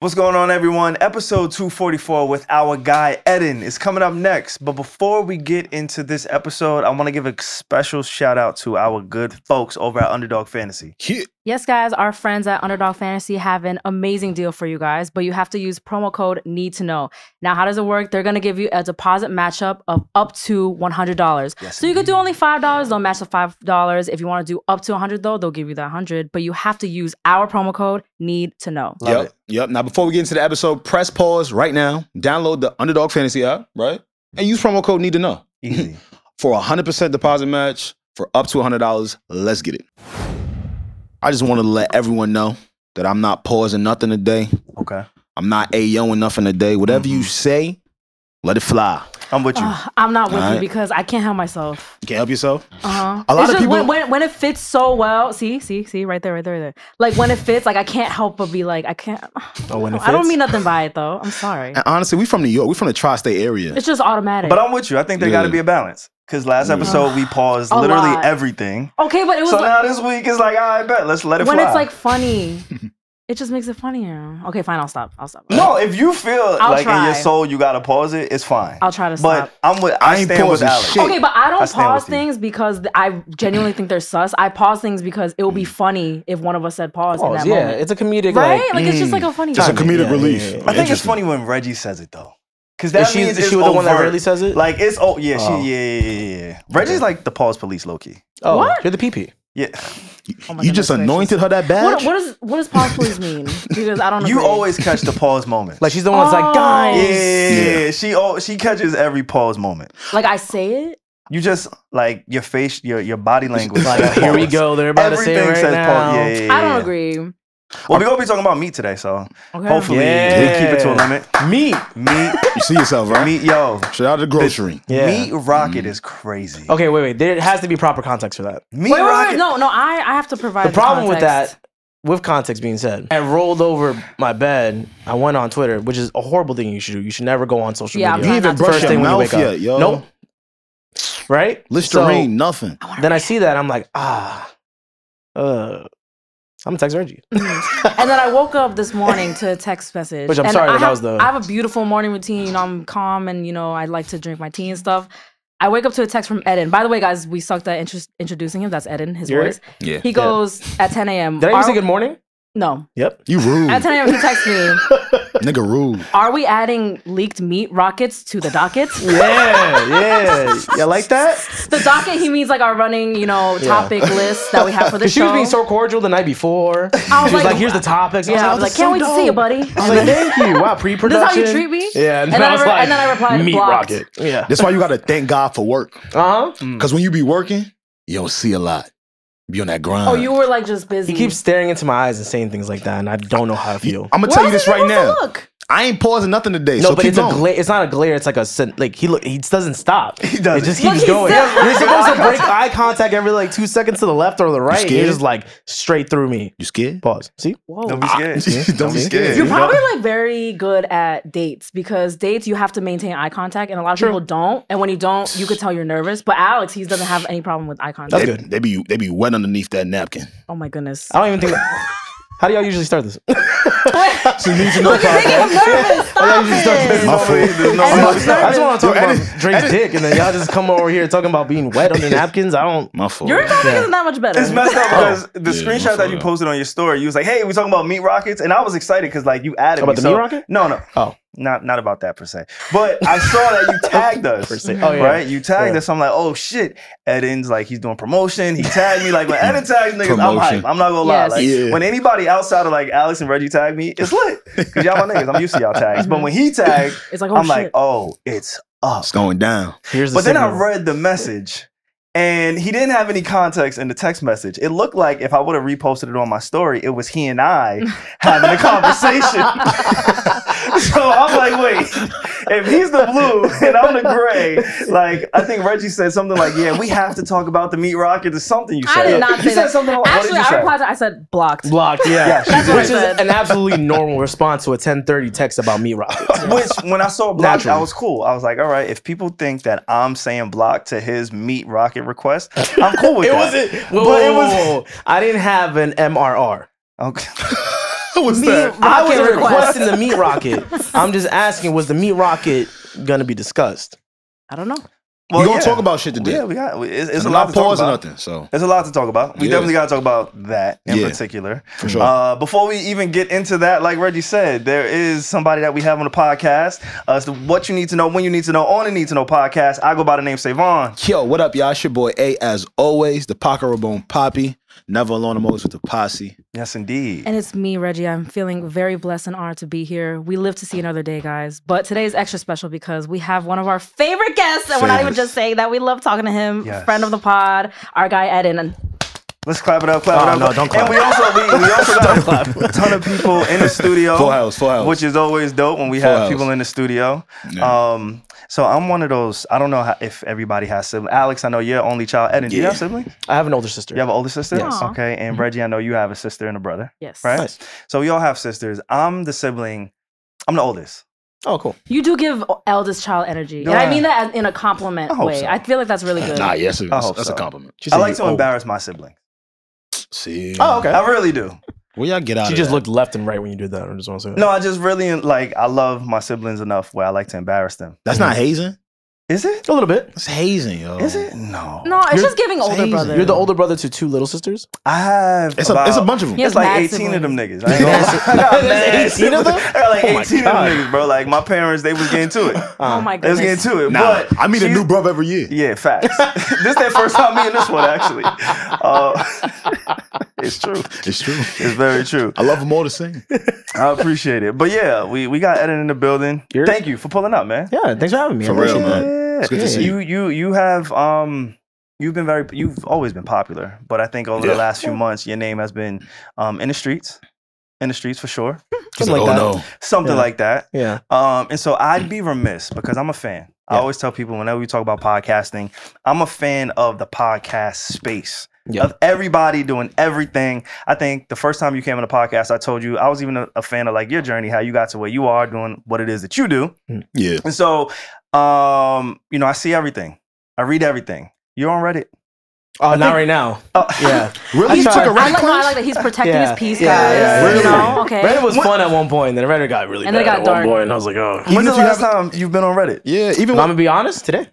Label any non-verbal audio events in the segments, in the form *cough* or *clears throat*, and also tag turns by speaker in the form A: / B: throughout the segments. A: What's going on, everyone? Episode 244 with our guy Eden is coming up next. But before we get into this episode, I want to give a special shout out to our good folks over at Underdog Fantasy.
B: Yeah.
C: Yes, guys, our friends at Underdog Fantasy have an amazing deal for you guys, but you have to use promo code need to know. Now, how does it work? They're going to give you a deposit matchup of up to $100.
B: Yes,
C: so you could do only $5, they'll match the $5. If you want to do up to 100 though, they'll give you that 100, but you have to use our promo code need to know.
A: Love
B: yep.
A: it.
B: Yep. Now, before we get into the episode, press pause right now. Download the Underdog Fantasy app, right? And use promo code Need to Know
A: Easy.
B: for a hundred percent deposit match for up to hundred dollars. Let's get it. I just wanted to let everyone know that I'm not pausing nothing today.
A: okay.
B: I'm not ayoing nothing today. Whatever
A: Mm-hmm.
B: you say, let it fly.
A: I'm with you.
C: Ugh, I'm not with
B: Alright.
C: you because I can't help myself.
B: You can't help yourself.
C: Uh-huh.
B: A lot
C: it's
B: of
C: just
B: people-
C: when, when, when it fits so well. See, see, see, right there, right there, right there. Like when it fits, like I can't help but be like, I can't. *sighs*
A: Oh, when it
C: I don't
A: fits?
C: mean nothing by it though. I'm sorry.
B: And honestly, we from New York. We from the tri-state area.
C: It's just automatic.
A: But I'm with you. I think there got to
B: Yeah.
A: be a balance. Because last
B: Yeah.
A: episode, we paused
C: A
A: literally
C: lot.
A: everything.
C: okay, but it was
A: So
C: like-
A: now this week is like, I bet, let's let it
C: when
A: fly.
C: it's
A: *laughs*
C: like funny, it just makes it funnier. Okay, fine. I'll stop. I'll stop.
A: no, if you feel
C: I'll
A: like in your
C: try.
A: soul you got to pause it, it's fine.
C: I'll try to
A: but
C: stop.
A: I'm with, I,
B: I ain't
A: stand with
B: pausing
A: Alex.
B: shit.
C: okay, but I
A: I
C: don't
A: stand
C: pause
A: with you.
C: things because th- I genuinely think they're sus. I pause things because it would
A: Mm.
C: be funny if one of us said pause, in
D: Pause,
C: that
D: yeah,
C: moment.
D: it's a comedic
C: right?
D: like. mm.
C: Like, it's just like a funny.
B: Just a
C: thing.
B: comedic
D: yeah,
B: relief.
D: yeah, yeah.
A: I think it's
B: Interesting.
A: funny when Reggie says it though, because that
D: Is she,
A: means
D: is
A: it's
D: she the one that
A: overt.
D: really says it?
A: Like it's oh yeah
D: Oh.
A: she yeah yeah yeah, yeah yeah. Reggie's like the pause police low key.
D: oh,
C: What?
D: you're the PP.
A: Yeah,
C: Oh my
B: you just
C: goodness
B: anointed
C: gracious.
B: her that
C: What,
B: badge.
C: what does what does pause
A: *laughs*
C: please mean? Because I don't.
A: you
C: agree.
A: always catch the pause moment.
D: *laughs* Like she's the one that's
C: Oh.
D: like, guys.
A: yeah, she oh she catches every pause moment.
C: like I say it.
A: You just like your face your your body language.
D: Like,
A: says
D: here we
A: pause.
D: go. They're about to say
A: Everything
D: it right
A: says
D: now.
A: pause. Yeah, yeah, yeah,
C: I don't
A: yeah.
C: agree.
A: Well, we're gonna be talking about meat today, so
C: Okay.
A: hopefully we keep it to a
D: Yeah.
A: limit.
D: Meat.
A: Meat,
B: you see yourself, right?
A: meat, yo,
B: Shout out to the grocery.
D: Yeah. Mm.
A: meat rocket is crazy.
D: Okay, wait, wait. There has to be proper context for that.
A: Meat
C: Wait, wait, wait,
A: rocket.
C: No, no. I I have to provide
D: The problem with
C: context.
D: that, with context being said, I rolled over my bed. I went on Twitter, which is a horrible thing you should do. You should never go on social
C: Yeah, I'm
D: media.
B: You
C: trying
B: even
C: not to
B: brush
C: do
B: your
C: that.
D: you
B: mouth yet, yo.
D: Nope. Right?
B: Listerine, nothing.
D: So, then I see that. I'm like, ah, uh, I'm gonna text Reggie.
C: Mm. And then I woke up this morning to a text message.
D: Which I'm
C: And
D: sorry
C: I
D: that that
C: have-
D: was the-
C: I have a beautiful morning routine. You know, I'm calm and you know I like to drink my tea and stuff. I wake up to a text from Eden. By the way, guys, we sucked at intro- introducing him. That's Eden, his
D: You're-
C: voice.
B: Yeah.
C: He goes at 10 a.m.
D: Did I even
C: Are-
D: say good morning?
C: No.
D: Yep.
B: You rude.
C: At 10 a.m. he texts me,
D: *laughs*
B: Nigga rude.
C: Are we adding leaked meat rockets to the docket?
D: Yeah, yeah. You like
C: *laughs*
D: that?
C: the docket, he means like our running, you know, topic list that we have for the
D: Because *laughs* she
C: show.
D: was being so cordial the night before.
C: I was *laughs*
D: She was
C: like-
D: like, "Oh, here's the topics.
C: yeah, I was like, can't wait to see you, buddy.
D: I
C: *laughs*
D: was like, thank you. Wow, pre
C: This
D: production.
C: is how you treat me?
D: Yeah,
C: And then I re- and then I replied,
D: meat
C: blocked.
D: rocket. Yeah.
B: That's why you gotta thank God for work.
D: Uh huh.
B: Cause when you be working, you don't see a lot. You on that grind.
C: Oh, you were like just busy.
D: He keeps staring into my eyes and saying things like that, and I don't know how I feel.
B: I'm gonna
C: Where
B: tell you
C: else
B: this
C: is he
B: right
C: supposed to
B: now.
C: Look.
B: I ain't pausing nothing today.
D: No,
B: so
D: but
B: keep
D: it's a
B: going.
D: glare. It's not a glare. It's like a sen- like he look. He doesn't
C: *laughs*
D: stop. He
A: doesn't.
D: It just
C: Look,
D: keeps
C: he's
D: going.
C: still-
D: You're supposed to break eye contact every like two seconds to the left or the right. and
B: scared?
D: You're just like straight through me.
B: You scared?
D: Pause. See?
A: Don't be
D: *laughs*
A: scared.
B: Don't be scared.
C: You're
B: You
C: probably like very good at dates because dates you have to maintain eye contact, and a lot of people don't. And when you don't, you could tell you're nervous. But Alex, he doesn't have any problem with eye
B: They,
C: contact.
D: That's good.
B: they be they be wet underneath that napkin.
C: oh my goodness!
D: I don't even think. *laughs* How do y'all usually start
B: *laughs*
D: this?
B: So you need to know.
C: Look, you're making him nervous. Stop it.
B: My fault. *laughs*
C: I
B: My
C: was
B: fault.
D: I just want to talk
B: Yo,
D: about
B: edit-
D: Drake's
B: edit.
D: dick, and then y'all just come over here talking about being wet *laughs* under napkins. I don't.
B: My fault.
C: Your topic
D: Yeah.
C: isn't that much better.
A: It's messed
D: Oh.
A: up because the
B: Yeah,
A: screenshot that you
B: motherfucker.
A: posted on your story, you was like, "Hey, we talking about meat rockets," and I was excited because like you added
D: About
A: me,
D: the
A: so-
D: meat rocket?
A: No, no,
D: Oh.
A: not not about that per se. But I saw that
D: *laughs*
A: you tagged us,
D: se. Oh, yeah.
A: right? You tagged
D: Yeah.
A: us. I'm like, oh shit. Eden's like he's doing promotion. He tagged me like when
D: *laughs*
A: Eden tags niggas, I'm
B: Promotion.
A: hype. I'm not gonna lie.
C: Yes.
A: Like
B: Yeah.
A: when anybody outside of like Alex and Reggie tag me, it's lit because y'all my niggas. I'm used to y'all tags, but when he tagged,
C: It's like, *laughs* oh
A: I'm
C: shit.
A: like, oh, it's up.
B: It's going down.
D: Here's the.
A: But then I
D: signal.
A: read the message, and he didn't have any context in the text message. It looked like if I would have reposted it on my story, it was he and
C: *laughs*
A: I having a conversation. *laughs* so I'm like, wait, if he's the blue and I'm the gray, like I think Reggie said something like, "Yeah, we have to talk about the meat rocket." Or something you
C: I
A: said.
C: did not
A: you
C: say
A: said
C: that.
A: something. Like,
C: Actually,
A: what did you
C: I
A: say?
C: replied. To, I said blocked.
D: blocked. Yeah,
A: Yeah, she
D: which is
C: did.
D: an *laughs* absolutely normal response to a 10:30 text about meat rockets.
A: Which, when I saw blocked, I
D: Naturally.
A: was cool. I was like, all right, if people think that I'm saying block to his meat rocket request, I'm cool with
D: *laughs* It
A: that.
D: wasn't. Whoa,
A: But it
D: whoa,
A: was-
D: whoa, whoa. I didn't have an MRR.
A: Okay.
B: What's
D: meat
B: that?
D: rocket
C: I was a
D: requesting the
B: *laughs*
D: meat rocket. I'm just asking, was the meat rocket gonna be discussed?
C: I don't know.
B: we gonna talk about shit today.
A: Yeah, we got. we- It's, it's a
B: I'm
A: lot
B: not
A: to talk
B: pausing
A: about.
B: nothing. So
A: There's a lot to talk about. We
B: Yeah.
A: definitely got to talk about that in
B: Yeah.
A: particular.
B: for sure.
A: Uh, before we even get into that, like Reggie said, there is somebody that we have on the podcast. Uh, it's the What You Need to Know, When You Need to Know, on the Need to Know podcast. I go by the name Savon.
B: Yo, what up, y'all? It's your boy A, as always, the Paco Rabone Poppy. Never alone, I'm always with the posse.
A: Yes, indeed.
C: And it's me, Reggie. I'm feeling very blessed and honored to be here. We live to see another day, guys. But today is extra special because we have one of our favorite guests, and we're not even
B: Favorites.
C: just saying that. We love talking to him,
A: Yes.
C: friend of the pod, our guy Eden. And
A: Let's clap it up, clap
D: Oh,
A: it up.
D: no, don't clap.
A: And we also we,
B: *laughs*
A: we also got a ton of people in the studio.
B: Full house, full house.
A: Which is always dope when we
B: Full
A: have
B: house.
A: people in the studio.
B: Yeah.
A: Um, so I'm one of those. I don't know how, if everybody has siblings. Alex, I know you're only child. Eden, do you
B: Yeah.
A: have siblings?
D: I have an older sister.
A: You have an older sister?
C: Yes. Aw.
A: Okay. And Reggie, I know you have a sister and a brother.
C: yes,
A: Right?
D: Nice.
A: So we all have sisters. I'm the sibling. I'm the oldest.
D: Oh, cool.
C: you do give eldest child energy,
A: Do
C: and
A: I?
C: I mean that as- in a compliment
A: I hope
C: way.
A: so.
C: I feel like that's really good.
B: Uh, Nah, yes, it
A: I
B: is.
A: hope
B: that's
A: so.
B: a compliment.
D: Oh, She
A: I
D: said
A: like
D: you
A: to
D: old.
A: embarrass my sibling.
B: See,
D: Oh, okay.
A: I really do.
B: where y'all get out?
D: She
B: of
D: just
B: that?
D: looked left and right when you did that. I just want to say that.
A: No, I just really like I love my siblings enough where I like to embarrass them.
B: That's
D: Mm.
B: not hazing.
A: Is it?
D: a little bit.
B: That's hazing, yo.
A: Is it? No.
C: No, it's
D: You're-
C: just giving older
B: Jeez,
C: brother.
D: You're the older brother to two little sisters.
A: I have
B: It's a, it's a
A: about-
B: bunch of them.
C: Yeah.
A: It's like
C: Mad
A: 18 of them niggas. I ain't
D: Mad
A: gonna
B: *laughs*
A: lie.
D: siblings. 18 of them?
A: I got *laughs* like
D: Oh my
A: 18 of
D: God.
A: them niggas, bro. Like my parents, they was getting to it.
C: Oh my
A: They was
C: goodness.
A: getting to it.
B: Nah,
A: but
B: I meet a
A: she-
B: new brother every
D: *laughs*
B: year.
A: *laughs* Yeah, facts. *laughs* this their first time meeting this one, actually. Uh, *laughs* it's true.
B: It's true.
A: It's very true.
B: I love them all the
D: *laughs*
B: same.
A: I appreciate it. But yeah, we, we got Eden in the building.
D: You're-
A: Thank you for pulling up, man.
D: Yeah, thanks for having me.
B: For
D: I
B: real,
D: appreciate
B: man.
A: Yeah.
D: it.
B: It's good to see
A: you. You you have um you've been very you've always been popular, but I think over
B: Yeah.
A: the last few months your name has been um in the streets. In the streets for sure.
B: It's
D: Something like that.
B: oh no,
A: Something
D: Yeah.
A: like that.
D: Yeah.
A: Um and so I'd
D: *clears throat*
A: be remiss because I'm a fan. I
D: Yeah.
A: always tell people whenever we talk about podcasting, I'm a fan of the podcast space
D: Yeah.
A: of everybody doing everything. I think the first time you came on the podcast, I told you I was even a, a fan of like your journey, how you got to where you are, doing what it is that you do.
B: yeah.
A: And so, um, you know, I see everything, I read everything. You're on Reddit.
D: Oh, not right now.
A: Oh. *laughs*
D: Yeah.
B: Really,
D: I
B: you took
D: tried.
B: a
D: I
C: I
B: rap
C: like, no, I
B: class?
C: like that he's protecting
D: Yeah.
C: his peace,
D: Yeah,
C: guys.
A: yeah,
B: *laughs* yeah,
C: You
B: yeah.
C: know, okay.
D: Reddit was fun at one point, then Reddit got really
C: And
D: bad
C: then it got
D: at
C: dark.
D: one point, and I was like, oh.
A: When's
B: if
A: the
B: you
A: last time you've been on Reddit?
B: Yeah, even when,
D: I'm gonna be
B: *laughs*
D: honest today.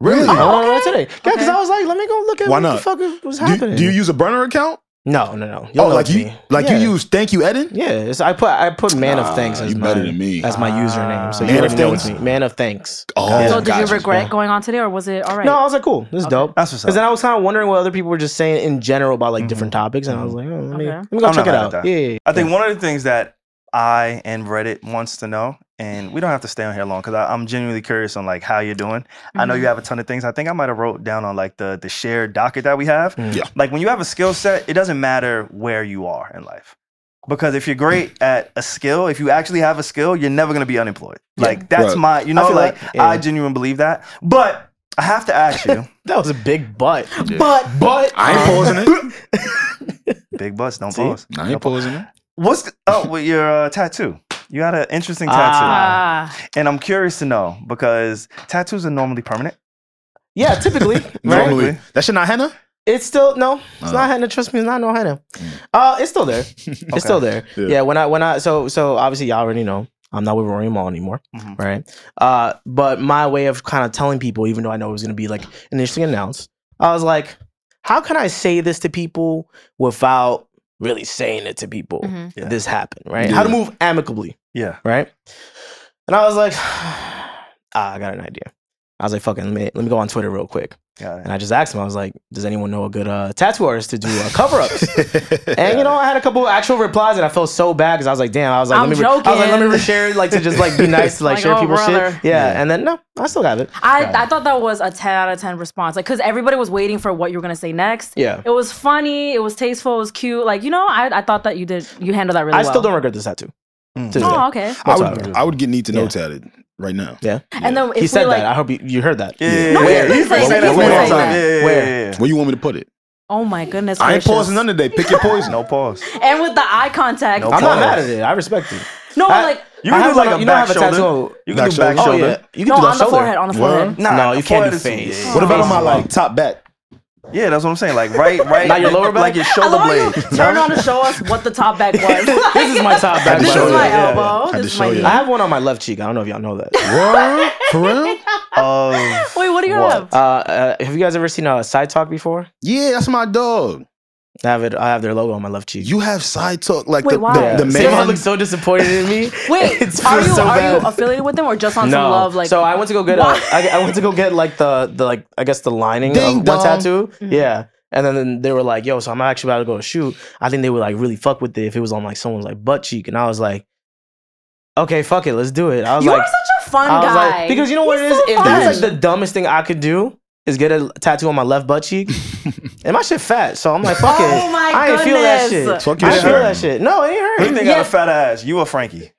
B: really.
D: I went on Reddit today. Yeah, because
C: Okay.
D: I was like, let me go look at
B: Why
D: what
B: not?
D: the fuck was
B: Do,
D: happening.
B: do you use a burner account?
D: No, no, no.
B: oh,
D: know
B: like
D: it's
B: you,
D: me.
B: like
D: Yeah.
B: you use thank you, Eden.
D: Yeah, it's, I put I put man of thanks
B: Nah,
D: as
B: you
D: my
B: better than me. Ah.
D: as my username, so
B: Man
D: you
B: of
D: already know it's me.
B: thanks?
D: Man of thanks.
B: Oh,
C: so did you
B: gotcha.
D: Yeah.
C: regret going on today, or was it all right?
D: No, I was like, cool, this is dope.
A: That's what's
D: Because
A: up.
D: then I was kind of wondering what other people were just saying in general about like different
B: Mm-hmm.
D: topics, and I was like, oh, let, me,
C: Okay.
D: let me go
A: I'm
D: check
A: not mad
D: it
A: at
D: out.
A: that.
D: Yeah, yeah, yeah.
A: I think one of the things that I and Reddit wants to know, and we don't have to stay on here long because I'm genuinely curious on like how you're doing. I
D: Mm-hmm.
A: know you have a ton of things. I think I might have wrote down on like the the shared docket that we have.
D: Mhm.
B: Yeah.
A: Like when you have a skill set, it doesn't matter where you are in life. Because
D: Mm.
A: if you're great at a skill, if you actually have a skill, you're never gonna be unemployed.
D: Yeah.
A: Like that's
B: Right.
A: my, you know,
D: feel
A: like
D: that. Yeah.
A: I genuinely believe that. But I have to ask you,
D: that was a big butt.
B: Yeah.
D: But but
B: I
C: *laughs*
B: ain't pausing
D: *laughs*
B: it.
A: big butts, don't
D: See?
A: pause.
B: I ain't pausing it.
A: What's the, oh with your uh, tattoo? You got an interesting tattoo,
D: Ah.
C: Ah.
A: and I'm curious to know because tattoos are normally permanent.
D: yeah, typically right?
A: Normally.
B: Normally, that shit not henna.
D: It's still no,
B: No.
D: it's not henna. Trust me, it's not no henna. Uh, it's still there.
A: Okay.
D: It's still there.
B: Yeah.
D: Yeah. When I when I so so obviously y'all already know I'm not with Rory Mall anymore,
A: Mhm.
D: right? Uh, but my way of kind of telling people, even though I know it was gonna be like initially announced, I was like, how can I say this to people without really saying it to people?
C: Mhm.
D: that This happened, right?
B: Yeah.
D: How to move amicably,
A: Yeah.
D: right? And I was like, *sighs* ah, I got an idea. I was like, fucking, let me let me go on Twitter real quick.
A: Got
D: And
A: it.
D: I just asked him, I was like, does anyone know a good uh, tattoo artist to do uh,
A: *laughs*
D: cover ups? And
B: and *laughs*
D: you know, I had a couple actual replies, and I felt so bad because I was like, "Damn!" I was like,
C: I'm
D: "Let me," re- I was like, "Let me
C: joking.
D: reshare," it," like to just
A: *laughs*
D: like be nice to like,
C: Like,
D: share
C: oh,
D: people's
C: brother.
D: shit. Yeah, and then no, I still got it.
A: Yeah.
C: I, I thought that was a 10 out of 10 response. Like, because everybody was waiting for what you were going to say next.
D: Yeah,
C: It was funny. It was tasteful. It was cute. Like, you know, I, I thought that you did, you handled that really
D: I
C: well.
D: still don't regret this tattoo.
A: Mm.
D: To this day.
C: Oh, okay.
B: I
D: That's
B: would,
D: all.
B: I would get need to know
D: Yeah.
B: tatted right now.
D: Yeah,
C: And then if
D: he
C: we,
D: said
C: like,
D: that. I hope you, you heard that.
A: Yeah, yeah,
C: No,
A: yeah.
C: he's
A: yeah.
C: been
A: He's been
C: saying
A: saying
C: that.
A: that for a
C: He's
A: long
C: been saying
A: time.
C: that.
A: Yeah, yeah,
D: Where?
A: yeah, yeah.
B: Where you want me to put it?
C: oh my goodness.
B: I ain't
C: gracious.
B: pausing none today. Pick your poison.
D: *laughs*
A: No pause.
C: And with the eye contact.
A: No
D: I'm
A: Pause.
D: not mad at it. I respect it.
C: No,
D: I-
C: Oh, like,
A: You
D: I
A: can
D: have
A: do like
D: one-
A: a
D: you know I
A: back
D: have a tattoo
A: shoulder.
D: on-
A: You
B: Back
A: can do back
B: shoulder.
D: Oh
A: shoulder.
D: yeah, you can
C: no,
D: do that
C: on the
D: shoulder.
C: forehead. On the
B: Well,
C: forehead.
A: Nah,
D: No, you can't
A: forehead
D: do
A: is-
D: face.
A: yeah.
B: What about
D: Face
B: on my
D: is
B: like top back?
A: Yeah, that's what I'm saying. Like right, right.
D: Oh, Not your lower back?
A: like your
D: *laughs*
A: shoulder
C: I love
A: blade.
C: how you turn on to show us what the top back was. *laughs*
D: This is my top back.
C: This is
B: Had to show
C: my
B: you.
C: elbow.
B: Had to
C: Oh, This is
B: show
C: my
B: you.
C: knee.
D: I have one on my left cheek. I don't know if y'all
C: *laughs*
D: know that.
B: What? For real?
A: Of-
C: Wait, what do you
A: What?
C: have?
D: Uh, uh, have you guys ever seen a side talk before?
B: Yeah, that's my dog.
D: I have it. I have their logo on my left cheek.
B: You have side talk like
C: Wait,
B: the,
C: why?
B: the, the
D: See, everyone
B: man.
D: looks so disappointed
C: *laughs*
D: in me.
C: Wait,
D: It's
C: are
D: feels
C: you
D: so
C: are
D: bad.
C: you affiliated with them or just on
D: no.
C: some love? Like
D: so I went to go get. A,
C: Why?
D: I, I went to go get like the the like I guess the lining
B: Ding
D: of
B: dong.
D: one tattoo.
C: Mm-hmm.
D: Yeah. And then they were like, "Yo, so I'm actually about to go shoot." I think they would like really fuck with it if it was on like someone's like butt cheek, and I was like, "Okay, fuck it, let's do it." I was
C: you
D: like,
C: are such a fun
D: I was
C: guy.
D: like, because you know what
C: He's
D: it is?
C: so
D: if that's
C: fun.
D: like the dumbest thing I could do is get a tattoo on my left butt cheek. and my shit fat, so I'm like, fuck it.
C: Oh my
D: I ain't feel that shit.
C: goodness.
B: Fuck
D: I
B: your
D: ain't feel
B: shit.
D: that shit. No, it ain't hurt.
A: Who you think got a fat ass? You or Frankie?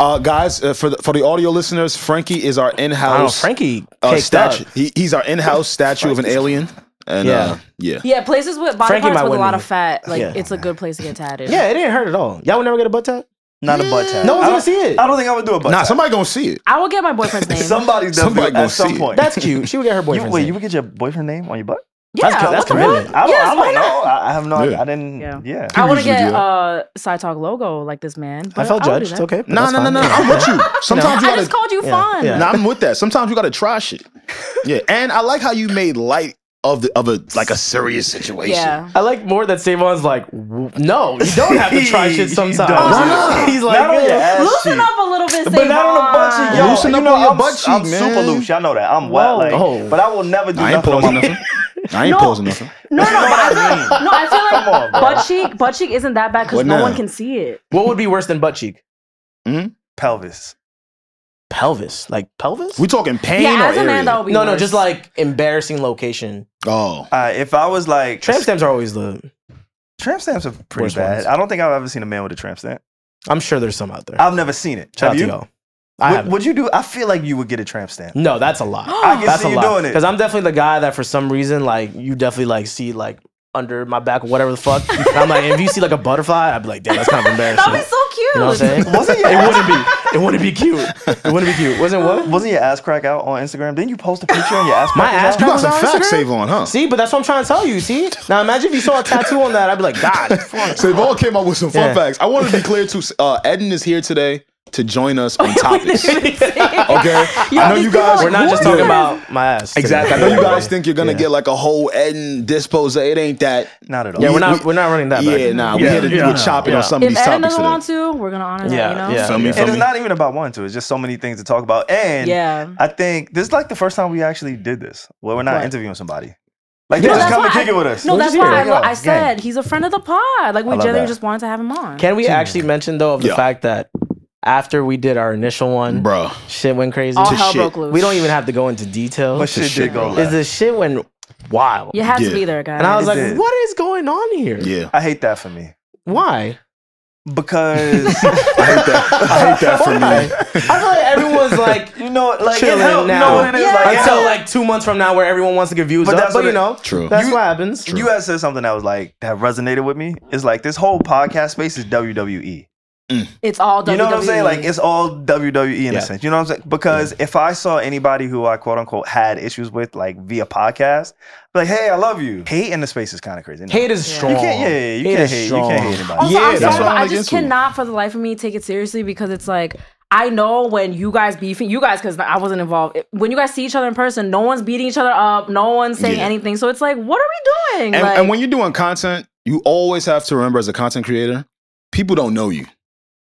B: Uh, guys, uh, for the, for the audio listeners, Frankie is our
D: I don't know,
B: in-house
D: Frankie
B: uh,
D: caked
B: statue.
D: up.
B: He, he's our
D: *laughs*
B: in-house statue of an alien. And
D: Yeah.
B: uh, yeah.
C: yeah, places with body
D: Frankie might
C: parts with a
D: win
C: lot
D: me.
C: of fat, like
D: Yeah.
C: it's a good place to get tatted.
D: Yeah, it didn't hurt at all. Y'all would never get a butt tat?
A: Not a butt tap.
D: No one's
A: I
D: gonna
A: don't-
D: see it.
A: I don't think I would do a butt
B: Nah,
A: tap.
B: somebody gonna see it.
C: I will get my boyfriend's name.
A: Somebody
B: Somebody
A: definitely
B: gonna
A: at some
B: see it.
A: point.
D: That's cute. She would get her
A: you,
D: boyfriend's
A: wait,
D: name.
A: you would get your boyfriend name on your butt?
C: yeah,
D: that's co- that's
C: what the fuck?
D: commitment.
A: I don't,
C: Yes,
A: I
C: why
A: don't
C: not?
A: know. I I have no
B: Yeah.
A: idea. I didn't.
C: Yeah.
A: Yeah.
C: I want to
B: usually
C: get
B: do that.
C: uh, side talk logo like this man.
D: I
C: but
D: felt
C: I would do
D: judged. It's
C: that.
D: okay.
B: No,
D: That's
B: no, no,
D: fine. *laughs*
B: no. I'm with you. Sometimes you
C: I
B: gotta
C: just called you
D: Yeah,
C: fun.
D: yeah.
B: Nah, I'm with that. Sometimes you gotta try shit.
D: *laughs*
B: Yeah, and I like how you made light of the of a like a serious situation.
C: Yeah.
D: I like more that Savon's like, w- no, you *laughs* don't have to try
A: *laughs* You
D: shit sometimes.
A: don't.
C: Oh,
A: Why
B: not?
D: He's like,
A: Not on your
D: yeah.
A: ass
C: Loosen
A: cheek.
C: up a little bit,
A: But not on the butt cheek, yo.
B: Loosen
A: you
B: up
A: know,
B: on your
A: I'm,
B: butt cheek,
A: I'm super
B: man.
A: loose. Y'all know that. I'm
D: Whoa.
A: wet. Like,
D: Oh.
A: But I will never do
B: I ain't
A: nothing on
B: posing
A: my
B: nothing. I ain't
C: No.
B: posing nothing.
C: No, no, but I feel, no, I feel like
A: Come on, bro.
C: butt cheek, butt cheek isn't that bad because
B: What
C: no
B: now?
C: one can see it.
D: What would be worse than butt cheek?
A: pelvis.
D: Pelvis. Like pelvis?
B: We talking pain
C: yeah,
B: or
C: as a man,
B: area?
C: that would be
D: no, no,
C: worse.
D: just like embarrassing location.
B: Oh,
A: Uh, if I was like
D: Tramp stamps are always the.
A: tramp stamps are pretty
D: Worst
A: bad.
D: ones.
A: I don't think I've ever seen a man with a tramp stamp.
D: I'm sure there's some out there.
A: I've never seen it.
D: Shout out
A: Have
D: to
A: you?
D: y'all. I
A: would,
D: haven't.
A: would you do? I feel like you would get a tramp stamp.
D: no, that's a lot.
A: I can
D: That's
A: see
D: a
A: you
D: lot.
A: doing it.
D: Because I'm definitely the guy that for some reason, like, you definitely like see like under my back or whatever the fuck. And I'm like, if you see like a butterfly, I'd be like, damn, that's kind of
C: That'd
D: embarrassing.
C: be so cute.
D: you know what
C: *laughs*
D: I'm saying?
A: Wasn't *laughs* your
D: it wouldn't be. It wouldn't be cute. It wouldn't be cute. Wasn't
A: *laughs*
D: what?
A: Wasn't your ass crack out on Instagram? Didn't you post a picture on your *laughs* ass crack?
D: My ass
B: you
D: crack
B: got
D: was
B: some
D: on
B: facts,
D: Instagram?
B: Savon, huh?
D: See, but that's what I'm trying to tell you. See, now imagine if you saw a tattoo on that, I'd be like, God, fuck.
B: Savon came up with some fun
D: Yeah.
B: facts. I want to be clear too. Uh, Eden is here today to join us
C: *laughs*
B: on *laughs* topics. Okay, I know
C: these
B: you
C: people
B: guys.
C: are
D: we're not just
C: Who
D: talking
C: is-
D: about my ass. today.
B: Exactly. I know you guys
D: Yeah.
B: think you're gonna
D: Yeah.
B: get like a whole Eden dispose. It ain't that.
A: Not at all.
D: Yeah,
B: we-
D: we're not.
B: we-
D: We're not running that.
B: Yeah,
D: back.
A: Yeah,
B: nah. we hit
A: yeah,
B: it. We
A: no.
B: chopping on
A: Yeah.
B: some of
C: If
B: these
C: Eden
B: topics
C: doesn't
B: today.
C: want to, we're gonna honor
D: Yeah,
C: that. You know?
D: yeah.
B: Feel me? Feel
A: and it's
B: me?
A: not even about wanting to. It's just so many things to talk about. And
C: Yeah.
A: I think this is like the first time we actually did this, where we're not
D: What?
A: interviewing somebody. Like they
D: No,
A: just
C: that's
A: come and
C: why
A: kick
C: I-
A: it with us.
C: No,
D: What'd
C: that's
D: you
C: why I,
A: say?
C: I said he's a friend of the pod. Like
A: I
C: we
A: love
C: generally
A: that.
C: just wanted to have him on.
D: Can we actually mention though of the
B: Yeah.
D: fact that after we did our initial one,
B: bro.
D: shit went crazy.
C: All
B: to
C: hell
B: shit.
C: broke loose.
D: we don't even have to go into detail.
A: But shit
B: shit
A: did go
B: go
D: Is
A: left.
D: the shit went wild?
C: You have
B: Yeah.
C: to be there, guys.
D: And I was
A: It
D: like,
A: did.
D: what is going on here?
B: Yeah,
A: I hate that for me
D: Why?
A: because
B: I hate that. I hate
D: *laughs*
B: that for me.
D: I feel
A: *laughs*
D: like everyone's like
A: *laughs* you know, like it
D: Chilling
A: helped. You
D: now.
A: know what it is?
C: Yeah.
A: Like, it
D: until
A: helped.
D: like two months from now where everyone wants to get views
A: But
D: up.
A: that's
D: But
A: what
D: you
A: it-
D: know,
B: True.
D: that's
A: You-
D: what happens.
A: you had said something that was like that resonated with me. It's like this whole podcast space is WWE.
C: it's all WWE.
A: You know what I'm saying? Like it's all WWE in
D: Yeah.
A: a sense. You know what I'm saying? Because if I saw anybody who I quote unquote had issues with, like via podcast, like, hey, I love you. Hate in the space is kind of crazy. No.
D: Hate is
C: Yeah.
D: strong.
A: You can't- yeah, yeah, you can't
D: is
A: hate- you can't hate anybody.
C: Also,
B: Yeah,
C: I'm
B: that's
C: sorry,
B: what
C: but
B: I'm
C: I
B: against
C: just
B: with.
C: cannot for the life of me take it seriously because it's like I know when you guys beefing, you guys because I wasn't involved. it- When you guys see each other in person, no one's beating each other up, no one's saying
B: Yeah.
C: anything. So it's like, what are we doing?
B: And,
C: like,
B: and when you're doing content, you always have to remember as a content creator, people don't know you.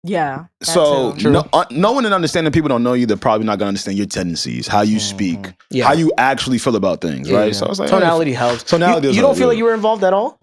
C: yeah, that
B: so
C: too.
D: True.
B: no, uh, knowing and understanding people don't know you, they're probably not gonna understand your tendencies, how you speak,
D: Mm-hmm. Yeah.
B: how you actually feel about things,
D: Yeah,
B: right?
D: yeah.
B: So I was like,
D: tonality helps.
B: Tonality
D: You,
B: is
D: you
B: all
D: don't feel
B: good.
D: like you were involved at all.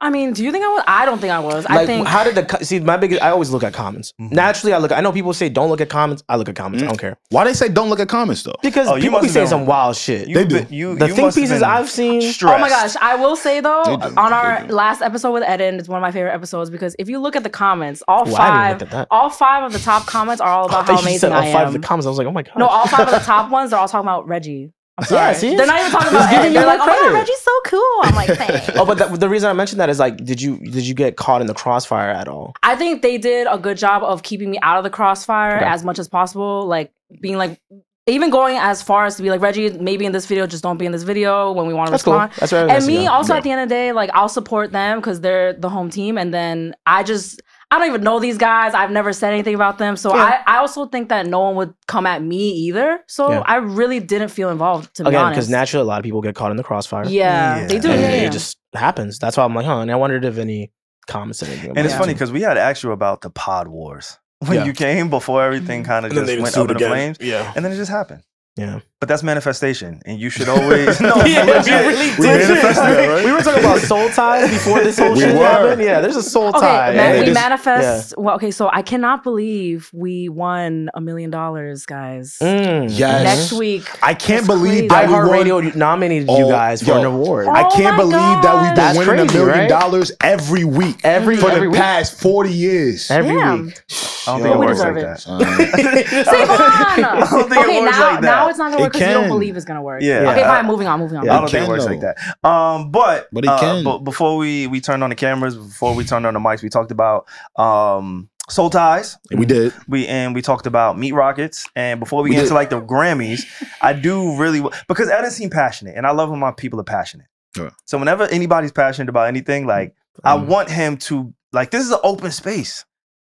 C: I mean, do you think I was? I don't think I was. I
D: Like,
C: think
D: how did the co- see? My biggest. I always look at comments.
A: Mm-hmm.
D: Naturally, I look. I know people say don't look at comments. I look at comments. I don't care
B: Why they say don't look at comments though?
D: because
A: Mm. Oh, you
D: people
A: must
D: be
A: have
D: saying
A: been-
D: some wild shit.
A: You've
B: do.
A: been- you,
D: the
A: you
D: think
A: must have
D: pieces
A: been
D: I've seen.
C: Oh my gosh,
A: stressed.
C: I will say though,
B: They do.
C: on
B: They
C: our
B: do.
C: last episode with Eden, it's one of my favorite episodes because if you look at the comments, all
D: Ooh, I didn't look at
C: five,
D: that.
C: all five of the top comments are all about how
D: You said
C: amazing
D: all
C: I
D: five of the
C: am.
D: comments. I was like, oh my god.
C: No, all five of the top ones are all talking about Reggie. I'm sorry.
D: Yeah, see?
C: They're not even
D: *laughs*
C: talking
D: It's
C: about
D: giving
C: Eden.
D: you
C: They're like, oh
D: more
C: my god,
D: credit."
C: Reggie's so cool. I'm like, thanks.
D: *laughs* Oh, but the, the reason I mentioned that is like, did you did you get caught in the crossfire at all?
C: I think they did a good job of keeping me out of the crossfire
D: Okay.
C: as much as possible, like being like even going as far as to be like Reggie, maybe in this video, just don't be in this video when we want to
D: That's cool.
C: respond.
D: That's right.
C: And me also at the end of the day, like I'll support them because they're the home team, and then I just I don't even know these guys. I've never said anything about them, so
D: Yeah.
C: I I also think that no one would come at me either. So
D: Yeah.
C: I really didn't feel involved to be
D: again
C: honest.
D: because naturally a lot of people get caught in the crossfire.
C: yeah,
A: Yeah.
C: they do.
D: And
C: yeah,
D: it
C: yeah.
D: just happens. That's why I'm like, huh? And I wondered if any comments or anything.
A: And it's
D: about
A: funny
D: it.
A: because we had to ask you about the pod wars *laughs* when
D: Yeah.
A: you came before everything kind of
D: And then
A: just
D: they
A: went
D: sued
A: up in the
D: again.
A: flames,
D: Yeah.
A: and then it just happened.
D: Yeah.
A: But that's manifestation, and you should always. *laughs* no,
D: *laughs* Yeah,
A: but
D: we
A: legit,
D: really
A: we
D: did.
A: manifested it,
B: right?
D: We were talking about soul ties before this whole
B: We
D: shit
B: were.
D: happened. Yeah, there's a soul
C: Okay,
D: tie.
C: ma-
B: yeah,
C: we
B: this-
C: manifest. Well, okay, so I cannot believe we won a million dollars, guys.
D: Mm.
B: Yes.
C: Next week,
B: I can't
C: That's crazy.
B: believe that we won.
D: iHeartRadio nominated you
B: Oh,
D: guys for
B: yo.
D: an award.
C: Oh
B: I can't
C: my
B: believe
C: God.
B: that
D: That's
B: we've been winning
D: crazy,
B: a million
D: right?
B: dollars every week
D: every
B: for
D: every
B: the
D: week.
B: past 40 years.
D: Every
C: Damn.
D: week.
A: I don't
B: Yo.
A: think it
C: We
A: works like
C: deserve it.
A: that.
B: Son.
D: *laughs*
A: I
C: Savon!
A: don't think it
C: okay,
A: works
C: now,
A: like that.
C: now it's not gonna work
B: It
C: because you don't
B: can.
C: believe it's gonna work.
A: Yeah.
C: Okay,
A: Yeah.
C: fine. Moving on. Moving on.
D: Yeah.
A: I don't
B: It
A: think it
B: can,
A: works
B: though.
A: like that. Um, but
B: But it
A: uh,
B: can.
A: but before we we turned on the cameras, before we turned on the mics, we talked about um soul ties.
B: Uh,
D: *laughs*
B: we did.
A: We and we talked about Meat Rockets, and before we,
B: We
A: get
B: did.
A: into like the Grammys, I do really w- because Eden seemed passionate, and I love when my people are passionate.
B: Yeah.
A: So whenever anybody's passionate about anything, like
D: Mm,
A: I want him to like this is an open space.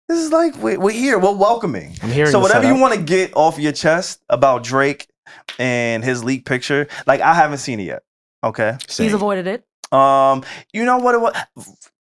A: This is like we're, we're here, we're welcoming.
D: I'm hearing
A: So
D: the
A: whatever you
D: setup.
A: want to get off your chest about Drake and his leak picture, like I haven't seen it yet. Okay.
C: He's
B: Same.
C: avoided it.
A: Um, you know what it was?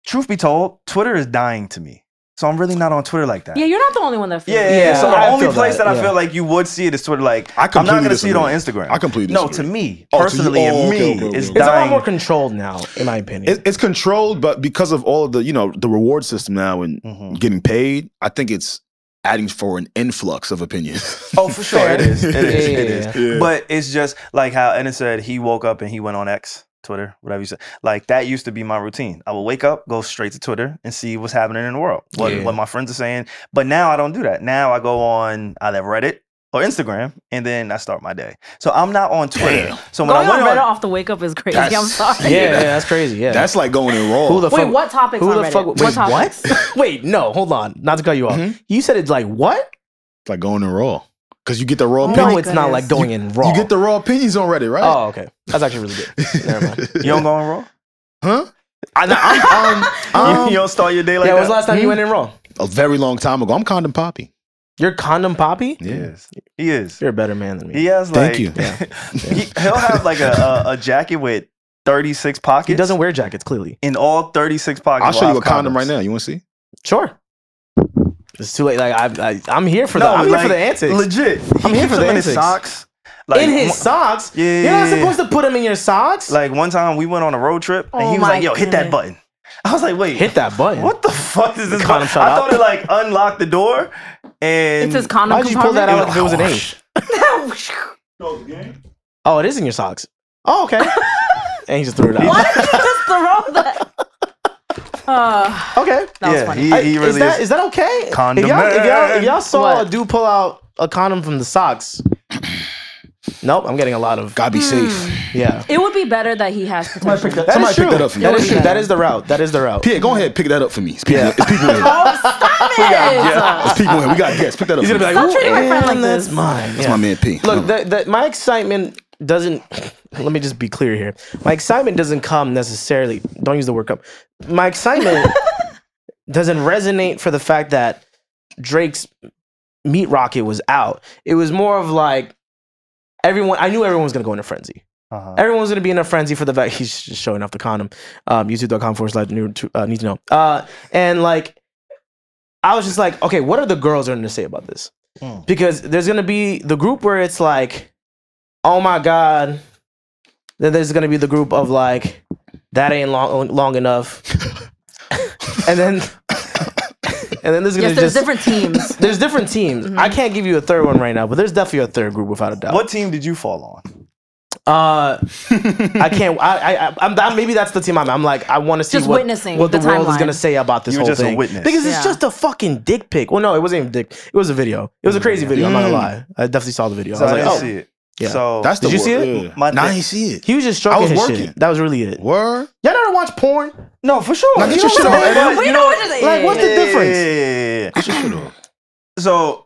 A: Truth be told, Twitter is dying to me. So I'm really not on Twitter like that.
C: Yeah, you're not the only one that feels.
A: Yeah, yeah,
C: it.
A: yeah.
D: Yeah,
A: So the
D: I
A: only
D: feel
A: place
D: that,
A: that, I
D: yeah.
A: feel like you would see it is Twitter. Like
B: I
A: I am not
B: completely
A: gonna see it on Instagram.
B: I completely
A: no, to
B: disagree.
A: me
B: Oh, to you-
A: personally,
B: oh,
A: and me,
B: okay,
A: it's
B: okay, okay, okay.
D: It's a lot
A: dying.
D: more controlled now, in my opinion.
B: It, it's controlled, but because of all of the, you know, the reward system now and
A: Mhm.
B: getting paid, I think it's adding for an influx of opinions.
A: Oh, for
B: *laughs*
A: sure, it is. It is.
D: Yeah,
A: It
D: yeah,
A: is.
D: yeah.
B: Yeah.
A: But it's just like how Ennis said he woke up and he went on X, Twitter, whatever you said. Like that used to be my routine. I would wake up, go straight to Twitter and see what's happening in the world, what,
D: Yeah.
A: what my friends are saying. But now I don't do that. Now I go on either Reddit or Instagram and then I start my day. So I'm not on Twitter.
B: Damn.
A: So when
C: Going
A: I
C: on
A: went
C: Reddit
A: on,
C: off the wake up is crazy.
B: That's-
C: I'm sorry.
D: yeah,
B: Yeah,
D: yeah,
B: that-
D: that's crazy. Yeah.
B: That's like going in raw.
D: who the
C: Wait,
D: fuck?
C: what topics
D: who
C: on
D: the
C: Reddit?
D: fuck-
C: What
D: wait,
C: topics? *laughs*
D: Wait, no, hold on. Not to cut you off.
B: Mhm.
D: You said it's like what?
B: It's like going in raw. Because you get the raw
C: Oh
B: opinion.
D: no,
C: my
D: it's not
C: goodness.
D: like going in raw.
B: You get the raw opinions on Reddit, right? *laughs*
D: Oh, okay. That's actually really good. Never mind.
A: you don't go on Raw?
B: Huh? Um, I, am
A: *laughs* you, you don't start your day like
D: yeah, when
A: that?
D: was the last time you
B: Hmm?
D: went in raw?
B: a very long time ago. I'm Condom Poppy.
D: You're condom poppy?
A: He is. He is.
D: You're a better man than me.
A: He has like *laughs*
B: Thank you.
A: he, will have like a, a, a jacket with 36 pockets.
D: He doesn't wear jackets, clearly.
A: in all 36 pockets.
B: *laughs* I'll show
A: will
B: you a
A: have
B: condom
A: condoms.
B: right now. You want to see?
D: Sure. It's too late. Like I, I I'm here for the I'm here
A: like,
D: for the antics.
A: Legit. He
D: I'm here
A: keeps
D: for the
A: them in his
D: antics.
A: socks. Like,
D: in his
A: one-
D: socks?
A: Yeah.
D: You're not supposed to put them in your socks.
A: Like one time we went on a road trip and
C: Oh
A: he was
C: my
A: like, "Yo, hit that
C: goodness.
A: button." *laughs* I was like, "Wait,
D: hit that button.
A: What the fuck is this?" Button?
D: Condom shut
A: I
D: up.
A: thought it like unlocked the door and
C: It's his condom.
D: Why'd you pull
C: *laughs*
D: that out if it was an
A: compartment?
D: eight? Oh, it is in your socks. Oh, okay. *laughs* and he just threw it out.
C: What? Just throw that. Uh,
D: *laughs* Okay.
C: that was
A: Yeah,
C: funny.
A: he,
D: I-
A: he really
D: is that is
A: is.
D: that okay?
A: Condom
D: If y'all, if y'all, if
A: man.
D: y'all saw
C: What?
D: a dude pull out a condom from the socks. nope, I'm getting a lot of
B: Gotta be safe.
D: yeah.
C: it would be better that he has protection.
D: Hmm. That is
B: Somebody pick
D: true.
B: that up for me.
D: That is true. That is the route. That is the route.
B: Pierre, go ahead. Pick that up for me. It's people, it's
A: *laughs*
B: people in here.
C: Oh,
D: *laughs*
C: stop it!
B: It's people in here. We got guests. Pick that up for me.
C: Stop treating my friend like
D: "And that's
C: this."
D: mine.
B: That's
D: Yeah.
B: my man P.
D: Look, that that my excitement doesn't. Let me just be clear here. My excitement doesn't come necessarily. Don't use the word come. My excitement
C: *laughs*
D: doesn't resonate for the fact that Drake's Meat Rocket was out. It was more of like everyone. I knew everyone was gonna go into frenzy.
A: Uh-huh.
C: Uh,
D: Everyone's gonna be in a frenzy for the fact *laughs* he's just showing off the condom. Um, YouTube.com forward slash new to, uh, need to know. Uh, and like, I was just like, okay, what are the girls going to say about this?
C: Hmm.
A: Mm.
D: Because there's gonna be the group where it's like, oh my god. Then there's gonna be the group of like, that ain't long long enough. *laughs* and then, and then there's gonna
C: Yes, there's
D: just
C: different
D: *laughs*
C: Mm-hmm. teams.
D: there's different teams. I can't give you a third one right now, but there's definitely a third group without a doubt.
A: What team did you fall on?
D: Uh, I can't. I, I, I I'm, that, maybe that's the team I'm. I'm like, I want to see
C: Just
D: what,
C: witnessing
D: what the,
C: the
D: world is
C: timeline.
D: gonna say about this
A: You were
D: whole
A: just a
D: thing.
A: witness.
D: Because
C: Yeah.
D: it's just a fucking dick pic. Well, no, it wasn't even dick. It was a video. It was a crazy video. I'm not
C: Mm.
D: gonna lie. I definitely saw the video.
A: So I,
D: I
A: didn't
D: was
A: see
D: like, oh,
A: it.
D: yeah.
A: So
B: That's the
D: Did you see
B: word.
D: it?
B: Yeah.
A: My
B: Nah, I
A: dick.
B: ain't see it.
D: he was just stroking
B: I was
D: his
B: working.
D: shit. That was really it.
B: Word.
D: Y'all never watch porn?
A: no, for sure.
B: Nah, get
A: You
B: your
A: know
B: shit
A: what
B: off,
A: I'm saying?
D: *laughs*
B: Evan.
A: But
C: We
A: you
C: know
A: know-
C: what you're saying.
D: Like, what's the
A: Yeah,
D: difference?
A: yeah, yeah, yeah, yeah.
B: Get your shit off.
A: So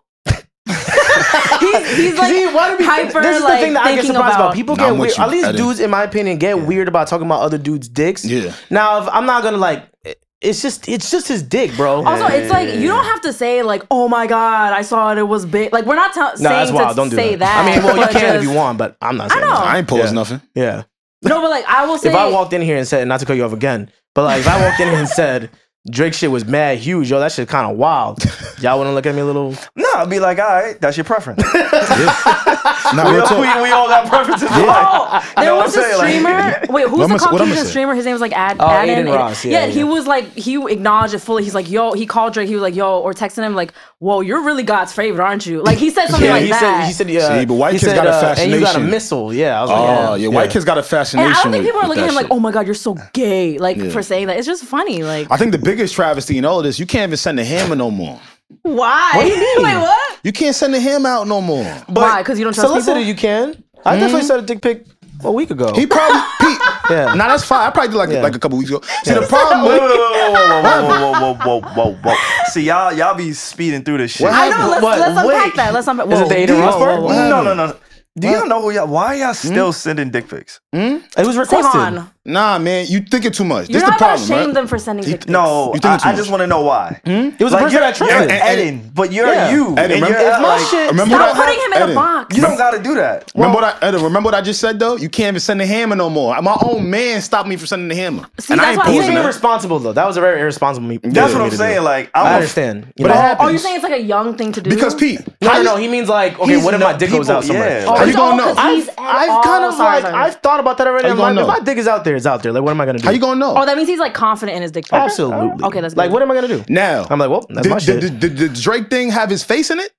C: he's,
D: *laughs*
C: he's like
D: See, why do people-
C: hyper.
D: this is the
C: like,
D: thing that I get
C: thinking
D: surprised about.
C: about.
D: People
B: Nah,
D: get
B: I'm with
D: weird.
B: you,
D: At least
B: Eddie.
D: dudes, in my opinion, get weird about talking about other dudes' dicks.
B: Yeah.
D: Now, if I'm not gonna like. it- It's just, it's just his dick, bro.
C: Also, it's like you don't have to say like, "Oh my god, I saw it. It was big." Like we're not tell
D: no,
C: saying
D: that's wild.
C: to
D: Don't do
C: say
D: that. I mean, well, you
C: but
D: can if
C: just-
D: you want, but I'm not saying.
C: know.
D: that.
B: I ain't pose
D: Yeah.
B: nothing.
D: Yeah.
C: No, but like I will say,
D: If I walked in here and said, not to cut you off again, but like if I walked in here and said Drake shit was mad huge, yo, that shit kind
B: *laughs*
D: of wild. Y'all wouldn't look at me a little.
A: No, I'd be like, all right, that's your preference. we,
B: Nah, *laughs* real
A: all, we,
B: talk.
A: we all got preferences. in life.
C: Oh, there
A: know what
C: was
A: I'm
C: a
A: saying? Like-
C: streamer.
D: *laughs*
C: wait, who's
B: What I'ma-
C: the
B: what I'ma
C: Caucasian
B: say?
C: streamer? His name was like Ad.
D: Oh,
C: Adam.
D: Aiden Ross, yeah, yeah.
C: he was like he acknowledged it fully. He's like, yo, he called Drake. He was like, yo, or texting him like, whoa, you're really God's favorite, aren't you? Like he
D: *laughs*
C: said something like
D: he
C: that.
D: said. He said. Yeah.
B: See, but white
D: he
B: kids
D: said, uh,
B: got a
D: And you got a
B: fascination.
D: missile. Yeah. I was like,
B: Oh, yeah. White kids got a
C: and
B: fascination.
C: I don't think
B: with-
C: people are
B: with
C: looking at
B: that
C: him like,
B: shit.
C: oh my god, you're so gay, like for saying that. It's just funny, like
B: I think the biggest travesty in all of this, you can't even send a hammer no more.
C: why? *laughs*
D: do you mean?
C: wait, what?
B: You can't send a ham out no more.
C: Why? Because you don't trust
D: Solicitor,
C: people. Hmm?
D: you can. I definitely sent a dick pic a week ago.
B: He
C: *laughs*
B: probably Pete.
D: Yeah.
B: Nah, that's fine. I probably did like like a couple weeks ago. See, the
C: *laughs*
A: *laughs*
B: problem.
A: Whoa, whoa, whoa, whoa, whoa, whoa, whoa, whoa, whoa, whoa. See, y'all, y'all be speeding through this shit.
B: What
C: I know. Let's,
D: What?
C: let's unpack
D: Wait.
C: that. Let's unpack.
D: Is it the Aiden Ross
C: whoa, whoa,
D: part?
C: whoa.
B: What
A: No,
B: happened?
A: no, no. no. Do y'all know who y'all? Why y'all still sending dick pics?
D: it was
C: Say
D: requested.
C: on.
B: Nah, man, you thinking too much.
C: You're
B: this
C: not
B: the
C: gonna
B: problem,
C: shame
B: right?
C: them for sending dick pics.
A: No,
B: You think
A: I,
B: too
A: I
B: much.
A: just want to know why.
D: It was a person
A: you're,
D: I
A: you're
D: trusted.
B: and-
A: Eden, but you're
D: Yeah.
A: you.
B: Eden,
A: and
B: remember-
A: you're,
B: It's
D: my
A: like,
D: shit.
B: Remember
C: Stop
B: that?
C: putting him in
B: Eddie,
C: a box.
A: You don't gotta do that.
B: Remember what I Eddie, remember what I just said though? You can't even send a hammer no more. My own man stopped me from sending the hammer.
C: See,
B: and I ain't
C: that's why I'm
D: He's
B: posing
D: being
C: saying-
B: that.
D: responsible though. That was a very irresponsible me.
A: That's
D: thing
A: what I'm
D: to do.
A: saying. Like, I'm
D: I
A: a-
D: understand. You
B: But
D: know?
B: it happened.
C: Oh, you're saying it's like a young thing to do?
B: Because Pete,
D: No,
B: how
D: no,
B: you-
D: no. He means like, okay,
A: He's
D: what if my
A: no
D: dick goes
A: people,
D: out somewhere?
A: yeah.
B: How
C: it's
B: you gonna
C: all
B: know?
C: 'cause
D: I've,
C: he's at all-
D: I've kind of
C: sorry,
D: like,
C: sorry.
D: I've thought about that already.
B: How
D: I'm
B: you
D: like,
B: gonna
D: if my
B: know?
D: dick is out there, it's out there. Like, what am I gonna do?
B: how you gonna know?
C: Oh, that means he's like confident in his dick. pic.
D: Absolutely.
C: Okay, that's
D: like,
C: good.
D: what am I gonna do?
B: now
D: I'm like, well, that's
B: did,
D: my shit.
B: Did, did, did Drake thing have his face in it?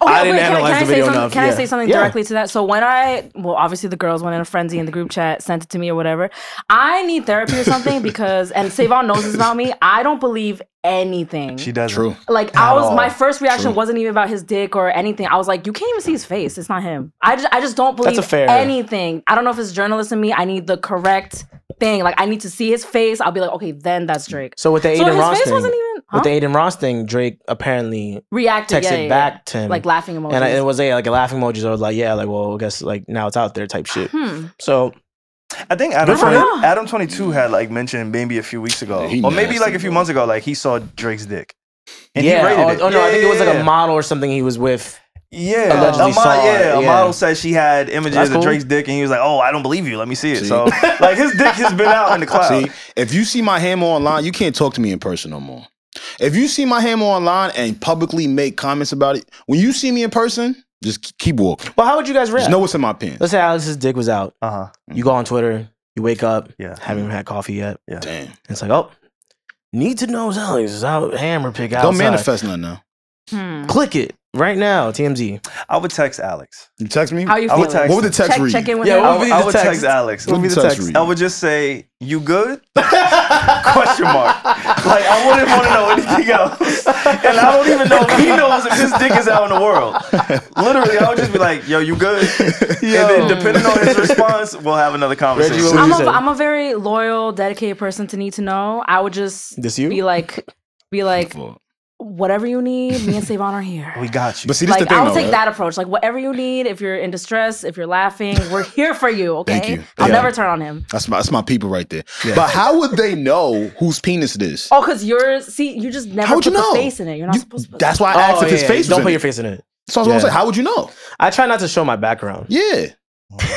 C: Oh, yeah,
D: I didn't
C: wait, can, I-
D: analyze
C: can I
D: the
C: say
D: video
C: something,
D: enough,
C: Can
D: yeah.
C: I say something
D: Yeah.
C: directly to that? So when I, well, obviously the girls went in a frenzy in the group chat, sent it to me or whatever. I need therapy or
D: *laughs*
C: something because, and Savon knows this about me. I don't believe anything.
A: She does
B: True.
C: like I
A: At
C: was,
A: all.
C: my first reaction wasn't even about his dick or anything. I was like, you can't even see his face. It's not him. I just, I just don't believe
D: a fair-
C: anything. I don't know if it's journalist in me. I need the correct thing. Like I need to see his face. I'll be like, okay, then that's Drake.
D: so with the
C: So
D: Aiden
C: his
D: Ross
C: face
D: thing,
C: wasn't even huh?
D: with the Aiden Ross thing, Drake apparently
C: reacted.
D: texted
C: yeah, yeah, yeah.
D: back to him,
C: like laughing emojis.
D: and I, it was yeah, like a laughing emojis. I was like, yeah, like well, I guess like now it's out there type shit.
C: Hmm.
D: So
A: I think Adam,
D: Good for
A: 20,
C: him.
A: Adam 22 had like mentioned maybe a few weeks ago,
B: Yeah, he
A: or maybe
B: nasty,
A: like a few
B: bro.
A: months ago, like he saw Drake's dick. And
D: yeah,
A: he rated
D: oh,
A: it.
D: oh, no, I think it was like
A: Yeah.
D: a model or something he was with.
A: Yeah,
D: Allegedly
A: a mo-
D: saw it,
A: yeah, a
D: yeah.
A: model said she had images
D: That's
A: of
D: cool.
A: Drake's dick, and he was like, "Oh, I don't believe you. Let me see it."
B: See?
A: So, like, his dick has been out in
D: *laughs*
A: the cloud.
B: See, if you see my hammer online, you can't talk to me in person no more. If you see my hammer online and publicly make comments about it, when you see me in person, just k- keep walking.
D: Well, how would you guys react?
B: Just know what's in my pants.
D: Let's say Alex's dick was out.
A: Uh huh.
D: You go on Twitter. You wake up.
A: Yeah.
D: Haven't even had coffee yet.
B: Damn.
D: It's like, oh, need to know Alex is out hammer pick outside.
B: Don't manifest nothing now.
C: Hmm.
D: Click it right now, TMZ.
A: I would text Alex.
B: You text me?
C: How you
A: I
C: feeling?
A: would text-
B: what would the text
C: check,
B: read?
C: check in with
D: Yeah,
C: him.
A: I
D: What would
A: would,
D: be the
A: I would text,
D: text?
A: Alex.
B: What would the text read?
A: I would just say, "You good?" *laughs* Question mark. Like, I wouldn't want to know anything else, *laughs* and I don't even know if he knows if his dick is out in the world. Literally, I would just be like, "Yo, you good?" And then, depending on his response, we'll have another conversation.
D: Reggie, what would
C: I'm
D: you
C: a,
D: say?
C: I'm a very loyal, dedicated person to need to know. I would just
D: This you?
C: be like, be like,
B: Fuck.
C: whatever you need, me and Savon are here.
A: we got you.
B: But see, this
C: like
B: the thing,
C: I'll
B: though,
C: take
B: right?
C: that approach. Like whatever you need, if you're in distress, if you're laughing, we're here for you. Okay,
B: Thank you.
C: I'll
B: Yeah.
C: never turn on him.
B: That's my that's my people right there. But how would they know whose penis it is?
C: Oh, cause you're see, you just never
B: How would
C: put
B: you know?
C: the face in it. You're not
B: You-
C: supposed to.
B: that's why I asked if his face.
D: Don't
B: was
D: put
B: in
D: your
B: it.
D: face in it.
B: So I was gonna
D: Yeah.
B: say, how would you know?
D: I try not to show my background.
B: Yeah,
C: *laughs*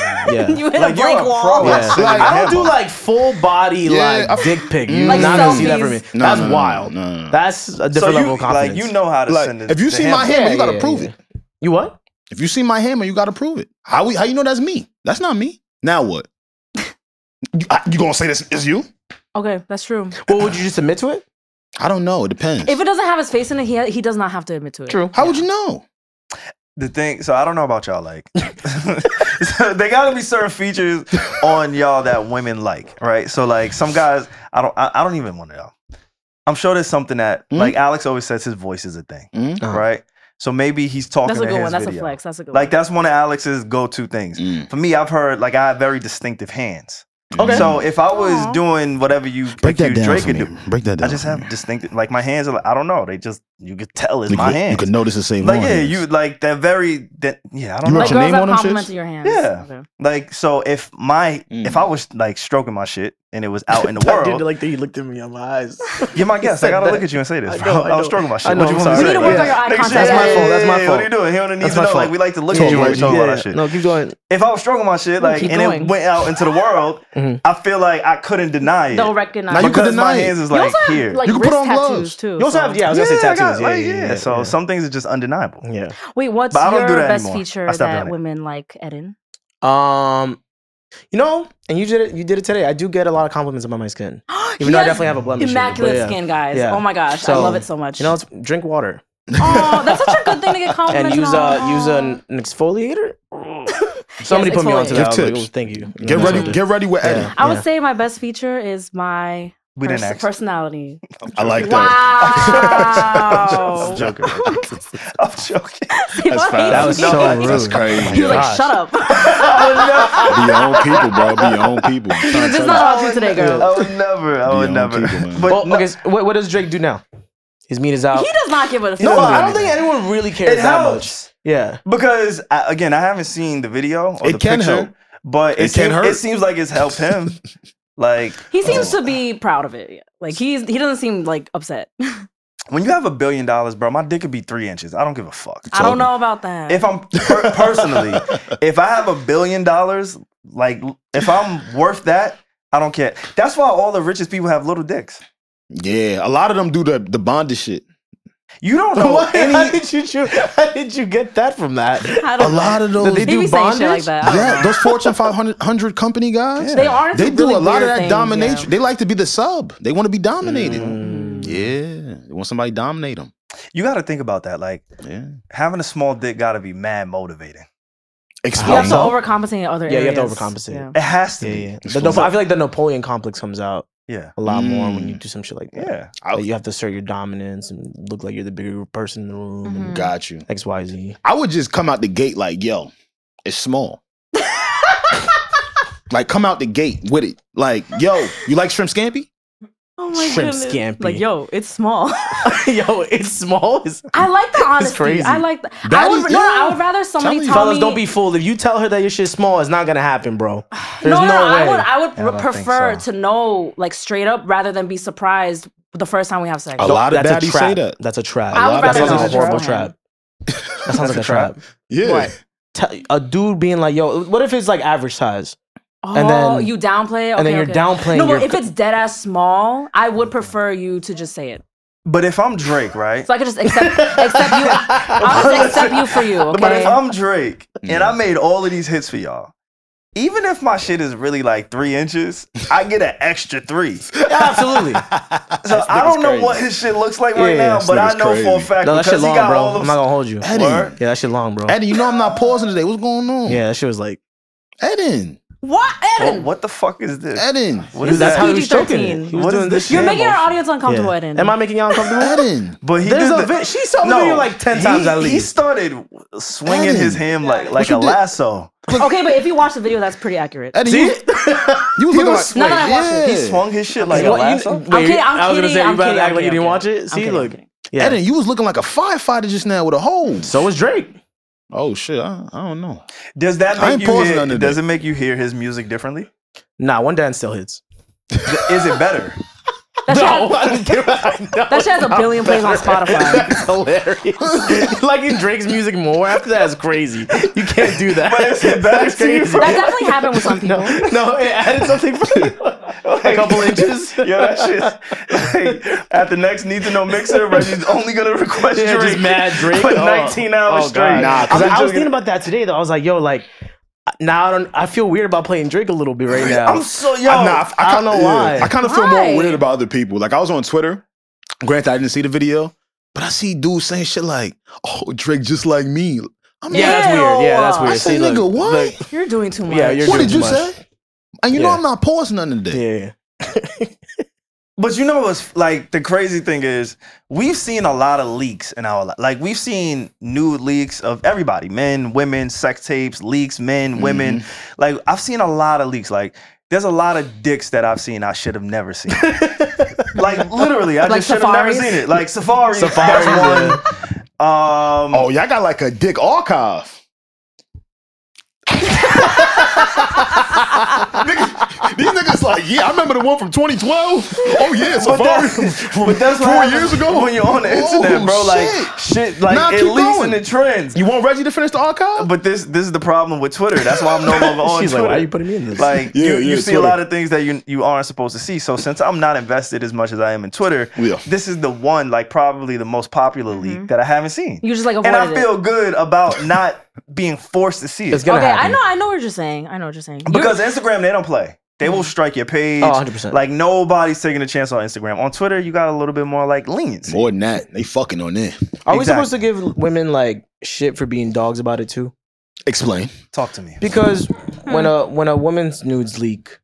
C: *laughs*
D: Yeah.
C: you hit
A: Like,
C: a
A: you're
C: blank
A: a
C: wall.
A: pro.
D: Yeah.
A: Like,
D: Like, I don't
A: hammer.
D: do like full body
B: Yeah,
D: like
B: I-
D: dick pic. You
B: Like
D: not gonna see that
C: selfies.
D: from me.
B: No,
D: That's
B: no, no,
D: wild.
B: no, no, no.
D: That's a different
A: so
D: level
A: you,
D: of confidence.
A: Like you know how to
B: like
A: send it.
B: if you see my hammer,
D: Yeah,
B: you gotta
D: yeah,
B: prove
D: yeah.
B: it.
D: You what?
B: If you see my hammer, you gotta prove it. How we, how you know that's me? That's not me. Now what? you, I- you gonna say this is you?
C: Okay, that's true.
D: Well, would you just admit to it?
B: I don't know. It depends.
C: If it doesn't have his face in it, he he does not have to admit to it.
B: how would you know?
A: the thing, so I don't know about y'all. Like, *laughs* so they gotta be certain features on y'all that women like, right? So like some guys, I don't, I, I don't even want to know. I'm sure there's something that,
C: Hmm?
B: Mhm.
A: like Alex always says, his voice is a thing,
B: Mm,
D: Uh-huh.
A: right? So maybe he's talking.
C: That's a
A: in
C: good
A: his
C: one. That's
A: video.
C: a flex. That's a good
A: Like
C: one.
A: that's one of Alex's go-to things.
B: mm.
A: For me, I've heard like I have very distinctive hands.
D: Okay.
A: So if I was
C: Aw.
A: doing whatever you
B: Break that
A: accused
B: down
A: Drake
B: for
A: could
B: me.
A: do,
B: Break that down.
A: I just
B: for me.
A: have distinct like my hands are like, I don't know. They just you could tell it's
B: You
A: my
B: could-
A: hands.
B: You could notice the same.
A: like
B: long
A: yeah,
B: hands.
A: you like they're very that yeah, I don't
B: You
A: know. Like,
B: wrote
C: Like
B: your
C: girls
B: name
C: that
B: on them shits?
C: complimented your hands.
A: Yeah.
C: Okay.
A: so if my
B: Mm.
A: if I was like stroking my shit and it was *laughs* out in the
D: That dude,
A: world,
D: like that, he looked at me on my eyes.
A: you're my guest. I
D: said
A: gotta
D: that.
A: look at you and say this.
D: I
A: bro.
D: know,
A: I,
D: I
A: was
D: know.
A: stroking my shit.
D: I know,
A: what you
D: I'm
A: want me
D: sorry.
A: to say?
D: You need to work
A: Yeah.
C: on your eye
A: Nigga,
C: contact.
A: shit,
C: That's my
A: yeah,
D: fault, that's my
A: yeah, yeah, What
D: fault.
A: are you doing? He don't need
D: That's
A: to
D: my
A: know. Like
D: fault.
A: we like to look
B: Talk
A: at you when
B: about
A: we talk
B: it.
A: about
D: Yeah.
A: our shit.
D: No, keep going.
A: If I was stroking my shit, like
C: keep
A: and
C: going.
A: it went out into the world,
D: Mhm.
A: I feel like I couldn't deny it.
C: They'll recognize.
B: Now you could
A: because my
B: deny it.
A: hands is
C: You
A: like
C: also have,
A: here.
C: like
B: You can put
C: wrist
B: on
C: tattoos
B: gloves.
C: too.
D: You also
C: so-
D: have, yeah, I was gonna say
A: I
D: tattoos.
A: got-
D: yeah,
A: like,
D: yeah, yeah,
A: So
D: yeah.
A: some things are just undeniable.
D: yeah.
C: Wait, what's
A: But I don't
C: your
A: do that
C: best
A: anymore.
C: feature
A: I stopped
C: that
A: doing it.
C: women like, Eden?
D: Um, you know, and you did it. You did it today. I do get a lot of compliments about my skin. *gasps* Even though I definitely have a blemish. issue,
C: Immaculate
D: but yeah.
C: skin, guys.
D: Yeah.
C: Oh my gosh, I
D: So,
C: love it so much.
D: You
C: *laughs*
D: know, it's, drink water
C: oh, that's such a good thing to get
D: *laughs* and
C: compliments
D: use
C: on.
D: a use an, an *laughs* exfoliator. Somebody
C: Yes,
D: put me onto
C: exfoliate.
D: that.
B: Give
D: I was like,
B: tips.
D: oh, thank you.
B: *laughs* Get
D: Yeah.
B: ready. Get ready with Eddie.
D: Yeah.
C: I would say my best feature is my
A: We didn't
C: pers-
A: ask.
C: *laughs* personality.
B: I like
C: *laughs*
B: that.
A: I'm
C: Wow.
A: joking. I'm joking.
B: That's fine.
D: That was
A: No,
D: so
A: that's
D: rude.
B: That's crazy.
C: He was like,
D: Gosh. Oh,
C: shut
D: *laughs*
C: up. *laughs*
B: Be your own people, bro. Be your own
C: *laughs*
B: people. I'm trying to
C: this is
B: tell you.
C: not about you today, girl.
A: I would never. I
B: Be
A: would
B: your own
A: never.
B: people, man.
A: but
D: Well,
A: no,
D: okay. So what, what does Drake do now? His meat is out.
C: He does not give a fuck.
D: no,
A: doesn't
D: I
A: do
D: don't think anyone really cares
A: it
D: that much.
A: helps
D: *laughs* Yeah.
A: because I, again, I haven't seen the video or
B: It
A: the
B: can
A: picture,
B: help.
A: but it,
B: It can
A: seem-
B: hurt.
A: It seems like it's helped him. like
C: He seems to be proud of it. Like he's he doesn't seem like upset.
A: when you have a billion dollars, bro, my dick could be three inches. I don't give a fuck.
C: I don't know about that.
A: If I'm per- personally, if I have a billion dollars, like if I'm worth that, I don't care. That's why all the richest people have little dicks.
B: Yeah, a lot of them do the the bondage shit.
A: You don't know
D: Why- how
A: any.
D: did you choo- How did you get that from that?
C: I
B: A
C: don't know.
B: lot of those.
D: Did they
C: He be
D: do
C: saying shit like
D: bondage?
C: that. I don't
B: yeah,
C: know.
B: those Fortune 500 100 company guys.
C: They are
B: They
C: into
B: do
C: really
B: a lot of
C: weird
B: that
C: things,
B: domination.
C: yeah.
B: They like to be the sub. They want to be dominated.
D: Mm.
B: Yeah, they want somebody to dominate them.
A: You got to think about that. Like
B: Yeah,
A: having a small dick got to be mad motivating.
C: You
B: explain.
C: have to
D: So-
C: overcompensate in other
D: Yeah,
C: areas.
D: you have to overcompensate.
C: Yeah.
A: It has to
D: Yeah,
A: be.
D: yeah. The Napo- I feel like the Napoleon complex comes out
A: Yeah.
D: a lot more
B: Mm.
D: when you do some shit like that.
A: Yeah.
B: I-
D: Like, you have to assert your dominance and look like you're the bigger person in the room.
C: Mhm.
B: *laughs*
D: And
B: Got you.
D: X Y Z.
B: I would just come out the gate like, yo, it's
C: *laughs*
B: small. like, come out the gate with it. Like, yo, you like shrimp scampi?
C: Oh my
D: Shrimp
C: goodness.
D: scampi.
C: Like, yo, it's
D: *laughs*
C: small.
D: *laughs* Yo, it's small. *laughs* It's
C: I like the honesty.
D: crazy.
C: I like the, I
B: That
C: would
B: is-
C: no, no,
B: yeah.
C: I would rather somebody
B: me.
C: tell
D: fellas,
C: me
D: don't be fooled. If you tell her that your shit's small, it's not gonna
C: *sighs*
D: happen, bro. There's
C: no, no,
D: no,
C: no,
D: way.
C: I would I would
A: Yeah, I don't think
C: prefer
A: so.
C: to know like straight up rather than be surprised the first time we have sex.
B: A
D: Don't-
B: lot of
D: that's a
B: baddies
D: trap.
B: say that.
D: That's a trap.
B: I would
D: that
B: rather
D: sounds like
B: not.
D: a horrible
C: Yeah.
A: *laughs*
D: trap. That sounds like a trap.
B: Yeah.
D: Right. Te- a dude being like, "Yo, what if it's like average size?"
C: Oh,
D: and then-
C: you downplay it.
D: and
C: Okay,
D: then you're
C: okay.
D: downplaying
C: No,
D: your
C: but if it's dead ass small, I would prefer you to just say it,
A: But if I'm Drake, right?
C: so I could just accept
D: *laughs*
C: accept you. I would just accept you for you.
A: But
C: Okay.
A: if I'm Drake and
B: Yeah.
A: I made all of these hits for y'all, even if my shit is really like three inches, I get an extra three. So
D: *laughs*
A: *laughs*
D: absolutely.
A: I don't know
B: crazy.
A: what his shit looks like right
D: Yeah,
A: now,
D: this
A: but I
B: nigga's
A: know for a
B: crazy.
A: fact
D: No, that
A: because
D: shit long,
A: he got
D: bro.
A: all
D: I'm
A: of
D: not gonna hold you.
B: Eddie.
A: Word.
D: Yeah, that shit long, bro.
B: Eddie, you know I'm not pausing today. What's going on?
D: Yeah, that shit was like.
B: Eden.
C: what?
A: Oh,
C: Eden?
A: what the fuck is this?
B: Eden.
A: What
D: Dude,
A: is
D: that's
A: that?
D: how he was choking it.
C: PG-13.
D: He was
A: What is
D: doing
A: this
D: this.
C: You're
A: shit?
D: shit.
C: making our audience uncomfortable.
D: Yeah.
C: Eden.
D: Am I making
B: *laughs*
D: y'all uncomfortable?
B: Eden.
A: But he
D: There's
A: did
D: a
A: the-
D: vid- she saw the video like 10
A: he-
D: times at
A: He
D: least.
A: started swinging his hand like like
B: you
A: a
B: did?
A: lasso.
C: *laughs* okay, but if you watch the video, that's pretty accurate.
B: Eddie, *laughs* you, you was
D: He
B: looking
D: was-
B: like
C: Now that I watch it,
A: He
B: Yeah.
A: swung his shit like a
D: What, you-
A: lasso.
D: wait,
C: kidding, I'm
D: I was gonna
C: kidding,
D: say
C: I'm
D: you about to
C: kidding,
D: act like you
C: I'm
D: didn't watch
C: kidding.
D: it.
C: I'm
D: See,
C: kidding, I'm
D: look.
C: kidding.
D: Yeah.
B: Eden, you was looking like a firefighter just now with a hose.
D: So was Drake.
B: oh shit, I, I don't know.
A: Does that
B: I ain't
A: make you
B: pausing
A: hear,
B: none of
A: does
B: that.
A: it make you hear his music differently?
D: Nah, one dance still hits.
A: Is it better?
C: That, shit
D: *laughs*
C: has,
D: that
C: that shit has a billion plays
D: *laughs*
C: on Spotify.
D: That's hilarious. *laughs* Liking Drake's music more after that is crazy. You can't do that.
A: But it's-
D: *laughs*
A: that's crazy.
C: That definitely happened with some people.
D: No, it added something for you. a couple inches.
A: Yo, that shit. Like, at the next Need to Know mixer, Reggie's only gonna request
D: Yeah,
A: Drake.
D: just mad Drake.
A: For
D: Oh.
A: 19 hours
D: Oh, God.
A: straight.
B: Nah, 'cause
D: I,
A: I'm
D: was- I was
A: joking.
D: thinking about that today though. I was like, yo, like now I don't. I feel weird about playing Drake a little bit right now.
A: I'm so yo.
B: I, nah, I,
D: I don't know
B: kinda-
D: why.
B: I kind of feel
C: Why?
B: more weird about other people. Like I was on Twitter. Granted, I didn't see the video, but I see dudes saying shit like, "Oh, Drake just like me." I'm
D: yeah,
B: like,
D: that's weird. Yeah, that's
C: Ew.
D: weird.
B: I say,
D: See, look,
B: nigga, what?
D: look,
C: You're doing too much.
D: Yeah, you're
B: what
D: doing
B: did
D: too
B: you
D: much.
B: say? And you know
D: Yeah.
B: I'm not pausing nothing today.
D: Yeah.
A: But you know what's like the crazy thing is we've seen a lot of leaks in our life. Like we've seen nude leaks of
D: Mm-hmm.
A: everybody, men, women, sex tapes, leaks, men, women. Like I've seen a lot of leaks. Like There's a lot of dicks that I've seen I should have never
D: *laughs*
A: seen. like literally, I
C: Like
A: just should have never
C: safaris?
A: seen it. Like safari,
B: Safaris,
A: that's one. Um,
B: Oh, y'all got like a dick archive. Niggas- these niggas like, yeah, I remember the one from 2012. Oh yeah,
A: But
B: Safari
A: that's,
B: *laughs* from
A: but that's what
B: four
A: happens
B: years ago.
A: when you're on the internet,
B: Oh,
A: bro. Like
B: shit.
A: shit, like
B: Nah,
A: at
B: keep
A: least
B: going.
A: in the trends.
B: you want Reggie to finish the archive?
A: But this this is the problem with Twitter. That's why I'm no
B: *laughs*
A: longer on
D: She's like,
A: Twitter.
D: why are you putting me in this?
A: Like
B: Yeah,
A: you,
B: yeah,
A: you see
B: Twitter.
A: a lot of things that you you aren't supposed to see. So since I'm not invested as much as I am in Twitter,
B: Yeah.
A: this is the one like probably the most popular leak that I haven't seen.
C: Mm-hmm. You just like avoided
A: and I
C: it.
A: feel good
B: *laughs*
A: about not being forced to see it.
D: It's gonna
C: okay, I
D: happen.
C: know, I know what you're saying. I know what you're saying. You're-
A: because Instagram they don't play. They
B: Mm-hmm.
A: will strike your page.
D: Oh, 100%.
A: Like nobody's taking a chance on Instagram. On Twitter, you got a little bit more like leniency.
B: More than that, they fucking on there.
D: Are we
A: Exactly.
D: supposed to give women like shit for being dogs about it too?
B: Explain.
A: Talk to me.
D: Because
C: Hmm.
D: when a when a woman's nudes leak,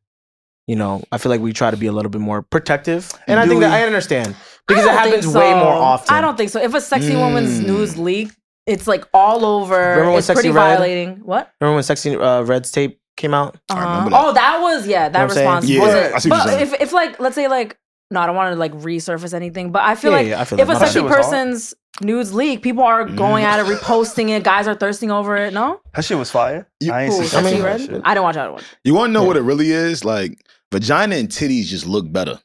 D: you know, I feel like we try to be a little bit more protective, and I
A: Do
D: think that
A: we?
D: I understand because
C: I
D: it
C: don't think
D: happens way
C: so.
D: more often. Hmm.
C: I don't think so. If a sexy woman's
B: Mm.
C: news leak, it's like all
D: Remember
C: over.
D: when
C: It's
D: Sexy
C: pretty
D: Red-
C: violating. What?
D: remember when sexy uh, Red's tape came out.
B: I
C: Uh-huh.
B: remember that.
C: Oh, that was yeah. That
D: You know what I'm
C: response
B: saying? Yeah,
C: wasn't.
B: I see what
C: but
B: you're saying.
C: if if like let's say like no, I don't want to like resurface anything, but I feel
D: Yeah,
C: like
D: yeah, I feel
C: if
D: that.
C: a
D: That
C: sexy
A: shit was hard.
C: person's nudes leak, people are going at it, reposting it. Guys are thirsting over it. No,
A: That shit was fire.
B: You-
A: I ain't
C: Who,
A: seen
D: I
A: that
D: mean-
A: shit.
C: I didn't watch that one.
B: You want to know what it really is? Like vagina and titties just look better.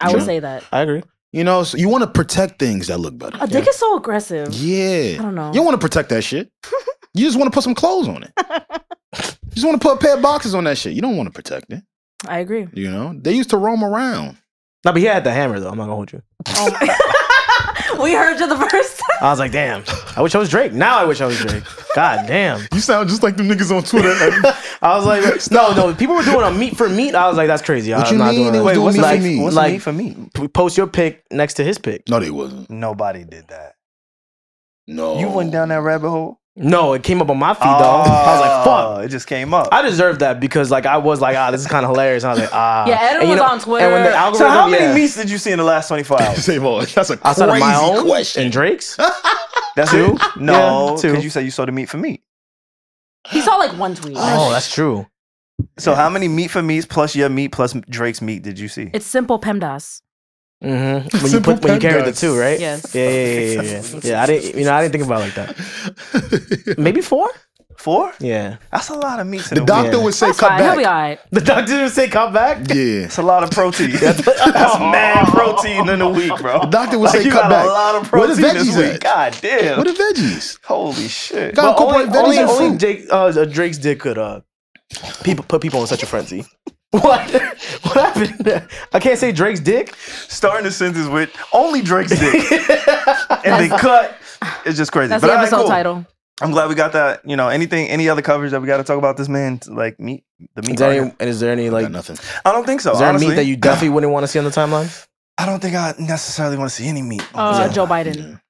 C: I
D: True.
C: would say that
D: I agree.
B: You know, so you want to protect things that look better.
C: a dick is so aggressive.
B: Yeah.
C: I don't know.
B: You don't want to protect that
C: *laughs*
B: shit. You just want to put some clothes on it. You just want to put a pair of boxes on that shit. You don't want to protect it.
C: I agree.
B: You know, they used to roam around.
D: No, but he had the hammer though. I'm not gonna hold you.
C: we heard you the first
D: *laughs*
C: time.
D: I was like, damn. I wish I was Drake. Now I wish I was Drake. God damn.
B: You sound just like the niggas on Twitter.
D: *laughs* I was like, no, no. People were doing a meat for meat. I was like, that's crazy.
B: What
D: I'm
B: you
D: not
B: mean?
D: doing
B: They
D: that.
B: was
A: Wait,
B: doing
A: what's
B: me for
A: like,
B: me.
A: What's
D: Like-
A: me for me?
D: P- Post your pic next to his pic.
B: no, they wasn't.
A: Nobody did that.
B: No,
A: You went *laughs* down that rabbit hole.
D: No, it came up on my feed though. I was like, fuck.
A: Oh, It just came up.
D: I deserved that because like I was like, ah, this is kind of hilarious. And I was like,
C: *laughs*
D: ah.
C: Yeah, Edwin
D: And, you
C: was on Twitter.
D: And when the
C: So
D: algorithm,
A: so how many
D: yeah,
A: meets did you see in the last 24
D: *laughs*
A: hours?
B: Say more. *laughs* That's a
D: outside
B: crazy
D: of my own
B: question.
D: *laughs* and Drake's?
A: That's
D: Two?
A: it? No,
D: Yeah, two.
A: because you said you saw the meat for meat.
C: He saw like one tweet.
D: oh, that's true.
A: So how many meat for meats plus your meat plus Drake's meat did you see?
C: It's simple PEMDAS.
D: Mm-hmm. When you
B: Simple
D: put when you carry the
B: PEMDAS.
D: two, right?
C: Yes.
D: Yeah, yeah, yeah, yeah, yeah. Yeah, I didn't. You know, I didn't think about it like that. Maybe four.
A: Four?
D: Yeah. *laughs*
A: That's a lot of meats. In
B: the
A: a week.
B: doctor would say,
C: That's
B: "Cut
C: fine. He'll be all
B: back."
C: right.
D: The doctor didn't say come back.
B: Yeah,
A: That's a lot of protein.
B: *laughs*
A: *laughs* That's mad protein in a week, bro.
B: the doctor would
A: Like,
B: say,
A: you
B: "Cut
A: got
B: back."
A: a lot of
B: Where the
A: protein this
B: veggies
A: week.
B: at?
A: God damn.
B: What are veggies?
A: Holy shit.
B: Got-
D: But only,
B: Incorporate
D: only,
B: veggies in
D: only
B: food.
D: Jake, uh, uh, Drake's dick could uh, people put people in such a frenzy. *laughs* What? what happened? I can't say Drake's *laughs* dick.
A: starting the sentence with only Drake's
B: *laughs*
A: dick and then cut. It's just crazy.
C: That's
A: But
C: the
A: all right,
C: episode
A: cool.
C: title.
A: I'm glad we got that. You know, anything, any other coverage that we got to talk about this man, like meat, the meat.
D: Is there any,
A: argument?
D: and is there any like
B: Got nothing.
A: I don't think so.
D: is there any
A: honestly,
D: meat that you definitely wouldn't want to see on the timeline?
A: I don't think I necessarily want to see any meat. on
C: Uh,
A: this
C: Joe
A: one.
C: Biden.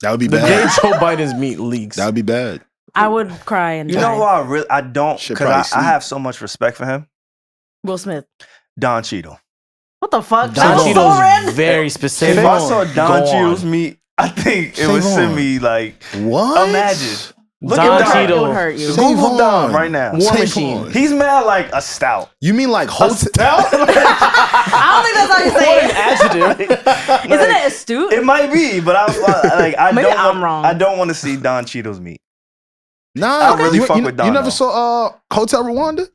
B: That would be
D: The day
B: bad.
D: Joe Biden's meat leaks.
B: That would be bad.
C: I would cry and
A: You
C: die.
A: know who I really I don't
B: Should
A: because I,
B: probably
A: I have so much respect for him.
C: Will Smith.
A: Don Cheadle.
C: What the fuck?
D: Don
C: That was so
D: Cheadle's
C: random.
D: very
A: If
D: specific.
A: I saw Don
D: Go on. *laughs*
A: Cheadle's meat, I think it
B: Save
A: would send
B: on.
A: me like
B: What?
A: imagine. Look
D: Don
A: at Don
C: It
D: Cheadle.
C: would hurt you.
B: Save
A: Google
B: on.
A: Don right now.
D: War
B: Save
D: Machine.
B: on.
A: He's mad like a stout.
C: *laughs*
A: *laughs*
B: You mean like hotel?
C: I don't think that's how you say it.
D: Adjective.
A: *laughs*
C: Isn't it astute?
A: It might be, but I, I like
D: *laughs*
A: I
C: Maybe
A: don't
C: I'm
A: want,
C: wrong.
A: I don't want to see Don Cheadle's meat.
B: *laughs* Nah,
A: I really
B: you,
A: fuck
B: you,
A: with
B: You
A: Don,
B: never
A: though.
B: saw uh, Hotel Rwanda?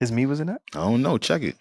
A: His meat was in that?
B: I don't know. Check it.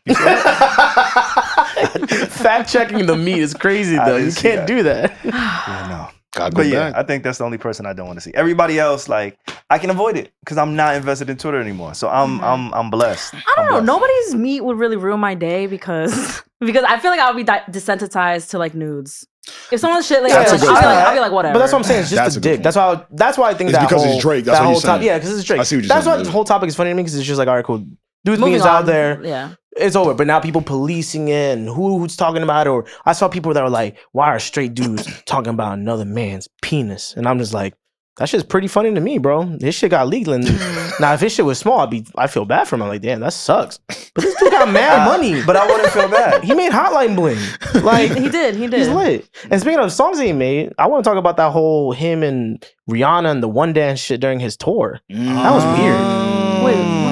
D: Fact checking the meat is crazy
A: I
D: though.
A: didn't
D: You
A: see that.
D: can't do that.
A: Yeah, no.
B: Gotta go
A: But yeah,
B: back.
A: I think that's the only person I don't want to see. Everybody else, like, I can avoid it because I'm not invested in Twitter anymore. So I'm
D: Mm-hmm.
A: I'm I'm blessed.
C: I don't know. Nobody's meat would really ruin my day because *laughs* because I feel like I would be di- desensitized to like nudes. If someone's shit like,
B: That's
C: that,
B: a
C: I'll, be
B: good
C: like
A: point.
C: I'll be like whatever.
D: But that's what I'm saying. It's just
B: That's a
D: a
B: good
D: dick.
B: point.
D: That's why. that's why I think
B: It's
D: that
B: because
D: whole,
B: it's Drake. That's
D: that
B: what
D: whole
B: you're saying.
D: top- yeah, because it's Drake.
B: I see what you're
D: that's
B: saying,
D: why the
B: yeah.
D: whole topic is funny to me because it's just like, all right, cool. Dudes
C: Moving
D: memes
C: on.
D: out there.
C: Yeah.
D: It's over. But now people policing it and who, who's talking about it. Or I saw people that were like, why are
B: *coughs*
D: straight dudes talking about another man's penis? And I'm just like, that shit's pretty funny to me, bro. This shit got
C: *laughs*
D: legal, and now if this shit was small, I'd be I feel bad for him. I'm like, damn, that sucks. But this dude got
B: *laughs*
D: mad money.
A: But I wouldn't feel bad.
D: he made Hotline Bling. Like
C: He did. He
D: He's
C: did.
D: lit. And speaking of songs that he made, I want to talk about that whole him and Rihanna and the one dance shit during his tour. That was weird.
B: Mm.
C: Wait,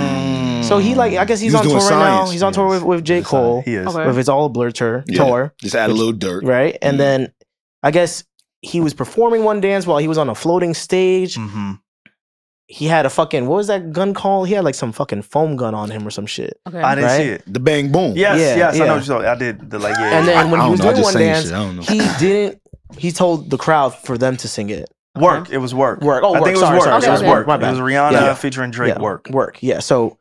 C: what?
D: So he like I guess he's
B: He was
D: on tour
B: doing
D: right
B: science.
D: now. He's on tour with, with J. Cole.
A: He is.
C: Okay.
D: With his all blur tour
B: Yeah.
D: tour.
B: Just add a little dirt.
D: Right? And
B: Mhm.
D: then I guess he was performing one dance while he was on a floating stage.
B: Mm.
A: Mm-hmm.
D: He had a fucking what was that gun called? He had like some fucking foam gun on him or some shit.
C: Okay.
A: I didn't
D: Right?
A: see it.
B: The bang boom.
A: Yes,
D: Yeah,
A: yes, I know
D: yeah.
A: what you thought. I did the like, yeah.
D: And
B: I,
D: then when
B: I
D: he
B: don't
D: was
B: know. I
D: doing
B: just
D: one
B: saying
D: dance,
B: shit. I don't know. Oh,
D: he didn't he told the crowd for them to sing it.
A: work. It was work.
D: Work. Oh,
A: I think
D: work.
A: it was
D: Sorry,
A: work.
D: sorry,
A: it
C: sorry.
A: was
C: Okay.
A: work.
D: My
A: It
D: bad.
A: was Rihanna
D: Yeah.
A: featuring Drake.
D: Yeah.
A: Work.
D: Work. Yeah. So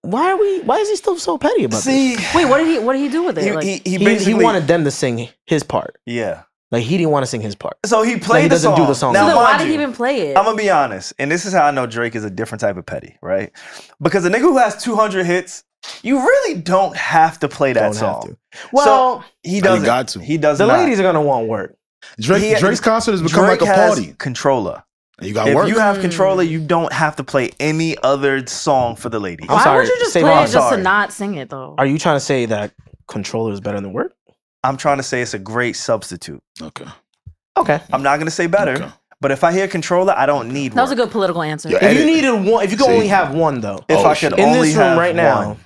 D: why are we why is he still so petty about this?
A: See,
C: Wait, what did he? What did he do with it?
A: he,
C: like,
A: he,
D: He,
A: he
D: he,
A: basically
D: wanted them to sing his part.
A: Yeah.
D: Like he didn't want to sing his part.
A: So he played the,
D: doesn't
A: song.
D: do the song.
A: Now,
C: so then why
A: mind
C: did he
A: you,
C: even play it?
A: I'm gonna be honest, and this is how I know Drake is a different type of petty, right? Because a nigga who has 200 hits, you really don't have to play that
D: Don't
A: song.
D: have to. Well,
A: He doesn't. He,
B: got to.
A: does
D: the
A: not.
D: ladies are gonna want work.
B: Drake,
A: He-
B: Drake's concert has become
A: Drake
B: like a
A: has
B: party.
A: controller.
B: You got
A: if
B: work.
A: you have
C: Mm.
A: controller, you don't have to play any other song for the lady.
D: I'm
C: why
D: sorry,
C: would you just
D: Savon,
C: play it
D: I'm
C: just
A: sorry.
C: to not sing it though?
D: Are you trying to say that controller is better than work?
A: I'm trying to say it's a great substitute.
B: okay.
D: Okay.
A: I'm not gonna say better,
B: Okay.
A: but if I hear controller, I don't need
C: that was a
A: work.
C: good political answer.
B: Yeah.
D: If you
B: Edit.
D: needed one, if you could
B: See?
D: only have one though,
A: If
B: Oh,
A: I could
B: shit.
D: in
A: only
D: this room
A: have
D: right now,
A: one.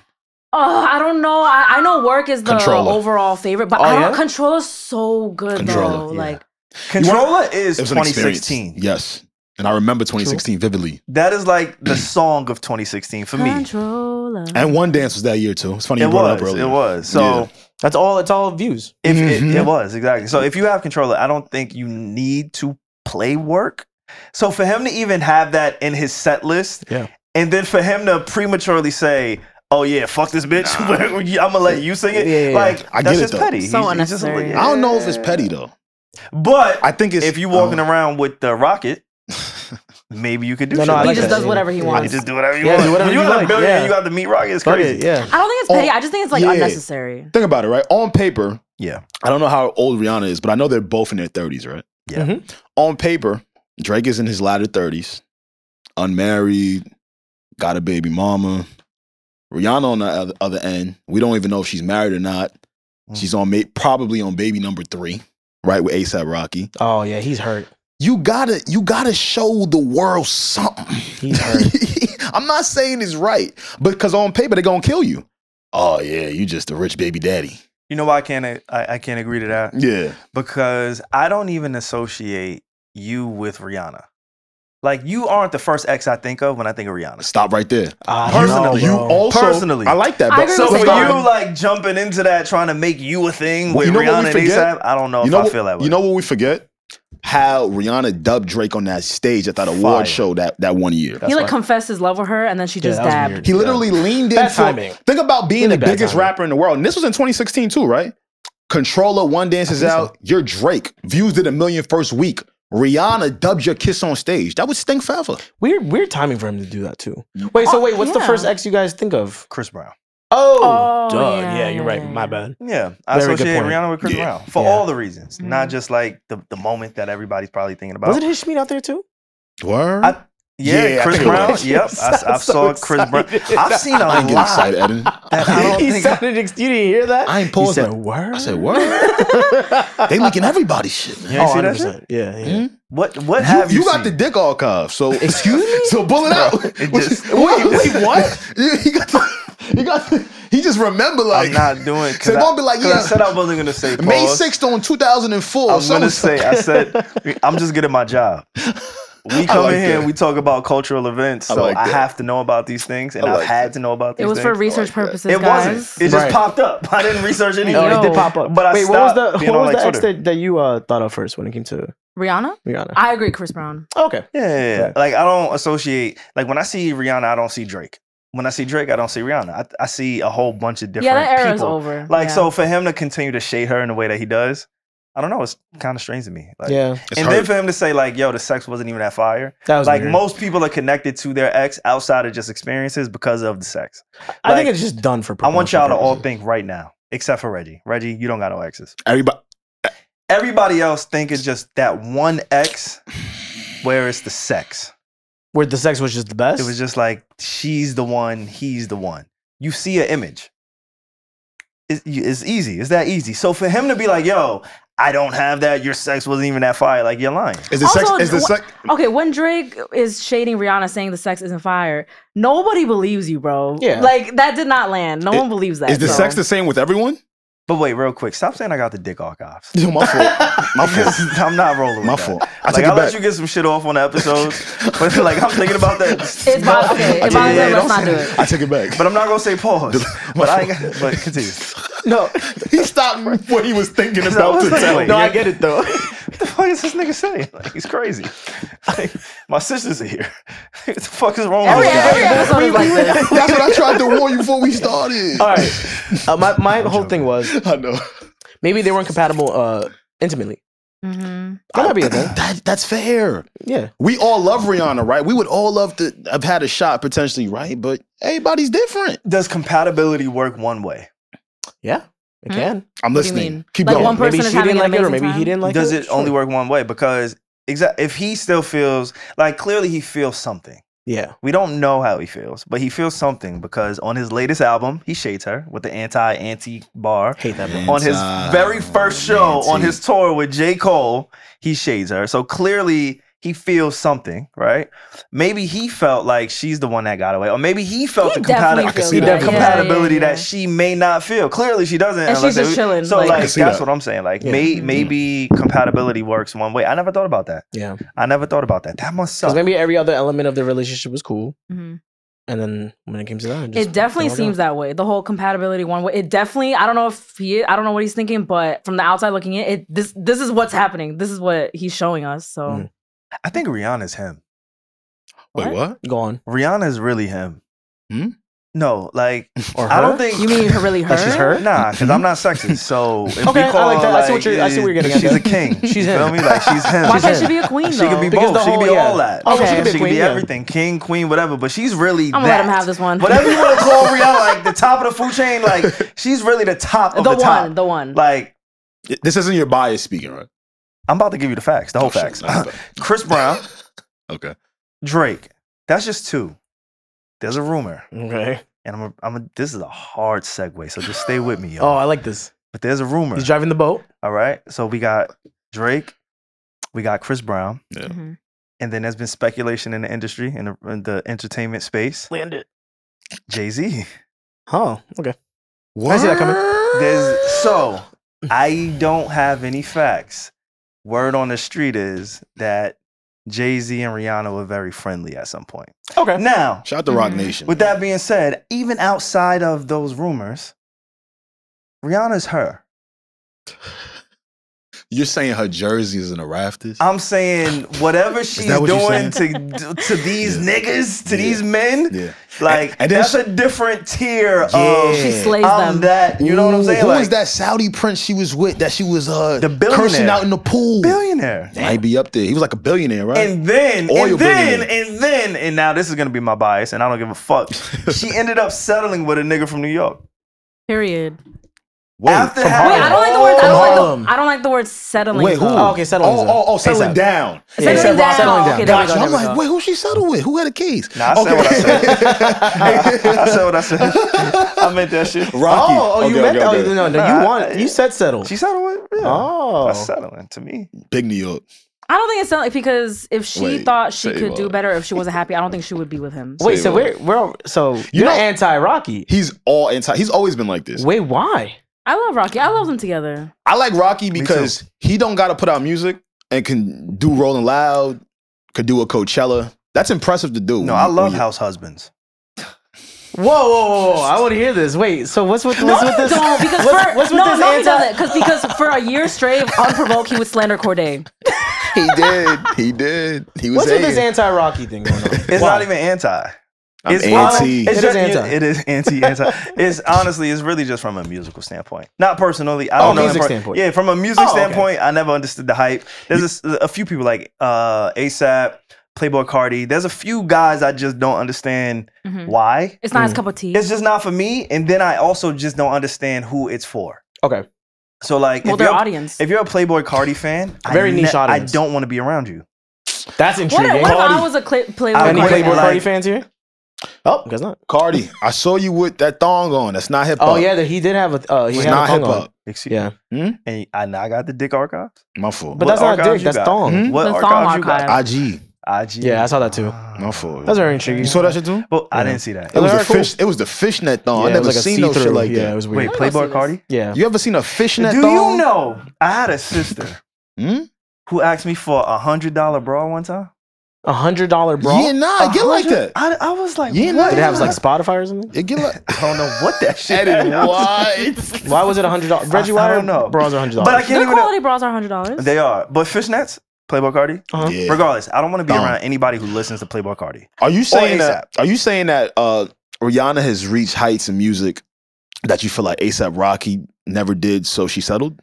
C: Oh, I don't know. I, I know work is the
B: Controller.
C: overall favorite, but
D: Oh,
C: I don't,
D: yeah?
C: controller's so good
B: Controller,
C: though.
A: yeah.
C: Like
A: controller is
B: It was an experience.
A: 2016.
B: Yes. And I remember 2016 vividly.
A: That is like the song of 2016 for me.
C: controller.
B: And one dance was that year too. It's funny you
A: It
B: brought it up
A: was.
B: earlier.
A: It was. So
D: that's all. It's all views.
A: if it- it,
D: Mm-hmm.
B: Mhm.
A: was exactly. So if you have controller, I don't think you need to play work. So for him to even have that in his set list,
D: Yeah.
A: and then for him to prematurely say, "Oh yeah, fuck this bitch," *laughs* I'm gonna let you sing it.
D: Yeah, yeah, yeah.
A: Like
B: I
A: that's
B: get it,
A: just
B: though.
A: petty.
C: So unnecessary.
B: I don't know if it's petty though.
A: But
B: I think it's
A: if you walking
B: um,
A: around with the rocket,
B: *laughs*
A: maybe you could do.
D: No, no,
A: shit
D: I
A: like
C: he
D: like
C: just
D: that.
C: does whatever he
D: Yeah.
A: that.
C: wants.
A: You just do whatever you
D: Yeah,
A: want.
D: do whatever
A: when you're
D: you
A: in a
D: like,
A: billionaire,
D: yeah.
A: you got to meet rocket. It's
D: Fuck
A: crazy.
D: it, yeah.
C: I don't think it's petty.
B: Oh,
C: I just think it's like
B: yeah.
C: unnecessary.
B: think about it, right? On paper,
A: Yeah.
B: I don't know how old Rihanna is, but I know they're both in their 30s, right?
A: Yeah.
D: Mhm.
B: On paper, Drake is in his latter 30s, unmarried, got a baby mama. Rihanna on the oth- other end, we don't even know if she's married or not.
A: Mm.
B: She's on ma- probably on baby number three, right with ASAP Rocky.
D: Oh yeah, he's hurt.
B: You gotta, you gotta show the world something.
D: He's
B: *laughs*
D: hurt.
B: I'm not saying it's right, but because on paper they're gonna kill you. Oh yeah, you just a rich baby daddy.
A: You know why I can't I, I can't agree to that
B: Yeah,
A: because I don't even associate you with Rihanna. Like you aren't the first ex I think of when I think of Rihanna.
B: stop right there.
D: I don't know,
A: Personally,
B: you
D: bro.
B: also
A: Personally.
B: I like that.
C: I
B: but-
C: agree
A: So
C: with
A: for
C: you.
A: you like jumping into that trying to make you a thing with
B: Well, you know what we
A: Rihanna and
B: forget?
A: ASAP, I don't know
B: you
A: if
B: know
A: I
B: what,
A: feel that way.
B: You know what we forget? How Rihanna dubbed Drake on that stage at that
A: Fire.
B: award show that that one year.
A: That's
C: he like
A: why-
C: confessed his love for her, and then she
D: Yeah,
C: just
D: that was
C: dabbed.
D: weird.
B: He literally leaned in.
D: Bad
B: for-
D: timing.
B: Think about being
D: Really
B: the
D: bad
B: biggest
D: timing.
B: rapper in the world. And this was in 2016 too, right? Controller One Dance is
D: think so.
B: out. You're Drake. Views did a million first week. Rihanna dubbed your kiss on stage. That would stink forever.
D: Weird, weird timing for him to do that too. Wait, so
C: Oh,
D: wait, what's the
C: yeah.
D: first ex you guys think of?
A: Chris Brown.
D: Oh,
C: Oh,
D: duh.
C: yeah,
D: Yeah, you're
C: yeah,
D: right.
C: yeah,
D: My
C: yeah.
D: bad.
A: Yeah, I
D: Very good
A: associate
D: point.
A: Rihanna with Chris
B: Yeah. Mm.
A: Brown for
D: Yeah.
A: all the reasons, not
C: Mhm.
A: just like the, the moment that everybody's probably thinking about.
D: Wasn't his Shmeen out there too?
B: Word.
A: I- yeah,
B: Yeah, I
A: Chris
B: think it
A: Brown. *laughs*
B: was. *laughs*
A: Yep, I, I
D: Sounds so
A: saw Chris Brown.
D: excited.
A: I've seen a
B: I ain't get
A: lot.
B: excited, Eden.
A: *laughs* I
B: *laughs*
A: don't
D: *laughs* he
A: think-
D: sounded. Ex- you didn't hear that?
B: I ain't
D: He
B: paused.
D: said,
B: that.
D: "Word."
B: I said,
A: *laughs*
B: "Word." they leaking everybody's shit,
D: Oh,
B: man.
A: You ain't see that
D: 100%.
A: shit?
D: Yeah, yeah.
C: Hmm?
B: Mhm.
A: What what
B: You,
A: have you?
B: you got the
A: seen?
B: dick
A: *laughs*
B: archive, so
D: Excuse
B: *laughs*
D: me?
B: So pull it out.
A: it just-
B: *laughs* wait, wait, what? Yeah, he got the, he got the, he just remember *laughs* like
A: I'm not doing.
B: *laughs* So
A: Cause
B: it
A: I,
B: won't be like,
A: 'cause I
B: yeah.
A: said I wasn't gonna say pause.
B: May sixth on two thousand and four.
A: I'm gonna say I said I'm just good at my job. We come
B: like
A: in here
B: that.
A: and we talk about cultural events,
B: I
A: so I,
B: like that.
A: have to know about these things, and
B: I
A: I've
B: like
A: had to know about these
C: It was for
A: things.
C: research
B: that.
C: purposes,
A: it
C: guys.
A: wasn't. It
D: Right.
A: just popped up. I didn't research anything.
D: No,
C: Yo.
D: Oh, it did pop up.
A: But I
D: Wait, what was the
A: stopped being
D: what
A: on,
D: was
A: like,
D: the ex
A: Twitter.
D: that, that you uh, thought of first when it came to
C: Rihanna.
D: Rihanna?
C: I agree, Chris Brown.
D: okay,
A: Yeah, yeah, yeah.
D: Right.
A: like I don't associate. Like when I see Rihanna, I don't see Drake. When I see Drake, I don't see Rihanna. I, I see a whole bunch of different
C: yeah, that era is
A: people.
C: over.
A: Like
C: Yeah.
A: so, for him to continue to shade her in the way that he does, I don't know. It's kind of strange to me. Like,
D: yeah,
A: and then for him to say like, "Yo, the sex wasn't even that fire."
D: that was
A: Like
D: weird.
A: most people are connected to their ex outside of just experiences because of the sex.
D: I think
A: like,
D: it's just done for.
A: I want y'all to all
D: promotion
A: think right now, except for Reggie. Reggie, you don't got no exes.
B: everybody.
A: Everybody else think it's just that one ex where it's the sex.
D: purposes. where the sex was just the best.
A: It was just like she's the one, he's the one. You see an image. It's, you- it's easy. It's that easy. So for him to be like, "Yo, I don't have that. Your sex wasn't even that fire. Like you're lying.
B: Is the sex?
C: Also,
B: Is the
C: wha-
B: sex?
C: Okay, when Drake is shading Rihanna saying the sex isn't fire, nobody believes you, bro.
D: Yeah.
C: Like that did not land. No
B: It-
C: one believes that.
B: Is the
C: so.
B: sex the same with *laughs* everyone?
A: But wait, real quick, stop saying I got the dick archives.
B: Yo, *laughs* my fault. My fault.
A: Because *laughs* I'm not rolling. With
B: My
A: that.
B: fault. I
A: Like,
B: take it
A: I'll let
B: back.
A: you get some shit off on the episodes, but *laughs* like I'm thinking about that.
C: It's Bob. Okay, it's
B: Yeah,
C: Bob.
B: yeah,
C: let's
A: don't
C: not
A: say
C: do
A: that.
C: it.
B: I take it back.
A: But I'm not gonna say pause. but I ain't got, but continue. *laughs*
D: No,
B: *laughs* he stopped what he was thinking
A: I
B: about
A: was
B: to
A: like,
B: tell.
A: wait.
D: no, I get it though.
A: the fuck is this nigga saying? *laughs* Like, he's crazy. Like, my sisters are here. *laughs* what the fuck is wrong
C: Every,
A: with this
C: Oh, every
A: guy?
C: episode is like
B: *laughs*
C: this.
B: That's what I
A: *laughs*
B: tried to warn you before we started.
D: All right. Uh, my my whole thing was
B: *laughs* I know.
D: maybe they weren't compatible uh, intimately.
C: hmm
D: That might be
A: *coughs*
D: it then.
B: That that's fair.
D: Yeah.
B: We all love Rihanna, right? We would all love to have had a shot potentially, right? But everybody's different.
A: Does compatibility work one way?
D: Yeah. It
C: Hmm?
D: can.
B: I'm
C: What do you
B: listening.
C: mean?
B: Keep
C: Like
B: going.
C: one person
D: maybe
C: is
D: she
C: having
D: didn't
C: an
D: like it, or
C: amazing
D: maybe he
C: time?
D: didn't like
A: Does
D: it.
A: it only
D: Sure.
A: work one way? Because exa- if he still feels like clearly he feels something.
D: Yeah.
A: We don't know how he feels, but he feels something because on his latest album, he shades her with the anti anti bar.
D: Hate that.
B: Man.
D: Man.
A: on his
B: Anti-
A: very first show on
B: anti-
A: his tour with J. Cole, he shades her. So clearly he feels something, right? Maybe he felt like she's the one that got away, or maybe he felt
C: He
A: the compati-
B: see
C: definitely feels
B: that.
C: that. Yeah, yeah,
A: compatibility
C: yeah.
A: that she may not feel. Clearly she doesn't.
C: And she's
A: unless
C: just
A: they-
C: chilling,
A: So
C: like-
A: like,
C: I
B: can
A: that's
B: see that.
A: what I'm saying. Like
D: Yeah.
A: may,
C: Mhm.
A: maybe compatibility works one way. I never thought about that.
D: Yeah.
A: I never thought about that. That must
D: Because
A: suck.
D: maybe every other element of the relationship was cool,
C: Mhm.
D: and then when it came to that, it, just
C: It definitely
D: didn't work
C: seems
D: out.
C: that way. The whole compatibility one way. It definitely. I don't know if he. I don't know what he's thinking, but from the outside looking in, it this this is what's happening. This is what he's showing us. So
D: Mm.
A: I think Rihanna's him.
B: Wait, what?
D: go on.
A: Rihanna's really him.
B: Hmm?
A: No, like
D: Or her?
A: I don't think
C: you mean her really her?
D: That she's her?
A: Nah, because I'm not sexist. So if
D: Okay,
A: we
D: I
A: call
D: like that.
A: her,
D: I see what you're- I see what you're getting at
A: She's
D: there.
A: a king.
D: *laughs* She's
A: She's
D: him.
A: you feel me? Like she's him.
C: Why
D: She's
C: can't
D: him.
C: she be a queen?
A: She could be
C: though?
D: Because
A: both.
D: the
A: she could be
D: whole- yeah.
A: all that. she,
D: Oh,
C: she could
A: could
D: be
A: be
D: a queen, yeah.
A: everything. King, queen, whatever. But she's really
C: I'm gonna
A: that.
C: let him have this one. *laughs*
A: Whatever you want to
D: *laughs*
A: call Rihanna, like the top of the food chain, like she's really the top
C: the,
A: of the,
C: one,
A: top.
C: the one.
A: Like
B: This isn't your bias speaking, right?
A: I'm about to give you the facts, the whole
B: Oh, shit.
A: facts. *clears throat* *laughs*
B: Okay.
A: Chris Brown,
B: Okay.
A: Drake. That's just two. There's a rumor,
D: Okay.
A: and I'm. A, I'm. A, this is a hard segue, so just stay with me, yo.
D: Oh, I like this.
A: but there's a rumor.
D: He's driving the boat.
A: All right. So we got Drake, we got Chris Brown,
C: Mhm.
A: and then there's been speculation in the industry in the, in the entertainment space.
D: Land it.
A: Jay Z.
D: Oh, okay.
B: What?
D: I see that coming.
A: There's so I don't have any facts. Word on the street is that Jay Z and Rihanna were very friendly at some point.
D: Okay.
A: Now,
B: Shout out to Rock
C: Mhm.
B: Nation.
A: Mm-hmm. with that being said, even outside of those rumors, Rihanna's her.
B: You're saying her jersey is in the rafters?
A: I'm saying whatever she's
B: that what you
A: doing to to these
B: Yeah.
A: niggas, to
B: Yeah.
A: these men,
B: yeah.
A: Like
B: And- and then
A: that's
B: she-
A: a different tier
B: Yeah.
A: of
B: She
C: slays
A: I'm
C: them.
A: That you know what I'm
B: Ooh,
A: saying?
B: Who
A: like,
B: was that Saudi prince she was with that she was uh
A: The billionaire.
B: cursing out in the pool?
A: billionaire?
B: Might be up there. He was like a billionaire, right?
A: And then,
B: Oil
A: and then,
B: billionaire.
A: and then, and now this is gonna be my bias, and I don't give a fuck.
B: *laughs*
A: she ended up settling with a nigga from New York.
C: Period.
B: wait,
A: After
B: from
A: having-
C: Wait,
A: Harlem.
C: I don't like the word. I
D: From
C: don't
D: Harlem.
C: like the, I don't like the word settling.
B: wait, who?
C: though.
D: Oh, okay, settling
B: Oh,
D: down.
B: oh, oh, settling
D: ASAP.
B: down.
D: Yeah.
C: Settling down.
D: Settling down.
C: Okay, there we
B: Gotcha.
C: go,
B: I'm
C: there we
B: like,
C: go.
B: wait, who she settled with? Who had a case?
A: Nah, I said what I I said what I said. I meant that shit.
B: Rocky.
D: Oh, oh, you
B: Okay,
D: meant
B: okay,
D: that?
B: okay.
D: Oh, no, no,
A: Nah,
D: you want *laughs* you said settle.
A: She settled with. Yeah. That's
D: Oh,
A: settling to me.
B: *laughs* Big New York.
C: I don't think it's settling because if she
B: Wait,
C: thought she
B: say
C: could do
B: what?
C: better if she wasn't happy, I don't think she would be with him.
D: wait.
B: Say
D: So
B: what?
D: we're we're all- so
B: You
D: you're
B: know-
D: anti Rocky.
B: He's all anti. He's always been like this.
D: Wait, why?
C: I love Rocky. I love them together.
B: I like Rocky
A: Me
B: because he don't got to put out music and can do Rolling Loud, could do a Coachella. That's impressive to do.
A: No, I love house husbands.
D: Whoa, whoa, whoa! whoa. I want to hear this. Wait, so what's with what's with
C: no,
D: this?
C: don't because
D: what's,
C: for
D: what's with
C: no,
D: this
C: no,
D: anti?
C: he doesn't because because for a year straight, unprovoked, he would slander Corday.
B: *laughs* He did. He did. He was
D: What's with this
B: hating.
D: anti Rocky thing going on?
A: It's
D: Why?
A: not even anti.
B: I'm
A: it's
B: anti.
A: It's
D: It
A: just,
D: is anti.
A: It is anti. Anti. it's honestly, it's really just from a musical standpoint. Not personally. I
D: Oh,
A: don't know. him
D: music
A: per-
D: standpoint.
A: Yeah, from a music
D: Oh, okay.
A: standpoint, I never understood the hype. There's a s- a, few people like uh, ASAP, Playboy Cardi. There's a few guys I just don't understand
C: Mhm.
A: why.
C: It's not his
D: Mm.
C: cup of tea.
A: It's just not for me. And then I also just don't understand who it's for.
D: Okay,
A: So like,
C: well,
A: if, you're,
C: their audience.
A: if you're a Playboy Cardi fan, I
D: Very niche
A: I
D: audience.
A: don't want to be around you.
D: that's
C: What,
D: intriguing.
C: if- what if I
B: Cardi.
C: was a cl-
A: I
C: Playboy
D: Any
A: wouldn't
C: Cardi
D: Playboy
C: fan?
A: like-
D: Cardi fans here? Oh, guess not.
B: Cardi, I saw you with that thong on. That's not hip hop.
D: Oh yeah, that he did have a. Uh, he
B: it's
D: had
B: not
D: a thong
B: hip
D: on.
B: hop.
A: Excuse
D: Yeah,
A: And I, and I got the dick archives.
B: My fault.
D: but
A: What
D: that's not a
A: archives
D: dick.
A: you
D: That's
A: got?
D: thong.
A: Hmm? What
C: The
A: archives
C: thong
A: you got? Ah.
C: archive.
B: IG.
A: IG.
D: Yeah, I saw that too.
B: My fault.
D: That's very intriguing.
B: you saw that shit too?
A: Well, I
D: Yeah.
A: didn't see that.
B: It was
D: Those
B: a
D: are cool.
B: fish. It was the fishnet thong. Oh, I
D: Yeah, it
B: never
D: was like a
B: seen no shit
D: see-through.
B: like
D: yeah, it
B: that.
D: was weird.
A: Wait,
C: I don't see
A: Playboy
C: this.
A: Cardi?
D: yeah,
B: You ever seen a fishnet
A: Do
B: thong?
A: you know I had a sister
B: Hmm?
A: who asked me for a hundred dollar bra one time?
D: a hundred dollar bra.
B: Yeah, nah, it get like that.
A: I, I was like,
B: Yeah,
A: what?
B: nah,
D: Did it *laughs* have like
A: I
D: Spotify or something?
B: It get *laughs* like.
A: don't know what
D: *laughs*
A: that shit.
B: *laughs* Edit,
A: had.
B: what?
D: Why was it a hundred dollars? Reggie
A: I
D: Wire
A: don't know.
D: bras are hundred
A: But I
D: dollars.
A: can't
C: Good
A: even.
C: quality bras are hundred dollars.
A: They are, but fishnets, Playboy Cardi.
B: Yeah.
A: Regardless, I don't want to be
B: Thong.
A: around anybody who listens to Playboy Cardi.
B: Are you saying that?
A: A$AP.
B: Are you saying that uh, Rihanna has reached heights in music that you feel like ASAP Rocky never did, so she settled?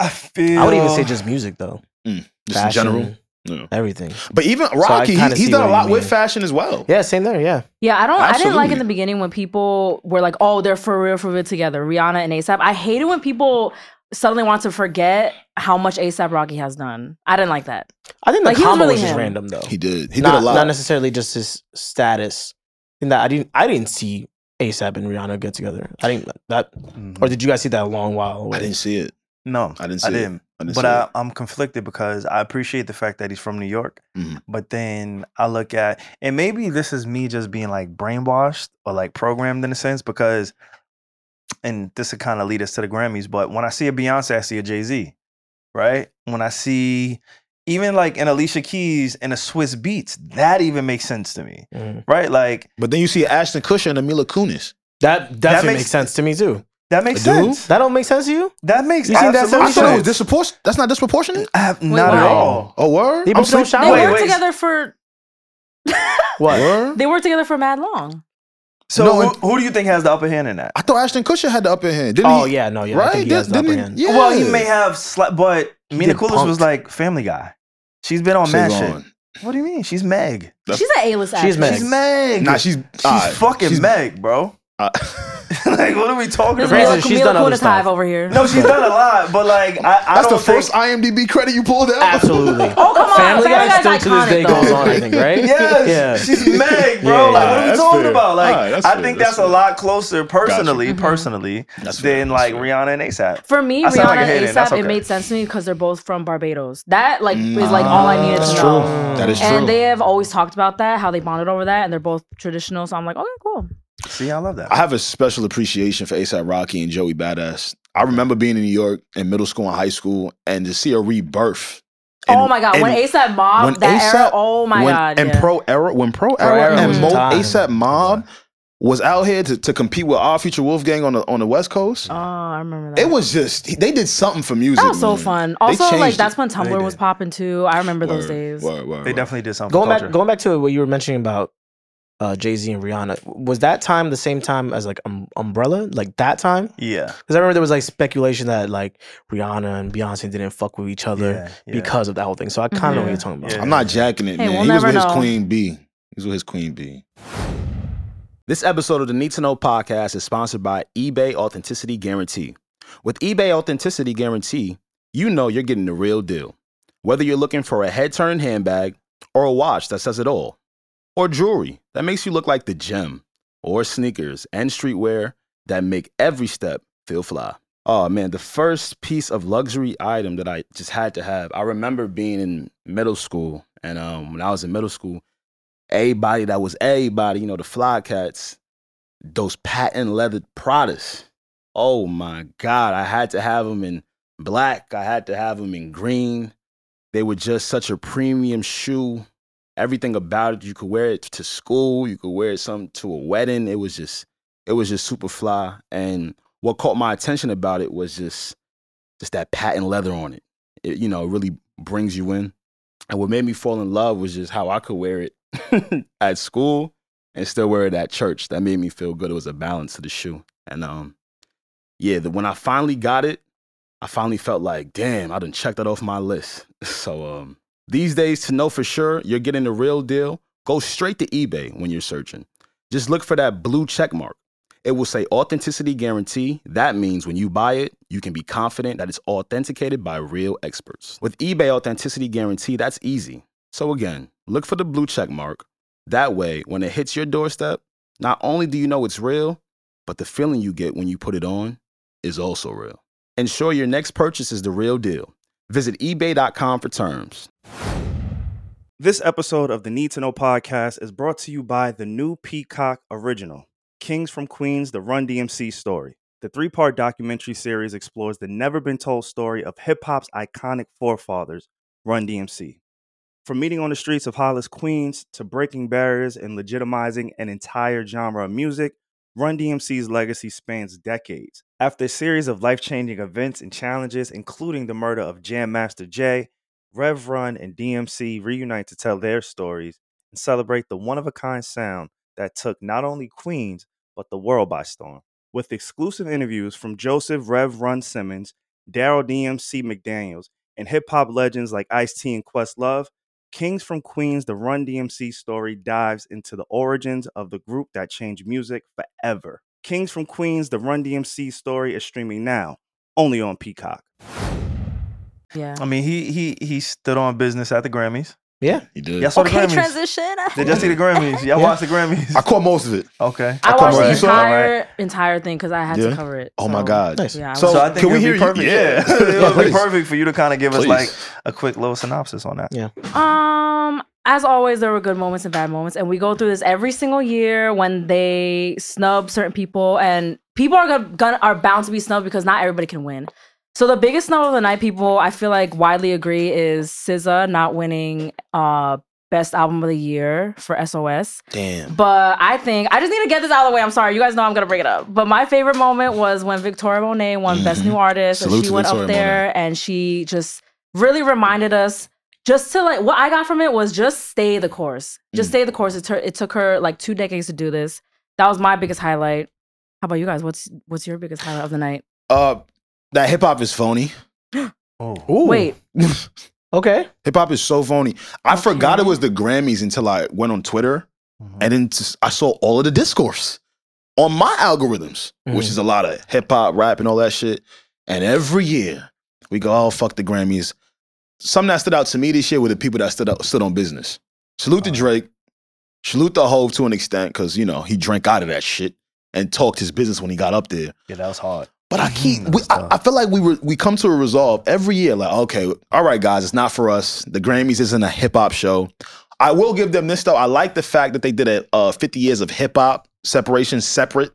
A: I feel.
D: I would even say just music though.
B: Just
D: Fashion,
B: in general. Yeah.
D: everything.
B: But even
D: I
B: Rocky, he,
D: kinda
B: he's
D: see
B: done
D: what
B: a
D: you
B: lot with
D: mean.
B: fashion as well.
D: Yeah, same there. Yeah,
C: Yeah, I don't. I didn't like in
B: Absolutely.
C: the beginning when people were like, "Oh, they're for real, for real together." Rihanna and ASAP. I hated when people suddenly want to forget how much ASAP Rocky has done. I didn't like that.
D: I think the
C: Like, he was
D: combo
C: really
D: was, just
C: him.
D: random though.
B: He did. He
D: not,
B: did a lot.
D: Not necessarily just his status. In that I didn't, I didn't see ASAP and Rihanna get together. I didn't that,
A: Mhm.
D: or did you guys see that a long while away?
B: I didn't see it.
A: no,
B: I didn't see
A: I
B: it.
A: didn't.
B: I didn't
A: But
B: see
A: I,
B: it.
A: I'm conflicted because I appreciate the fact that he's from New York,
B: Mhm.
A: but then I look at, and maybe this is me just being like brainwashed or like programmed in a sense because, and this would kind of lead us to the Grammys. But when I see a Beyonce, I see a Jay Z, right? When I see even like an Alicia Keys and a Swiss Beats, that even makes sense to me,
D: Mhm.
A: right? Like
B: But then you see Ashton Kutcher and Mila Kunis.
D: That definitely
A: makes-
D: makes, sense to me too.
A: that makes
B: A dude?
A: sense.
D: That don't make sense to you?
A: That makes
D: You seen that
A: absolute
B: I
D: Makes
B: thought it was
A: sense.
B: disproportionate. That's not disproportionate.
A: I have not at
C: why?
A: all.
B: Oh, word.
D: They
B: I'm
D: both don't
B: sleep-
D: shout
C: They
A: Wait,
C: were
A: wait.
C: together for.
D: What?
B: Word?
C: They were together for mad long.
A: So
B: No,
A: who,
B: and-
A: who do you think has the upper hand in that?
B: I thought Ashton Kutcher had the upper hand. Didn't
D: Oh
B: he?
D: yeah, no, yeah.
B: right?
D: I think he
B: Did-
D: has the upper
B: didn't he-
D: hand.
B: Yeah.
A: Well, he may have, sla- but Mina
D: did
A: Kulis
D: Punk.
A: was like Family Guy. She's been on
B: She's
A: mad shit.
B: on.
A: What do you mean? She's Meg.
B: That's-
C: She's an A-list actress.
D: She's Meg.
A: She's Meg.
B: Nah, she's
A: she's
B: alright,
A: fucking
B: she's-
A: Meg, bro. *laughs*
B: uh,
A: like, what are we talking
C: This is
D: The
A: about?
D: Granted,
C: Mila,
D: she's
C: Mila
D: done other
C: Kunis
D: stuff.
C: hive over here.
A: No, she's done a lot, but like, I, I
B: That's
A: don't
B: the
A: *laughs*
B: first
A: think.
B: IMDb credit you pulled out.
D: Absolutely.
C: Oh come on,
D: Family
C: Family
D: Guy
C: Guy's
D: still to this
C: iconic,
D: day
C: though.
D: goes on, I think, right?
B: *laughs*
A: Yes,
D: *laughs* Yeah.
A: she's Meg, bro.
D: Yeah,
A: like, what
B: yeah,
A: are we
B: that's
A: talking
B: fair.
A: about? Like,
B: Alright, that's
A: I
B: fair,
A: think
B: that's
A: that's,
B: fair.
A: a lot closer, personally,
C: Mhm.
A: personally,
B: That's fair,
A: than
B: that's
A: like
B: fair.
A: Rihanna and ASAP.
C: For me,
A: I
C: Rihanna
A: sound like a
C: and
A: hater, that's
C: ASAP,
A: okay.
C: it made sense to me because they're both from Barbados. That like
B: Mm.
C: is like all I needed
B: That's
C: to
B: true.
C: know.
B: That is true.
C: And they have always talked about that, how they bonded over that, and they're both traditional. So I'm like, okay, cool.
A: See, I love that.
B: I have a special appreciation for ASAP Rocky and Joey Badass. I remember being in New York in middle school and high school and to see a rebirth.
C: oh my god, when
B: and-
C: ASAP Mob
B: when
C: that era,
B: A$AP
C: oh my
B: when-
C: god,
B: And
C: yeah.
B: Pro Era, when Pro,
D: Pro
B: Era
D: Era
B: and
C: was
B: Mo,
D: the time.
B: ASAP Mob was out here to, to compete with our Future Wolfgang on the on the West Coast.
C: oh, I remember that.
B: it was just they did something for music.
C: that was so
B: man.
C: fun.
B: They
C: Also, like
B: changed
C: that's
B: it.
C: when Tumblr was
A: did.
C: popping too. I remember those
B: Word,
C: days.
B: word, word,
A: they
B: word.
A: definitely did something.
D: Going
A: culture.
D: back, going back to what you were mentioning about uh, Jay Z and Rihanna, was that time the same time as like um, Umbrella? Like that time?
A: yeah,
D: Because I remember there was like speculation that like Rihanna and Beyonce didn't fuck with each other
A: yeah, yeah.
D: because of that whole thing. So I
C: Mm-hmm.
D: kind of know what you're talking about.
A: Yeah.
B: I'm not jacking it,
C: Hey,
B: man.
C: we'll
B: he was
C: never
B: with his
C: know.
B: queen B. He was with his queen B.
E: This episode of the Need to Know podcast is sponsored by eBay Authenticity Guarantee. With eBay Authenticity Guarantee, you know you're getting the real deal. Whether you're looking for a head turned handbag or a watch that says it all, or jewelry that makes you look like the gem, or sneakers and streetwear that make every step feel fly. Oh man, the first piece of luxury item that I just had to have. I remember being in middle school, and um, when I was in middle school, everybody that was everybody, you know, the fly cats, those patent leather Pradas. Oh my God, I had to have them in black. I had to have them in green. They were just such a premium shoe. Everything about it, you could wear it to school, you could wear it some to a wedding. It was just, it was just super fly. And what caught my attention about it was just, just that patent leather on it. It, you know, really brings you in. And what made me fall in love was just how I could wear it *laughs* at school and still wear it at church. That made me feel good. It was a balance to the shoe. And um, yeah, the, when I finally got it, I finally felt like, damn, I done checked that off my list. *laughs* So um, these days, to know for sure you're getting the real deal, go straight to eBay when you're searching. Just look for that blue check mark. It will say authenticity guarantee. That means when you buy it, you can be confident that it's authenticated by real experts. With eBay authenticity guarantee, that's easy. So again, look for the blue check mark That way, when it hits your doorstep, not only do you know it's real, but the feeling you get when you put it on is also real. Ensure your next purchase is the real deal. Visit eBay.com for terms.
A: This episode of the Need to Know podcast is brought to you by the new Peacock Original, Kings from Queens, the Run DMC story. The three part documentary series explores the never been told story of hip hop's iconic forefathers, Run DMC. From meeting on the streets of Hollis, Queens, to breaking barriers and legitimizing an entire genre of music, Run DMC's legacy spans decades. After a series of life changing events and challenges, including the murder of Jam Master Jay, Rev Run and DMC reunite to tell their stories and celebrate the one of a kind sound that took not only Queens, but the world by storm. With exclusive interviews from Joseph Rev Run Simmons, Daryl DMC McDaniels, and hip hop legends like Ice T and Quest Love, Kings from Queens, the Run DMC story dives into the origins of the group that changed music forever. Kings from Queens, the Run DMC story is streaming now, only on Peacock.
C: Yeah.
A: I mean, he he he stood on business at the Grammys.
B: He did.
A: Y'all saw the
C: Okay,
A: Grammys.
C: transition.
A: Did y'all see the Grammys? Y'all
B: Yeah.
A: watched the Grammys?
B: I caught most of it.
A: Okay.
C: I watched the
B: You saw it?
C: entire entire thing because I had
B: Yeah.
C: to cover it.
B: Oh my
C: so-
B: God.
D: Nice.
C: Yeah. I
B: So-
C: was-
A: So I think
B: Can
A: it
B: we
A: would
B: hear
A: be perfect.
B: you? Yeah.
A: *laughs* it would be
B: Please.
A: perfect for you to kind of give us
B: Please.
A: like a quick little synopsis on that.
D: Yeah.
C: Um, as always, there were good moments and bad moments, and we go through this every single year when they snub certain people, and people are gonna, gonna are bound to be snubbed because not everybody can win. So the biggest snub of the night, people I feel like widely agree is SZA not winning uh best album of the year for SOS.
B: Damn.
C: But I think I just need to get this out of the way. I'm sorry, you guys know I'm gonna bring it up. But my favorite moment was when Victoria Monet won Best
B: Mhm.
C: New Artist, and
B: Salute
C: she
B: to
C: went up
B: Victoria
C: there and she just really reminded us just to like what I got from it was just stay the course, just
B: Mm.
C: stay the course. It, tur it took her like two decades to do this. That was my biggest highlight. How about you guys? What's what's your biggest highlight of the night?
B: Uh, that hip hop is phony. *laughs*
A: Oh.
D: Ooh.
C: Wait,
D: Okay.
B: Hip hop is so phony. I
C: Okay.
B: forgot it was the Grammys until I went on Twitter and then just- I saw all of the discourse on my algorithms, which
D: Mhm.
B: is a lot of hip hop, rap, and all that shit. And every year we go, oh fuck the Grammys. Something that stood out to me this year were the people that stood out, stood on business. Salute to Drake. Salute to Hove to an extent because you know he drank out of that shit and talked his business when he got up there.
A: Yeah, that was hard.
B: But I keep.
A: Mhm.
B: We, I, I feel like we were, we come to a resolve every year. Like, okay, all right, guys, it's not for us. The Grammys isn't a hip hop show. I will give them this though. I like the fact that they did a uh, 50 years of hip hop separation separate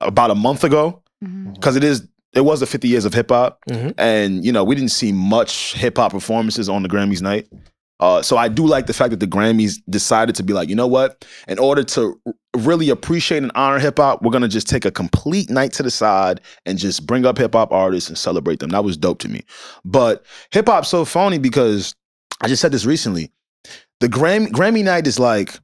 B: about a month ago because it is it was the 50 years of hip hop,
A: Mm-hmm.
D: Mhm.
B: and you know we didn't see much hip hop performances on the Grammys night. Uh, so I do like the fact that the Grammys decided to be like, you know what? In order to r- really appreciate and honor hip hop, we're gonna just take a complete night to the side and just bring up hip hop artists and celebrate them. That was dope to me. But hip hop's so phony because I just said this recently. The Grammy Grammy night is like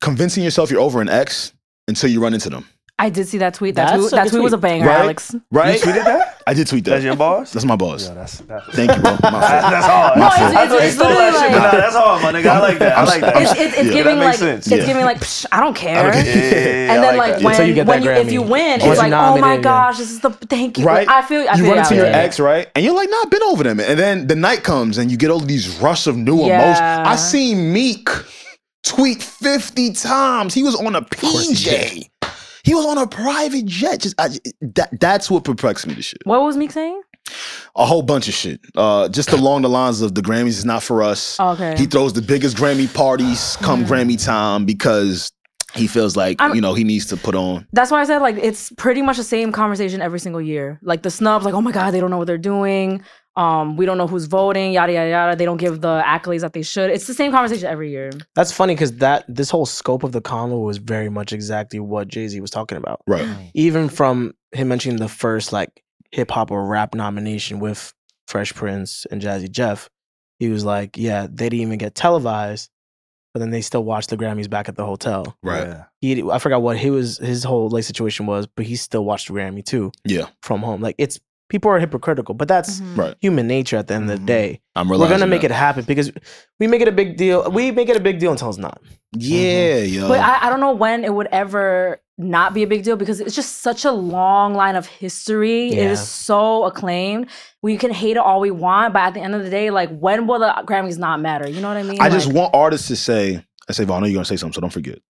B: convincing yourself you're over an ex until you run into them,
C: I did see that tweet. That
D: That's
C: tweet,
D: a
C: that
D: good
C: tweet was a banger,
B: Right?
C: Alex.
B: right?
A: You tweeted that?
B: I did tweet that.
A: That's your boss?
B: That's my boss.
A: Yeah, that's that's
B: Thank you, bro. *laughs* My fault.
A: that's hard.
C: No,
A: I
C: it's-
A: thought
C: it's-
A: you
C: it's
A: stole
C: literally
A: that shit, but
C: like-
A: nah, that's hard, my nigga. I like that. I
B: I'm-
A: like that.
B: I'm-
C: *laughs* It's, it's, it's
B: Yeah.
C: giving
A: That
C: like
A: makes sense.
C: it's
B: Yeah.
C: giving like psh, I don't care.
B: don't
A: yeah, yeah, yeah,
C: and
A: I like
C: then like,
A: that.
C: when,
D: Until you get
C: when
D: that
C: you, if
D: Grammy.
C: you win,
D: Or
C: it's
D: you're
C: like, oh my
D: nominated, yeah.
C: gosh, this is the thank you.
B: Right?
C: I feel, I
B: you
C: feel
B: run into
C: yeah,
B: your
C: yeah,
B: ex, right? And you're like, nah, I've been over them. And then the night comes and you get all these rush of new
C: Yeah.
B: emotions. I seen Meek tweet 50 times. He was on a PJ. He was on a private jet. Just I, that, that's what perplexed me to shit.
C: What was Meek saying?
B: A whole bunch of shit. Uh, just along the lines of the Grammys is not for us.
C: Oh, okay.
B: He throws the biggest Grammy parties come
C: Yeah.
B: Grammy time because he feels like
C: I'm-
B: you know he needs to put on.
C: That's why I said like it's pretty much the same conversation every single year. Like the snubs, like oh my god, they don't know what they're doing. Um, we don't know who's voting. Yada yada yada. They don't give the accolades that they should. It's the same conversation every year.
D: That's funny because that this whole scope of the convo was very much exactly what Jay Z was talking about.
B: Right.
D: Even from him mentioning the first like hip hop or rap nomination with Fresh Prince and Jazzy Jeff, he was like, "Yeah, they didn't even get televised, but then they still watched the Grammys back at the hotel."
A: Yeah.
D: He, I forgot what he was his whole like situation was, but he still watched the Grammy too
B: Yeah.
D: from home. Like it's people are hypocritical, but that's
C: Mm-hmm.
B: Right.
D: human nature at the end of
A: Mhm.
D: the day.
B: I'm
D: We're
B: realizing
D: gonna make
B: that.
D: it happen because we make it a big deal. We make it a big deal until it's not.
B: Yeah, yo.
C: Mm-hmm.
A: Uh,
C: But I, I don't know when it would ever not be a big deal because it's just such a long line of history. It
D: Yeah.
C: is so acclaimed. We can hate it all we want, but at the end of the day, like when will the Grammys not matter? You know what I mean?
B: I just
C: Like,
B: want artists to say I say, Vaughn, I know you're gonna say something, so don't
C: *laughs*
B: forget.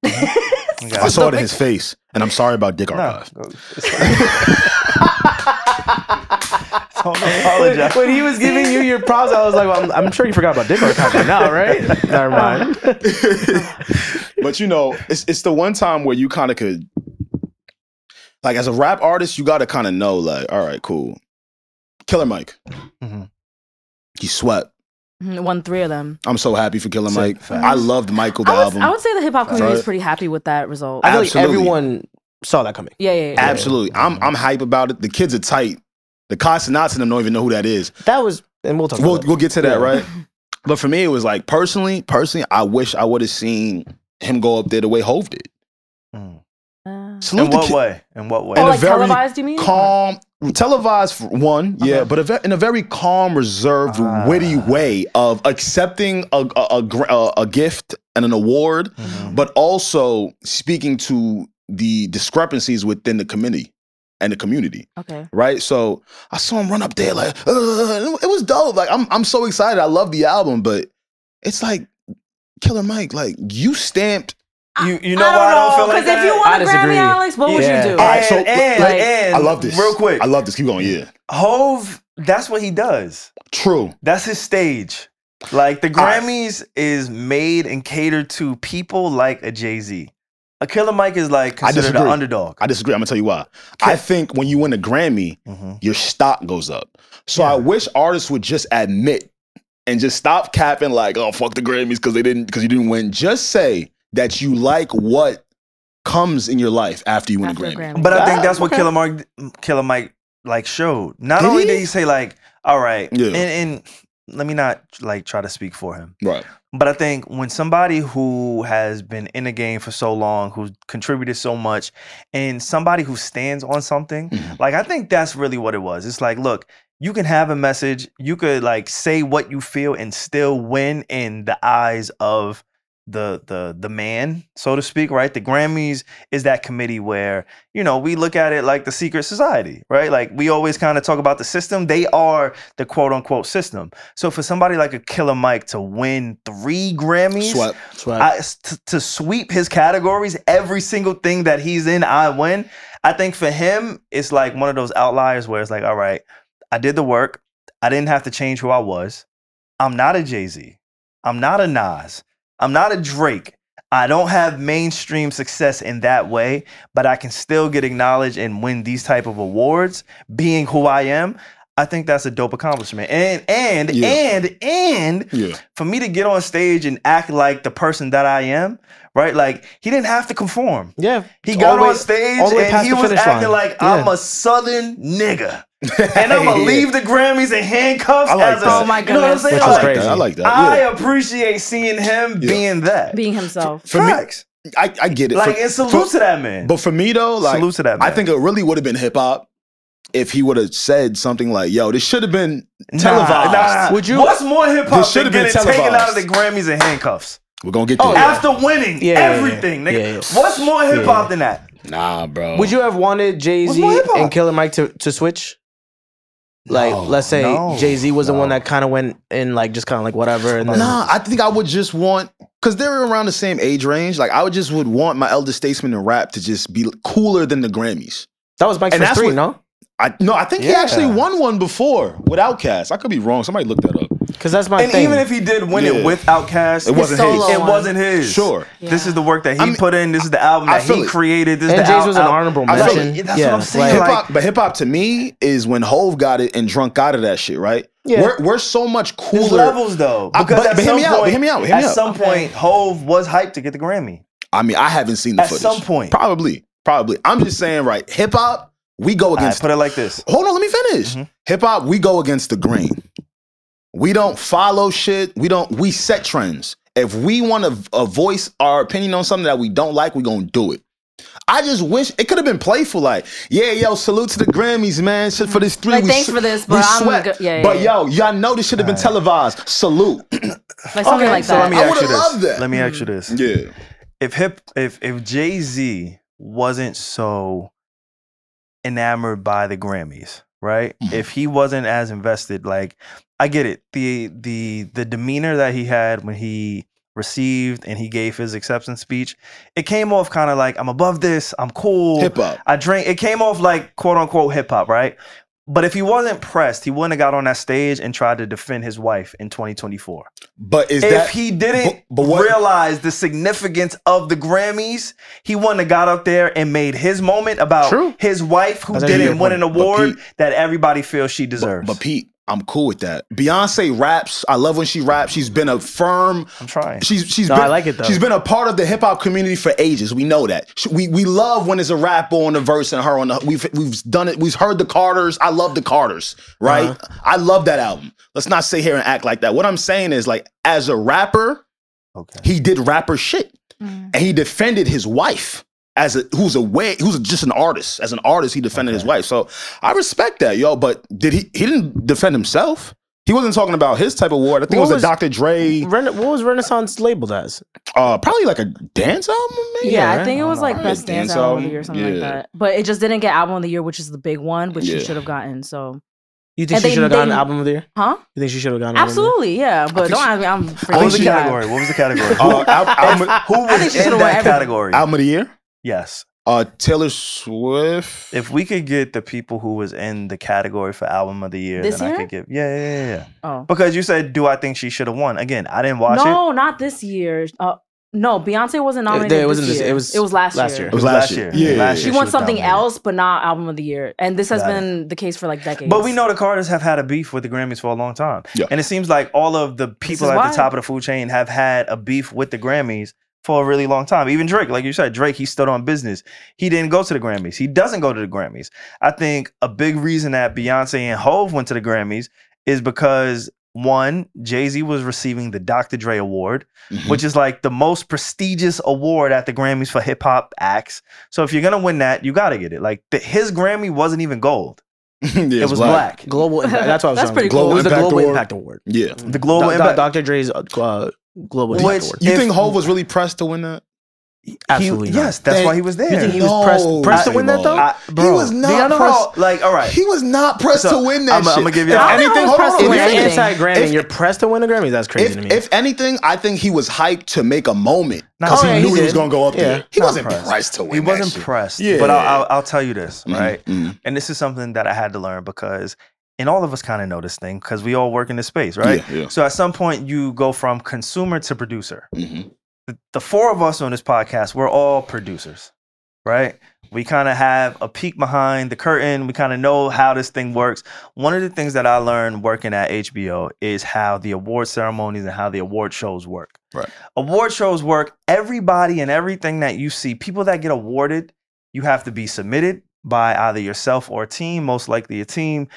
A: Okay.
B: I saw it in his face, and I'm sorry about Dick
A: No,
B: Archive.
A: don't
D: When,
A: apologize.
D: when he was giving you your props, I was like, well, I'm, I'm sure you forgot about Dick Archive by now, right? Never mind.
B: *laughs* but you know, it's it's the one time where you kind of could, like, as a rap artist, you got to kind of know, like, all right, cool, Killer Mike,
A: Mhm.
B: he sweat.
C: Mhm, Won three of them.
B: I'm so happy for Killer
A: Sick.
B: Mike.
A: Facts.
B: I loved Michael the
C: I, was,
B: album.
C: I would say the hip hop community is
B: Right.
C: pretty happy with that result.
D: I feel like
B: Absolutely.
D: everyone saw that coming.
C: yeah, yeah, yeah.
B: Absolutely, I'm I'm hype about it. The kids are tight. The Castanats and them don't even know who that is.
D: That was, and we'll talk
B: We'll
D: about
B: we'll get to that,
D: Yeah.
B: right? But for me, it was like personally, personally, I wish I would have seen him go up there the way Hove did.
A: Mm.
C: Uh,
B: Salute
A: In
B: the
A: what
B: kid.
A: way? In what way?
B: in a
C: oh, like
B: very
C: televised, you mean?
B: calm, televised for one, yeah, but a ve- in a very calm, reserved,
A: Uh-huh. Ah.
B: witty way of accepting a a, a gr- a a gift and an award,
A: Mhm.
B: but also speaking to the discrepancies within the community and the community,
C: Okay.
B: right? So I saw him run up there like "Ugh," it was dope. Like I'm I'm so excited. I love the album, but it's like Killer Mike, like you stamped.
A: You you know why I don't feel like
C: Because if
A: that?
C: you want
D: I
C: a
D: disagree.
C: Grammy, Alex, what would
D: Yeah.
C: you do?
B: All right, so
A: and, and,
C: like-
A: and
B: I love this.
A: Real quick,
B: I love this. Keep going. Yeah,
A: Hove. That's what he does.
B: true.
A: That's his stage. Like the Grammys is made and catered to people like a Jay Z. A Killer Mike is like
B: I
A: considered an
B: disagree.
A: underdog.
B: I disagree. I'm gonna tell you why. I think when you win a Grammy,
A: Mm-hmm.
B: your stock goes up. So I wish artists would just admit and just stop capping like, oh fuck the Grammys because they didn't because you didn't win. Just say that you like what comes in your life after you win
C: After
B: a
C: a
B: Grammy.
C: Grammy.
A: But I
D: Ah,
A: think that's what
D: okay.
A: Killer Mike, Killer Mike, like showed. Not
B: Did
A: only did
B: he?
A: he say like, all right,
B: Yeah.
A: and, and let me not like try to speak for him.
B: Right.
A: But I think when somebody who has been in the game for so long, who's contributed so much, and somebody who stands on something,
B: Mhm.
A: like I think that's really what it was. It's like, look, you can have a message, you could like say what you feel and still win in the eyes of the the the man, so to speak, right? The Grammys is that committee where, you know, we look at it like the secret society, right? Like we always kind of talk about the system. They are the quote unquote system. So for somebody like a Killer Mike to win three Grammys,
B: Sweat.
A: I- s- t- to sweep his categories, every single thing that he's in, I win. I think for him, it's like one of those outliers where it's like, all right, I did the work. I didn't have to change who I was. I'm not a Jay Z. I'm not a Nas. I'm not a Drake. I don't have mainstream success in that way, but I can still get acknowledged and win these type of awards. Being who I am, I think that's a dope accomplishment. And and
B: Yeah.
A: and and
B: Yeah.
A: for me to get on stage and act like the person that I am, right? Like he didn't have to conform.
D: Yeah.
A: He
D: All
A: got
D: the way-
A: on stage
D: all the way
A: and
D: past
A: he
D: the
A: was
D: finish
A: acting
D: line.
A: like I'm
D: Yeah.
A: a southern
B: *laughs*
A: nigga. And I'm gonna
B: Yeah.
A: leave the Grammys in handcuffs
B: I like
A: as a
B: that. Oh
C: my
A: you know what I'm
C: goodness.
A: saying?
D: Which
B: I
D: was
A: Like,
B: like that.
D: crazy.
B: I like that.
A: I
B: Yeah.
A: appreciate seeing him
B: Yeah.
A: being that.
C: Being himself.
B: For me-
A: Facts.
B: I, I get it.
A: like
B: For-
A: and salute
B: for-
A: to that man.
B: But for me though, like
A: salute to that man.
B: I think it really would have been hip hop if he would have said something like, yo, this should have been
A: Nah,
B: televised.
A: nah, nah.
D: Would you-
A: What's more hip hop
B: This should
A: than
B: have been
A: getting taken out of
B: televised. Oh,
A: the Grammys in handcuffs?
B: We're gonna get
A: Oh,
B: there.
A: After winning
D: Yeah, yeah, yeah.
A: everything, nigga.
D: Yeah, yeah.
A: What's more hip hop
D: Yeah.
A: than that?
B: Nah, bro.
D: Would you have wanted Jay Z
A: more hip-hop?
D: and Killer Mike to, to switch? Like,
B: No,
D: let's say
A: no,
D: Jay Z was the one
A: no.
D: that kind of went in, like, just kind of like whatever. And then,
B: Nah, I think I would just want because they're around the same age range. Like I would just would want my elder statesman in rap to just be cooler than the Grammys.
D: that was Mike's
B: And
D: first
B: that's
D: three,
B: what-
D: no?
B: I no, I think he
A: Yeah.
B: actually won one before with Outkast. I could be wrong. Somebody look that up.
D: Because that's my
A: And
D: thing.
A: even if he did win
B: Yeah.
A: it with Outkast,
B: It wasn't
C: solo
B: his.
A: it
C: one.
A: wasn't his.
B: Sure.
A: This is the work that he
B: I mean,
A: put in. This is the album
B: I
A: that he
B: feel it.
A: created. This is
D: and
A: the
D: Jay's
A: al-
D: was an
A: al-
D: honorable
B: I feel
D: mention.
A: it. That's what I'm saying.
B: hip
A: Like-
B: hop, but hip hop to me is when Hove got it and Drunk got it that shit, right?
D: Yeah.
B: We're, we're so much cooler.
A: There's levels though.
B: I-
A: Because
B: but-
A: at
B: but hear
A: some
B: me out,
A: point,
B: but hear me out, hear me
A: at
B: out.
A: some
C: Okay.
A: point, Hove was hyped to get the Grammy.
B: I mean, I haven't seen the
A: At
B: footage.
A: some point.
B: Probably. Probably. I'm just saying, right, hip hop, we go
A: I
B: against
A: put it like this.
B: hold on, let me finish.
A: Mhm.
B: Hip hop, we go against the grain. We don't follow shit. We don't. We set trends. If we want to uh, voice our opinion on something that we don't like, we gonna do it. I just wish it could have been playful, like, yeah, yo, salute to the Grammys, man. Shit for this three.
C: Like,
B: we
C: thanks
B: sw-
C: for this,
B: we
C: but I'm
B: sweat.
C: go- yeah, yeah,
B: but
C: yeah.
B: yo, y'all know this should have been televised. Salute.
C: Like something
A: Okay,
C: like
A: so
C: that.
A: let me
B: I
A: ask
B: would've
A: you this.
B: loved that.
A: Let me ask you this.
B: yeah.
A: if hip if if Jay Z wasn't so enamored by the Grammys, right?
B: Mhm.
A: If he wasn't as invested, like I get it. The the the demeanor that he had when he received and he gave his acceptance speech, it came off kind of like, I'm above this, I'm cool.
B: Hip hop.
A: I drink. It came off like quote unquote hip hop, right? But if he wasn't pressed, he wouldn't have got on that stage and tried to defend his wife in 2024.
B: But is
A: if
B: that
A: he didn't
B: but- but what-
A: realize the significance of the Grammys, he wouldn't have got up there and made his moment about
D: True.
A: his wife who
D: That's a
A: didn't
B: good
A: win an
B: point. But
A: award
B: Pete-
A: that everybody feels she
B: but,
A: deserves.
B: but Pete, I'm cool with that. Beyonce raps. I love when she raps. She's been a firm
A: I'm trying.
B: She's she's
D: No,
B: been,
D: I like it, though.
B: She's been a part of the hip hop community for ages. We know that. She- We we love when there's a rapper on the verse and her on the. We've we've done it. We've heard the Carters. I love the Carters. Right.
D: Uh-huh.
B: I love that album. Let's not sit here and act like that. What I'm saying is like as a rapper,
A: Okay.
B: he did rapper shit,
C: mm.
B: and he defended his wife as a who's a way who's just an artist. As an artist, he defended his wife. So I respect that, yo. But did he? He didn't defend himself. He wasn't talking about his type of award. I think
D: What
B: it was,
D: was-
B: a Dr. Dre
D: Rena- what was Renaissance labeled as?
B: uh probably like a dance album maybe
C: Yeah,
D: right?
C: I think it was like
B: Alright,
C: best dance,
B: dance
C: album
B: album,
C: of the year or something like
B: yeah.
C: that. But it just didn't get album of the year, which is the big one, which she
B: Yeah.
C: should have gotten. So,
D: You think
C: And
D: she
C: they-
D: should have gotten
C: they-
D: album of the year?
C: huh?
D: You think she should have gotten album of the year?
C: Absolutely, yeah. But don't ask me. I'm.
A: What was
C: freaking
A: the
C: bad.
A: category? What was the
B: *laughs*
A: category?
B: uh, al- album,
A: Who
C: think
A: was
C: she
A: in
C: should've won
A: that
C: everything.
A: category?
B: album of the year
A: yes.
B: uh taylor swift
A: If we could get the people who was in the category for album of the year,
C: This
A: then
C: year?
A: I could give. Yeah, yeah, yeah, yeah.
C: Oh
A: Because you said, do I think she should have won? Again, I didn't watch it.
C: no, not this year. Uh, no, Beyonce wasn't nominated.
D: it
C: this
D: wasn't this-
C: year.
D: it was
C: It was last,
D: last
C: year.
D: year. It was
A: last year.
B: yeah,
A: Last
B: yeah,
C: She
A: year.
B: yeah.
A: she
C: won
A: was
C: something
A: nominated.
C: else, but not album of the year. And this has
A: Got it.
C: been the case for like decades.
A: But we know the Carters have had a beef with the Grammys for a long time.
B: Yeah.
A: And it seems like all of the people
C: is
A: at
C: why.
A: the top of the food chain have had a beef with the Grammys for a really long time. Even Drake, like you said, Drake, he stood on business. He didn't go to the Grammys. He doesn't go to the Grammys. I think a big reason that Beyonce and Hove went to the Grammys is because one, Jay Z was receiving the Dr. Dre Award,
B: *laughs* Mhm.
A: which is like the most prestigious award at the Grammys for hip hop acts. So if you're gonna win that, you gotta get it. Like the, his Grammy wasn't even gold;
B: Yeah,
A: it
B: it's
A: was black.
D: Global Impact. That's what I was
C: That's
D: trying
C: pretty
D: to-
B: cool.
D: It was the
B: Global
D: Global Impact
B: Impact
D: Award.
B: yeah
A: The global
D: Do-
A: impact.
D: Dr. Dre's uh, uh, Global
A: Which-
D: Impact Award.
B: you
A: If-
B: think hove was really pressed to win that
D: Absolutely
A: He-
D: not.
A: Yes, that's
B: Thank-
A: why he was there.
D: You think he was
B: No.
D: pressed, pressed to
B: I-
D: win that though?
A: I- bro,
B: was not
A: do y'all know how-
B: pressed-
A: like, all right.
B: he was not pressed
A: So,
B: to win that
A: I'ma-
B: shit
A: I'ma give you-
B: If
A: I don't
C: think
B: anything
C: Hove was
B: hold on,
C: pressed to
B: hold
D: If
B: on.
C: win
D: you're
B: If-
C: anything.
D: anti-Grammy,
B: If-
D: you're pressed to win a Grammy. That's crazy
B: if,
D: to me.
B: if anything i think he was hyped to make a moment
A: Nah,
B: because
A: oh, yeah,
B: he
A: he
B: knew he, was
D: did.
B: gonna go up
D: Yeah.
B: there he
A: Not
B: wasn't
A: pressed.
B: pressed. to win
A: He wasn't
B: that shit.
A: pressed.
B: Yeah.
A: But I'll, I'll, I'll tell you this,
B: Mhm,
A: right?
B: mhm.
A: And this is something that I had to learn because, and all of us kind of know this thing because we all work in this space, right?
B: yeah, yeah.
A: So at some point, you go from consumer to producer.
B: Mhm.
A: the, the four of us on this podcast, we're all producers, right? We kind of have a peek behind the curtain. We kind of know how this thing works. One of the things that I learned working at HBO is how the award ceremonies and how the award shows work.
B: Right.
A: Award shows work. Everybody and everything that you see, people that get awarded, you have to be submitted by either yourself or a team, most likely a team.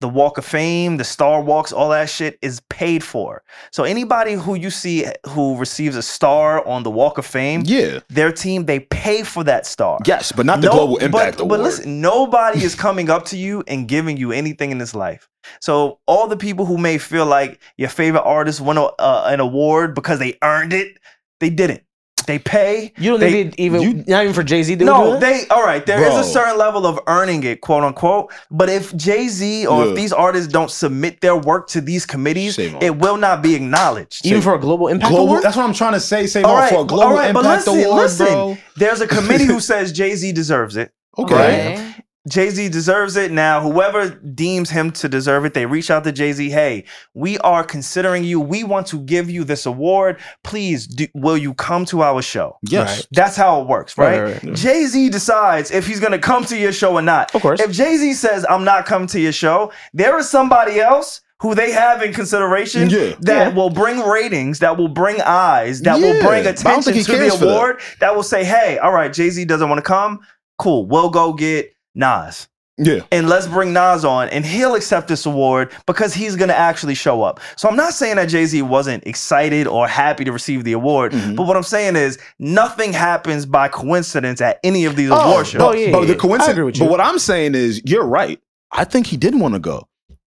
A: The Walk of Fame, the Star Walks, all that shit is paid for. So anybody who you see who receives a star on the Walk of Fame,
B: yeah
A: their team they pay for that star.
B: yes but not the
A: No-
B: global impact
A: but,
B: award
A: but listen, nobody is coming up to you and giving you anything in this life. So all the people who may feel like your favorite artist won a, uh, an award because they earned it, they didn't. They pay.
D: you don't
A: they-
D: think they even
B: you-
D: not even for Jay Z.
A: no, they all right. There is
B: Bro.
A: a certain level of earning it, quote unquote. But if Jay Z or
B: Yeah.
A: if these artists don't submit their work to these committees,
B: Shame on
A: it will not be acknowledged.
D: even for a Global Impact
B: global
D: Award.
B: that's what i'm trying to say say all right, for a global
A: but
B: impact
A: listen,
B: award
A: listen.
B: bro
A: There's
B: *laughs*
A: a committee who says Jay Z deserves it.
B: okay
A: Jay Z deserves it. Now, whoever deems him to deserve it, they reach out to Jay Z. Hey, we are considering you. We want to give you this award. Please, do, will you come to our show?
B: Yes.
A: That's how it works, right?
D: Right, right, right.
A: Jay Z decides if he's going to come to your show or not.
D: Of course.
A: If Jay Z says, I'm not coming to your show, there is somebody else who they have in consideration
B: Yeah.
A: that
D: Yeah.
A: will bring ratings, that will bring eyes, that will
B: Yeah.
A: bring
B: But I don't
A: attention
B: think he
A: to
B: cares
A: the
B: for that.
A: award, that. will say, hey, all right, Jay Z doesn't want to come. Cool. We'll go get Nas.
B: Yeah.
A: And let's bring Nas on, and he'll accept this award because he's gonna actually show up. So I'm not saying that Jay Z wasn't excited or happy to receive the award,
B: Mhm.
A: but what I'm saying is nothing happens by coincidence at any of these award shows.
B: but,
D: Oh, yeah,
B: but
D: yeah,
B: the
D: yeah.
B: coincidence.
D: I agree with you.
B: But what I'm saying is, you're right. I think he did want to go,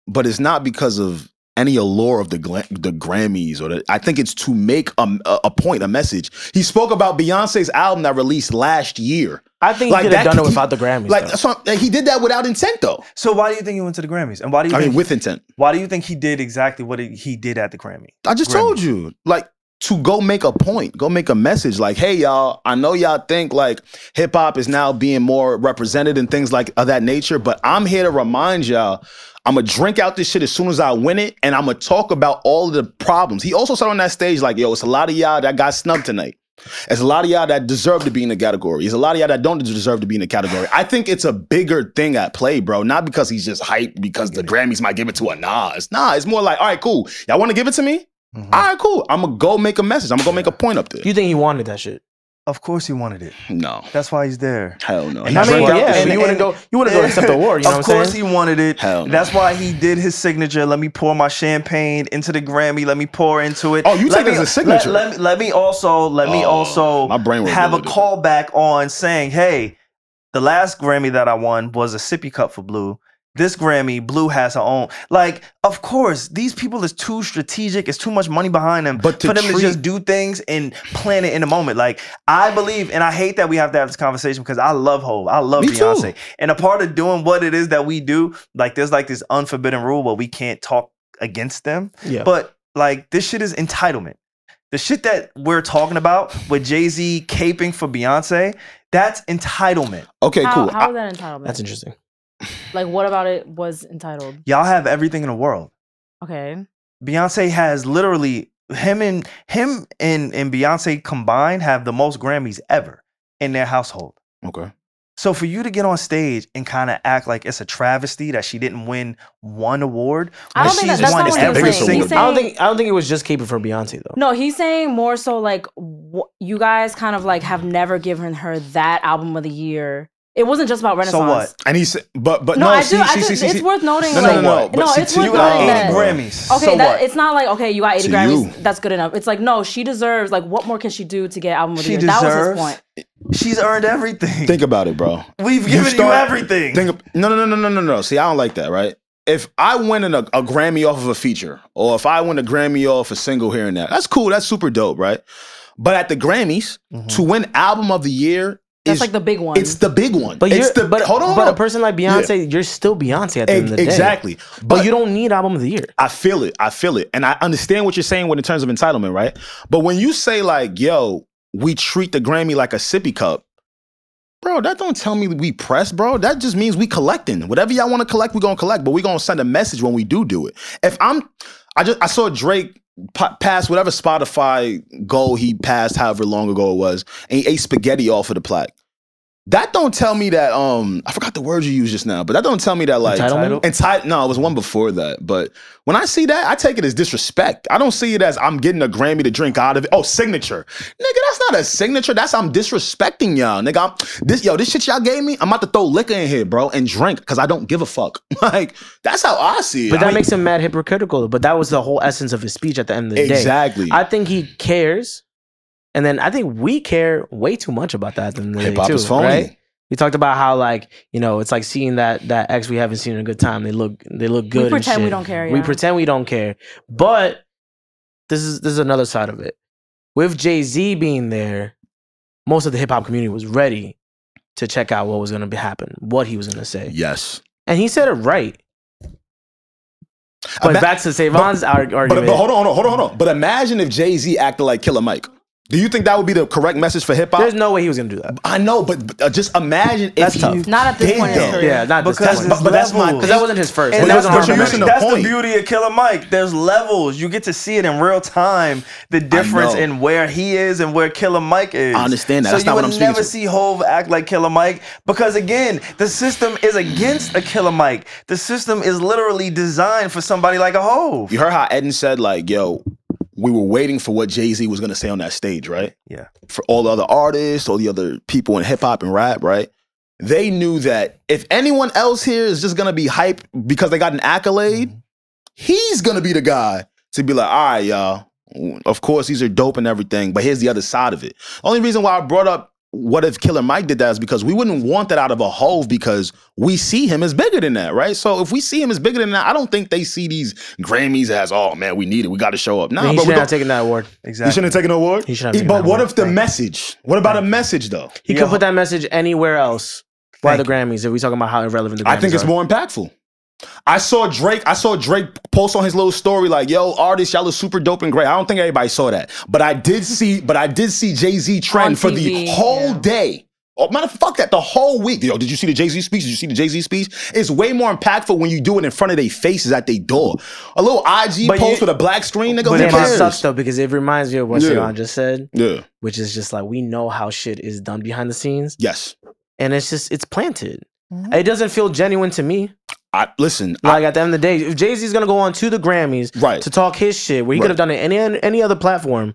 B: but it's not because of any allure of the gla- the Grammys or the, I think it's to make a, a a point, a message. He spoke about Beyonce's album that released last year.
D: I think
B: Like
D: he could have
B: that
D: done it
B: could-
D: without the Grammys.
B: Like
D: though.
B: that's what I'm- he did that without intent, though.
A: So why do you think he went to the Grammys? And why do you
B: I
A: think
B: mean, with intent.
A: why do you think he did exactly what he- he did at the Grammy?
B: I just
A: Grammy.
B: told you, like to go make a point, go make a message like, hey, y'all, I know y'all think like hip hop is now being more represented and things like of that nature, but I'm here to remind y'all. I'm gonna drink out this shit as soon as I win it, and I'm gonna talk about all of the problems. He also said on that stage, like, yo, it's a lot of y'all that got snubbed tonight. It's a lot of y'all that deserve to be in the category. It's a lot of y'all that don't deserve to be in the category. I think it's a bigger thing at play, bro. Not because he's just hyped because the Grammys might give it to a Nas. Nah, it's more like, all right, cool. Y'all want to give it to me?
A: Mm-hmm.
B: All right, cool. I'm gonna go make a message. I'm gonna go make a point up there.
D: You think he wanted that shit?
A: Of course he wanted it.
B: No,
A: That's why he's there.
B: hell no.
A: And
B: He
A: I
D: I mean,
B: drank out
D: yeah,
B: the
D: and
B: shit.
D: you wouldn't go, you wouldn't go accept the award. You *laughs* know
A: of
D: what I'm
A: course
D: saying?
A: he wanted it.
B: Hell no.
A: That's why he did his signature. Let me pour my champagne into the Grammy. Let me pour into it.
B: Oh, you
A: Let
B: take it
A: me-
B: as a signature.
A: Let, let me- let me also let me
B: Oh,
A: also
B: my brain was
A: have a
B: loaded.
A: callback on saying, hey, the last Grammy that I won was a sippy cup for Blue. This Grammy, Blue has her own. Like, of course, these people is too strategic. It's too much money behind them
B: But to
A: for them to
B: treat-
A: just do things and plan it in the moment. Like, I believe, and I hate that we have to have this conversation because I love Hove. I love
B: Me too.
A: Beyonce. And a part of doing what it is that we do, like there's like this unforbidden rule where we can't talk against them.
D: Yeah.
A: But like this shit is entitlement. The shit that we're talking about with Jay Z caping for Beyonce, that's entitlement.
B: Okay,
C: how,
B: cool.
C: how is that entitlement?
D: That's interesting.
C: like, what about it was entitled?
A: Y'all have everything in the world.
C: Okay.
A: Beyonce has literally him and him and, and Beyonce combined have the most Grammys ever in their household.
B: I- okay.
A: So for you to get on stage and kind of act like it's a travesty that she didn't win one award
C: I
A: when
C: don't think that-
A: she's
C: that's
A: won
C: not
B: it's
C: what
B: the
C: he was
B: biggest
C: saying.
B: award.
C: He's saying
D: I don't think I don't think it was just keeping for Beyonce though.
C: No, he's saying more so like wh- you guys kind of like have never given her that album of the year. It wasn't just about
A: So
C: Renaissance.
A: what?
B: And he said, but but
C: No,
B: no,
C: I do.
B: see,
C: I
B: see,
C: do
B: see, see,
C: it's
B: see.
C: worth noting.
B: No, no,
C: like,
B: no, no, but see,
C: it's
B: to
C: worth
B: you,
A: You got
C: noting
B: like
A: 80
C: that.
B: grand-
A: Grammys.
C: Okay,
A: so
C: that,
A: what?
C: it's not like okay, you got 80
B: To
C: Grammys.
B: you.
C: That's good enough. It's like no, she deserves like what more can she do to get album of the
A: She
C: year? that was his
A: deserves.
C: point.
A: She's earned everything.
B: Think about it, bro.
A: We've
B: you
A: given you,
B: start-
A: everything.
B: Think of, no, no, no, no, no, no, no. See, I don't like that, right? If I win an, a, a Grammy off of a feature, or if I win a Grammy off a single here and there, that's cool. That's super dope, right? But at the Grammys, to win album of the year
C: That's
B: is
C: like the big one.
B: it's the big one.
D: But
B: it's
D: you're,
B: the
D: but
B: hold on,
D: but a person like Beyonce, you're still Beyonce at the
B: E-
D: end of the day.
B: exactly.
D: But, you don't need album of the year.
B: I feel it. I feel it. And I understand what you're saying when in terms of entitlement, right? But when you say like, yo, we treat the Grammy like a sippy cup, bro, that don't tell me we press, bro. That just means we collecting. Whatever y'all want to collect, we're gonna collect, but we're gonna send a message when we do do it. If I'm I just I saw Drake pa- pass whatever Spotify goal he passed however long ago it was, and he ate spaghetti off of the plaque. That don't tell me that um I forgot the words you used just now, but that don't tell me that like
D: Entitlement?
B: Entitled? No, it was one before that. But when I see that, I take it as disrespect. I don't see it as I'm getting a Grammy to drink out of it. Oh, signature, nigga, that's not a signature. That's I'm disrespecting y'all, nigga. I'm, this yo, this shit y'all gave me. I'm about to throw liquor in here, bro, and drink because I don't give a fuck. *laughs* like that's how I see it.
D: But
B: I
D: that
B: mean,
D: makes him mad hypocritical. But that was the whole essence of his speech at the end of the day.
B: exactly.
D: I think he cares, and then I think we care way too much about that. Than
B: Hip hop is phony.
D: Right? We talked about how like you know it's like seeing that that ex we haven't seen in a good time. They look they look good.
C: we
D: and
C: pretend we
D: shit.
C: don't care. Yeah.
D: We pretend we don't care. But this is this is another side of it. With Jay Z being there, most of the hip hop community was ready to check out what was going to happen, what he was going to say,
B: Yes.
D: and he said it right. But
B: Ima-
D: back to Savon's ar-
B: But,
D: argument.
B: but hold on, hold on, hold on, hold on. But imagine if Jay Z acted like Killer Mike. Do you think that would be the correct message for hip
D: There's
B: hop?
D: no way he was going to do that.
B: I know, but, but, uh, just imagine
D: That's
B: if
D: tough.
B: he
C: Not at this
B: did
C: point in his
B: that.
C: career.
D: Yeah, not this
A: Because
D: one.
A: it's
B: But- but that's my-
A: levels.
D: Because that wasn't his first.
A: And
D: that
A: that's,
D: was a harsh
A: the,
B: harmful
A: beauty,
B: measure.
D: measure.
A: that's the
B: Point.
A: beauty of Killer Mike. There's levels. You get to see it in real time. The difference
B: know.
A: in where he is and where Killer Mike is.
B: I understand that.
A: So you
B: That's not what
A: would
B: I'm speaking
A: never
B: to.
A: see Hove act like Killer Mike because again, the system is against a Killer Mike. The system is literally designed for somebody like a Hove.
B: You heard how Eden said, like, yo, we were waiting for what Jay Z was gonna say on that stage, right?
A: Yeah.
B: For all the other artists, all the other people in hip hop and rap, right? They knew that if anyone else here is just gonna be hyped because they got an accolade, he's gonna be the guy to be like, all right, y'all. Of course, these are dope and everything, but here's the other side of it. Only reason why I brought up what if Killer Mike did that is because we wouldn't want that out of a hove because we see him as bigger than that, right? So if we see him as bigger than that, I don't think they see these Grammys as, oh man, we need it, we got to show up. Nah,
D: He
B: but
D: should
B: we
D: not have
B: don't-
D: taken that award.
B: he
A: Exactly.
B: shouldn't have taken an award.
D: He shouldn't have taken
B: but
D: that
B: what
D: award.
B: if the message? What about a message though?
D: He
A: Yeah.
D: could put that message anywhere else. Why
A: Thank
D: the Grammys? If we talking about how irrelevant the Grammys
B: I think it's
D: are.
B: more impactful. I saw Drake. I saw Drake post on his little story like, "Yo, artists, y'all are super dope and great." I don't think everybody saw that, but I
D: *laughs*
B: did see. But I did see Jay Z
C: On
B: trend for
C: TV,
B: the whole
C: yeah.
B: day. Oh, matter of fuck that the whole week. Yo, did you see the Jay Z speech? Did you see the Jay Z speech? It's way more impactful when you do it in front of their faces at their door. A little IG
D: But
B: post
D: you-
B: with a black screen, nigga.
D: But
B: who
D: it
B: cares?
D: sucks though because it reminds me of what
B: Yeah.
D: Sayon just said,
B: Yeah.
D: which is just like we know how shit is done behind the scenes,
B: Yes.
D: and it's just it's planted. It doesn't feel genuine to me.
B: I listen. I,
D: Like at the end of the day, if Jay Z's gonna go on to the Grammys
B: right.
D: to talk his shit, where he
B: Right.
D: could have done it any any other platform.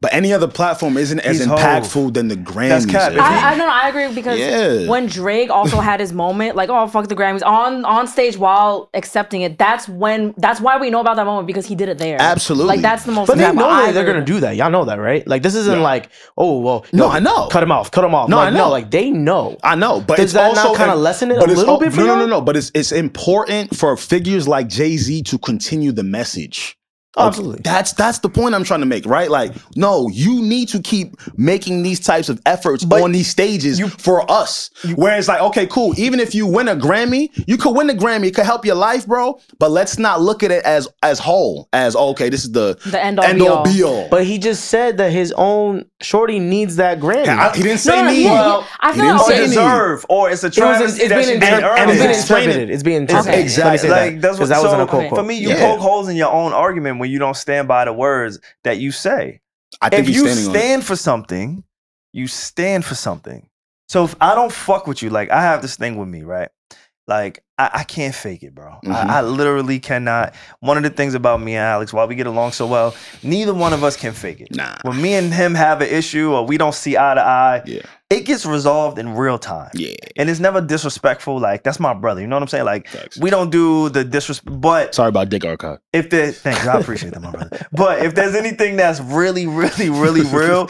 B: But any other platform isn't as
A: He's whole.
B: impactful than the Grammys.
A: cap.
B: is.
C: I, I no, no, I agree because
B: Yeah.
C: when Drake also had his moment, like oh fuck the Grammys on on stage while accepting it. That's when that's why we know about that moment because he did it there.
B: Absolutely.
C: like that's the most.
D: But they
C: impactful.
D: know
C: I
D: that they're
C: agree.
D: gonna do that. Y'all know that, right? Like this isn't
B: Yeah.
D: like oh well,
B: No,
D: yo,
B: I know.
D: cut him off, cut him off.
B: No,
D: like,
B: I know.
D: no, like they know.
B: I know, but
D: Does
B: it's
D: that not
B: also
D: kinda
B: and-
D: lessen it a
B: but it's
D: little
B: al-
D: bit for
B: No, no,
D: y'all?
B: no, no. But it's it's important for figures like Jay Z to continue the message.
D: Absolutely.
B: That's that's the point I'm trying to make, right? Like, no, you need to keep making these types of efforts on these stages for us. Whereas, like, okay, cool. Even if you win a Grammy, you could win a Grammy. It could help your life, bro. But let's not look at it as as whole. As oh, okay, this is the
C: The end all
B: end
C: be
B: all
C: all.
B: be all.
D: But he just said that his own shorty needs that Grammy.
B: I- he didn't
C: No,
B: say
C: no,
B: me.
C: yeah, yeah. I feel
B: didn't
C: like
B: say
A: Or
B: Sydney.
A: deserve, or it's a travesty
D: it's
A: that
D: being
A: she did
D: interpreted.
A: early.
D: It's being
B: It's explained.
D: interpreted. It's being
A: It's-
D: interpreted.
C: Okay.
B: Exactly.
D: Let me say
A: Like that's what.
D: 'cause that
A: so,
D: wasn't a quote
A: For
D: quote.
A: me, you
B: Yeah.
A: poke holes in your own argument when you don't stand by the words that you say.
B: I think
A: If
B: he's
A: you
B: standing on it.
A: stand for something, you stand for something. So if I don't fuck with you, like I have this thing with me, right? Like I, I can't fake it, bro.
B: Mhm.
A: I, I literally cannot. One of the things about me and Alex, why we get along so well, neither one of us can fake it.
B: Nah.
A: When me and him have an issue or we don't see eye to eye,
B: Yeah.
A: it gets resolved in real time.
B: Yeah.
A: And it's never disrespectful. Like, that's my brother. You know what I'm saying? Like,
B: Facts.
A: we don't do the disrespect. But
B: Sorry about Dick Arcot.
A: if there, thanks, I appreciate that, my brother. But if there's anything that's really, really, really real,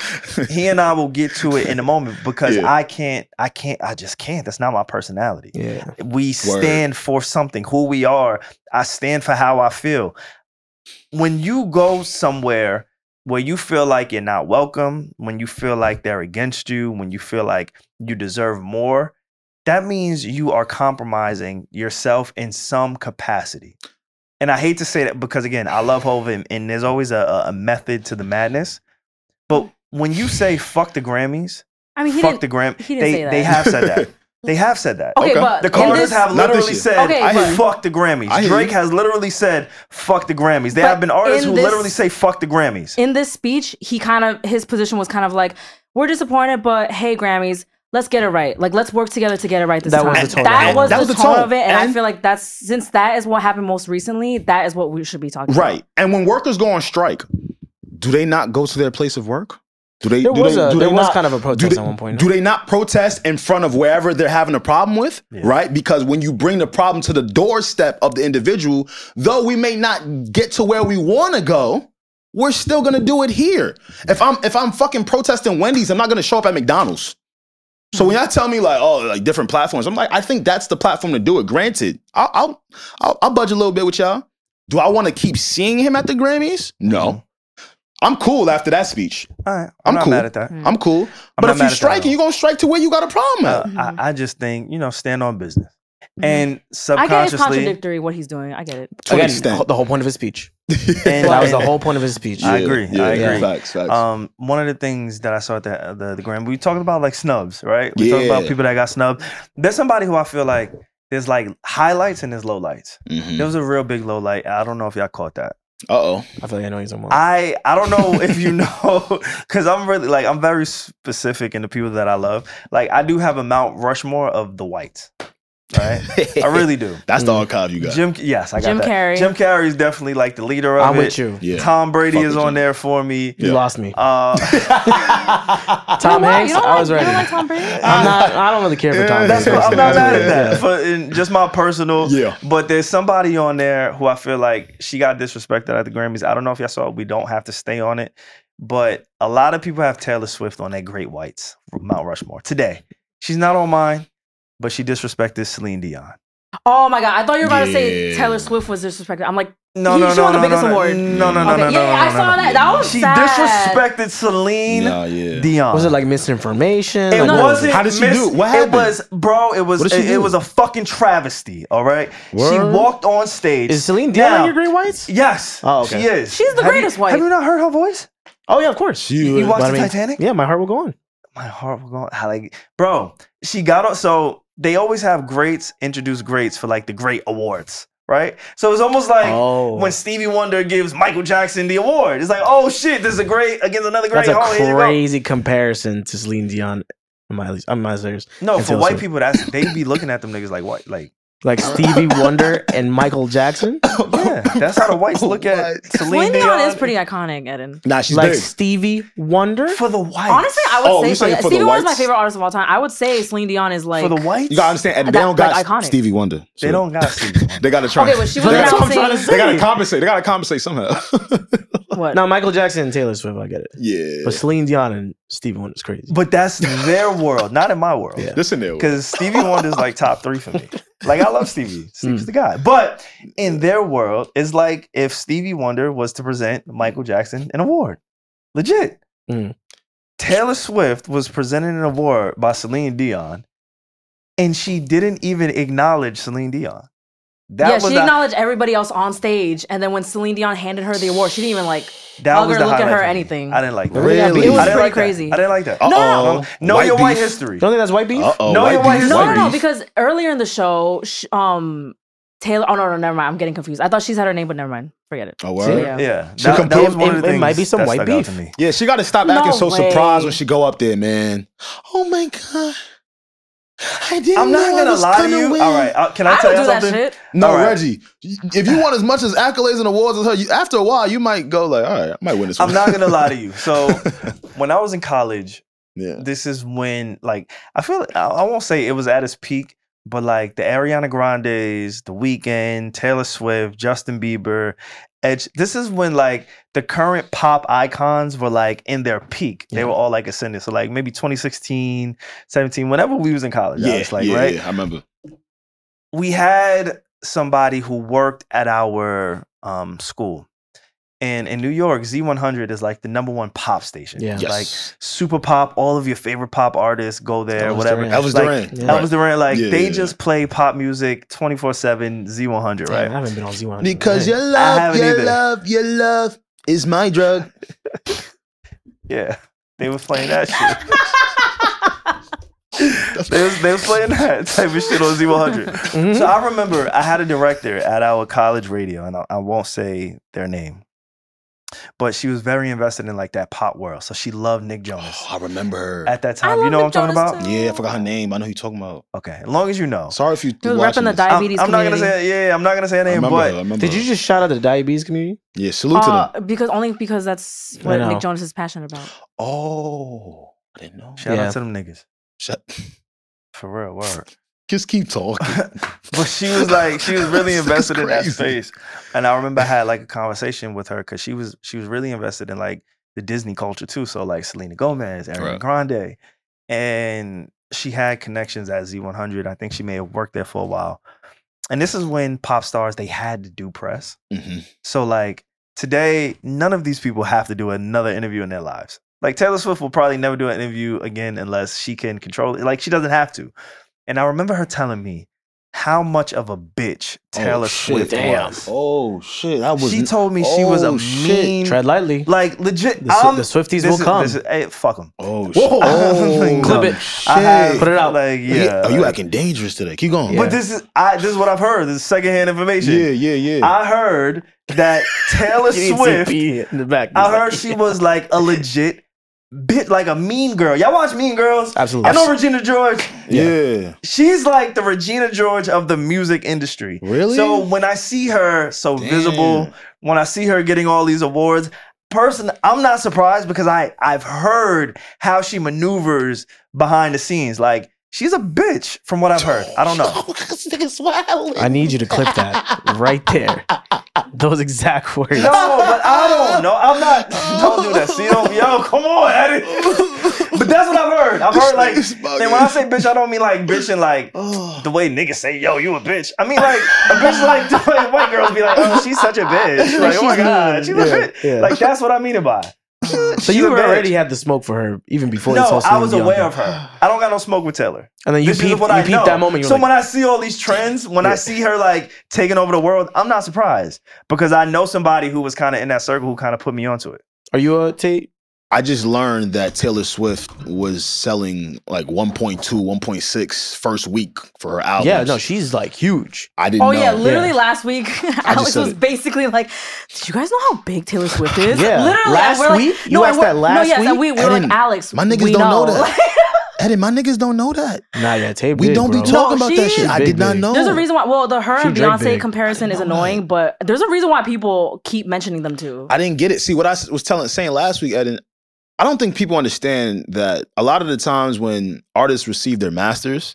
A: he and I will get to it in a moment because
B: Yeah.
A: I can't, I can't, I just can't. That's not my personality.
D: Yeah.
A: We stand for something, who we are. I stand for how I feel. When you go somewhere where you feel like you're not welcome, when you feel like they're against you, when you feel like you deserve more, that means you are compromising yourself in some capacity. And I hate to say that because again, I love Hov and, and there's always a- a, a method to the madness. But when you say fuck the Grammys,
C: I mean, he
A: fuck
C: didn't.
A: the Grammys,
C: he
A: they
C: didn't say that.
A: they have said
C: *laughs*
A: that. They have said that.
C: okay,
B: Okay.
C: but
A: The
C: in
A: Cardinals
C: this-
A: have
B: Not this
A: literally
B: year.
A: said,
C: Okay, I hear you.
A: fuck the Grammys.
B: I hear
A: Drake
B: you.
A: has literally said, fuck the Grammys. There
C: But
A: have been artists
C: in
A: who
C: this-
A: literally say, fuck the Grammys.
C: in this speech, he kind of his position was kind of like, "We're disappointed, but hey, Grammys, let's get it right. Like, let's work together to get it right this
D: That
C: time."
D: was the tone
C: That
D: of it.
C: was
B: That
C: the
B: was the
C: tone
B: tone.
C: of it, and, I
B: And-
C: feel like that's since that is what happened most recently. That is what we should be talking
B: Right. And when workers go on strike, do they not go to their place of work? Do they?
D: There
B: do
D: was
B: they,
D: a-
B: do
D: there
B: they
D: was
B: not-
D: kind of a
B: do
D: protest
B: they-
D: at one point.
B: Do they not protest in front of wherever they're having a problem with? Right. Because when you bring the problem to the doorstep of the individual, though we may not get to where we want to go. We're still gonna do it here. If I'm if I'm fucking protesting Wendy's, I'm not gonna show up at McDonald's. So when y'all tell me like, oh, like different platforms, I'm like, I think that's the platform to do it. Granted, I'll I'll, I'll, I'll budge a little bit with y'all. Do I want to keep seeing him at the Grammys? No. I'm cool after that speech.
A: All right.
B: I'm
A: I'm, not
B: cool.
A: mad at that.
C: Mm-hmm.
B: I'm cool.
A: not
B: but if
A: mad
B: you
A: at that at all.
B: striking, you're gonna strike to where you got a problem
A: Uh,
B: at.
A: I, I just think, you know, stand on business.
C: about.
A: And
C: Mm-hmm. I get it's
A: subconsciously,
C: contradictory what he's doing. I get it.
B: to an
D: Again,
B: extent.
D: the whole point of his speech.
A: and,
D: That was the
A: and-
D: whole point of his speech.
A: I agree. I agree.
B: Facts, facts.
A: Um, one of the things that I saw at the the, the Grammy, we talking about like snubs, right? We talking about
B: Yeah.
A: people that got snubbed. There's somebody who I feel like there's like highlights and there's lowlights.
B: Mhm.
A: There was a real big low light. I don't know if y'all caught that.
B: Uh-oh.
D: I feel like I know he's on one.
A: I I don't know if you know *laughs* because I'm really like I'm very specific in the people that I love. Like I do have a Mount Rushmore of the whites. Right,
B: *laughs*
A: I really do.
B: That's the archive you got.
A: Jim, yes, I got
C: Jim
A: that.
C: Carrey.
A: Jim Carrey is definitely like the leader of
D: I'm
A: it.
D: with you.
B: yeah.
A: Tom Brady
B: Fuck
A: is
B: with
A: on
B: you.
A: there for
B: *laughs*
A: me.
D: You
B: Yeah.
D: lost me.
A: Uh, *laughs*
D: Tom
C: you know why?
D: Hanks,
C: You don't
D: I was
C: like, You don't like
D: ready.
C: Tom Brady?
D: I'm not. I don't really care for Tom.
A: Ah. that's
D: Hanks.
A: cool. I'm not mad at
B: Yeah.
A: that. For in just my personal,
B: Yeah.
A: But there's somebody on there who I feel like she got disrespected at the Grammys. I don't know if y'all saw it. We don't have to stay on it. But a lot of people have Taylor Swift on that Great Whites, Mount Rushmore. Today, she's not on mine, but she disrespected Celine Dion.
C: Oh my god! I thought you were about to say
B: Yeah.
C: Taylor Swift was disrespected. I'm like,
A: No,
C: He
A: no,
C: just
A: no,
C: won the
A: no,
C: biggest
A: no,
C: award.
A: No, no, no,
C: Okay,
A: no, no,
C: yeah,
A: no,
C: I
A: no,
C: saw
A: no.
C: that. That was
A: She
C: sad.
A: disrespected Celine
B: Nah, yeah.
A: Dion.
D: *laughs* Was it like misinformation?
A: It
D: Like, what
A: wasn't.
B: How did she do? What
A: It
B: happened?
A: was, bro. It was.
B: What did she
A: It, it
B: do?
A: was a fucking travesty. All right. She
B: Word?
A: walked on stage.
D: Is Celine Dion
A: Now-
D: on your Green Whites?
A: Yes.
D: Oh, okay.
A: She is.
C: She's the
A: Have
C: greatest
A: you,
C: wife.
A: Have you not heard her voice?
D: Oh yeah, of course.
A: You
B: She
A: watched
D: But
A: the
D: I mean,
A: Titanic?
D: Yeah, my heart will go on.
A: My heart will go. I Like, bro, she got up. So they always have greats introduce greats for like the great awards, right? So it's almost like.
D: oh,
A: When Stevie Wonder gives Michael Jackson the award, it's like, oh shit, this is a great against another great.
D: that's a
A: oh, here you go.
D: crazy comparison to Celine Dion. and Miley, I'm Miley Cyrus.
A: No,
D: and
A: for
D: Taylor
A: white
D: Swift.
A: people, that's they be looking at them niggas like white, like
D: Like Stevie Wonder and
A: *laughs*
D: Michael Jackson.
B: *laughs*
A: yeah. That's how the whites look
C: *laughs*
A: at Celine
C: Celine Dion is
A: Dion.
C: pretty iconic, Eden.
B: Nah, she's
D: like
B: big.
D: Stevie Wonder.
A: for the whites.
C: Honestly, I would
B: Oh,
C: say
B: you saying
C: Celine-
B: for the
C: Stevie Wonder's my
B: whites?
C: favorite artist of all time. I would say Celine Dion is like
A: for the whites,
B: You gotta understand, and
C: That-
B: they don't got
C: like, iconic.
B: Stevie Wonder. so
A: they don't got Stevie Wonder.
B: *laughs* They gotta try.
C: Okay, well, she
B: They
C: was
B: gotta-
C: announcing- That's what
B: They gotta compensate. They gotta compensate somehow. *laughs*
C: what?
D: No, Michael Jackson and Taylor Swift. I get it.
B: yeah.
D: But Celine Dion and Stevie Wonder is crazy.
A: But that's their world, not in my world.
D: Yeah.
B: Listen there.
A: Because Stevie Wonder's like top three for me. Like I love
D: *laughs*
A: Stevie.
D: Hmm.
A: Stevie's the guy. But in their world, it's like if Stevie Wonder was to present Michael Jackson an award. Legit.
D: Mm.
A: Taylor Swift was presented an award by Celine Dion, and she didn't even acknowledge Celine Dion. That
C: yeah,
A: was
C: she
A: the-
C: acknowledged everybody else on stage, and then when Celine Dion handed her the award, she didn't even like.
A: That
C: Hug
A: was
C: her,
A: the
C: look at
A: highlight
C: her,
A: for me.
C: anything.
A: I didn't like that.
B: Really? It was
A: I didn't
C: pretty
A: like that.
C: crazy.
A: I didn't like that.
B: Uh-oh.
A: No, know your white
B: beef.
A: history.
D: Don't think that's white beef.
B: Uh-oh,
A: Know your white
B: beef,
A: history.
C: No, no, no,
B: beef.
C: because earlier in the show, sh- um, Taylor. Oh no, no, never mind. I'm getting confused. I thought she's had her name, but never mind. Forget it.
B: Oh, word? Yeah.
C: Yeah.
A: Yeah,
B: She
A: that, that
B: composed-
A: was one of the
D: it-
A: things.
D: it might be some
A: that
D: white
A: stuck out
D: beef.
A: to me.
B: she gotta stop
C: No
B: acting so
C: way.
B: surprised when she go up there, man. Oh my god. I didn't
A: I'm not
B: know I
A: gonna
B: was
A: lie to
B: gonna
A: you.
B: win.
A: All right, uh, can I,
C: I
A: tell
C: don't
A: you
C: do that
A: something?
C: shit.
B: No,
A: All right.
B: Reggie. If you want as much as accolades and awards as her, you, after a while, you might go like, all right, I might win this one.
A: I'm not gonna lie to you. So when I was in college,
B: *laughs* yeah.
A: this is when like I feel I, I won't say it was at its peak, but like the Ariana Grandes, The Weeknd, Taylor Swift, Justin Bieber, Edge. This is when like the current pop icons were like in their peak. They
D: Yeah.
A: were all like ascending. So like maybe 2016, 17, whenever we was in college, I
B: Yeah,
A: was like
B: yeah,
A: right.
B: yeah, I remember.
A: we had somebody who worked at our um, school. And in New York, Z100 is like the number one pop station.
D: Yeah.
A: Like
B: Yes.
A: super pop, all of your favorite pop artists go there,
D: Elvis
A: whatever.
D: Duran.
B: Elvis
A: like,
B: Duran.
D: Yeah.
A: Elvis Duran, like
B: Yeah,
A: they
B: yeah,
A: just play pop music 24 7, Z100,
D: Damn, I
A: right?
D: haven't been on Z100.
B: Because
D: Dang.
B: your
A: I
B: love,
A: haven't
B: your
A: either.
B: love, your love is
A: *laughs*
B: my drug.
A: Yeah. They were playing that shit. they, was, they was playing that type of shit on Z100.
D: Mhm.
A: So I remember I had a director at our college radio, and I, I won't say their name, but she was very invested in like that pop world. So she loved Nick Jonas
B: Oh, I remember her.
A: at that time.
C: love
A: You know what I'm
C: Nick
A: talking
C: Jonas
A: about?
C: too.
B: Yeah, I forgot her name. I know who you're talking about.
A: Okay, as long as you know.
B: Sorry if you.
C: He was
B: watching
C: repping the
B: this.
A: I'm,
C: diabetes
A: I'm not gonna
C: community.
A: say yeah, I'm not gonna say her
B: I
A: name,
B: remember her, I
A: but
B: remember
D: Did you
B: her.
D: just shout out the diabetes community?
B: Yeah, salute to them.
C: Uh, because only because that's
D: I
C: what
D: know.
C: Nick Jonas is passionate about.
B: Oh, I didn't know.
A: shout
D: Yeah.
A: out to them niggas
B: Shut.
A: for real. Word.
B: *laughs* Just keep talking.
A: *laughs* but she
B: *laughs*
A: was like, she was really
B: This is
A: invested in that
B: crazy.
A: space, and I remember I had like a conversation with her because she was she was really invested in like the Disney culture too. So like Selena Gomez, Ariana
B: Right.
A: Grande, and she had connections at Z100. I think she may have worked there for a while. And this is when pop stars they had to do press.
B: Mhm.
A: So like today, none of these people have to do another interview in their lives. Like Taylor Swift will probably never do an interview again unless she can control it. Like she doesn't have to. And I remember her telling me how much of a bitch Taylor
B: oh, shit.
A: Swift
D: Damn.
A: was.
B: Oh shit! I was.
A: she told me she was a
B: oh, shit.
A: mean,
D: Tread lightly.
A: like legit.
D: The, Swi-
A: I'm-
D: the Swifties
A: Um, this
D: will
A: is-
D: come.
A: this is- hey, fuck them.
B: oh shit!
D: Whoa.
B: Oh,
A: Clip
D: it.
B: Shit.
A: I have,
D: Put it out.
A: Like
B: Yeah.
A: yeah.
B: Oh, you
A: like-
B: acting dangerous today. Keep going.
D: Yeah.
A: But this is I. This is what I've heard. This is secondhand information.
B: yeah, yeah, yeah.
A: I heard
B: *laughs*
A: that Taylor
D: You need
A: Swift
D: CP in the back.
A: I heard she was like a legit bit, like a mean girl. Y'all watch Mean Girls?
D: Absolutely.
A: I know Regina George.
B: yeah.
A: She's like the Regina George of the music industry.
B: Really?
A: So when I see her so
B: Damn.
A: visible, when I see her getting all these awards, person, I'm not surprised because I I've heard how she maneuvers behind the scenes. Like she's a bitch, from what I've heard. I don't
B: *laughs*
A: know.
B: this nigga's wild.
D: *laughs* I need you to clip that right
A: *laughs*
D: there. Those exact words.
A: No, but I don't know. I'm not. Don't do that. See, don't, yo, come on, Eddie. But that's what I've heard. heard. I've heard like
B: *laughs* This nigga's Oh.
A: and when I
B: bugging.
A: say bitch, I don't mean like bitch and like
D: Oh.
A: the way niggas say, yo, you a bitch. I mean like a bitch like *laughs* the way white girls be like, oh, she's such a
D: *laughs*
A: bitch. Like, oh my god, she's a bitch.
D: yeah.
A: Like that's what I mean by.
D: so
A: she's a
D: you
A: bitch.
D: already had the smoke for her even before this
A: No,
D: whole
A: I was
D: Celine Dion
A: aware
D: thing.
A: of her. I don't got no smoke with Taylor.
D: And then you
A: this is
D: peeped,
A: what
D: you
A: I know.
D: peeped that moment. You
A: so
D: were like,
A: when I see all these trends, when I see her like taking over the world, I'm not surprised because I know somebody who was kind of in that circle who kind of put me onto it.
D: "Are you a Tate?"
B: I just learned that Taylor Swift was selling like 1.2, 1.6 first week for her album.
D: Yeah, no, she's like huge.
B: I didn't
C: Oh
B: know.
C: yeah, literally
D: Yeah.
C: last week, Alex
B: said
C: was
B: it.
C: basically like, "Do you guys know how big Taylor Swift is?"
D: Yeah.
C: literally.
D: Last
C: and we're
D: week?
C: Like,
D: You asked
C: and we're-
D: that last
C: no, yes, and we,
D: week?
C: we were like,
B: Eden,
C: "Alex,
B: my niggas
C: we
B: don't know
C: know
B: that.
C: *laughs*
B: Eddie, my niggas don't know that.
D: Nah, yeah, Tate.
B: We
D: big,
B: don't
D: bro.
B: be talking
C: No,
B: about that
C: she
B: shit.
C: is
B: I
D: big,
B: did not
D: big.
B: know.
C: There's a reason why. Well, the her
D: She
C: and
D: Drake
C: Beyonce
D: big.
C: comparison is annoying, but there's a reason why people keep mentioning them too.
B: I didn't get it. See what I s- was telling saying last week, Eden. I don't think people understand that a lot of the times when artists receive their masters,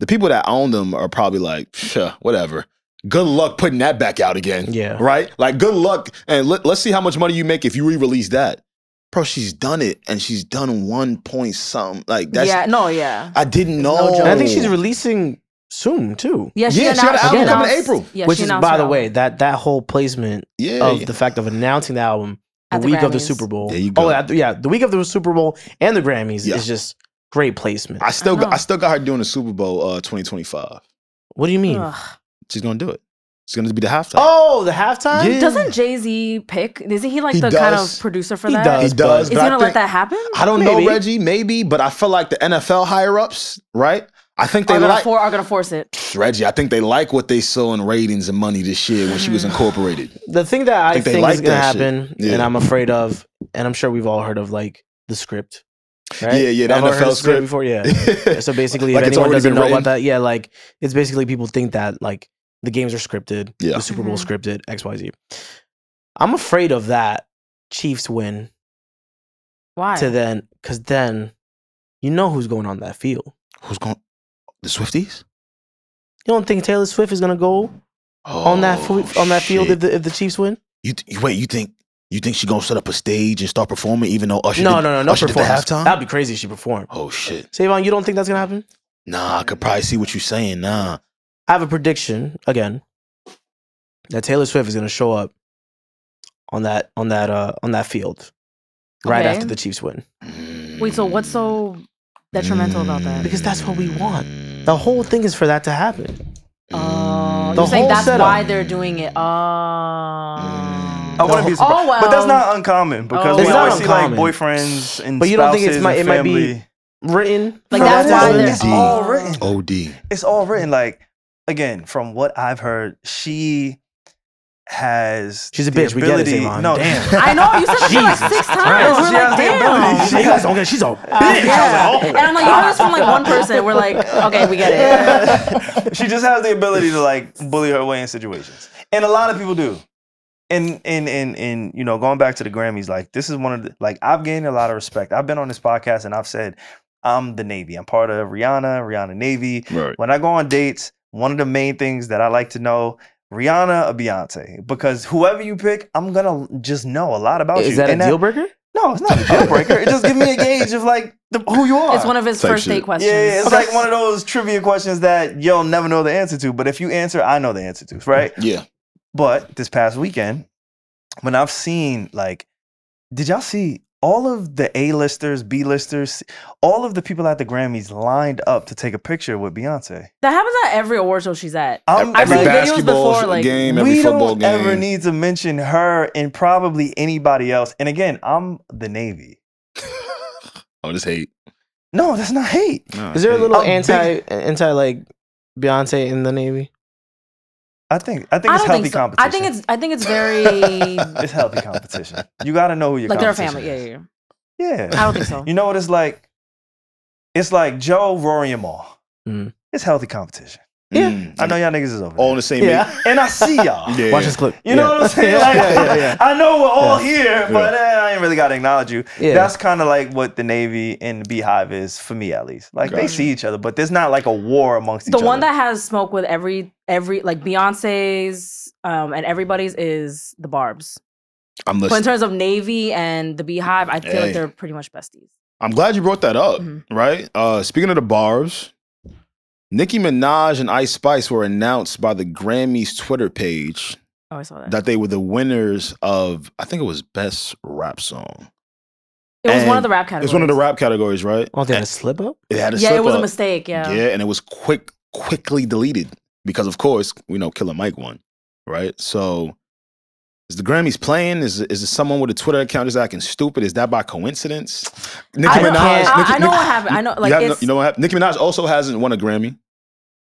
B: the people that own them are probably like, "Psha, whatever. Good luck putting that back out again.
D: Yeah.
B: Right? Like, good luck. And let, let's see how much money you make if you re release that. Bro, she's done it and she's done one point something. Like, that's,
C: yeah, no, yeah,
B: I didn't know.
C: joke.
D: And I think she's releasing soon too.
C: yeah. She,
B: Yeah, she got an
C: announced-
B: album coming in
C: announced-
B: April.
C: Yeah,
D: Which
C: she
D: is,
C: announced
D: by
C: her
D: the
C: album.
D: way, that that whole placement
B: yeah.
D: of the fact of announcing the album the,
C: At the
D: week of the
C: Grammys.
D: Super Bowl.
B: There you go.
D: Oh, at the- yeah, the week of the Super Bowl and the Grammys
B: Yeah.
D: is just great placement.
B: I still,
C: I
B: got,
C: know.
B: I still got her doing the Super Bowl uh, 2025.
D: what do you mean?
C: Ugh.
B: She's going to do it. She's going to be the halftime.
D: Oh, the halftime.
B: Yeah.
C: Doesn't Jay Z pick? Isn't he like
B: He
C: the kind
B: does.
C: of producer for
D: He
C: that?
D: does.
B: He does.
C: Is he
B: but I
C: gonna let
B: think-
C: that happen?
B: I don't
D: Maybe.
B: know, Reggie. Maybe, but I feel like the NFL higher ups, right? I think they
C: Are gonna,
B: like
C: for, are gonna force it?
B: Reggie. I think they like what they saw in ratings and money this year when she was
C: Hmm.
D: *laughs*
B: incorporated.
D: The thing that I
B: think
D: think,
B: they
D: is
B: like
D: gonna
B: that shit.
D: happen,
B: Yeah.
D: and I'm afraid of, and I'm sure we've all heard of, like the script. Right?
B: Yeah, yeah, the
D: I've all heard
B: NFL
D: of
B: script. *laughs*
D: before. Yeah. so
B: so
D: basically,
B: Like
D: if
B: it's
D: anyone
B: already
D: doesn't
B: been
D: know
B: written?
D: about that, yeah, like it's basically people think that like the games are scripted,
B: Yeah.
D: the Super Bowl
C: Mhm.
D: scripted, X Y Z. I'm afraid of that Chiefs win
C: Why?
D: to then, because then you know who's going on that field.
B: who's going? The Swifties
D: You don't think Taylor Swift is gonna go on that
B: Oh,
D: fo- on that field
B: shit.
D: if the, if the Chiefs win?
B: you th- you- wait, you think you think she gonna set up a stage and start performing? Even though Usher
D: no,
B: Oh, did,
D: no, no, no,
B: Usher did the
D: performance.
B: halftime.
D: That'd be crazy if she performed.
B: oh shit!
D: Savon, you don't think that's gonna happen?
B: Nah, I could probably see what you're saying. Nah,
D: I have a prediction again that Taylor Swift is going to show up on that on that uh on that field right
C: Okay.
D: after the Chiefs win.
B: Mm.
C: Wait, so what's so detrimental about that?
D: Because that's what we
B: Mm.
D: want. The whole thing is for that to happen.
A: Mm.
C: Oh,
D: The
C: you're saying
D: whole
C: that's
D: setup.
C: why they're doing it. Oh.
A: I wouldn't be surprised.
C: Oh, wow.
A: Mm. But that's not uncommon because
C: Oh,
A: we
D: It's not
A: always see like
D: uncommon.
A: boyfriends and
D: But you don't think it's
A: spouses
D: my-
A: and
D: it might be-
A: family.
D: Written
C: like
A: No,
D: for
C: that's
D: that to
C: why
D: happen?
C: they're oh.
B: It's
A: all written.
B: Od.
A: it's all written like again from what I've heard. She has
D: She's a
A: the
D: bitch. We get it,
A: ability-
D: Savon.
A: No, *laughs*
D: Damn.
C: I know you said that shit like six times.
A: Christ. She
C: We're like,
A: has
D: *laughs*
A: the
C: damn.
A: ability.
D: Hey, you guys don't get it. She's a
C: *laughs*
D: bitch.
C: Yeah. And I'm like, you heard this from like one person. We're like, okay, we get
A: *laughs*
C: it.
A: she just has the ability to like bully her way in situations, and a lot of people do. And and and and you know, going back to the Grammys, like this is one of the like I've gained a lot of respect. I've been on this podcast and I've said I'm the Navy. I'm part of Rihanna, Rihanna Navy.
B: Right.
A: When I go on dates, one of the main things that I like to know. Rihanna or Beyonce, because whoever you pick, I'm gonna just know a lot about you.
D: Is that a
A: And that-
D: deal breaker?
A: no, it's not a deal breaker. it just give me a gauge of like the, who you are.
C: It's one of his
B: Type
C: first
B: shit.
C: date
A: yeah,
C: questions.
A: yeah, it's like one of those trivia questions that you'll never know the answer to. But if you answer, I know the answer to, right?
B: Yeah.
A: But this past weekend, when I've seen like, did y'all see all of the A-listers, B-listers, all of the people at the Grammys lined up to take a picture with Beyonce?
C: That happens at every award show she's at.
A: I'm
C: I've
B: every
C: seen videos
A: like,
B: basketball
C: before, like,
B: game, every
A: we
B: football
A: don't
B: game.
A: ever
B: *laughs*
A: need to mention her and probably anybody else. And again, I'm the Navy.
B: I just Oh, hate.
A: No, that's not hate.
B: Nah,
D: Is there a
B: hate.
C: Oh,
D: little
A: I'm big-
D: anti anti like Beyonce in the Navy?
A: I think I think
C: I
A: it's
C: don't
A: healthy
C: think so.
A: competition.
C: I think it's
A: *laughs*
C: I think it's very
A: it's healthy competition. You gotta know who your
C: like they're a
A: competition
C: family. Yeah, yeah.
A: is.
C: yeah. I
A: Yeah.
C: don't think so.
A: *laughs* You know what it's like? It's like Joe, Rory, and Maul.
C: Mm.
D: Mhm.
A: It's healthy competition.
D: Yeah.
B: Mm.
A: I know y'all niggas is over.
B: all in
A: there.
B: the same. Yeah.
A: *laughs* And I see y'all.
B: yeah.
D: Watch this clip.
A: You know what I'm saying? Like, *laughs* I know we're all here, but eh, I ain't really gotta acknowledge you.
D: Yeah.
A: That's kind of like what the Navy and the Beehive is for me, at least. Like they
B: Gotcha.
A: see each other, but there's not like a war amongst each
C: the
A: other.
C: one that has smoke with every every like Beyonce's um and everybody's is the Barb's.
B: I'm
C: But in
B: listening.
C: terms of Navy and the Beehive, I feel
B: Hey.
C: like they're pretty much besties.
B: I'm glad you brought that up,
C: Mhm.
B: right? Uh, speaking of the bars, Nicki Minaj and Ice Spice were announced by the Grammys Twitter page
C: Oh, I saw that.
B: that they were the winners of, I think it was Best Rap Song.
C: it was one of
B: and
C: the rap
B: It
C: categories.
B: was one of the rap categories, right?
D: Oh, they had
B: And
D: a slip up?
B: it had a
C: Yeah, it
B: slip
C: was a
B: up.
C: mistake. Yeah.
B: Yeah, and it was quick, quickly deleted because, of course, we know Killer Mike won, right? So, is the Grammys playing? Is is it someone with a Twitter account just acting stupid? Is that by coincidence? Nicki
C: I know,
B: Minaj.
C: I,
B: Nicki-
C: I know
B: Nicki-
C: what happened. I know,
B: you,
C: like,
B: have no-
C: it's,
B: you know what happened? Nicki Minaj also hasn't won a Grammy.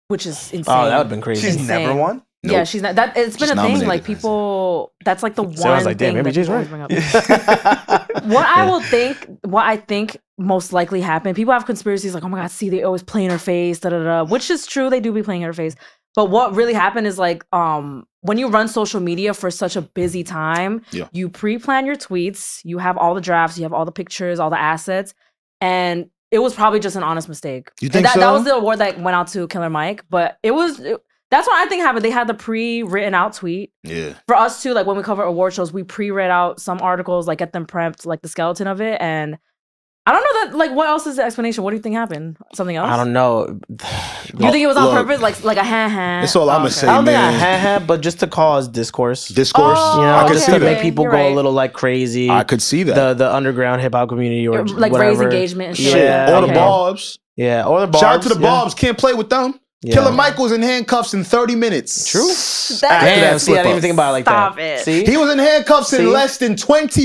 C: which is insane.
D: Oh, that would have been crazy.
A: She's
C: Insane.
A: never
C: *laughs*
A: won.
C: Yeah,
B: Nope.
C: she's not. That it's been
B: She's
C: a thing. Like
B: nominated.
C: people, that's like the one
D: So I was like,
C: thing
D: damn,
C: that
D: MJ's
C: people
D: right.
B: *laughs*
C: bring up.
D: Yeah.
C: What I will think, what I think most likely happened. People have conspiracies like, oh my god, see, they always play in her face, da da da, which is true. They do be playing in her face. But what really happened is like, um, when you run social media for such a busy time,
B: Yeah.
C: you pre-plan your tweets, you have all the drafts, you have all the pictures, all the assets, and it was probably just an honest mistake.
B: You
C: And
B: think
C: that, that
B: so?
C: was the award that went out to Killer Mike, but it was it- that's what I think happened. They had the pre-written out tweet
B: Yeah,
C: for us too, like when we cover award shows, we pre-read out some articles, like get them prepped, like the skeleton of it. And I don't know that like what else is the explanation? What do you think happened? Something else?
D: I don't know.
C: You think it was on
B: Look,
C: purpose? Like like a ha ha.
B: It's all *laughs* I'ma say.
D: I don't think I
B: man.
D: had, but just to cause discourse.
B: discourse.
C: Oh,
D: you know,
B: I could
D: just
B: see
D: to
C: okay.
D: make
B: that.
D: people
C: You're
D: go
C: right.
D: a little like crazy.
C: Oh.
B: I could see that.
D: the the underground hip hop community or
C: Like
D: whatever.
C: raise engagement and shit.
D: Yeah,
C: like
B: or
C: that.
B: the
C: Okay.
B: Bobs.
D: Yeah, or the bobs.
B: Shout out to the
D: yeah.
B: Bobs. Can't play with them.
D: Yeah.
B: Killer Mike was in handcuffs in 30 minutes.
D: True.
B: After
C: That-
B: that
D: Damn, see, I
B: slip-up.
D: didn't even think about it like
C: Stop
D: that.
C: it.
D: See,
B: He was in handcuffs
D: See?
B: in less than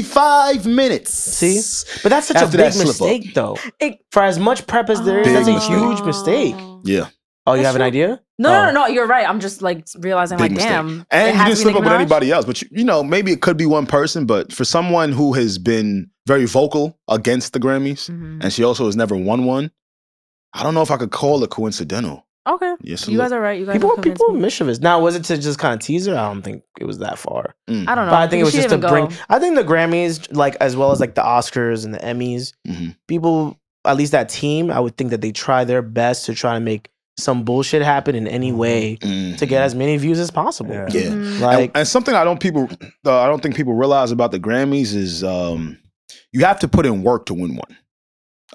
B: 25 minutes.
D: see, but that's such
B: After
D: a
B: that
D: big
B: slip-up.
D: mistake, though.
C: It-
D: For as much prep as there is,
B: Big
D: that's a
B: mistake.
D: huge mistake.
C: No,
B: Yeah.
D: Oh, you
C: That's
D: have an
C: true.
D: idea?
C: no,
D: Oh.
C: no, no. You're right. I'm just like realizing,
B: Big
C: like,
B: mistake.
C: damn. it
B: And you
C: has
B: didn't
C: to be
B: slip up
C: Nicki
B: with
C: Minaj?
B: anybody else, but you, you know, maybe it could be one person, but for someone who has been very vocal against the Grammys
C: Mhm.
B: and she also has never won one, I don't know if I could call it coincidental.
C: Mm-hmm. Okay,
B: Yes,
C: you guys are right. You guys
D: People,
C: have
D: were
C: convinced
D: people were
C: me.
D: mischievous. Now, was it to just kind of tease her? I don't think it was that far.
C: I don't know.
D: But I think it was
C: she
D: just to
C: didn't
D: bring.
C: go.
D: I think the Grammys, like as well as like the Oscars and the Emmys,
B: Mhm.
D: people, at least that team, I would think that they try their best to try to make some bullshit happen in any way to get as many views as possible.
A: Yeah.
B: Mm-hmm. Yeah.
C: Mhm.
D: Like,
B: and, and something I don't people uh, I don't think people realize about the Grammys is um, you have to put in work to win one.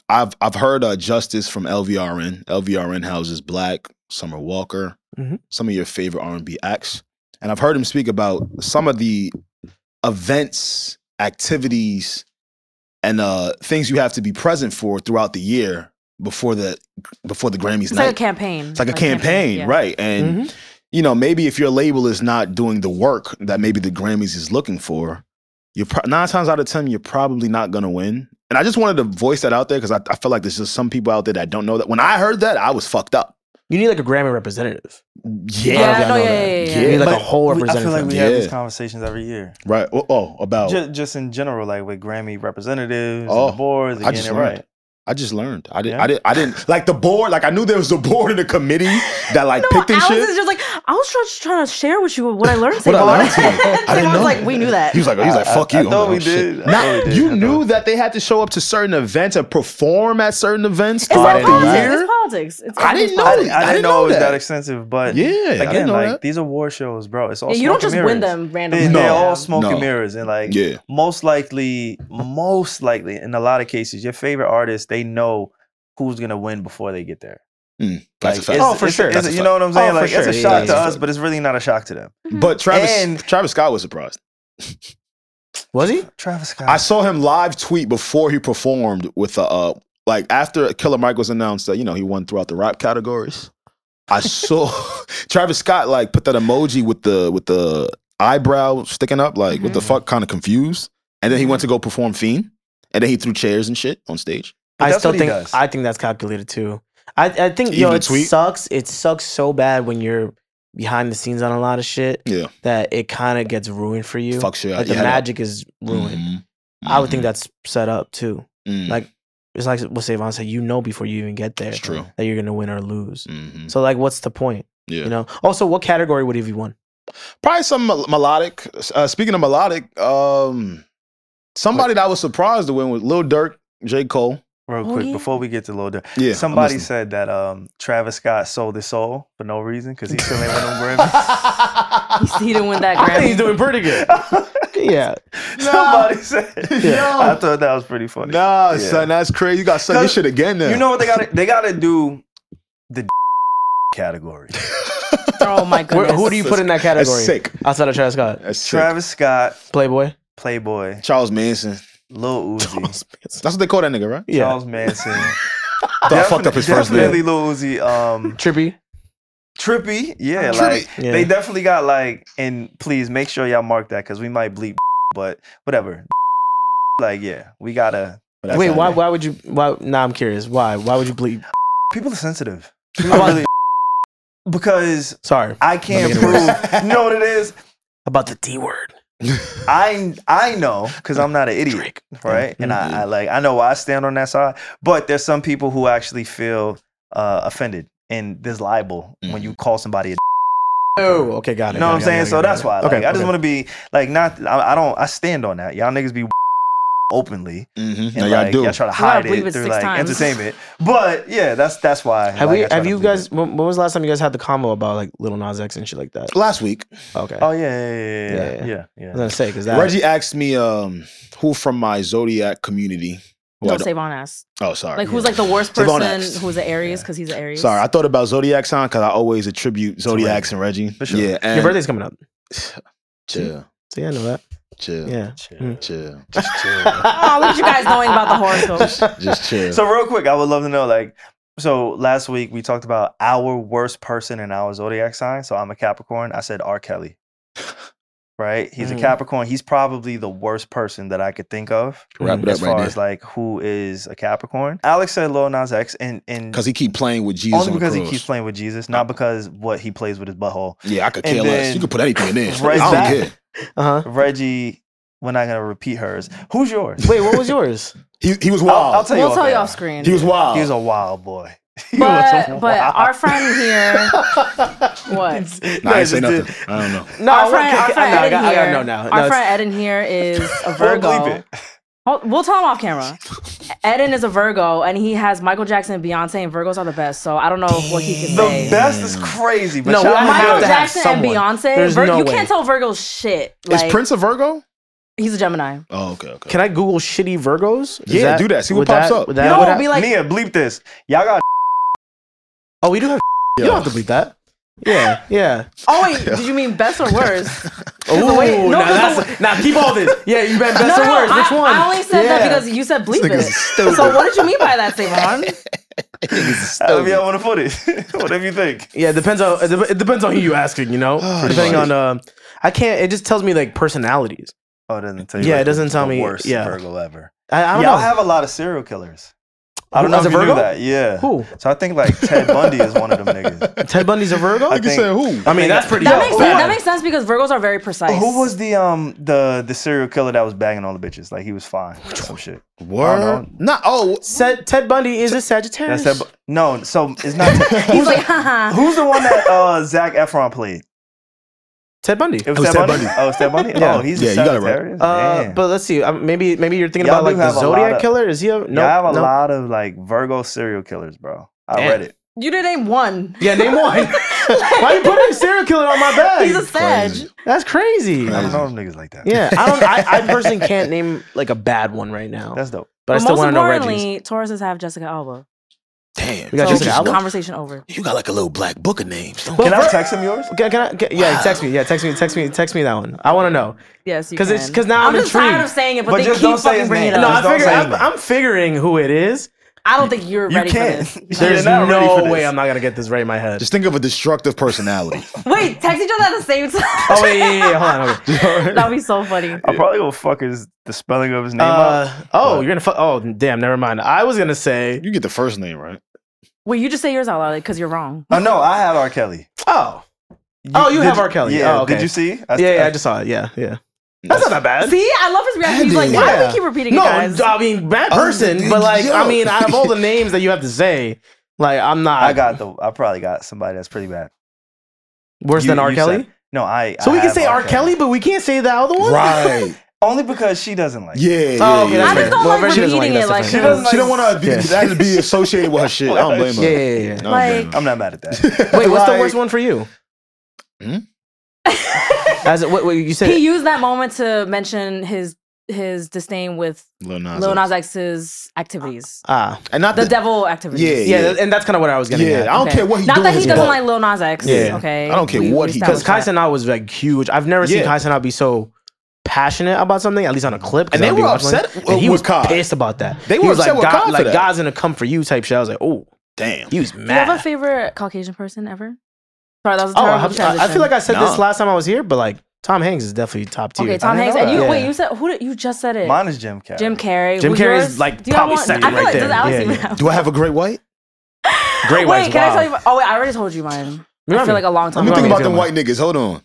B: I've I've heard uh, Justice from LVRN. LVRN houses Black, Summer Walker,
D: Mhm.
B: some of your favorite R and B acts, and I've heard him speak about some of the events, activities, and uh, things you have to be present for throughout the year before the before the Grammys
C: It's
B: night.
C: like a campaign.
B: it's like a campaign,
C: yeah.
B: right? And
D: mhm.
B: you know, maybe if your label is not doing the work that maybe the Grammys is looking for, you're pro- nine times out of ten you're probably not gonna win. And I just wanted to voice that out there because I, I feel like there's just some people out there that don't know that. When I heard that, I was fucked up.
D: you need like a Grammy representative.
B: Yeah,
C: Yeah,
D: I
C: no,
D: don't know
C: yeah,
D: that.
C: yeah, yeah,
B: Yeah.
D: You need like a
A: But
D: whole
A: we- I
D: representative.
A: feel like we
B: Yeah.
A: have these conversations every year.
B: right. Oh, oh, about
A: Just, just in general, like with Grammy representatives,
B: Oh,
A: and boards, and
B: I
A: getting
B: just
A: it
B: learned.
A: right.
B: I just learned. I didn't.
A: Yeah.
B: I didn't. I didn't like the board. Like I knew there was a board in the committee that like
C: No,
B: picked and
C: Alex
B: shit.
C: is just like I was try- just trying to share with you what I learned.
B: What I
C: Savon."
B: learned
C: *laughs*
B: today. I didn't
C: Savon's
B: know.
C: like we knew that.
B: He was like, he was like,
A: I-
B: fuck
A: I- I
B: you. I'm
A: thought
B: like,
A: we
B: oh, shit.
A: did. I
B: Nah,
A: thought we did. I
B: you
A: thought
B: knew
A: we-
B: that they had to show up to certain events and perform at certain events
C: It's
B: throughout
C: like
B: the
C: politics.
B: year.
C: It's politics. It's
B: I didn't
C: it's
B: know
C: politics.
A: I, didn't, I didn't know, it was that,
B: that.
A: extensive, but
B: Yeah, I didn't
A: again,
B: know
A: like
B: that.
A: these award shows, bro, it's all
C: Yeah, you don't
A: smoke
C: just
A: and
C: win
A: mirrors.
C: them
A: They,
C: randomly.
B: No.
A: are all smoke
B: No.
A: and mirrors, and like
B: Yeah.
A: most likely, most likely, in a lot of cases, your favorite artist, they know who's gonna win before they get there.
B: That's
A: Like,
B: a fact.
A: it's-
D: Oh, for
A: it's-
D: sure.
A: it's-
B: That's a
A: you know what I'm saying?
D: Oh, for
A: like it's
D: sure.
A: a
D: Yeah,
A: shock
D: yeah,
A: to
D: yeah.
A: us, but it's really not a shock to them.
B: But Travis
A: And-
B: Travis Scott was surprised.
D: was he?
A: Travis Scott.
B: I saw him live tweet before he performed with a uh, like after Killer Mike was announced that you know he won throughout the rap categories. I saw *laughs* Travis Scott like put that emoji with the with the eyebrow sticking up, like what the
C: Mhm.
B: fuck, kind of confused. And then he went to go perform Fiend, and then he threw chairs and shit on stage.
A: But
D: I
A: that's
D: still
A: what he
D: think
A: does.
D: I think that's calculated too. I, I think yo,
B: Even a
D: it
B: tweet?
D: sucks. It sucks so bad when you're behind the scenes on a lot of shit
B: Yeah,
D: that it kind of gets ruined for you.
B: fuck shit.
D: like the magic is ruined.
B: Mm-hmm.
D: I would think that's set up too. like, It's like what Savon said. You know before you even get there
B: it's true.
D: that you're gonna win or lose.
B: hmm
D: So like, what's the point?
B: Yeah.
D: You know. Also, what category would he have won?
B: Probably some mel- melodic. Uh, speaking of melodic, um, somebody that I was surprised to win was Lil Durk, J. Cole.
A: Real
C: Oh,
A: quick,
C: yeah.
A: before we get to Lil Durk,
B: Yeah, I'm
A: somebody
B: listening.
A: said that um, Travis Scott sold his soul for no *laughs* reason because he still ain't win no Grammys.
C: He didn't win that
D: *laughs* I think he's
C: Grammy.
D: doing pretty good. *laughs* yeah.
A: Somebody *laughs* said.
D: Yeah.
A: I thought that was pretty funny.
B: *laughs* Nah,
A: Yeah.
B: son, that's crazy. You got son, you
A: Cause
B: shit again now.
A: You
B: *laughs*
A: know what they got? to They got to do the category.
C: Oh my
D: *laughs* Where,
C: goodness.
D: who do you put in that
B: that's
D: category?
B: sick.
D: Outside of Travis Scott,
B: That's
A: *laughs*
B: sick.
A: Travis Scott,
D: Playboy.
A: Playboy,
B: Charles Manson.
A: Lil Uzi,
B: That's what they call that nigga, right?
D: Yeah.
A: Charles Manson. *laughs*
B: Thought I fucked up his first
A: Definitely
B: name.
A: Lil Uzi. Um,
D: Trippy.
A: Trippy. Yeah,
B: Trippy.
A: like
D: Yeah.
A: they definitely got like. And please make sure y'all mark that because we might bleep, but whatever. Like yeah, we gotta.
B: But that's
D: Wait,
B: not
D: why?
B: it.
D: Why would you? Why? Nah, I'm curious. Why? Why would you bleep?
A: People are sensitive. People
D: About-
A: are really *laughs* because
D: Sorry
A: I can't
D: Let me
A: prove.
D: *laughs*
A: You know what it is?
D: about the D word.
A: I I know because I'm not an idiot,
D: Drake.
A: right? And I, I
D: Mm-hmm.
A: like I know why I stand on that side. But there's some people who actually feel uh, offended, and there's libel when
D: Mm-hmm.
A: you call somebody a.
D: Oh, okay, got it.
A: You know what I'm saying? So that's why. Like, I just
D: want
A: want to be like not. I, I don't. I stand on that. Y'all niggas be openly.
B: Mhm.
A: And
B: Now y'all
A: like,
B: do.
A: Y'all try to
C: gotta
A: hide
C: bleep
A: it
C: it
A: through
C: six
A: like
C: times.
A: entertainment. But yeah, that's that's why. like,
D: Have
A: I
D: we?
A: try
D: Have
A: to
D: you
A: bleep
D: guys?
A: it.
D: When, when was the last time you guys had the combo about like Little Nas X and shit like that?
B: Last week,
D: Okay,
A: Oh yeah, yeah, yeah, yeah,
D: Yeah,
A: yeah. yeah,
D: yeah. I
A: yeah.
D: was gonna say because that.
B: Reggie asked me um, who from my zodiac community. who I
C: No,
B: don't-
C: Savon ass.
B: oh, sorry.
C: Like who's like the worst
B: Savon
C: person
B: ass.
C: who's an Aries because he's an Aries.
B: Sorry, I thought about zodiac sign because I always attribute zodiacs and Reggie.
A: For sure.
B: Yeah, and
D: Your birthday's coming up,
B: Chill,
D: so yeah, I know that.
B: chill,
D: Yeah. Mm.
A: *laughs*
B: chill, just
C: *laughs* *laughs* oh, look at you
D: *laughs*
C: guys knowing about the
B: *laughs*
C: horoscope.
B: chill, just chill.
A: So real quick, I would love to know like so last week we talked about our worst person in our zodiac sign. So I'm a Capricorn. I said R. Kelly. Right? He's
D: Mm.
A: a Capricorn. He's probably the worst person that I could think of
D: Mm.
B: Wrap it up
A: as far
B: right
A: as
B: there
A: like who is a Capricorn. Alex said Lil Nas X and and
B: because he keep playing with Jesus.
A: only
B: on the
A: because he
B: cross.
A: keeps playing with Jesus,
B: Uh
A: not because what he plays with his butthole.
B: Yeah, I could
A: And
B: care less.
A: then-
B: You could put anything in there.
A: Right
B: I
A: back.
B: don't care.
D: Uh huh.
A: Reggie, we're not gonna repeat hers. Who's
B: *laughs*
A: yours?
D: Wait, what was yours?
B: He, he was
A: I'll,
B: wild.
A: I'll tell you.
C: We'll tell you
A: air.
C: off screen.
B: *laughs* he was wild.
A: He was a wild boy. *laughs* He was a *laughs*
C: but but
A: wild-
C: *laughs* our friend
B: *laughs*
C: here, what?
B: nah, I didn't
A: *laughs*
B: say
A: Nah, just
B: nothing. I don't know.
D: No,
C: our friend,
D: I want-
C: our friend
D: I know, I
C: Eden
D: got- I
C: here.
D: gotta know now. No,
C: Our
D: it's-
C: friend Eden here
D: *laughs*
C: is a
A: We'll
C: Virgo.
A: bleep it.
C: Hold- We'll tell him off camera. Eden is a Virgo, and he has Michael Jackson and Beyonce, and Virgos are the best. So I don't know what he can
A: The
C: say.
A: best is crazy, but
D: No,
A: y'all
D: I
A: know-
D: have
C: Michael
D: to have
C: Jackson and
D: someone.
C: Beyonce.
D: There's
C: Vir-
D: no
C: you
D: way.
C: can't tell Virgo shit. Like,
B: Is Prince a Virgo?
C: he's a Gemini.
B: Oh, okay, okay.
D: Can I Google shitty Virgos? Is
B: Yeah, do that. See what
D: would
B: pops
D: that-
B: up.
D: would that-
C: no,
D: would that-
C: be like,
A: Nia, bleep this. Y'all got
D: oh, we do
C: *laughs*
D: have. You
B: Yo. *laughs*
D: don't have to bleep that. Yeah, yeah.
C: oh
D: *laughs*
C: wait, did you mean best or worst?
D: Oh,
C: way- no, 'cause the
D: now keep all this. Yeah, you meant best
C: *laughs* no, no,
D: or worst.
C: I,
D: Which one?
C: I only said
D: Yeah.
C: that because you said bleep
B: nigga's
C: it.
B: stupid.
C: So what did you mean by that,
D: *laughs*
C: Savon?
A: however y'all want to put it. *laughs* Whatever you think.
D: Yeah, it depends on it dep- it depends on who you asking. You know,
B: Oh,
D: depending
B: shit.
D: on uh, I can't. It just tells me like personalities.
A: Oh, it doesn't tell you.
D: Yeah, it
A: like,
D: doesn't
A: the-
D: tell
A: the
D: me-
A: Worst
D: yeah.
A: Virgo ever.
D: I, I don't
A: y'all *laughs*
D: know.
A: have a lot of serial killers. I don't
D: Who-
A: know
D: as
A: if
D: a
A: you knew
D: Virgo?
A: that. Yeah.
D: who?
A: So I think like Ted Bundy is one of them niggas.
D: Ted Bundy's a Virgo.
A: I
B: You
A: think-
B: said who?
D: *laughs* I mean, that's pretty.
C: That
A: Yo,
C: makes
A: who-
C: sense. That makes sense because Virgos are very precise.
A: Who was the um the the serial killer that was banging all the bitches? Like he was fine. or Some shit.
B: Word. Not
A: *laughs*
B: oh.
D: Said Ted Bundy is a Sagittarius.
A: That's Ted. Bu- No, so it's not.
D: *laughs*
A: Ted-
C: He's like, haha.
A: Who's the one that uh Zach Efron played?
D: Ted Bundy.
A: It was,
B: It was
A: Ted
B: Ted
A: Bundy.
B: Bundy.
A: Oh, it's Ted Bundy.
D: Yeah.
A: Oh, he's
B: Yeah,
A: a
B: you got it right.
A: Sagittarius.
D: Uh,
A: Damn.
D: but let's see. Um, maybe maybe you're thinking
A: Y'all
D: about like
A: do
D: the
A: have a lot
D: Zodiac
A: of-
D: killer. Is he a no?
A: Y'all have a
D: no.
A: lot of like Virgo serial killers, bro. I
D: Damn.
A: read it.
C: You didn't name one.
D: Yeah, name
C: *laughs*
D: one. Why you putting a serial killer on my bag?
C: He's a Sag.
B: Crazy.
D: That's crazy.
A: I
B: Crazy.
A: don't know them niggas like that.
D: Yeah, I don't. I, I personally can't name like a bad one right now,
A: That's dope.
D: but I still
C: most
D: want to know Reggie's.
C: importantly, Tauruses have Jessica Alba.
B: Damn.
D: We got
C: So,
D: Jessica Alba?
C: conversation over.
B: You got like a little black book of names. Don't
D: But
A: Can I
D: Vir-
A: text him yours?
D: Can, can I? Can, yeah, text me. Yeah, text me. Text me. Text me that one. I want to know.
C: Yes, you
D: 'Cause
C: can.
D: it's- 'cause now I'm
C: just tired
D: intrigued.
C: of saying it, but,
A: But
C: they
A: just
C: keep
A: don't say
C: fucking
A: his
C: bringing it
A: name.
D: No,
A: Just
D: I
C: up.
A: don't
D: figure,
A: say
D: I'm,
A: that.
D: I'm figuring who it is.
C: I don't think you're ready
A: You
C: for
A: can't.
C: this. *laughs*
A: *laughs*
D: There's
A: You're not ready for
D: no
A: this.
D: way I'm not gonna get this right in my head.
B: Just think of a destructive
A: *laughs*
B: personality.
C: Wait, text each other at the same *laughs* time.
D: oh wait, yeah, yeah, yeah. Hold on.
A: *laughs*
D: Okay.
C: That'd be so funny.
A: I'll probably go fuck his the spelling of his name up.
D: Uh, oh, you're gonna. Fu- oh, damn. Never mind. I was gonna say.
B: you get the first name right.
C: Wait, you just say yours out loud because you're wrong.
A: Oh no, I have R. Kelly.
D: Oh, Oh, you
A: did
D: have R. Kelly.
A: Yeah.
D: Oh, okay.
A: Did you see? I,
D: yeah, yeah.
A: I,
D: I just saw it. Yeah, yeah. That's not that bad.
C: See, I love his reaction. He's like,
B: Eddie.
C: why do
D: Yeah.
C: we keep repeating
D: No,
C: it, guys?
D: I mean bad
B: Oh,
A: Um,
D: person,
B: dude,
D: but like I
B: yo.
D: mean, out of all the names that you have to say, like I'm not.
A: I got the. I probably got somebody that's pretty bad.
D: worse
A: You-
D: than R.
A: you
D: Kelly.
A: said- no, I.
D: so
A: I
D: we can
A: have
D: say R. Kelly, but we can't say the other one.
B: Right.
A: only because she doesn't like. it.
B: Yeah. yeah,
D: Oh, okay,
B: yeah.
D: that's
C: I just
D: fair.
C: don't
D: Well,
C: like
D: Reggie doesn't
C: repeating
D: like
C: it.
D: that
C: Like,
D: stuff
A: She doesn't
B: She don't want
D: Yeah.
B: to that to be associated with her shit. I don't blame her.
D: Yeah, yeah, yeah,
B: I
D: yeah. *laughs*
B: don't blame her.
A: I'm not mad at that.
D: Wait, what's the
A: Hmm?
B: Like-
D: worst one for you? As it, what, what you said,
C: he used that moment to mention his his disdain with
B: Lil Nas.
C: Lil
B: X.
C: Nas X's activities,
D: ah,
B: And not
C: the
B: the,
C: devil activities.
B: Yeah,
D: yeah, and that's kind of what I was getting
B: Yeah,
D: at.
B: I don't
C: Okay.
B: care what he
C: Not
B: doing
C: that he
B: his
C: doesn't
B: butt.
C: like Lil Nas X.
B: Yeah.
C: Okay.
B: I don't care
C: We-
B: what
C: we
B: he-
D: because
C: established
D: Kai
C: that.
D: Sanaa was like huge. I've never seen
B: Yeah.
D: Kai Sanaa be so passionate about something, at least on a clip. 'cause
B: And they
D: I'll be
B: were
D: watching
B: upset
D: it.
B: w-
D: and he
B: with
D: was
B: Kai.
D: pissed about that.
B: They
D: He
B: were
D: was
B: upset
D: like,
B: with Kai for
D: like
B: that."
D: God's gonna come for you type shit. I was like, oh,
B: Damn.
D: he was
C: Do you have a
D: mad.
C: favorite Caucasian person ever? Sorry, that was a
D: Oh,
C: terrible
D: I, I- I
C: transition.
D: feel like I said this
B: Nah.
D: last time I was here, but like Tom Hanks is definitely top tier.
C: okay, Tom
F: didn't
C: Hanks,
F: know
C: and you
D: that.
C: wait,
D: Yeah.
C: you said who? Did, you just said it.
F: Mine is Jim Carrey.
C: Jim Carrey.
D: Jim
C: Well,
D: Carrey is,
C: yours-
D: like,
C: do you have
D: probably
C: one?
D: second
C: I feel
D: right
C: like, Does
D: there.
C: Alex
D: Yeah,
C: even
D: yeah.
C: have?
B: Do I have a great white?
D: Great
C: Wait,
D: White's
C: can I
D: wild.
C: tell you? Oh wait, I already told you mine. I feel
D: Remind me.
C: like a long
B: Let
C: time.
B: me
D: Remind
B: think
D: me,
B: about them
D: Jim.
B: white niggas. Hold on.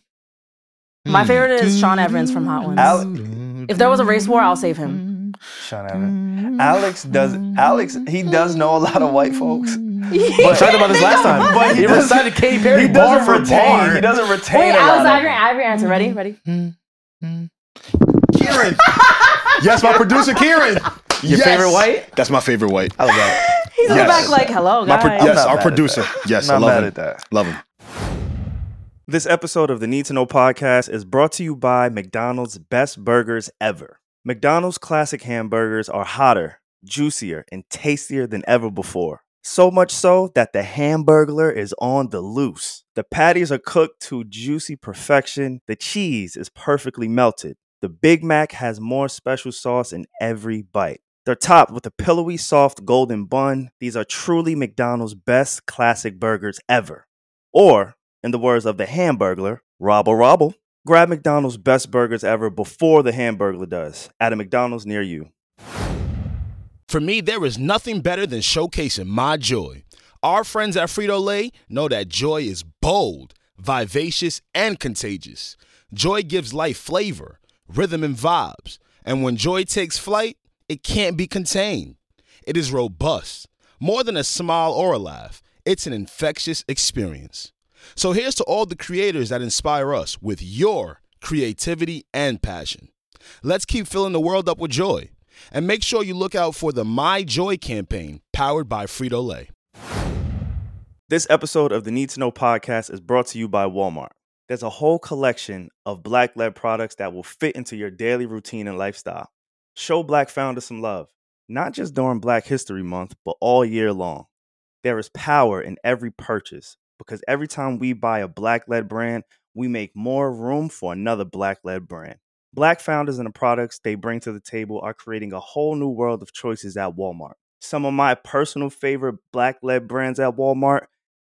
C: My
B: Hmm.
C: favorite is Sean Evans from Hot Ones.
F: Al-
C: if there was a race war, I'll save him.
F: Sean Evans. Alex does. Alex he does know a lot of white folks.
D: We
A: *laughs*
C: *laughs*
D: talked about this last time.
F: But he
D: he
F: doesn't-
D: recited Katy Perry
F: he
D: bar
F: doesn't
D: for
F: retain.
D: bar.
F: He doesn't retain.
C: Wait,
F: a lot
C: Alex,
F: of
C: I have
F: them.
C: your, I have your answer. Ready? Ready?
B: Kieran. *laughs* yes, my producer Kieran.
D: Your favorite white?
B: That's my favorite white.
F: I love that.
C: He's in the
B: Yes.
C: back, like, hello,
B: My pro-
C: guys.
B: yes,
F: not
B: our
F: mad at
B: producer. Yes, I
F: Not
B: love
F: mad
B: him.
F: at that.
B: Love him.
F: This episode of the Need to Know podcast is brought to you by McDonald's best burgers ever. McDonald's classic hamburgers are hotter, juicier, and tastier than ever before. So much so that the hamburglar is on the loose. The patties are cooked to juicy perfection, the cheese is perfectly melted. The Big Mac has more special sauce in every bite. They're topped with a pillowy, soft golden bun. These are truly McDonald's best classic burgers ever. Or, in the words of the Hamburglar, Robble Robble. Grab McDonald's best burgers ever before the Hamburglar does at a McDonald's near you.
E: For me, there is nothing better than showcasing my joy. Our friends at Frito Lay know that joy is bold, vivacious, and contagious. Joy gives life flavor, rhythm, and vibes. And when joy takes flight, it can't be contained. It is robust, more than a smile or a laugh, it's an infectious experience. So here's to all the creators that inspire us with your creativity and passion. Let's keep filling the world up with joy. And make sure you look out for the My Joy campaign powered by Frito Lay.
F: This episode of the Need to Know podcast is brought to you by Walmart. There's a whole collection of black led products that will fit into your daily routine and lifestyle. Show black founders some love, not just during Black History Month, but all year long. There is power in every purchase because every time we buy a black led brand, we make more room for another black led brand. Black founders and the products they bring to the table are creating a whole new world of choices at Walmart. Some of my personal favorite black led brands at Walmart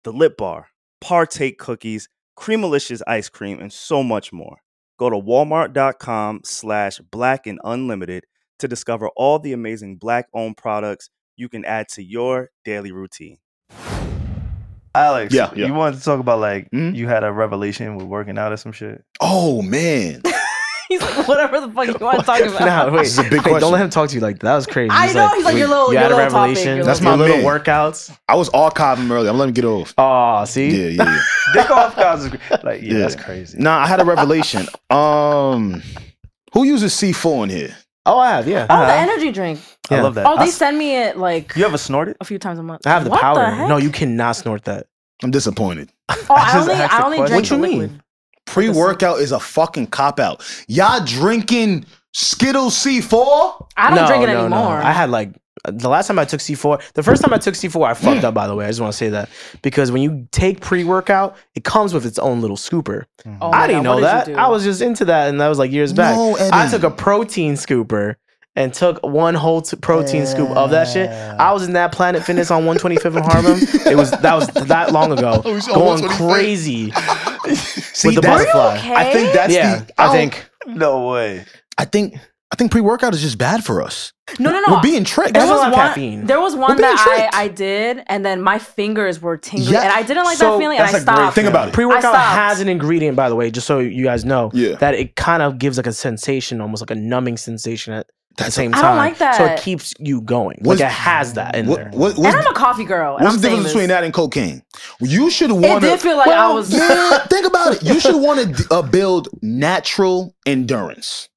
F: the Lip Bar, Partake Cookies, Creamalicious Ice Cream, and so much more. Go to walmart.com slash black and unlimited to discover all the amazing black-owned products you can add to your daily routine. Alex,
B: Yeah, yeah.
F: you wanted to talk about like
B: Mhm.
F: you had a revelation with working out or some shit.
B: Oh man,
C: He's like, whatever the fuck you *laughs* want to talk about.
D: *laughs* Nah, wait.
B: This is a big
D: Wait,
B: question.
D: Don't let him talk to you like that. That was crazy.
C: I know, he's like,
D: wait,
C: your little-
D: You
C: your
D: had a
C: little topic,
D: revelation.
C: your
B: That's
D: That's
B: little
D: my
B: my
D: little
B: topic.
D: workouts.
B: I was archiving earlier. I'm letting him get off.
D: Oh,
B: Yeah,
D: see,
B: yeah. yeah.
F: Dick off guys is cra- like yeah,
B: Yeah.
F: that's crazy.
B: Nah, I had a revelation. um, who uses C4 in here?
D: oh, I have. Yeah,
C: Oh,
F: Uh-huh.
C: the energy drink.
F: I
D: Yeah.
F: love that.
C: Oh,
F: I
C: they
F: s-
C: send me it like
F: you ever snorted?
C: a few times a month.
D: I have the
C: What
D: powder.
C: heck?
D: no, you cannot snort that.
B: I'm disappointed.
C: Oh,
F: I
C: I,
F: just
C: only,
F: asked
C: I
F: a
C: only
F: question.
C: drink
D: What
C: the
D: you mean?
C: liquid.
B: Pre workout is a fucking cop out. Y'all drinking Skittles C4?
C: I don't
D: No,
C: drink it
D: no, no.
C: anymore.
D: I had like the last time I took C4. The first time I took C4, I fucked up. By the way, I just want to say that because when you take pre-workout, it comes with its own little scooper.
C: Oh my
D: I
C: God,
D: didn't know
C: what
D: that.
C: did you do?
D: I was just into that, and that was like years back.
B: No, Eddie.
D: I took a protein scooper and took one whole t- protein scoop of that shit. I was in that Planet Fitness on 125th in Harlem. It was that was that long ago,
B: was *laughs* on
D: going
B: 125th.
D: crazy
B: *laughs* See,
D: with the
B: that's-
D: butterfly.
C: okay?
B: I think that's
D: Yeah,
B: the.
D: I
B: don't-
D: think
F: No way.
B: I think. I think pre-workout is just bad for us.
C: No, no, no.
B: We're being tricked.
C: there
D: That's a lot
C: was
D: of
C: one.
D: caffeine.
C: There was one
B: being
C: that
B: tricked.
C: I, I did, and then my fingers were tingling,
B: Yeah.
C: and I didn't like
D: So,
C: that feeling, and I
B: that's a great
C: stopped.
B: Think about it.
D: Pre-workout
C: stopped.
D: has an ingredient, by the way, just so you guys know,
B: Yeah.
D: that it kind of gives like a sensation, almost like a numbing sensation at
B: That's a-
D: the same
C: I
D: time.
C: don't like that.
D: So it keeps you going.
B: What's-
D: like it has that in there.
B: What, what,
C: And
B: what's,
C: I'm a coffee girl. and
B: what's
C: I'm
B: the
C: saying
B: difference
C: this.
B: between that and cocaine? You should
C: It
B: want
C: did feel like I was.
B: Man,
D: *laughs*
B: think about it. You should want to uh, build natural endurance.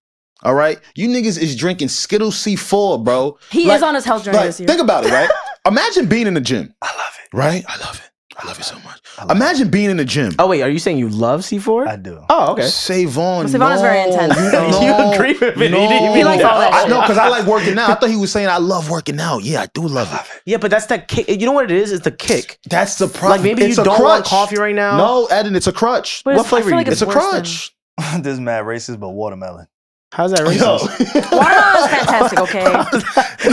B: All right, you niggas is drinking Skittle C4, bro.
C: He
B: Like-
C: is on his health journey
B: Like,
C: *laughs* this year.
B: think about it, right? Imagine being in the gym. I love it. Right? I love it. I love it so much. Imagine being in the gym.
D: Oh wait, are you saying you love C4?
A: I do.
D: *laughs* oh okay.
B: Savon.
C: Well, Savon's
B: no.
C: very intense.
B: *laughs*
D: You agree with me. *laughs* He didn't
C: even- He likes all that
B: I-
C: shit.
B: No, because I like working out. I thought he was saying I love working out. Yeah, I do love it.
D: Yeah, but that's the kick. You know what it is? It's the kick.
B: That's the problem.
D: Like maybe
B: It's
D: you
B: a
D: don't
B: crutch.
D: want coffee right now.
B: No, Eden, it's a crutch.
C: But
D: What
C: it's- I
D: flavor
C: feel
D: you
C: like
D: get?
B: It's a
C: worse than-
B: crutist.
C: *laughs*
A: this is mad racist, but watermelon.
D: How's that
B: Yo. *laughs*
D: racist?
C: Watermelon is fantastic, okay? okay.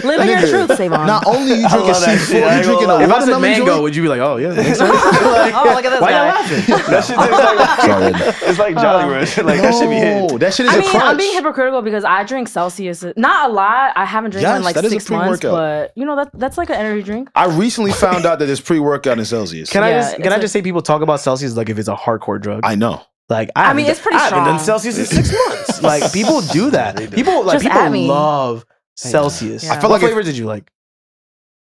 C: Living your
B: Nigga,
C: truth, Savon.
B: Not only you
A: I
B: drinking
A: love that shit. I
B: C4, you
A: ain't gonna
B: drinking
A: lie.
B: a
D: if I said
B: watermelon
D: mango,
B: juice.
D: would you be like,
C: *laughs*
D: oh yeah? that makes sense.
C: oh, look at this
D: Why you
C: guy.
D: laughing?
A: *laughs* That shit tastes like,
B: Sorry, Eden.
A: it's like Jolly Rancher. Like that should be hit.
B: No, that shit is
C: I
B: a
C: mean,
B: crutch.
C: I'm being hypocritical because I drink Celsius. Not a lot. I haven't drank one
B: Yes,
C: in like
B: that is a
C: six months,
B: pre-workout.
C: but you know that that's like an energy drink.
B: I recently found out that it's pre-workout in Celsius.
D: Can I
C: Yeah,
D: just
C: it's
D: can I
C: like-
D: just say people talk about Celsius like if it's a hardcore drug?
B: I know.
D: like I, haven't
C: mean,
D: done-
C: it's pretty
D: I haven't done
C: strong.
D: Celsius in six
C: *laughs*
B: *laughs*
D: months. Like people do that. People like
C: Just at
D: people
C: me.
D: love Celsius.
C: Yeah. I
B: feel
D: what
B: like if-
D: flavor did you like?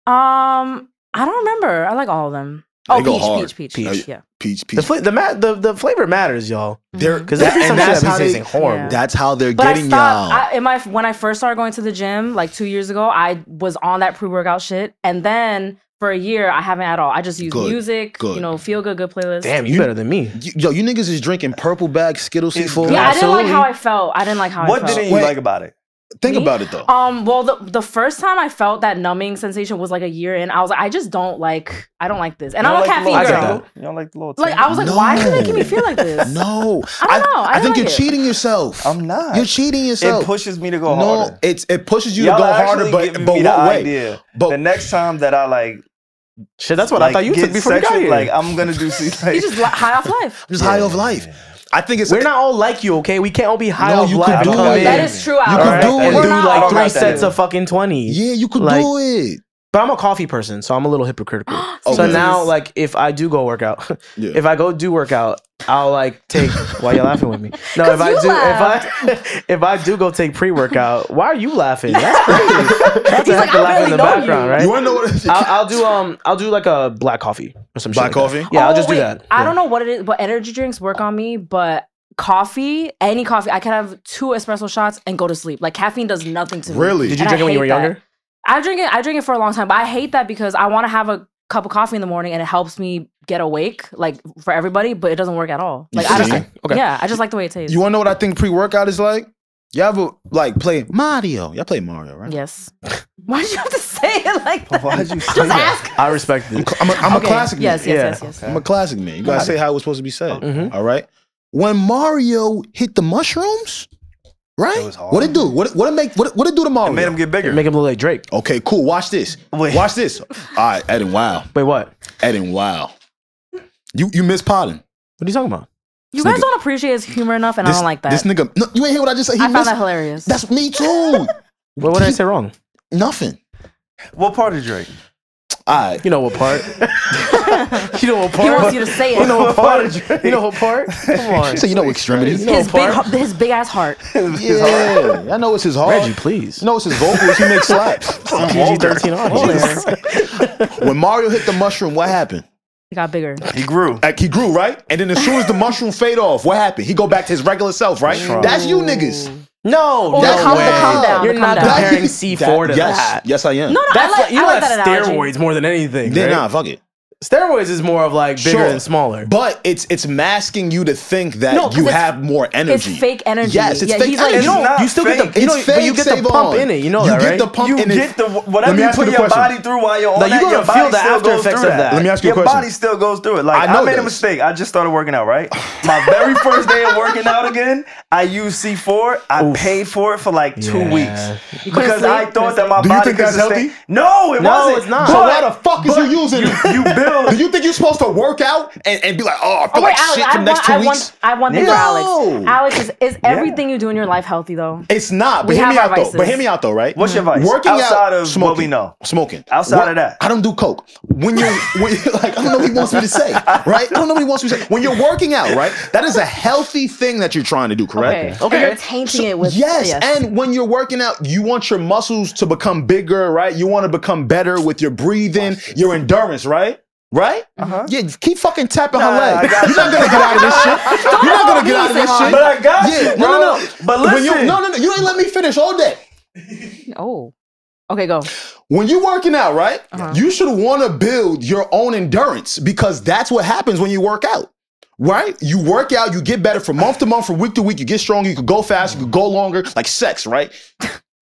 C: Um, I don't remember. I like all of them.
B: They
C: Oh,
B: go
C: peach,
B: hard.
C: peach, peach,
B: Peach.
C: peach. Yeah.
B: Peach, peach.
D: The fla- the, ma- the the flavor matters, y'all.
B: They're-
C: Mhm.
D: Because
B: That-
D: that, some
B: and
D: shit
B: that's
D: that
B: how
D: they,
B: they-
D: tasting horrible.
C: Yeah.
B: That's how they're
C: But I
B: getting
C: stopped.
B: y'all.
C: I, in my when I first started going to the gym, like two years ago, I was on that pre workout shit, and then for a year, I haven't at all. I just use
B: Good,
C: music,
B: good.
C: you know, feel good, good playlist.
D: Damn, you better than me.
B: You- Yo, you niggas is drinking purple bag Skittle
A: It's
B: C4.
A: good.
C: Yeah, I
D: Absolutely.
C: didn't like how I felt. I didn't like how I
A: What
C: felt.
A: didn't you
B: Wait.
A: like about it?
B: Think
C: Me?
B: about it though.
C: Um, well, the the first time I felt that numbing sensation was like a year in. I was like, I just don't like, I don't like this, and
A: You
C: I'm a
A: don't like the little
C: caffeine
D: I get
C: girl.
A: tingle? You don't like the little
C: Like I was like,
B: No.
C: why are you making me feel like
D: *laughs*
C: this?
B: No,
C: I don't know. I don't
B: think
C: like
B: you're
C: it.
B: cheating yourself.
A: I'm not.
B: You're cheating yourself.
A: it pushes me to go
B: no,
A: harder.
B: it's it pushes you
A: Y'all
B: to go
A: actually
B: harder, but
A: giving
B: but
A: me
B: what
A: the
B: way?
A: idea.
B: But
A: the next time that I like,
D: Shit, that's what
A: like
D: I thought you
A: get
D: took before we got
A: sexual,
D: here.
A: like I'm gonna do. See, like,
C: You just li- high off life.
B: I'm just high off life. I think it's
D: We're not all like you, okay? We can't all be high
B: No,
D: off
B: you
D: life.
B: could
D: and
B: do
D: come
B: it.
D: in
B: That
C: That is true. I
B: You can
C: don't like
B: do
C: that.
B: it.
D: and
C: We're
D: do
C: not
D: like
C: all *gasps*
D: three
A: like that.
D: sets of fucking twenty.
B: Yeah, you could
D: Like-
B: do it.
D: But I'm a coffee person, so I'm a little hypocritical. so
B: Okay.
D: now, like, if I do go work out, *laughs*
B: Yeah.
D: if I go do work out, I'll like
C: *laughs*
D: take. why you laughing with me? No, if
C: 'Cause
D: I
C: you
D: do,
C: laughed.
D: if I *laughs* if I do go take pre workout, why are you laughing? *laughs* That's crazy. That's
C: He's
D: a
C: like, I
D: heck of laugh in
C: barely
D: the
C: know you.
D: background, right?
B: You want to know
D: *laughs*
B: what? It is?
D: I'll, I'll do um I'll do like a black coffee or some
B: Black
D: shit like
B: coffee?
D: That. Yeah, I'll
C: Oh,
D: just
C: wait,
D: do that.
C: I don't know what it is, but energy drinks work on me, but coffee, any coffee, I can have two espresso shots and go to sleep. Like caffeine does nothing to
B: *laughs*
C: me.
B: Really?
D: Did
C: And
D: you
C: I
D: drink it when you
C: hate
D: were
C: that.
D: younger?
C: I drink it. I drink it for a long time, but I hate that because I want to have a cup of coffee in the morning and it helps me get awake, like for everybody. But it doesn't work at all. Like I just,
B: Interesting.
D: Okay.
C: yeah, I just like the way it tastes.
B: You want to know what I think pre-workout is like? Y'all ever like play Mario? Y'all play Mario, right?
C: yes. *laughs* Why did you have to say it like that?
A: Why'd you say
C: just
A: that?
C: ask.
D: I respect it.
B: I'm a, I'm a
C: Okay,
B: classic
C: Yes,
B: man.
C: yes,
D: Yeah.
C: yes, yes.
B: I'm a classic man. You gotta say how it was supposed to be said.
A: Mm.
D: Mhm.
B: All right. When Mario hit the mushrooms,
A: It
B: right?
A: was hard.
B: What it do? What it, what it make? What it, what it do to Mario?
A: made him get bigger.
D: Make him look like Drake.
B: okay, cool. Watch this.
A: Wait.
B: Watch this. All right, Eden. Wow.
D: Wait, what? What
B: Eden. Wow. You you miss potting.
D: are you talking about?
C: You guys
B: nigga-
C: don't appreciate his humor enough, and I don't like that.
B: This nigga. No, you ain't hear what I just said. He
C: I found
B: missed-
C: that hilarious.
B: That's me
C: *laughs*
B: too.
D: What, what did I say wrong?
B: Nothing.
A: What part of Drake?
B: All right.
D: *laughs* You know
C: *laughs*
D: what part? *laughs* you know what part?
C: he wants you to say it.
D: *laughs* You know what
A: part?
D: part? You know what part? *laughs* Come on.
B: So you know extremities.
D: know
C: his
D: what
C: big,
D: part?
C: ho- his big ass heart.
A: *laughs*
B: Yeah, I know it's his heart.
D: Reggie, please.
B: You know it's his vocals. He
A: *laughs*
B: makes slaps.
D: PG thirteen audience.
B: when Mario hit the mushroom, what happened?
C: He got bigger.
A: He grew.
B: Like he grew, right? And then as soon as the mushroom fade off, what happened? He go back to his regular self, right?
A: Shrunk.
B: That's you niggas.
D: *laughs* No,
C: Oh,
D: no
B: the calm- the
D: way.
B: calm down,
D: You're
C: the
D: not
C: calm down.
D: comparing
B: That-
D: C4 to
B: yes,
D: that.
B: Yes, I am.
C: No, no,
D: That's
C: I like,
D: like, you
C: I like
D: like,
C: that analogy.
D: steroids more than anything.
B: Then
D: Right?
B: nah, fuck it.
D: Steroids is more of like bigger
B: Sure.
D: and smaller.
B: But it's it's masking you to think that
C: No, 'cause
B: you
C: it's-
B: have more energy.
C: It's fake energy.
B: Yes, it's
C: yeah,
B: fake
C: He's like,
B: energy.
D: you don't.
A: not
D: you still get
A: fake.
D: the. You know,
B: It's
D: but you
B: fake,
D: get the
B: Savon.
D: pump in it. You know
B: You
D: that,
B: get
D: right?
B: the pump
A: You
B: in
A: get
B: it.
A: the
B: Let
A: whatever
B: me
A: you
B: ask
A: put
B: you the
A: your
B: question.
A: body through while you're on
D: Like,
A: that.
D: you
A: your
D: gonna feel
A: body
D: the
A: still
D: after
A: goes
D: effects
A: through
D: of that.
B: Let me ask you a
A: your
B: question.
A: body still goes through it. Like
B: I
A: I,
B: know
A: made a
B: this.
A: mistake. I just started working out. Right, my
B: *laughs*
A: very first day of working out again, I used C4. I paid for it for like two
D: Yeah.
A: weeks
C: couldn't
A: because
C: sleep?
A: I thought that my
B: Do you
A: body
B: think
A: could
B: that's
A: sustain-
B: healthy?
A: No, it
D: No,
A: wasn't.
D: it's not.
A: But-
B: so why the fuck is you using it?
A: you build
B: Do you think you're supposed to work out and, and be like, oh, I feel
C: Oh,
B: like
C: wait, Alex,
B: shit
C: I
B: for the next
C: want,
B: two
C: I
B: weeks?
C: want, I want things
B: No.
C: for Alex. Alex, is, is everything you do in your life healthy though?
B: It's not. But
C: We
B: hear
C: have
B: me
C: our
B: out though. But
C: vices.
B: hear me out though, right?
A: What's your vice?
B: Working
A: Outside
B: out,
A: of
B: smoking,
A: what we know.
B: smoking.
A: Outside of that.
B: I don't do coke. When you, when, *laughs* like, I don't know what he wants me to say, right? I don't know what he wants me to say. When you're working out, right? That is a healthy thing that you're trying to do, correct?
C: Okay. And you're tainting it with
B: yes, and when you're working out, you want your muscles to become bigger, right? You want to become better with your breathing, your endurance, right? Right? Uh-huh. Yeah, keep fucking tapping her
A: Nah, I
B: leg.
A: got
B: You're not gonna get out of this shit. You're not gonna get out of this shit.
A: But I got
B: Yeah,
A: you, bro.
B: no, no, no.
A: But
B: When you-
A: listen,
B: no, no, no. You ain't let me finish all day.
C: oh, Okay, go.
B: When you're working out, right?
C: Uh-huh.
B: You should want to build your own endurance because that's what happens when you work out. Right? You work out, you get better from month to month, from week to week, you get stronger, you could go fast, you could go longer, like sex, right?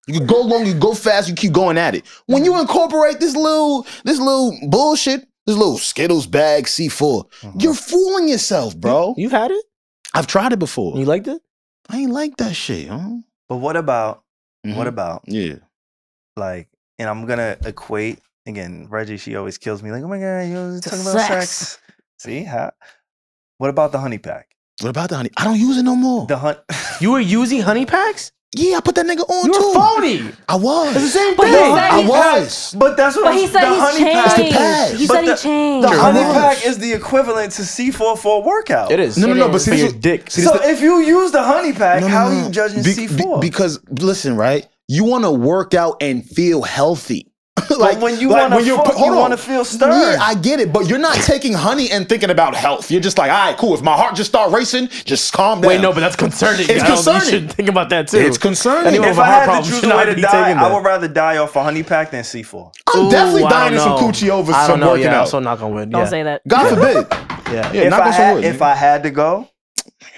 B: You could go long, you go fast, you keep going at it. When you incorporate this little, this little bullshit, this little Skittles bag C4, you're fooling yourself,
D: *laughs*
B: bro.
D: You've had it?
B: I've tried it before.
D: You liked it?
B: I ain't like that shit, huh?
A: But what about
B: Mhm.
A: what about
B: Yeah.
A: like? And I'm gonna equate again. Reggie, she always kills me. Like, oh my god, you always
C: To
A: talking about
C: sex.
A: sex. See how? What about the honey pack?
B: What about the honey? I don't use it no more.
A: The hunt.
D: You were using honey packs?
B: yeah, I put that nigga on
D: You
B: too.
D: were phony.
B: I was.
D: It's the same
C: But
D: thing.
C: he said
B: I
C: he's-
B: was.
A: *laughs* But that's what.
C: But
A: I'm,
C: he said
A: the
C: he's
A: honey pack.
B: It's the past.
C: changed. He
A: But
C: said he
A: the-
C: changed.
A: The
B: Sure.
A: honey
B: Come on.
A: pack is the equivalent to C4 for a workout.
D: It is.
B: No, no,
C: It
B: no. But
C: is.
B: see,
D: For
B: this
D: your
B: was-
D: dick.
B: see, this
A: So
B: the-
A: if you use the honey pack,
B: no, no,
A: how
B: no,
A: are you
B: no.
A: judging
B: Be- be-
A: C4?
B: because listen, right? You want to work out and feel healthy.
A: like when you want
B: when
A: to
B: you're-
A: fuck,
B: hold
A: you
B: on.
A: want to feel stirred.
B: Yeah, I get it, but you're not taking honey and thinking about health. You're just like, all right, cool. If my heart just start racing, just calm down.
D: Wait, no, but that's concerning.
B: It's
D: I don't-
B: concerning.
D: You should think about that too.
B: it's concerning.
D: Anyone-
A: if
D: Over
A: I
D: heart
A: had
D: problems
A: to choose
D: should
A: a way
D: not
A: to
D: be
A: die,
D: taking
A: I
D: that.
A: would rather die off a honey pack than C4.
B: I'm
D: Ooh,
B: definitely
D: I
B: dying in
D: don't
B: some
D: know.
B: coochie over
D: I
B: some
D: don't know.
B: working
D: Yeah,
B: out.
D: also knock on wood.
C: Don't
D: *laughs* yeah.
C: say that.
B: God forbid.
D: Yeah.
B: Yeah,
A: if
B: knock
A: I
B: on some
A: had,
B: wood.
A: if I had to go,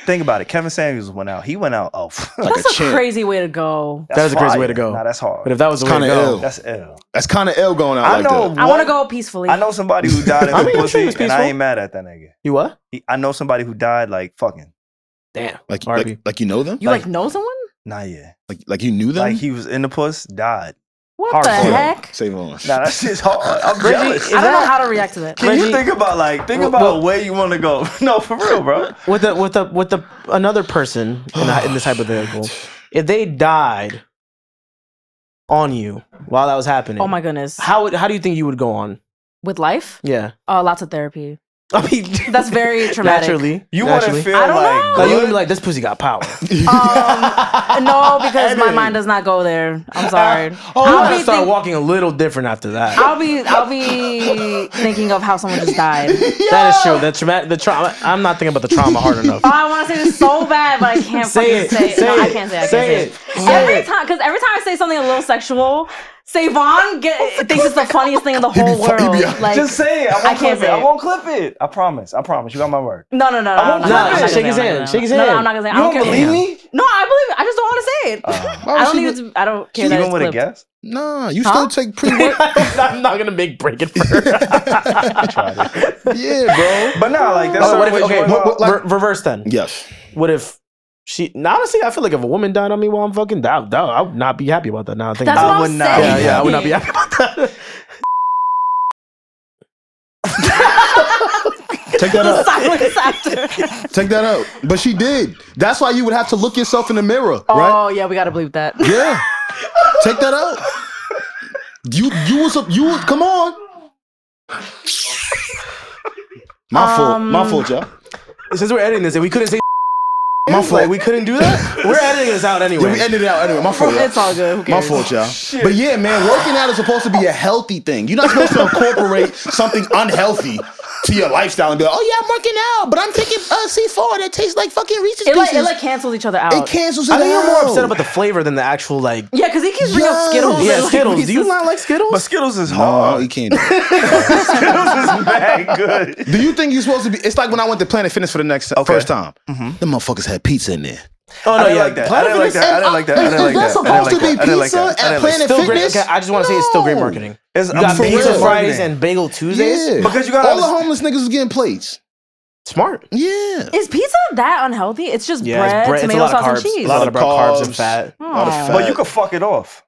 A: think about it. Kevin Samuels went out. He went out. Oh, that's
C: That's a crazy way to go.
D: That is a crazy way to
A: fire.
D: go.
A: Nah, that's hard.
D: But if that was the way to
B: Kinda
D: go,
B: ill.
A: that's ill.
B: That's kind of ill going out
A: I
B: like
A: know.
B: that.
C: I want to
A: one-
C: go peacefully.
A: I know somebody who *laughs* died in
D: I mean, I'm sure
A: pussy,
D: it's
A: and I
D: peaceful.
A: ain't mad at that nigga.
D: you what?
A: He, I know somebody who died like fucking.
D: Damn.
B: Like,
D: Barbie.
B: like, like you know them?
C: You like, know someone?
A: Nah, yeah.
B: Like, like you knew them?
A: Like he was in the puss, died.
C: What
D: Hard
C: the
D: boiled.
B: Save on.
C: heck?
B: Save on. *laughs*
A: Nah, *laughs* that shit's hard. I'm
D: Reggie,
A: jealous.
D: is
C: I don't know
D: that-
C: how to react to that.
A: Can you
D: Reggie-
A: think about like think
D: Well,
A: about
D: well-
A: where you want to go? *laughs* no, for real, bro.
D: with the with the with the another person in, the,
A: *sighs*
D: in this hypothetical, if they died on you while that was happening,
C: Oh my goodness.
D: how would- how do you think you would go on?
C: With life?
D: Yeah, *laughs*
C: Uh, lots of therapy.
D: I mean
C: That's
D: *laughs*
C: very traumatic.
D: naturally.
A: You want to
D: naturally.
A: feel
C: I don't
A: like
C: know.
D: Like, you would
A: good?
D: be like, this pussy
C: *laughs*
D: got power.
C: Um, no, because my mind does not go there. I'm sorry.
D: Oh, you
C: I'll
D: gotta
C: be,
D: start
C: think-
D: walking a little different after that.
C: I'll be I'll be thinking of how someone just died.
D: that is true. The trauma, the trauma. I'm not thinking about the trauma
C: *laughs*
D: hard enough. *laughs*
C: Oh, I want to say this so bad, but I can't
D: Say
C: fucking
D: it.
C: say it.
D: Say
C: no, I
D: it.
C: can't say it. I
D: Say
C: can't
D: it.
C: say it.
D: Say
C: every
D: it.
C: time, because every time I say something a little sexual, Savon get, thinks it's the funniest thing in the
B: He be
C: whole
B: fu- he
C: world.
B: be-
C: like,
A: Just say it. I won't
C: I can't
A: clip
C: say
A: it. I
C: it.
A: won't clip it. I promise. I promise. You got my word.
C: no, no, no, no,
A: I
C: no,
A: won't
C: no,
A: do
C: no, I'm
A: it.
C: not
A: Shake
C: gonna
D: his
C: say it.
D: hand. Shake his
C: No, no,
D: hand.
C: I'm not gonna say it. I
A: You
C: don't
A: don't
C: care.
A: believe me?
C: No, I believe it. I just don't want to say it.
A: *laughs* Uh,
C: I don't even. I don't care. that
A: even
C: it's
A: with a
C: clipped.
A: guess.
B: Nah, you still
C: Huh?
B: take pre work.
D: I'm not gonna make break it for her.
B: *laughs* yeah, bro.
A: But nah, like that's
D: Oh, what if-
A: always
D: okay,
A: one
B: what-
A: of-
B: what- like-
D: Re- reverse then.
B: Yes.
D: What if she? Now, honestly, I feel like if a woman died on me while I'm fucking, that, that, I would not be happy about that. Now I think
C: That's
A: I
D: about
C: what
A: would
C: I'm
A: not.
D: it.
C: saying.
D: yeah, Oh, yeah, I would
C: *laughs*
D: not be happy *laughs* about that.
B: Take that
C: The
B: out.
C: silence after.
B: Take that out. But she did. That's why you would have to look yourself in the mirror, *laughs* right?
C: Oh yeah, we gotta believe that.
B: Yeah. Take that out. You you was a, you was, come on. My fault. My
C: Um,
B: fault, y'all.
D: Since we're editing this, and we couldn't say,
B: My fault.
D: like, we couldn't do *laughs* that. We're editing this out
B: yeah,
D: anyway.
B: we ended it out anyway. My fault. y'all.
C: It's all good. Who
B: My
C: cares?
B: fault, y'all. But yeah, man, working out is supposed to be a healthy thing. You're not supposed to incorporate something unhealthy to your lifestyle and be like, oh yeah, I'm working out, but I'm taking uh, C4 that tastes like fucking Reese's
C: It like
B: Pieces.
C: it like cancels each other out.
B: it cancels it
D: I think you're more
B: out.
D: upset about the flavor than the actual
C: *laughs*
D: like.
C: Yeah, because he keeps bringing up Skittles. and,
D: Yeah,
C: like,
D: Skittles. Do you
C: Reese's.
D: not like Skittles?
A: But Skittles is
B: Oh, you
A: hard.
B: can't. do it.
A: Skittles is mad good.
B: *laughs* Do you think you're supposed to be? It's like when I went to Planet Fitness for the next first time. The Mm-hmm. motherfuckers had pizza in there.
D: oh
A: I didn't like that. I didn't like that. I didn't like that. I didn't like that.
B: That's
A: I didn't like
B: supposed to be
A: that. I didn't like
B: pizza
A: that. I
B: at
A: didn't like
B: Planet
A: that.
D: Still great.
B: Fitness?
D: okay, I just want to say it's still great
B: No.
D: marketing.
A: It's
D: You got
A: for
D: pizza
A: real.
D: Fridays and bagel Tuesdays.
B: Yeah,
A: Because you gotta
B: all the
A: understand-
B: homeless niggas was getting plates.
D: Smart.
B: Yeah,
C: Is pizza that unhealthy? It's just
D: Yeah,
C: bread,
D: it's bread. It's a
C: tomato
D: lot of
C: sauce, and
D: carbs.
C: cheese.
D: A lot of
B: A lot of
D: carbs and
B: carbs.
D: fat.
C: Aw.
B: lot of fat.
A: But you could fuck it off.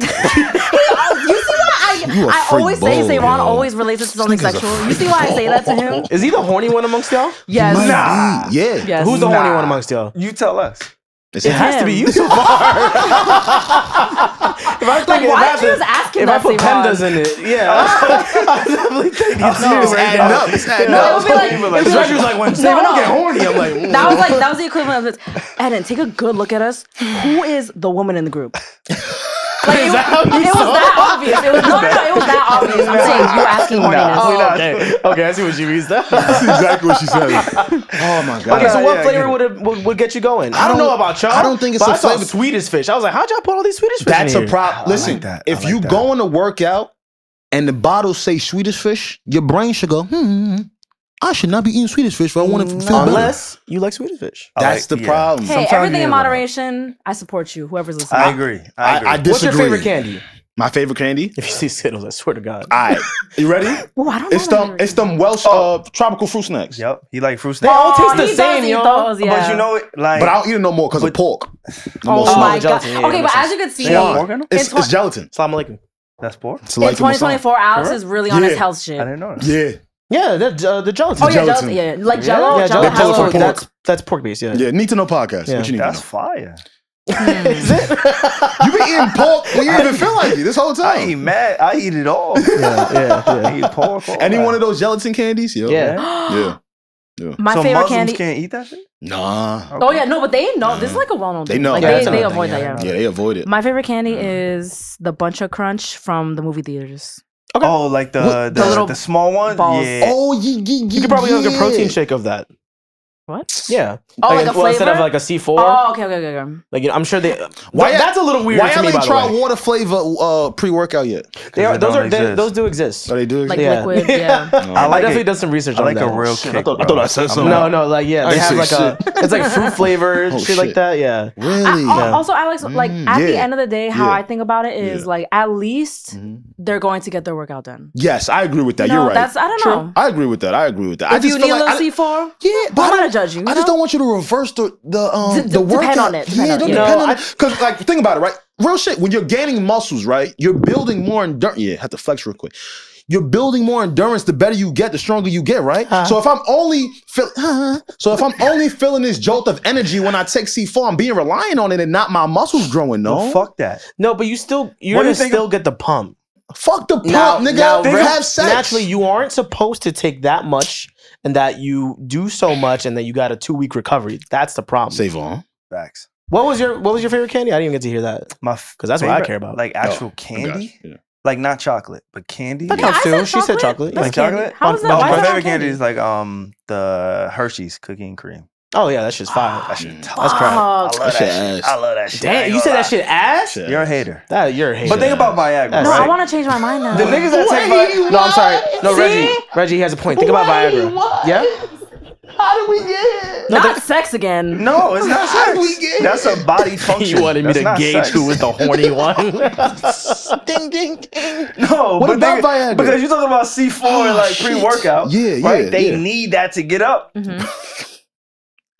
C: Oh, you see
B: *laughs* You a
C: why I, I
B: freak
C: always say
B: bold,
C: Savon
B: yo.
C: always relates it to something
B: This nigga's a
C: sexual. You see why I say that to him?
D: Is he the horny one amongst y'all?
C: Yes.
B: Might
A: Nah.
B: be, Yeah,
C: Yes.
D: Who's the horny
A: Nah.
D: one amongst y'all?
A: You tell us.
B: It's
D: It has to be you
C: *laughs*
D: so far. if I
C: Like,
D: think
C: why
D: about
C: did you just ask him
D: if I
C: that,
D: put
C: Savon?
D: pandas in it,
C: *laughs*
D: yeah, *laughs* I'm definitely thinking it's you
B: It's
D: right
B: adding
D: now.
B: up. It's adding
C: It
B: up.
C: would be like, it would be
D: Especially
C: like,
D: was like when Sam
C: no.
D: don't get horny, I'm like,
C: that was like that
D: *laughs*
C: was the equivalent of this. Eden, take a good look at us. Who is the woman in the group? Like, it, was, it was that obvious. It was, no, no, no, it was that obvious. I'm saying you asking horniness.
A: Nah.
D: Oh, okay. *laughs* Okay, I see what you mean.
B: *laughs* That's exactly what she
D: *laughs*
B: said. Oh my god.
D: Okay, so
A: Yeah, yeah, I
D: what
A: get
D: flavor
A: it.
D: would, it, would would get you going? I, don't,
B: don't-
D: know about y'all.
B: I don't think it's
D: but
B: a
D: I saw
B: flavor-
D: Swedish fish. I was like, how'd y'all put all these Swedish fish?
B: That's
D: in
B: a
D: here?
B: problem. Listen,
A: that. I
B: if
A: like
B: you
A: that.
B: going to work out and the bottle say Swedish fish, your brain should go, hmm, I should not be eating Swedish fish if I want to feel better.
D: Unless you like Swedish fish.
A: I
B: That's
A: like-
B: the
A: yeah.
B: problem.
C: Hey,
A: Sometimes
C: everything
A: you
C: in
A: don't.
C: moderation. I support you. Whoever's listening.
A: I agree. I agree.
B: I, I disagree.
D: What's your favorite candy? *laughs*
B: My favorite candy?
D: If you see Skittles, I swear to God.
B: All right. You ready?
C: Ooh, I don't
B: It's
C: know.
B: them, it's them Welsh uh, tropical fruit snacks.
A: yep. He like fruit
D: They
A: snacks.
D: all taste the
C: he does
D: same,
C: eat
D: yo.
C: those, yeah.
A: But you know, it, like
B: But I don't eat it no more because of pork. No more
C: oh my
B: slime.
D: gelatin,
C: god.
D: yeah, yeah,
C: okay, but
D: makes
C: as you can see,
A: Yeah.
C: in
A: Pork in them?
B: It's,
C: In
B: it's gelatin.
D: Salam alaikum.
A: that's pork.
B: It's like in my song.
C: 2024, Alex is really on his
B: Yeah.
C: health
A: I
C: shit.
A: didn't know that.
B: Yeah.
D: Yeah, the, uh, the gelatin.
C: Oh yeah,
B: Gelatin.
C: gelatin. yeah, yeah. like Jello.
D: yeah,
C: Jello
B: They pull it
C: has
B: from
C: a-
B: pork.
D: That's, that's pork based, yeah.
B: Yeah. Need to know podcast.
D: Yeah.
B: What you need
A: That's
B: to
A: fire.
D: Is
B: *laughs*
D: it?
B: know. You've been eating pork when you didn't even feel like it this whole
A: I eat
B: time.
A: mad. I eat it all.
D: yeah, yeah,
B: *laughs*
A: I eat pork. all
B: Any
A: that.
B: one of those gelatin candies? Yo.
D: yeah.
B: Yeah.
C: My
A: so
C: favorite
A: Muslims
C: candy.
A: can't eat that shit.
B: Nah.
C: Oh yeah, no, but they know. This is like a well-known.
B: They
C: thing.
B: know.
C: Like,
B: Yeah,
D: it's
C: they,
D: a
C: they
D: known
C: avoid
D: thing,
C: that. Yeah.
B: Yeah, they avoid it.
C: My favorite candy is the Buncha Crunch from the movie theaters.
A: Oh, like the the,
B: What?
A: the,
B: The
C: little
A: small one.
C: balls.
A: Yeah.
B: Oh, ye, ye,
D: You could probably have like a protein shake of that.
C: What?
D: Yeah.
C: Oh, like a
D: well, instead of
C: flavor?
D: like a C4,
C: Oh, okay, okay, okay. okay.
D: like you know, I'm sure they.
B: Why-
D: Why, that's a little weird
B: Why
D: to
B: y'all
D: me, by
B: ain't
D: the
B: try
D: way.
B: water flavor uh, pre workout yet?
D: They are,
A: They
D: those
A: don't
D: are they,
A: exist.
D: those do exist.
B: Are Oh, they doing?
C: Like
B: it?
D: Yeah.
C: liquid, yeah.
A: I
D: I
A: like
D: definitely
A: it.
D: did some research.
A: I
D: on
A: like
D: that.
A: a real
B: Shit, I
A: kick.
B: thought- I
A: bro.
B: thought I said
A: I'm
B: something.
A: not-
D: No, no, like yeah,
B: I
D: they have
B: see,
D: like a. *laughs* It's like fruit flavored
B: Oh,
D: shit like
B: shit.
D: that. Yeah.
B: really?
C: I- al- also, Alex, like
B: Mm,
C: at the
B: yeah.
C: end of the day, how
B: Yeah.
C: I think about it is
B: Yeah.
C: like at least
A: Mm-hmm.
B: Mhm.
C: they're going to get their workout done.
B: Yes, I agree with that.
C: no,
B: You're right.
C: that's I don't know.
B: I agree with that. I agree with that. I
C: if you
B: just
C: need
B: feel
C: a
B: like
C: little
B: I,
C: C four,
B: yeah, but
C: I'm
B: I
C: not
B: don't-
C: judging. You
B: I just
C: know?
B: don't want you to reverse the the um
C: D- d-
B: the workout.
C: depend on it, depend
B: yeah,
C: on it,
B: don't
C: yeah.
B: depend
D: No,
B: on
D: I-
B: it. Because like, think about it, right? Real shit. When you're gaining muscles, right? You're building more endurance. Yeah, have to flex real quick. You're building more endurance. The better you get, the stronger you get, right? So if I'm only feel, so if I'm only feeling this jolt of energy when I take C4, I'm being reliant on it and not my muscles growing. No,
A: Well, fuck that.
D: No, but you still you're
A: What do
D: gonna
A: you think
D: still get the pump.
B: Fuck the pump, nigga.
D: real-
B: have sex.
D: Naturally, you aren't supposed to take that much, and that you do so much, and that you got a two week recovery. That's the problem.
B: Save on.
A: Facts.
D: What was your What was your favorite candy? I didn't even get to hear that.
A: My because
D: that's what I care about.
A: Like actual candy, like not chocolate, but candy.
D: That
A: Like,
D: counts
C: Yeah, I
D: too. She said chocolate.
C: That's
A: Like chocolate?
C: How is that?
A: no,
C: why
A: my
C: is that
A: favorite candy?
C: candy
A: is like um the Hershey's cookie and cream.
D: Oh yeah, that shit's fire.
B: Ah,
A: That shit. tough.
C: That's crap.
A: I love
B: That
A: that.
B: shit
A: shit.
B: ass.
A: I love that shit. I
D: Damn,
A: ain't
D: you
A: gonna
D: said
A: lie.
D: that shit ass.
B: Shit.
A: You're a hater.
D: That you're a hater.
A: But think about Viagra.
D: That's
C: No,
A: right?
C: I want to change my mind now.
D: The niggas that take Vi- No, I'm sorry. No,
C: See?
D: Reggie. Reggie has a point. Think about Viagra. Yeah.
C: Not sex again.
A: No, it's not sex.
B: we get
A: That's a body function.
D: *laughs* He wanted me
A: That's
D: to
A: not
D: gauge
A: sex.
D: who was the
A: *laughs*
D: horny one.
B: ding ding ding.
A: No,
B: What
A: but
B: about
A: nigga-
B: Viagra?
A: Because you're talking about C4
B: Oh,
A: like
B: shit.
A: pre-workout.
B: Yeah,
A: right.
B: yeah,
A: They
B: yeah.
A: need that to get up. *laughs*
C: Mhm.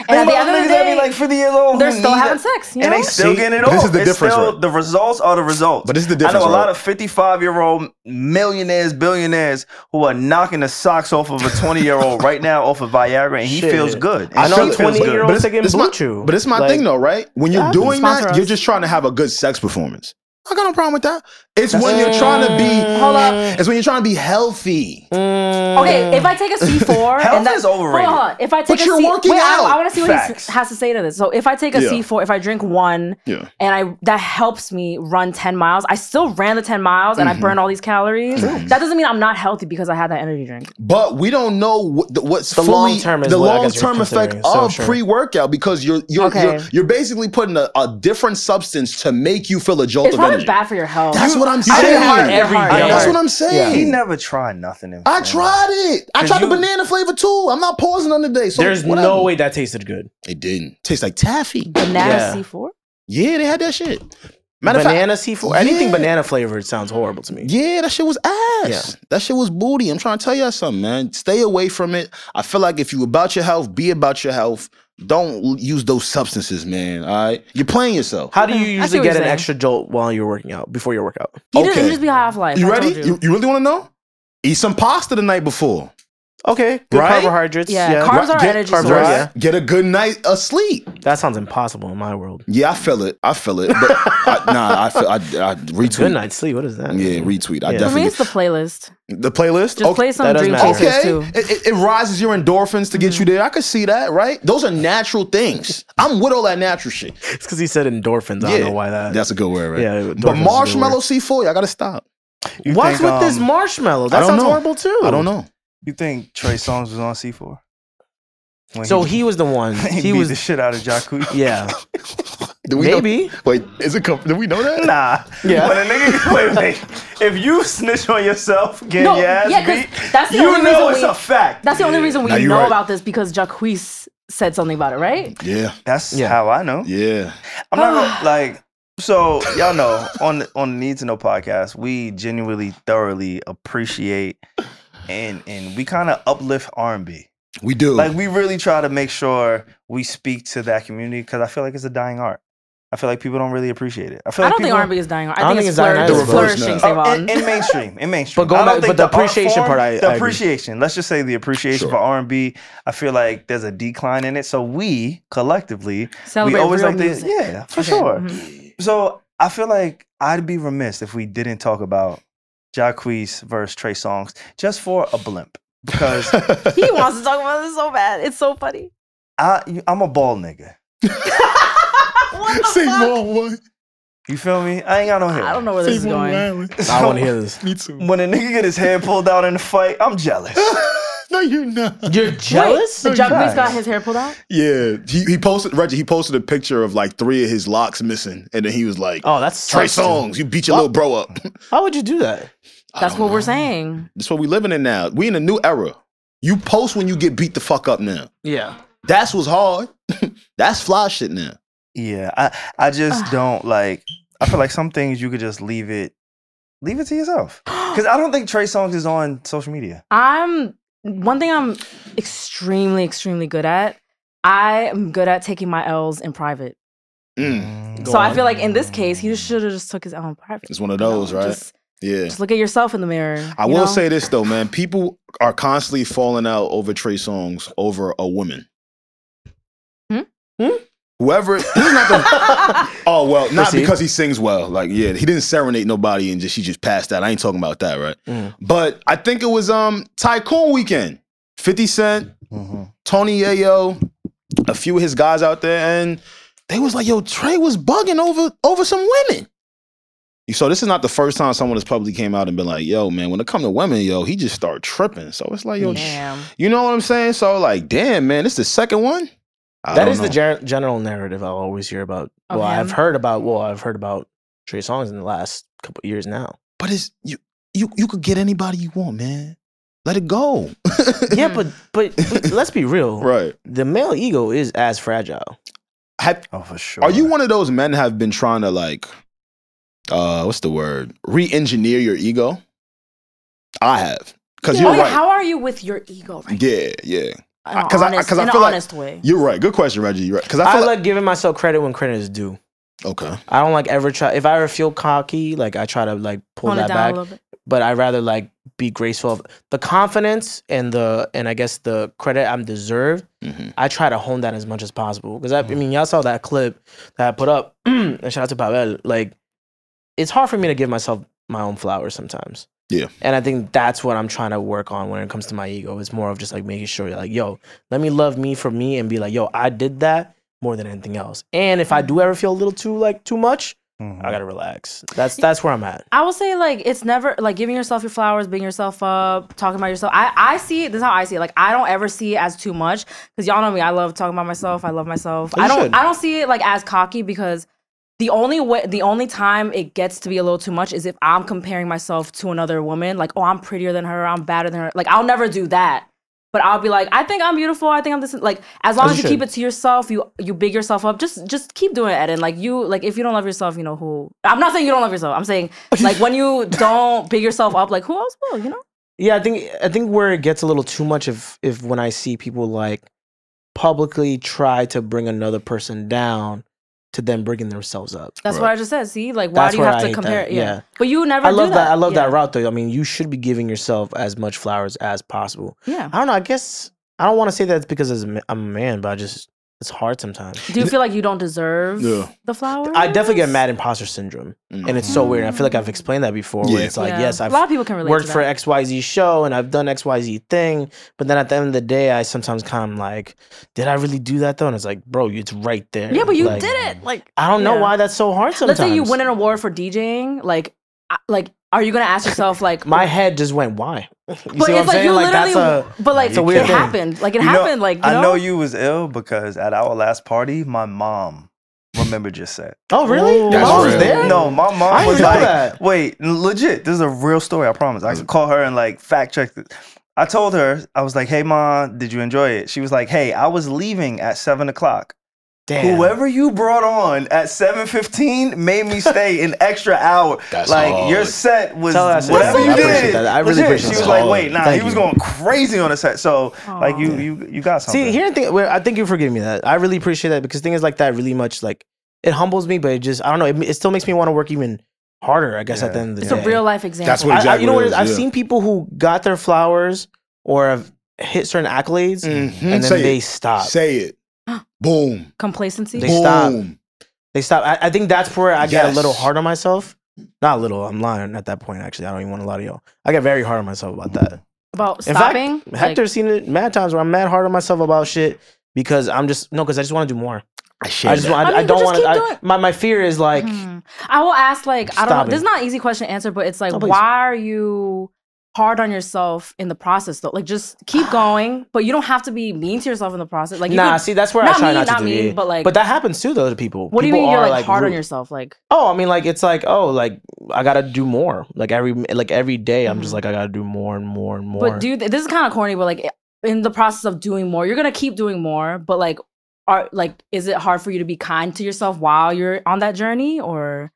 A: Think
C: And at the
A: about
C: end of
A: niggas
C: the
A: that be
C: day,
A: like 50 years old.
C: they're
A: who
C: still
A: need
C: having
A: that-
C: sex. You
A: and
C: know?
A: they still
B: See,
A: getting it
B: this
A: off.
B: is the
A: It's
B: difference,
A: still-
B: right?
A: The results are the results.
B: But this is the
A: I know
B: difference,
A: a lot
B: right?
A: of 55 year old millionaires, billionaires who are knocking the socks off of a 20 year
B: *laughs*
A: old right now off of Viagra, and he
D: Shit.
A: feels good. And
D: I know
A: she
B: a
A: feels
D: 20 year
A: good.
D: old
B: But it's-
D: taking
B: this
D: Blue
B: my-
D: Chew.
B: But it's my
D: Like,
B: thing though, right? When you're
D: Yeah,
B: doing
C: sponsor
B: that,
C: us.
B: you're just trying to have a good sex performance. I got no problem with that. It's when
D: That's-
B: you're trying to be
D: Hold up.
B: It's when you're trying to be healthy.
D: Mm,
C: Okay, if I take a C4,
A: mm. *laughs* Health
C: and that-
A: is overrated.
C: Hold on, If I take
B: But
C: a
B: you're
C: C-
B: working
C: wait,
B: out.
C: I, want to see what he s-
A: Facts.
C: has to say to this. So if I take a
B: Yeah.
C: 4 if I drink one,
B: Yeah.
C: and I that helps me run 10 miles, I still ran the 10 miles and I burned all these calories. That doesn't mean I'm not healthy because I had that energy drink.
B: But we don't know what, the- what's
D: The
B: fully-
D: long-term is
B: the
D: what I
B: long
D: guess you're
B: term effect
D: considering, so
B: of
D: sure.
B: pre workout because you're you're,
C: Okay.
B: you're you're basically putting a, a different substance to make you feel a jolt
C: It's
B: of
C: probably
B: energy.
C: bad for your health.
B: That's what I'm
A: I
B: saying.
A: didn't hard every
C: hard.
A: day.
B: That's
A: hard.
B: what I'm saying.
A: He never tried nothing. in
B: I
A: Florida.
B: tried it. I
A: Cause
B: tried the
A: you-
B: banana flavor too. I'm not pausing on the day. So
D: There's
B: whatever.
D: no way that tasted good.
B: It didn't. Tastes like taffy.
C: Banana
D: Yeah.
C: C4?
B: Yeah, they had that shit. Matter of fact,
D: Banana C4. Anything
B: Yeah.
D: banana flavored sounds horrible to me.
B: yeah, that shit was ass. That shit was booty. I'm trying to tell y'all something, man. Stay away from it. I feel like if you about your health, be about your health. Don't l- use those substances, man. All right, you're playing yourself.
D: How do you
C: Okay, I see
D: usually
C: what
D: get an
C: you're saying.
D: extra jolt while you're working out before your workout?
C: You just,
B: Okay.
C: you just be half life.
B: You
C: I told
B: ready? You, you really want to know? Eat some pasta the night before.
D: Okay, good
B: Right?
D: carbohydrates.
C: Yeah,
D: Yeah,
C: carbs are
B: Get
C: energy
D: carbs,
C: source.
D: right?
B: Right? Get a good night of sleep.
D: that sounds impossible in my world.
B: Yeah, I feel it. I feel it. But I, nah, I feel. I,
C: *laughs*
B: I retweet.
D: Good night's sleep. What is that?
B: Yeah, retweet. I
D: Yeah.
C: For me,
B: definitely
C: it's the playlist.
B: the playlist.
C: Just
B: okay.
C: play some
D: that doesn't
C: dream
D: matter.
C: chasers
B: Okay,
C: too.
B: it, it, it rises your endorphins to get you there. I could see that, right? Those are natural things. I'm with all that natural shit.
D: It's because he said endorphins. I
B: Yeah.
D: don't know why that.
B: That's a good word, right?
D: Yeah,
B: But
D: endorphins is a
B: marshmallow C4, y'all gotta stop.
A: You
D: What's
A: think,
D: with this
A: um,
D: marshmallow?
B: I
D: That
B: don't
D: sounds
B: know.
D: horrible too.
B: I don't know.
A: You think Trey Songz was on C4? When
D: So he was
B: *laughs*
D: the one.
A: he
D: He
A: beat
D: was.
A: the shit out of Jakku.
C: *laughs*
D: yeah,
B: Do we know- *laughs*
D: maybe.
B: wait, is it? com- Do we know that?
A: Nah.
D: Yeah.
A: When a nigga, *laughs* wait, wait. If you snitch on yourself, getting
C: No,
A: your ass
C: yeah, 'cause
A: beat,
C: that's the
A: you
C: only
A: know
C: reason
A: it's
C: we-
A: a fact.
C: That's the only reason we
B: Nah, you
C: know
B: right.
C: about this because Jacquees said something about it, right?
B: Yeah,
A: That's
D: Yeah.
A: how I know.
B: yeah.
A: I'm not
C: *sighs*
A: gonna, like. So y'all know on the- on the Need to Know podcast, we genuinely, thoroughly appreciate and and we kind of uplift R&B.
B: We do.
A: Like we really try to make sure we speak to that community because I feel like it's a dying art. I feel like people don't really really appreciate it. I feel
C: I
A: like
C: don't think
A: people-
C: R&B is dying. I,
D: don't
C: think,
D: think
C: it's
D: it's dying
C: flour-
D: either,
C: it's
B: bro. It's
C: flourishing.
B: not.
A: Oh,
C: Savon.
A: in, in mainstream,
C: *laughs*
A: in mainstream.
D: But going
A: I don't
D: back-
A: think
D: but the
A: art
D: appreciation
A: form-
D: part, I-
A: the
D: I agree.
A: appreciation. Let's just say the appreciation
B: Sure.
A: for R and B. I feel like there's a decline in it. So we collectively,
C: Celebrate
A: we always
C: real
A: like to,
C: music.
A: yeah, for
C: Okay,
A: sure.
C: mhm.
A: So I feel like I'd be remiss if we didn't talk about Jacquees versus Trey Songs just for a blimp
B: *laughs*
A: because
C: He wants to talk about this so bad. It's so funny.
A: I I'm a ball nigga.
C: *laughs* What the
B: Say
C: fuck?
B: more, what?
A: You feel me? I ain't got no hair.
C: I don't know where
B: Say
C: this is
B: more, *laughs*
C: going.
B: Ryan.
D: I want to hear this.
B: Me too.
A: When a nigga get his hair pulled out in a fight, I'm jealous.
B: no, you're not.
D: You're jealous?
C: Wait, Jacquees
A: Nice.
C: got his hair pulled out?
B: Yeah, he, he posted Reggie. He posted a picture of like three of his locks missing, and then he was like,
D: oh, that's
B: "Trey
D: sucks, dude.
B: Songs, you beat your little bro up." *laughs*
D: How would you do that?
B: I
C: That's
B: don't
C: what we're
B: know. *gasps*
C: saying.
B: That's what we living in now. We in a new era. You post when you get beat the fuck up now.
D: Yeah.
B: That's what's hard. *laughs* That's fly shit now.
A: Yeah, I I just don't like. I feel like some things you could just leave it, leave it to yourself. Because I don't think Trey Songz is on social media.
C: I'm one thing I'm extremely, extremely good at. I am good at taking my L's in private.
B: Mm.
A: Mm-hmm.
C: so I feel like in this case, he should have just took his L in private.
B: It's one of
C: you know?
B: those, right?
C: Just,
B: yeah.
C: just look at yourself in the mirror.
B: I
C: you
B: will
C: know? *laughs*
B: say this though, man. People are constantly falling out over Trey Songs over a woman.
C: Hmm?
D: Hmm?
C: *laughs*
B: Whoever he's not the Oh well, not
D: Proceed.
B: because he sings well. Like, yeah, he didn't serenade nobody and just she just passed out. I ain't talking about that, right?
D: Mm.
B: But I think it was um Tycoon Weekend. 50 Cent,
A: hmm
B: Tony Yayo, a few of his guys out there, and they was like, "Yo, Trey was bugging over over some women." So this is not the first time someone has publicly came out and been like, "Yo, man, when it come to women, yo, he just start tripping." So it's like, "Yo, *laughs*
C: Damn.
B: you know what I'm saying?" So like, damn, man, this the second one. I
D: That
B: don't
D: is the
B: know.
D: gen- general narrative I'll always hear about.
C: Of
D: well, I've
C: him?
D: heard about. Well, I've heard about Trey Songs in the last couple years now.
B: but it's you you you could get anybody you want, man. Let it go.
D: *laughs*
B: *laughs*
D: yeah, but but *laughs* let's be real.
B: right.
D: The male ego is as fragile.
B: Have,
A: Oh, for sure.
B: Are you one of those men have been trying to like uh what's the word? Re-engineer your ego? I have. Cuz
C: oh,
B: you're
C: yeah,
B: right.
C: how are you with your ego right
B: yeah, yeah.
C: now? In a
B: 'cause I-
C: honest-
B: 'cause I
C: in a
B: feel like-
C: honest way.
B: You're right. Good question, Reggie. You're right. Cuz
D: I,
B: I feel
D: like,
B: like,
D: giving myself credit when credit is due.
B: okay.
D: I don't like ever try. If I ever feel cocky, like I try to like pull
C: Tone it
D: that
C: down
D: back.
C: a little bit.
D: But I rather like be graceful. Of the confidence and the and I guess the credit I'm deserved
B: Mhm.
D: I try to hone that as much as possible because I, I mean y'all saw that clip that I put up *clears throat* and shout out to Pavel. Like it's hard for me to give myself my own flowers sometimes.
B: Yeah.
D: and I think that's what I'm trying to work on when it comes to my ego. It's more of just like making sure like yo, let me love me for me and be like yo, I did that more than anything else. And if I do ever feel a little too like too much,
F: Mm-hmm.
A: Mhm.
F: Mm.
D: I gotta relax. That's that's where I'm at.
C: I will say like it's never like giving yourself your flowers, being yourself up, talking about yourself. I I see it. This is how I see it. Like I don't ever see it as too much because y'all know me. I love talking about myself. I love myself.
D: Oh, You
C: I don't
D: should.
C: I don't see it like as cocky because the only way the only time it gets to be a little too much is if I'm comparing myself to another woman. Like oh I'm prettier than her. I'm better than her. Like I'll never do that. But I'll be like, I think I'm beautiful. I think I'm this. Like, as long
D: As
C: as you
D: Oh, you
C: keep
D: should.
C: it to yourself, you you big yourself up. Just just keep doing it, Eden. Like you, like if you don't love yourself, you know who. I'm not saying you don't love yourself. I'm
D: *laughs*
C: saying like when you don't big yourself up, like who else will? You know.
D: Yeah, I think I think where it gets a little too much if if when I see people like publicly try to bring another person down to them bringing themselves up.
C: That's
B: Right.
C: what I just said. See, like, why
D: That's
C: do you
D: where
C: have
D: I
C: to
D: hate
C: compare?
D: that.
C: it? Yeah.
D: Yeah.
C: but you would never.
D: I love
C: do
D: that. I love
C: yeah.
D: that route though. I mean, you should be giving yourself as much flowers as possible.
C: Yeah.
D: I don't know. I guess I don't want to say that's because as a ma- I'm a man, but I just it's hard sometimes.
C: Do you feel like you don't deserve
B: Yeah.
C: the flowers?
D: I definitely get mad imposter syndrome,
B: Mm.
D: and it's so weird. I feel like I've explained that before.
B: Yeah.
D: Where it's like,
C: Yeah.
D: yes,
C: a lot
D: I've
C: of people can relate.
D: worked
C: to
D: for
C: that.
D: X Y Z show and I've done X Y Z thing, but then at the end of the day, I sometimes kind of like, did I really do that though? And it's like, bro, it's right there.
C: Yeah, but you
D: Like,
C: did it. Like,
D: I don't know
C: Yeah.
D: why that's so hard sometimes.
C: let's say you win an award for DJing. Like, I- like, are you gonna
D: *laughs*
C: ask yourself like,
D: My head just went, why? *laughs* You see
C: but
D: what I'm
C: it's like
D: saying?
C: you
D: Like, that's
C: literally.
D: a-
C: but like,
D: it's a weird
C: it
D: thing.
C: happened. Like, it
A: You know,
C: happened. Like, you know.
A: I know you was ill because at our last party, my mom remembered just that.
D: Oh, really?
B: That's
D: Mom was
B: real.
D: there?
A: No, my mom
D: I didn't
A: was
D: know
A: like,
D: that.
A: wait, legit. This is a real story. I promise. I can call her and like fact check this. I told her, I was like, hey, mom, did you enjoy it? She was like, hey, I was leaving at seven o'clock.
D: Damn.
A: Whoever you brought on at 7.15 made me stay an extra hour.
B: That's
A: like your
B: hard.
A: set was
D: Tell her I said
A: whatever
D: that.
A: you
D: I appreciate
A: did.
D: that. I really
A: legit.
D: appreciate
A: She
D: that.
A: was like,
B: Hard.
A: wait, nah,
D: Thank
A: he was
D: you.
A: going crazy on the set. So like you you you got something.
D: See, here the thing, well, I think you forgive me that. I really appreciate that because things like that really much like it humbles me, but it just I don't know. It, it still makes me want to work even harder. I guess at the
A: Yeah.
D: end of the
C: It's
D: day,
C: a real life example.
B: That's what
D: I- I-
B: exactly
D: you know what?
B: it
D: it is?
B: is,
D: I've
B: yeah.
D: seen people who got their flowers or have hit certain accolades
C: Mm-hmm.
B: Mhm.
D: and then
B: Say
D: they
B: it.
D: stop.
B: Say it. Boom.
C: Complacency.
D: They
B: Boom.
D: stop. They stop. I, I think that's where I get a little
B: Yes.
D: hard on myself. Not a little. I'm lying at that point. Actually, I don't even want to lie to y'all. I get very hard on myself about that.
C: about
D: In
C: stopping.
D: fact, Hector's seen it mad times where I'm mad hard on myself about shit because I'm just no, because I just want to do more.
B: I
D: I just want.
C: I
D: I,
C: mean, you
D: don't
C: just
D: want
C: keep
D: to.
C: doing- Mm-hmm.
D: My my fear is like.
C: like, hmm. I will ask like I don't
D: Stop
C: know. This is
D: it.
C: not an easy question to answer, but it's like
D: No, please.
C: why are you hard on yourself in the process though? Like just
D: *sighs*
C: keep going, but you don't have to be mean to yourself in the process. Like you
D: nah,
C: could-
D: see, that's where I
C: not
D: try
C: me,
D: not to
C: not
D: do
C: me,
D: it.
C: but, like-
D: that happens too, though, to people.
C: what do you
D: People
C: mean you're
D: are,
C: like, hard on
D: rude.
C: yourself? Like
D: Oh, I mean, like it's like, oh, like I gotta do more. Like every, like every day, I'm just
C: Mhm.
D: like, I gotta do more and more and more.
C: but do you th- this is kind of corny, but like in the process of doing more, you're gonna keep doing more, but like are like is it hard for you to be kind to yourself while you're on that journey or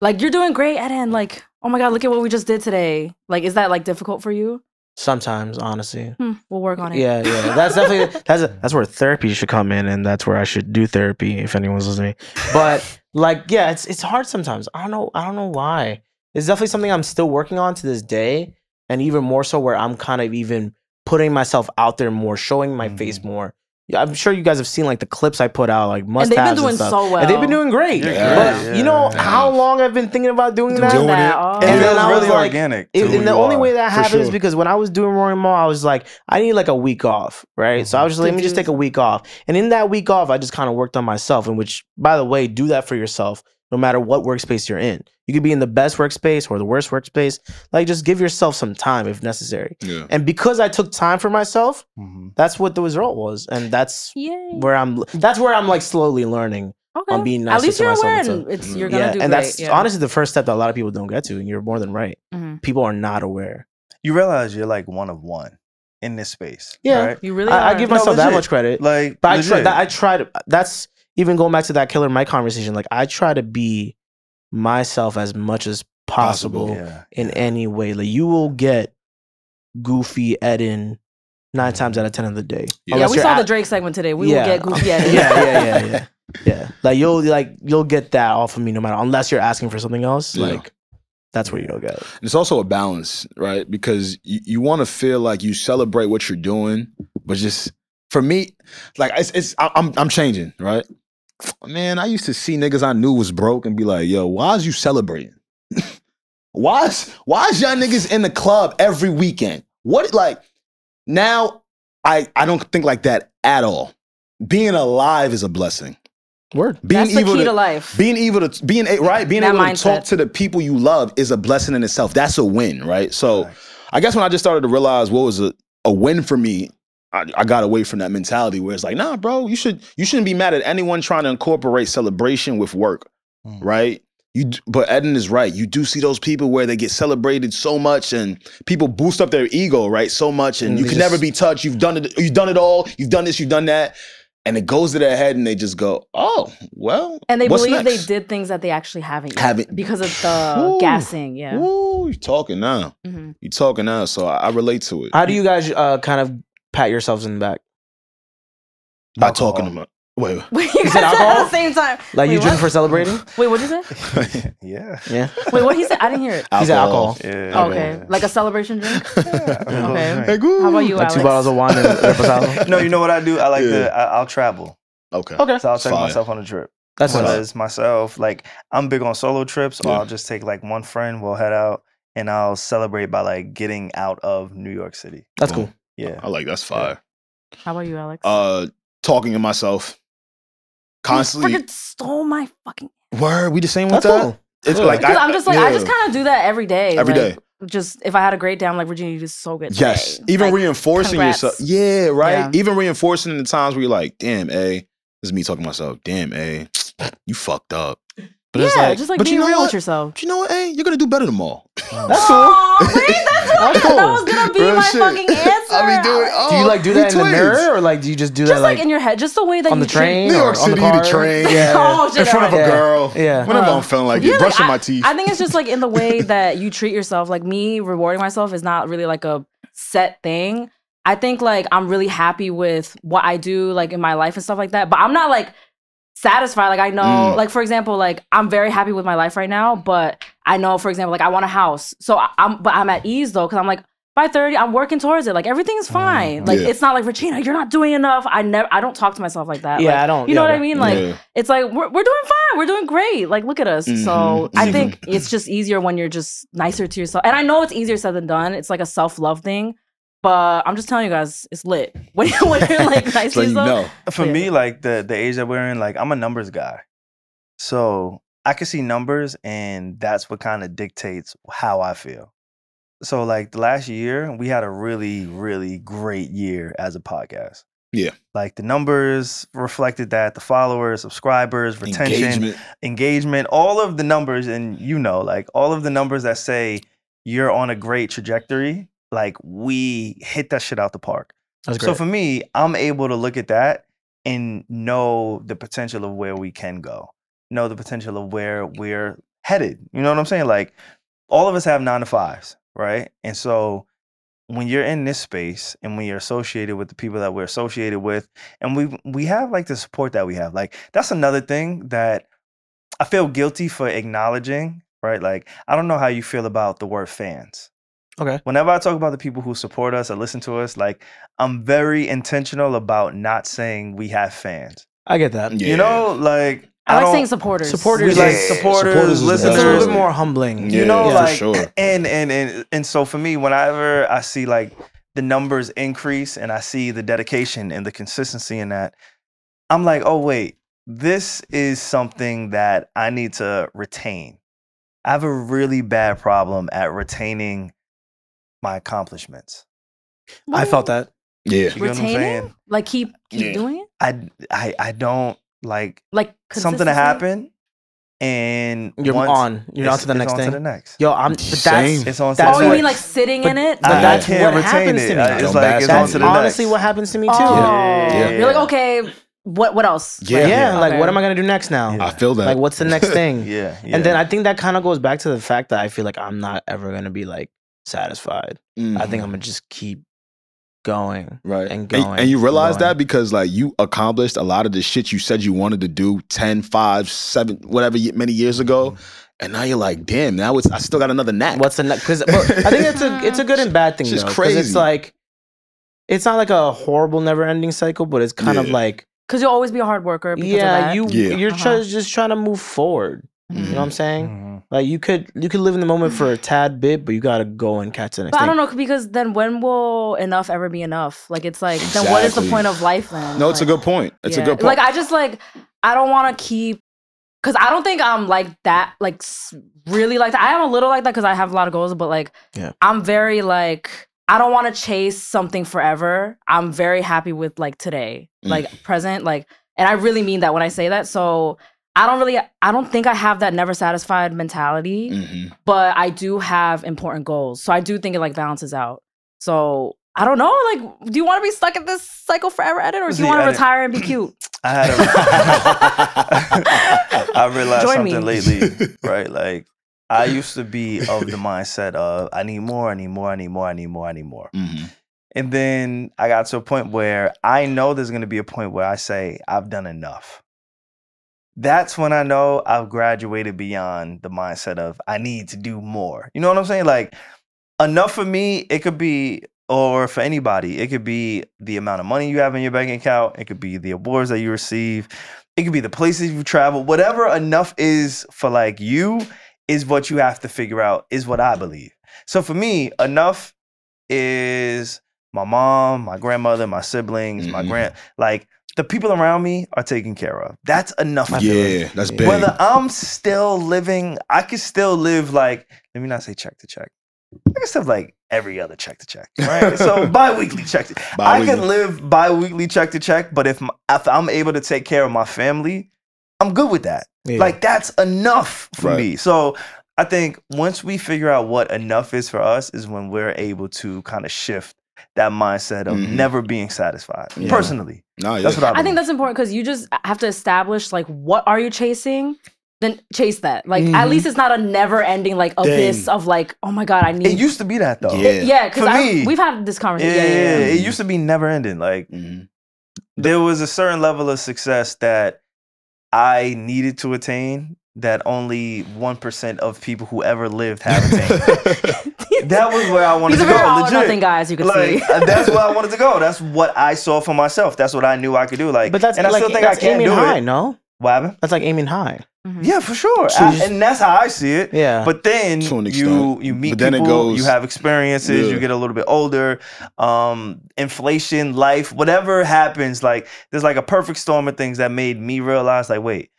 C: like you're doing great Eden like oh my god look at what we just did today like is that like difficult for you
D: sometimes, honestly.
C: hmm, we'll work on it
D: Yeah,
C: *laughs*
D: yeah. That's definitely that's that's where therapy should come in, and that's where I should do therapy if anyone's listening. But like, yeah, it's it's hard sometimes. I don't know. I don't know why. It's definitely something I'm still working on to this day, and even more so where I'm kind of even putting myself out there more, showing my face more. Yeah, I'm sure you guys have seen like the clips I put out, like must
C: and they've been
D: haves
C: doing
D: and stuff.
C: so well
D: And they've been doing great.
A: You're
B: Yeah.
D: But
A: great,
D: you
A: yeah.
D: know
B: Yeah.
D: how long I've been thinking about doing that?
B: Doing it.
C: oh.
A: And,
D: And
A: it was
D: then I was
A: really
D: like-
A: organic.
D: It-
A: to who
D: and the
A: you
D: only
A: are.
D: way that
B: For
D: happened is
B: sure.
D: because when I was doing Roaring Mall, I was like, I need like a week off, right?
A: Mm-hmm.
D: So I was just like, let
C: Did
D: me just
C: you-
D: take a week off. And in that week off, I just kind of worked on myself. And which, by the way, do that for yourself, no matter what workspace you're in. You could be in the best workspace or the worst workspace. Like, just give yourself some time if necessary.
B: Yeah.
D: And because I took time for myself,
A: Mhm.
D: that's what the result was, and that's
C: Yay.
D: where I'm. That's where I'm like slowly learning.
C: okay.
D: on being
C: at
D: nicer
C: least
D: to
C: you're
D: myself
C: aware
D: and
C: and it's
B: Mhm.
C: you're gonna
D: Yeah,
C: do
D: and
C: great.
D: that's
C: yeah.
D: honestly the first step that a lot of people don't get to, and you're more than right.
C: Mhm.
D: People are not aware.
A: You realize you're like one of one in this space.
D: Yeah.
A: Right?
C: you really
D: I, I
C: are.
D: give
A: No,
D: myself that
A: legit.
D: much credit.
A: Like
D: But I try,
A: legit.
D: that, I tried. That's even going back to that killer Mike conversation. Like I try to be myself as much as possible
A: yeah.
D: in any way. Like you will get goofy Eden nine times out of ten of the day.
B: Yeah.
C: Oh, yeah
D: Unless
C: we
D: you're
C: saw
D: at-
C: the Drake segment today we
D: Yeah.
C: will get goofy
D: *laughs*
C: at
D: yeah,
C: it. *laughs*
D: yeah, yeah, yeah, yeah. Like you'll like you'll get that off of me no matter unless you're asking for something else.
B: Yeah.
D: Like that's where you'll get. it.
B: And it's also a balance, right? Because you, you want to feel like you celebrate what you're doing, but just for me, like it's, it's I, I'm I'm changing, right? Man, I used to see niggas I knew was broke and be like, "Yo, why is you celebrating? *laughs* why is why is y'all niggas in the club every weekend? What like now? I I don't think like that at all. Being alive is a blessing.
D: Word.
B: Being
C: that's the
B: evil
C: key
B: to-
C: to life
B: being able to being a- right being
C: That
B: able to
C: mindset.
B: talk to the people you love is a blessing in itself that's a win right so
A: Right.
B: i guess when i just started to realize what was a, a win for me I, I got away from that mentality where it's like nah bro you should you shouldn't be mad at anyone trying to incorporate celebration with work
A: Mm.
B: right you d- but eden is right you do see those people where they get celebrated so much and people boost up their ego right so much and
D: And
B: you
D: they
B: can
D: just-
B: never be touched you've done it you've done it all you've done this you've done that and it goes to their head and they just go oh well
C: and they
B: what's
C: believe
B: next?
C: they did things that they actually haven't yet
B: Haven't-
C: because
B: *sighs*
C: of the
B: Ooh.
C: gassing yeah
B: Ooh, you talking now.
C: Mhm.
B: You talking now. So I, I relate to it.
D: How do you guys uh, kind of pat yourselves in the back?
B: by
A: Alcohol.
B: talking about Wait,
C: *laughs* Wait, you guys
D: it
C: said it at
D: alcohol?
C: the same time.
D: Like
C: Wait,
D: you drink
C: what?
D: for celebrating?
C: Wait, what did you
B: *laughs*
C: say?
A: Yeah.
D: Yeah.
C: Wait, what he said? I didn't hear it.
D: He's at alcohol.
A: Yeah.
C: Oh, okay, like a
B: *laughs*
C: celebration drink. Okay.
A: Like,
C: How about you,
D: Like
C: Alex?
D: two bottles of wine and a
C: *laughs*
D: reposado.
A: no, you know what I do? I like
B: Yeah.
A: to. I, I'll travel,
B: Okay.
D: Okay.
A: so I'll take
B: Fire.
A: myself on a trip.
D: That's
A: Whether
D: nice.
A: it's myself, like I'm big on solo trips, or
B: Yeah.
A: I'll just take like one friend. We'll head out and I'll celebrate by like getting out of New York City.
D: That's cool.
A: Yeah.
B: I like that's fire.
C: How about you, Alex?
B: Uh, talking to myself
C: You
B: constantly.
C: freaking stole my fucking.
B: Word, we the same with
D: That's
B: that.
D: cool.
B: It's
D: Yeah.
B: like
C: Because I'm just like I
B: yeah.
C: just kind of do that every day.
B: Every
C: like,
B: day.
C: Just if I had a great day, I'm like Virginia, you did so good.
B: Yes,
C: today."
B: even
C: Like,
B: reinforcing
C: congrats.
B: yourself. Yeah, right.
C: Yeah.
B: Even reinforcing the times where you're like, "Damn, a this is me talking to myself. Damn, a you fucked up." But
C: yeah,
B: it's like,
C: just like
B: but
C: being
B: you know
C: real
B: what?
C: with yourself.
B: But you know what? A you're gonna do better tomorrow.
D: That's cool.
C: Aw,
B: *laughs*
C: wait, that's
D: That's cool.
C: That was gonna be
B: Real
C: my
B: shit.
C: fucking answer.
B: *laughs* I be doing. Oh,
D: Do you like do
B: we
D: that in the
B: twins.
D: mirror or like do you just do
C: just
D: that
C: like,
D: like,
C: in your head, just the way that
D: on
C: you
D: the train?
B: New
D: or
B: York
D: on
B: City,
D: the,
B: the
D: car?
B: train.
D: Yeah.
C: *laughs* Oh, shit,
B: in front of a
D: yeah.
B: girl?
D: Yeah.
B: Whenever
C: Huh.
B: I'm feeling like
C: Yeah,
B: it, brushing
C: I,
B: my teeth.
C: I think it's just like in the way that you treat yourself. Like me rewarding myself is not really like a set thing. I think like I'm really happy with what I do, like in my life and stuff like that. But I'm not like satisfied. Like I know,
B: Mm.
C: like for example, like I'm very happy with my life right now. But I know, for example, like I want a house. So I, I'm, but I'm at ease though, because I'm like by 30, I'm working towards it. Like everything is fine. Like
B: Yeah.
C: it's not like Regina, you're not doing enough. I never, I don't talk to myself like that.
D: Yeah,
C: Like,
D: I don't.
C: You know
D: yeah,
C: what I
D: okay.
C: mean? Like
B: Yeah.
C: it's like we're, we're doing fine we're doing great like look at us so
B: Mhm.
C: i think it's just easier when you're just nicer to yourself and i know it's easier said than done it's like a self-love thing but i'm just telling you guys it's lit *laughs* when, *laughs* when
B: *laughs*
C: you're like nice
B: So
C: to
B: you
C: yourself
B: know.
A: For
C: Yeah.
A: me, like the the age that we're in, like I'm a numbers guy, so I can see numbers, and that's what kind of dictates how I feel. So like the last year, we had a really really great year as a podcast.
B: Yeah.
A: like the numbers reflected that the followers, subscribers, retention,
B: Engagement.
A: engagement, all of the numbers, and you know, like all of the numbers that say you're on a great trajectory, like we hit that shit out the park.
D: That's
A: So
D: great.
A: for me, I'm able to look at that and know the potential of where we can go, know the potential of where we're headed. You know what I'm saying? Like all of us have nine to fives, right? And so when you're in this space and when you're associated with the people that we're associated with, and we we have like the support that we have. Like that's another thing that I feel guilty for acknowledging, right? Like I don't know how you feel about the word fans.
D: Okay.
A: Whenever I talk about the people who support us or listen to us, like I'm very intentional about not saying we have fans.
D: I get that.
B: Yeah.
A: You know, like
C: i, like
A: don't-
C: saying supporters
D: Supporters.
A: we like
B: Yeah.
A: supporters,
B: Supporters is the
D: It's a little
A: listeners,
D: bit more humbling.
B: Yeah,
A: you know,
D: yeah, for
A: like
B: sure.
A: and and and and so for me, whenever I see like the numbers increase and I see the dedication and the consistency in that, I'm like, oh wait, this is something that I need to retain. I have a really bad problem at retaining my accomplishments.
D: I felt that.
B: Yeah.
A: You get what I'm
C: retaining
A: saying?
C: like keep keep
B: Yeah.
C: doing it
A: I I I don't like
C: like
A: something to
C: consistently?
A: happen and
D: You're
A: once-
D: on. You're on
A: it's-
D: to the
A: it's
D: next
A: on
D: thing.
A: To the next.
D: Yo, I'm. But that's
B: Same.
A: It's on. to
D: That's
A: the next.
C: oh you
D: what-
C: mean like sitting in it
D: but
A: I- I
D: that's
A: can't
D: what
A: retain
D: happens
A: it.
D: to me.
A: I-
B: Don't
A: it's like
B: bash
A: it's
B: it.
A: on
D: That's
A: to the
D: honestly
A: next.
D: what happens to me too.
C: oh
A: Yeah.
C: you're like okay what what else
B: Yeah.
D: Yeah,
C: Like,
D: like
C: okay.
D: what am I gonna do next now?
A: Yeah.
B: I feel that.
D: Like what's the next thing?
A: Yeah, yeah.
D: And then I think that kind of goes back to the fact that I feel like I'm not ever gonna be like satisfied. I think I'm gonna just keep going.
B: Mm. right
D: and
B: And,
D: going,
B: you realize
D: going.
B: that because like you accomplished a lot of the shit you said you wanted to do 10, 5, 7, whatever ye- many years ago, and now you're like, damn, now it's I still got another knack.
D: What's the next? Because I think it's a it's a good and bad thing.
B: Shit's
D: though, 'cause It's
B: crazy.
D: like it's not like a horrible, never-ending cycle, but it's kind of
B: Yeah.
D: like
C: because you'll always be a hard worker because
D: yeah, you
B: Yeah. Mm-hmm.
D: you're try-
C: Uh-huh.
D: just trying to move forward. You know what I'm saying?
A: Mhm.
D: Like you could you could live in the moment
C: *clears throat*
D: for a tad bit, but you gotta go and catch the next
C: But I don't
D: thing.
C: know because then when will enough ever be enough? Like it's like then what is the
B: Exactly.
C: point of life then?
B: no, it's a
C: Like,
B: good point. It's
C: yeah.
B: a good point.
C: Like I just like I don't want to keep because I don't think I'm like that. Like s- really like that. I am a little like that because I have a lot of goals, but like
D: Yeah.
C: I'm very like I don't want to chase something forever. I'm very happy with like today,
B: Mm.
C: like present, like, and I really mean that when I say that. So. I don't really, I don't think I have that never satisfied mentality
B: hmm
C: but I do have important goals. So I do think it like balances out. So I don't know. Like, do you want to be stuck in this cycle forever, Edit, or do
A: See,
C: you want to
A: Edit-
C: retire and be cute?
A: I had *laughs*
D: *laughs*
A: a. I realized
C: Join
A: something
C: me.
B: *laughs*
A: lately, right? Like I used to be of the mindset of I need more, I need more, I need more, I need more, I need more.
B: hmm
A: And then I got to a point where I know there's going to be a point where I say, I've done enough. That's when I know I've graduated beyond the mindset of, I need to do more. You know what I'm saying? Like, enough for me, it could be, or for anybody, it could be the amount of money you have in your bank account, it could be the awards that you receive, it could be the places you travel. Whatever enough is for like you is what you have to figure out, is what I believe. So for me, enough is my mom, my grandmother, my siblings, my
B: Mhm.
A: grand like the people around me are taken care of. That's enough. for me.
B: Yeah, that's big.
A: Whether I'm still living, I could still live like, let me not say check to check. I can still like every other check to check.
B: *laughs*
A: Right? so bi-weekly check to I
B: Bi-weekly.
A: can live bi-weekly check to check, but if, my, if I'm able to take care of my family, I'm good with that.
D: Yeah.
A: Like that's enough for
B: Right.
A: me. So I think once we figure out what enough is for us is when we're able to kind of shift that mindset of
B: Mhm.
A: never being satisfied.
B: Yeah.
A: Personally,
B: Nah, yeah.
A: that's what I,
C: I think
A: believe.
C: that's important because you just have to establish like what are you chasing, then chase that. Like at
A: Mm-hmm.
D: Mhm.
C: least it's not a never ending like abyss of like oh my god I need
A: It used to be that though.
B: Yeah.
C: yeah because
A: For me.
C: we've had this
A: Yeah,
C: conversation.
A: yeah, yeah.
B: yeah.
A: It used to be never ending. Like
B: Mhm.
D: Mm-hmm,
A: there was a certain level of success that I needed to attain that only one percent of people who ever lived
D: *laughs*
A: have attained. that was where I wanted
C: These
A: to
C: are
A: go.
C: very all or
A: legit.
C: nothing guys. You can
A: Like
C: see.
A: that's where I wanted to go. That's what I saw for myself. That's what I knew I could do. Like,
D: but that's
A: and I
D: like,
A: still think I
D: that's
A: can
D: aiming
A: do
D: high,
A: it.
D: no?
A: What happened?
D: That's like aiming high.
C: Mhm.
A: Yeah, for sure.
D: So
A: I-
D: you just-
A: and that's how I see it.
D: Yeah.
A: But then
B: Uh, To an
A: you
B: extent.
A: you meet
B: But then it
A: people,
B: goes-
A: you have experiences,
B: Yeah.
A: you get a little bit older, um, inflation, life, whatever happens, like there's like a perfect storm of things that made me realize, like, wait,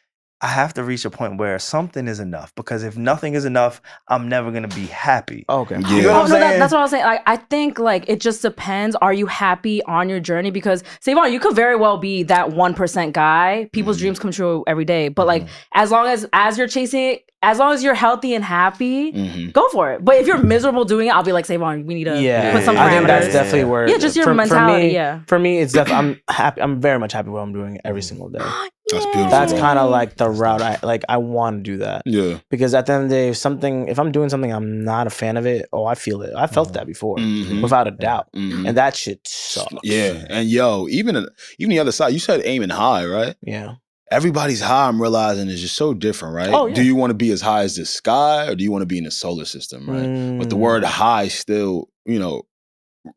A: I have to reach a point where something is enough because if nothing is enough, I'm never gonna be happy.
D: okay.
B: Yeah.
A: You know
C: Oh
A: what I'm
C: no, that,
A: saying?
C: that's what I was saying. Like, I think like it just depends. Are you happy on your journey? Because Savon, you could very well be that one percent guy.
B: Mhm.
C: People's
A: Mm-hmm.
C: dreams come true every day. But like, as long as as you're chasing it, as long as you're healthy and happy,
D: mm-hmm.
B: Mhm.
C: go for it. But if you're miserable doing it, I'll be like Savon, we need to
D: Yeah.
C: put some
A: Yeah,
D: I think that's
A: yeah,
C: parameters.
A: yeah.
D: definitely where
C: Yeah, just your mentality, yeah. *gasps*
D: For me, it's definitely I'm happy. I'm very much happy with what I'm doing every single day.
B: That's beautiful.
D: That's kind of like the route I like. I want to do that
B: Yeah.
D: because at the end of the day, if something, if I'm doing something, I'm not a fan of it. Oh, I feel it. I felt that before,
B: Mhm.
D: without a doubt.
A: Mm-hmm.
B: Mhm.
D: And that shit sucks.
B: Yeah, and yo, even even the other side, you said aiming high, right?
D: Yeah.
B: Everybody's high. I'm realizing is just so different, right?
D: Oh, yeah.
B: Do you want to be as high as the sky, or do you want to be in the solar system, right? But
A: Mm-hmm.
B: the
D: Mm.
B: word high still, you know,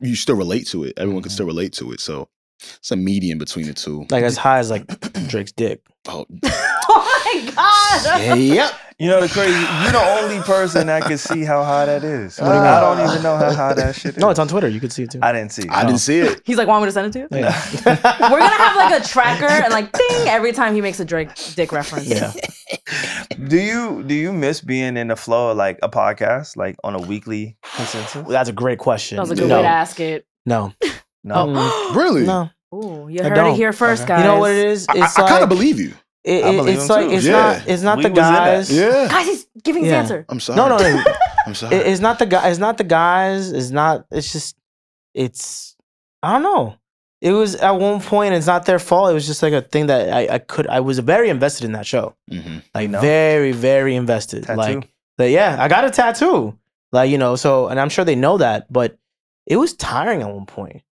B: you still relate to it. Everyone can
D: Mhm.
B: still relate to it. So it's a median between the two.
D: like as high as like Drake's dick.
B: oh,
C: *laughs* oh my god.
B: yep.
A: You know the crazy you're the only person that can see how high that is.
D: do you
A: I
D: mean?
A: don't even know how high that shit is.
D: No, it's on Twitter. You could see it too.
A: I didn't see it.
B: I didn't see
D: *gasps*
B: it.
C: He's like, want me to send it to you?
D: yeah.
C: We're gonna have like a tracker and like ding every time he makes a Drake dick reference.
D: yeah.
A: Do you do you miss being in the flow of like a podcast, like on a weekly consensus?
D: That's a great question.
C: That was a good
D: no.
C: way to Oh. ask it. *gasps* *laughs*
D: No.
A: No.
D: Mm,
B: Really?
D: no.
C: Ooh, you
D: I
C: heard it
D: don't.
C: here first,
A: Okay.
C: guys.
D: You know what it is? It's
B: I, I,
D: like,
B: kind of believe
D: *laughs*
B: you.
D: it,
A: I
D: it-
A: believe
D: it's
A: him,
D: like
A: too.
D: it's
B: Yeah.
D: not it's not
A: We
D: the
A: was in that.
D: guys.
B: Yeah.
C: Guys, he's giving his
D: Yeah.
C: answer.
B: I'm sorry.
D: No,
B: *laughs*
D: no, no.
B: I'm sorry.
D: It- it's not the guy. It's not the guys. It's not. It's just. It's. I don't know. It was at one point. It's not their fault. It was just like a thing that I, I could. I was very invested in that show.
B: Mhm.
D: Like
A: know?
D: very, very invested.
A: Tattoo?
D: Like, like, yeah, I got a tattoo. Like you know. So and I'm sure they know that, but it was tiring at one point.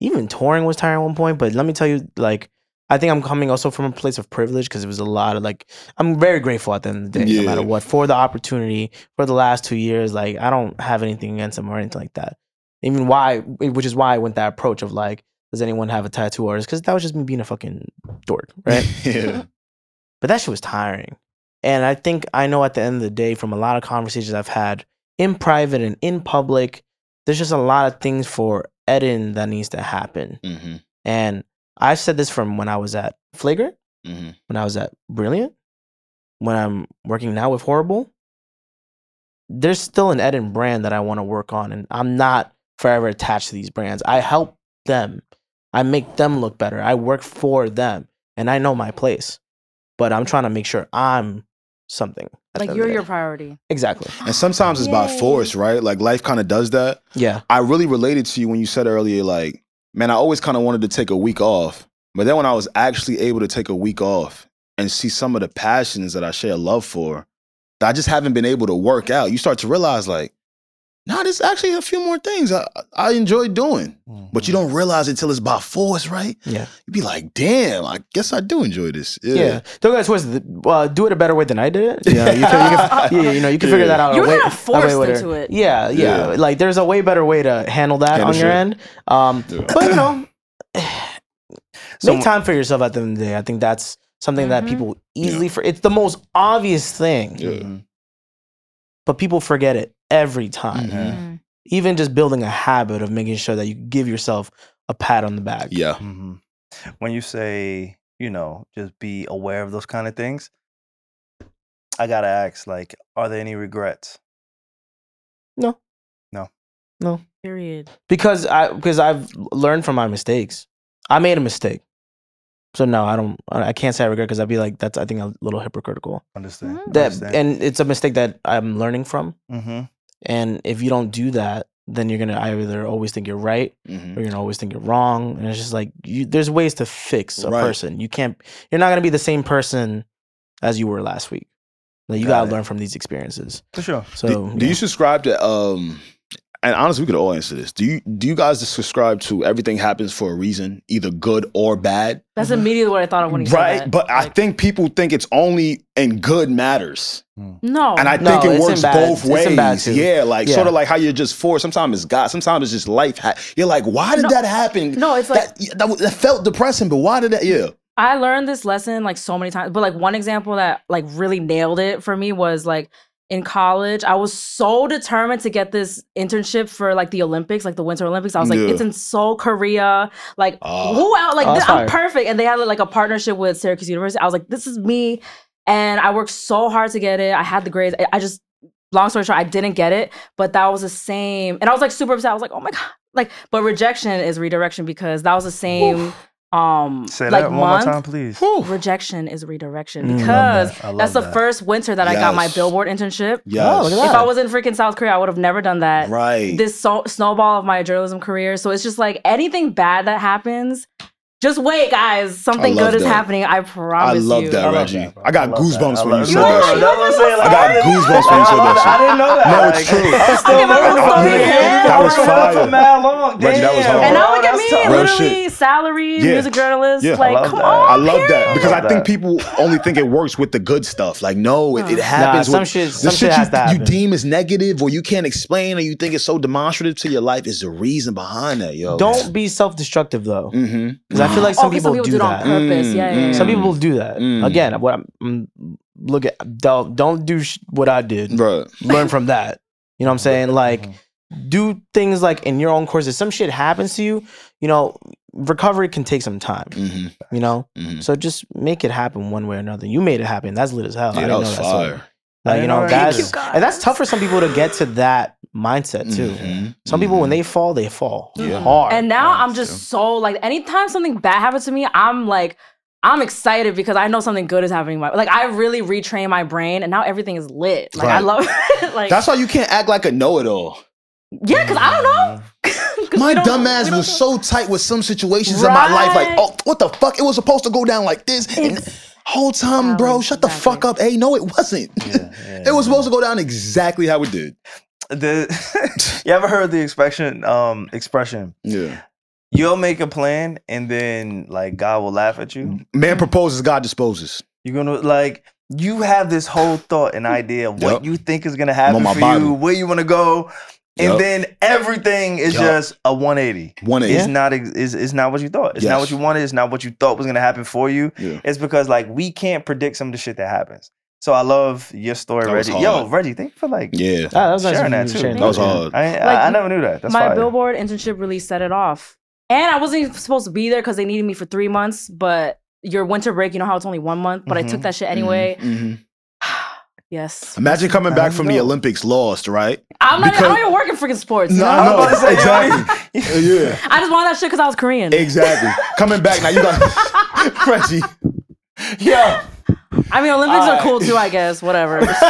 D: Even touring was tiring at one point. But let me tell you, like. I think I'm coming also from a place of privilege because it was a lot of like I'm very grateful at the end of the day, no
B: Yeah.
D: matter what, for the opportunity for the last two years. Like I don't have anything against them or anything like that. Even why, which is why I went that approach of like, does anyone have a tattoo artist? Because that was just me being a fucking dork, right?
B: *laughs* yeah.
D: *laughs* but that shit was tiring, and I think I know at the end of the day from a lot of conversations I've had in private and in public, there's just a lot of things for Eden that needs to happen,
B: Mhm.
D: and I've said this from when I was at Flagrant
B: Mhm.
D: when I was at Brilliant, when I'm working now with Horrible, there's still an Eden brand that I want to work on, and I'm not forever attached to these brands. I help them, I make them look better. I work for them, and I know my place, but I'm trying to make sure I'm something. at the
C: Like
D: end
C: you're
D: of the
C: your
D: day.
C: priority.
D: exactly.
B: And sometimes it's by force, right? Like life kind of does that.
D: Yeah,
B: I really related to you when you said earlier, like, man, I always kind of wanted to take a week off. But then when I was actually able to take a week off and see some of the passions that I share love for, that I just haven't been able to work out, you start to realize, like, nah, there's actually a few more things I, I enjoy doing.
A: Mm.
B: but you don't realize it until it's by force, right?
D: Yeah.
B: You be like, damn, I guess I do enjoy this. Yeah.
D: Yeah. Don't get it twisted. Uh, do it a better way than I did it. Yeah. You can, *laughs* you can, yeah, you know, you can figure
B: Yeah.
D: that out. a
C: You were
D: way-
C: kinda
D: a way
C: forced
D: later.
C: into it.
D: Yeah, yeah.
B: Yeah.
D: Like there's a way better way to handle that
B: Handle
D: on your
B: shit.
D: end. Um,
B: Yeah.
D: but
B: *clears throat*
D: you know,
A: So-
D: make time for yourself at the end of the day. I think that's something that
C: Mhm.
D: people easily for. It's the most obvious thing,
B: Yeah.
D: but people forget it every time.
B: Mhm.
C: Mm.
D: Even just building a habit of making sure that you give yourself a pat on the back.
B: Yeah.
A: Mhm. When you say, you know, just be aware of those kind of things, I gotta ask, like, are there any regrets?
C: Period.
D: because I because I've learned from my mistakes. I made a mistake, so no, I don't. I I can't say I regret because I'd be like that's I think a little hypocritical.
A: Understand?
C: Mhm.
D: That and it's a mistake that I'm learning from.
A: hmm
D: And if you don't do that, then you're gonna either always think you're right
B: Mhm.
D: or you're gonna always think you're wrong. And it's just like you, there's ways to fix a
B: Right.
D: person. You can't. You're not gonna be the same person as you were last week. Like, you
A: Got
D: gotta
A: it.
D: learn from these experiences.
A: for sure.
D: So
B: do, do
D: yeah.
B: you subscribe to um and honestly we could all answer this. Do you do you guys subscribe to everything happens for a reason, either good or bad?
C: That's immediately what I thought of when you said
B: Right.
C: that.
B: But I
C: Like,
B: think people think it's only in good matters.
C: Oh, no.
B: And I
D: No,
B: think it
D: it's
B: works
D: in bad-
B: both
D: it's in bad
B: ways.
D: too.
B: Yeah, like
D: Yeah.
B: sort of like how you're just forced. Sometimes it's God. Sometimes it's just life. ha- You're like, why did
C: No.
B: that happen?
C: no, it's like
B: that, that w- that felt depressing, but why did that? Yeah,
C: I learned this lesson like so many times, but like one example that like really nailed it for me was like in college, I was so determined to get this internship for like the Olympics, like the Winter Olympics. I was like,
B: Yeah.
C: it's in Seoul, Korea. Like,
B: Ah.
C: who out? Like,
D: Oh,
C: this,
D: that's
C: I'm
D: fire.
C: perfect. And they had like a partnership with Syracuse University. I was like, this is me. And I worked so hard to get it. I had the grades. I- I just, long story short, I didn't get it, but that was the same. And I was like super upset. I was like, oh my God. Like, but rejection is redirection because that was the same. Um,
A: Say
C: like
A: that one
C: month
A: more time, please.
C: rejection is redirection
D: Mm, love
C: because
A: that. I love
C: that's the
A: that.
C: first winter that I got my
B: Yes.
C: billboard internship.
B: yes.
D: Oh, look at
C: If
D: that.
C: I was in freaking South Korea, I would have never done that.
B: right.
C: This so- snowball of my journalism career. So it's just like anything bad that happens, just wait, guys. Something
B: love
C: good is
B: that.
C: happening. I
B: I
C: promise
B: love
C: you.
A: I
B: that,
A: love
B: Reggie.
A: that, bro.
B: I got
A: I love
B: goosebumps
A: that.
B: when
A: I
B: you
A: love
B: said
A: that.
B: that.
A: You know, that's what I'm saying, like,
B: I got
A: didn't-
B: goosebumps when you said that.
A: I
B: shit.
A: didn't know that.
B: No,
A: *laughs*
B: it's true.
A: I'm still
C: Okay, but
A: learning.
C: I'm sorry. That
B: was
A: I'm learning
B: fire.
A: for mad long.
B: Reggie, that was
A: Damn,
B: hard.
C: And now
A: bro,
C: look at me,
A: that's tough.
B: Real
C: literally salary,
B: Yeah.
C: music journalist.
B: Yeah. I
C: Like,
A: love
C: come
A: that.
C: on.
B: I love that
A: I
B: because
A: love
B: I think
A: that.
B: people only think it works with the good stuff. Like, no, it, it happens.
D: some
B: with,
D: shit-
B: the
D: some shit has to
B: you, you
D: happen.
B: deem as negative or you can't explain or you think it's so demonstrative to your life is the reason behind that, yo.
D: don't be self-destructive though,
B: Mm-hmm.
D: because I feel like
C: Oh,
D: some
C: 'cause
D: people, do,
C: it on
D: that.
C: purpose.
B: Mm,
C: yeah, yeah,
B: mm.
C: yeah.
D: Some
B: Mm.
D: people do that.
B: Mm.
D: Again, what I'm, I'm look at don't don't do sh- what I did.
B: Right.
D: Learn from that. You know what I'm saying? Like
B: Mm-hmm.
D: do things like in your own course. If some shit happens to you, you know, recovery can take some time.
B: Mm-hmm.
D: You know,
B: Mm-hmm.
D: so just make it happen one way or another. You made it happen. That's lit as hell. I
B: Yeah, that
D: didn't
B: was
D: know that story.
B: fire.
D: Like,
A: I
D: you
A: know
D: know,
A: that. Thank
D: that's
C: you, guys.
D: and that's tough for some people to get to that mindset too.
B: Mhm.
D: Some people when
B: Mhm.
D: they fall, they fall
B: Yeah.
D: hard.
C: And now
B: Yeah,
C: I'm just so like, anytime something bad happens to me, I'm like, I'm excited because I know something good is happening. in My like, I really retrain my brain, and now everything is lit. Like, I
B: Right.
C: love *laughs* it. like,
B: Mm-hmm. That's why you can't act like a know-it-all.
C: yeah, because I don't know. *laughs* 'Cause
B: My
C: we don't- we
B: dumbass
C: don't
B: was
C: know.
B: so tight with some situations in my life. Like,
C: Right.
B: oh, what the fuck? It was supposed to go down like this. and whole time, bro, shut the
C: Exactly.
B: fuck up. Hey, no, it wasn't. *laughs* it was supposed to go down exactly how it did.
A: The, *laughs* you ever heard the expression? Um, expression.
B: Yeah.
A: You'll make a plan, and then like God will laugh at you.
B: Man proposes, God disposes.
A: You're gonna like you have this whole thought and idea of what
B: Yup.
A: you think is gonna happen
B: my
A: for you,
B: Bible.
A: where you want to go, and
B: Yup.
A: then everything is
B: Yup.
A: just a 180.
B: 180.
A: It's not ex- it's, it's not what you thought. It's not what
B: Yes.
A: you wanted. It's not what you thought was gonna happen for you.
B: Yeah.
A: It's because like we can't predict some of the shit that happens. So I love your story,
B: That was
A: Reggie. Yo,
B: hard.
A: Reggie, thank you for like
B: Yeah.
D: Ah, that was nice
A: sharing
D: of
A: that
D: you
A: too.
D: sharing
B: That was
D: yeah.
B: hard.
A: I, I,
C: Like,
A: I never knew that. That's
C: my
A: fire.
C: billboard internship really set it off. And I wasn't even supposed to be there because they needed me for three months, but your winter break, you know how it's only one month, but I
B: Mm-hmm.
C: took
A: Mhm.
C: that shit anyway.
B: Mhm.
C: Yes.
B: Imagine coming back
A: I
B: from
A: know.
B: the Olympics lost, right?
C: I'm not, I
B: Because-
C: don't even work in freaking sports. you
B: No,
C: know?
B: I know.
A: I was about to say, yo,
B: exactly. *laughs* yeah.
C: I just wanted that shit because I was Korean.
B: Exactly. coming back now, you got Reggie. Yeah.
C: I mean, Olympics are cool too, I guess. Whatever.
B: *laughs*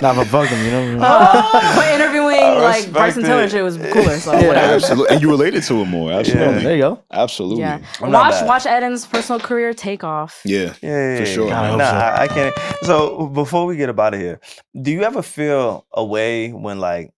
D: Nah, but fuck them, you know.
B: *laughs*
D: what I mean? *laughs*
C: but Oh, interviewing like
A: respect
C: Bryson Tiller
A: it.
C: shit was cooler. So
B: Yeah,
C: whatever.
B: absolutely. And you related to it more.
D: Yeah,
B: Absolutely.
D: there you go.
B: Absolutely.
C: Yeah.
A: I'm not
C: Watch
A: bad.
C: watch Eden's personal career take off.
B: Yeah.
A: Yeah, yeah,
B: For
A: yeah.
B: sure.
A: Nah,
D: I hope so.
A: I, I can't. So before we get up out of here, do you ever feel a way when like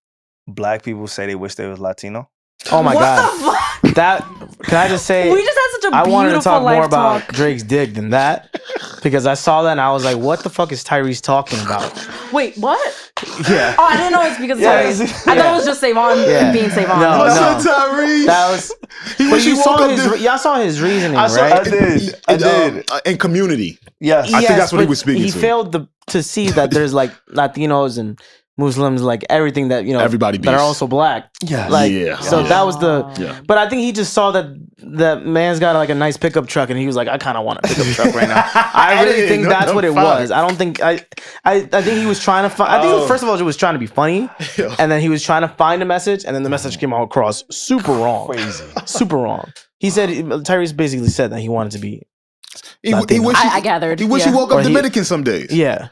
A: black people say they wish they was Latino.
D: Oh my
C: what
D: god.
C: the fuck?
D: That can I just say
C: We just had such a
D: I
C: beautiful
D: wanted to talk
C: life
D: more about
C: talk.
D: Drake's dick than that. Because I saw that and I was like, what the fuck is Tyrese talking about?
C: Wait, what?
A: Yeah.
C: Oh, I didn't know it's because of
D: Yeah,
C: Tyrese.
D: it's-
C: I thought
D: yeah.
C: it was just Savon
D: Yeah.
C: being Savon.
D: No,
C: But-
D: no.
B: Tyrese. *laughs*
D: That was
B: he,
D: But
B: wish
D: you
B: woke
D: saw
B: up
D: his
B: to-
D: y'all saw his reasoning,
B: I saw-
D: right?
A: I did. I
B: in, um,
A: did.
B: uh, in Community.
A: Yes.
B: I think that's what he
D: but
B: was speaking
D: He
B: to.
D: failed to, to see that there's like Latinos and Muslims, like everything that you know,
B: Everybody
D: that are
B: beats.
D: also black.
A: Yes.
D: Like,
B: Yeah,
D: so
B: yeah.
D: that was the.
B: Yeah.
D: But I think he just saw that that man's got like a nice pickup truck, and he was like, I kind of want a pickup truck
B: *laughs*
D: right now. I really
B: Hey,
D: think
B: no,
D: that's
B: no,
D: what it
B: fine.
D: was. I don't think I, I, I think he was trying to find. I
B: Oh.
D: think he was- first of all, he was trying to be funny,
B: *laughs*
D: and then he was trying to find a message, and then the message came all across
B: *laughs*
D: super wrong,
A: Crazy.
D: super wrong. He said Tyrese basically said that he wanted to be
B: He, he
D: Latino.
B: wish he,
C: I, I gathered.
B: he, wish
C: yeah.
B: he woke up
D: Or he-
B: Dominican some days. *laughs*
D: yeah,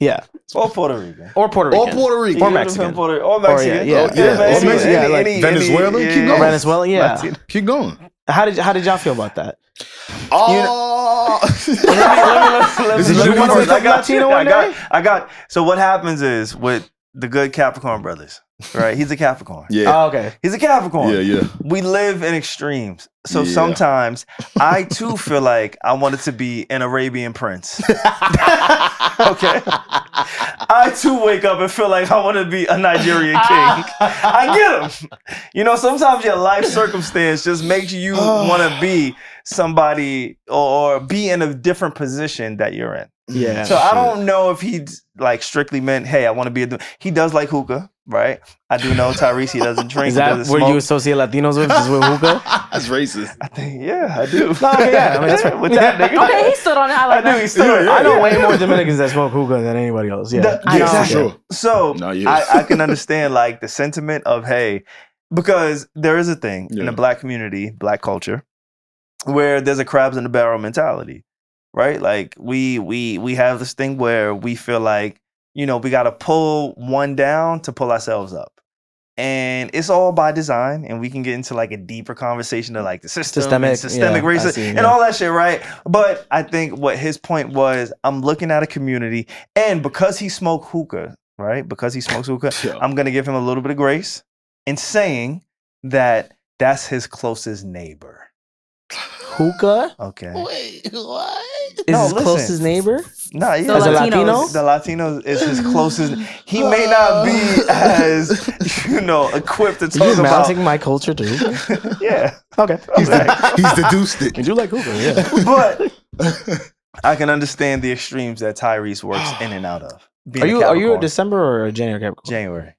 D: yeah,
A: Or Puerto Rican.
D: or Puerto
B: Or
D: Rican,
B: Puerto Rican.
A: Or
D: Mexican.
A: Puerto, or Mexican.
D: yeah,
A: Oh,
B: yeah.
A: man,
B: Or
A: any-
B: Mexican, yeah,
A: any-
D: like
A: any-
B: Venezuela?
A: any-
B: Keep
A: yeah,
B: going.
A: yeah. *laughs*
D: Venezuela, yeah.
A: Latino.
B: Keep going.
D: How did how did y'all feel about that?
B: Oh,
A: Let me- let me- let me-
B: Is it
A: let me
B: you wanna
A: first.
B: make
A: I
D: up
A: got-
D: Latino
A: I
D: one
A: got-
D: day?
A: I got. So what happens is with the good Capricorn brothers, right? He's a Capricorn.
B: *laughs* yeah,
D: Oh, okay.
A: He's a Capricorn.
B: yeah, yeah.
A: we live in extremes. So
B: Yeah.
A: sometimes I
D: *laughs*
A: too feel like I wanted to be an Arabian prince. okay. I too wake up and feel like I want to be a Nigerian king. I get them. You know, sometimes your life circumstance just makes
D: *sighs*
A: you want to be somebody or, or be in a different position that you're in.
D: Yeah.
A: So I don't know if he like strictly meant, hey, I want to be a. du-" He does like hookah, right? I do know Tyrese. He doesn't drink.
D: Is
A: he
D: that
A: doesn't
D: where
A: smoke.
D: you associate Latinos with? Is with
B: *laughs*
D: hookah?
B: That's racist.
A: I think, *laughs* yeah, I do.
D: okay, yeah, I mean, that's right.
A: With that nigga.
C: Okay, he stood on it.
A: *laughs*
C: I
A: I
C: like
A: do.
C: that.
A: He still.
D: I know way more Dominicans that smoke hookah than anybody else. Yeah.
A: That-
C: I
B: Yeah,
C: know.
B: for sure.
A: So
B: No, yeah.
A: I, I can understand like the sentiment of hey, because there is a thing in
B: Yeah.
A: the black community, black culture, where there's a crabs in the barrel mentality, right? Like we we we have this thing where we feel like you know we got to pull one down to pull ourselves up. And it's all by design, and we can get into like a deeper conversation of like the system,
D: Systemic,
A: systemic, systemic
D: yeah, I
A: racism,
D: see,
A: and
D: yeah.
A: all that shit, right? But I think what his point was, I'm looking at a community, and because he smoked hookah, right? Because he smokes hookah,
B: Yeah.
A: I'm gonna give him a little bit of grace in saying that that's his closest neighbor.
D: hookah
A: Okay.
B: Wait, what?
D: is
A: No,
D: his
A: listen.
D: closest neighbor.
A: No, yeah.
C: The
D: As a
C: Latinos.
D: Latino?
A: The Latino is his closest. He
C: *laughs*
A: may
C: Oh.
A: not be as you know equipped to
D: You're
A: talk about.
D: mounting my culture too. hookah?
A: *laughs* Yeah.
D: okay.
B: He's, the, he's deduced it.
D: Did you like *laughs* hookah? Yeah.
A: But I can understand the extremes that Tyrese works in and out of. being
D: Are you are you a
A: Capricorn.
D: December or a January Capricorn?
A: January?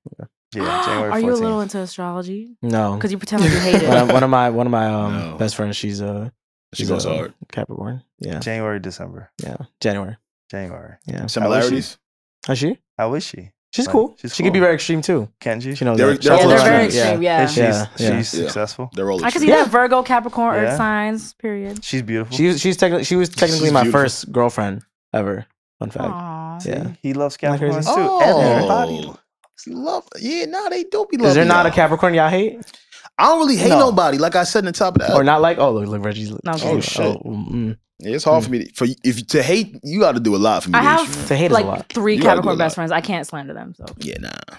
A: Yeah, January. 14th.
C: *gasps* Are you a little into astrology?
B: *laughs*
D: no.
C: Because you pretend like you hate
D: *laughs* One of,
C: it.
D: one of my one of my um,
B: No.
D: best friends, she's a
B: *laughs* She
D: she's
B: goes
D: a
B: hard.
D: Capricorn. Yeah.
A: January, December,
D: Yeah. January.
A: January.
D: Yeah.
B: *laughs* Similarities.
D: Is she?
A: How is she,
D: She's
A: Right.
D: cool.
A: She's
D: she could be
A: cool.
D: very extreme too.
A: Kenji?
D: She knows
B: They're-
D: that.
B: they're
C: Yeah,
D: Shout out
C: they're
D: to
B: all
D: her.
C: very
B: Latinos.
C: extreme. Yeah.
A: And she's
D: Yeah, yeah.
A: she's
B: Yeah.
A: successful.
B: They're all.
C: I can see
D: Yeah.
C: that Virgo, Capricorn, Earth
A: Yeah.
C: signs. Period.
A: She's beautiful.
D: She was she's technically she was technically
B: She's
D: my
B: beautiful.
D: first girlfrind ever. Fun fact.
C: Aw.
A: See,
D: yeah.
A: He loves
D: Isn't that
A: Capricorns
D: crazy?
A: too. Everybody.
B: Oh. Love, yeah, no, they do be loving.
D: Is there not a
B: y'all.
D: Capricorn y'all hate
B: I don't really hate
A: No.
B: nobody. Like I said in the top of that.
D: or not like? Oh look, look Reggie's.
C: Oh,
B: shit.
D: mm,
B: Yeah, it's hard for me to, for if to hate. You got to do a lot for me.
C: I
B: to hate
C: have
D: To hate is a lot.
C: like three
B: You gotta do
C: Capricorn
B: a lot.
C: best friends. I can't slander them. So *laughs*
B: you. Yeah, nah.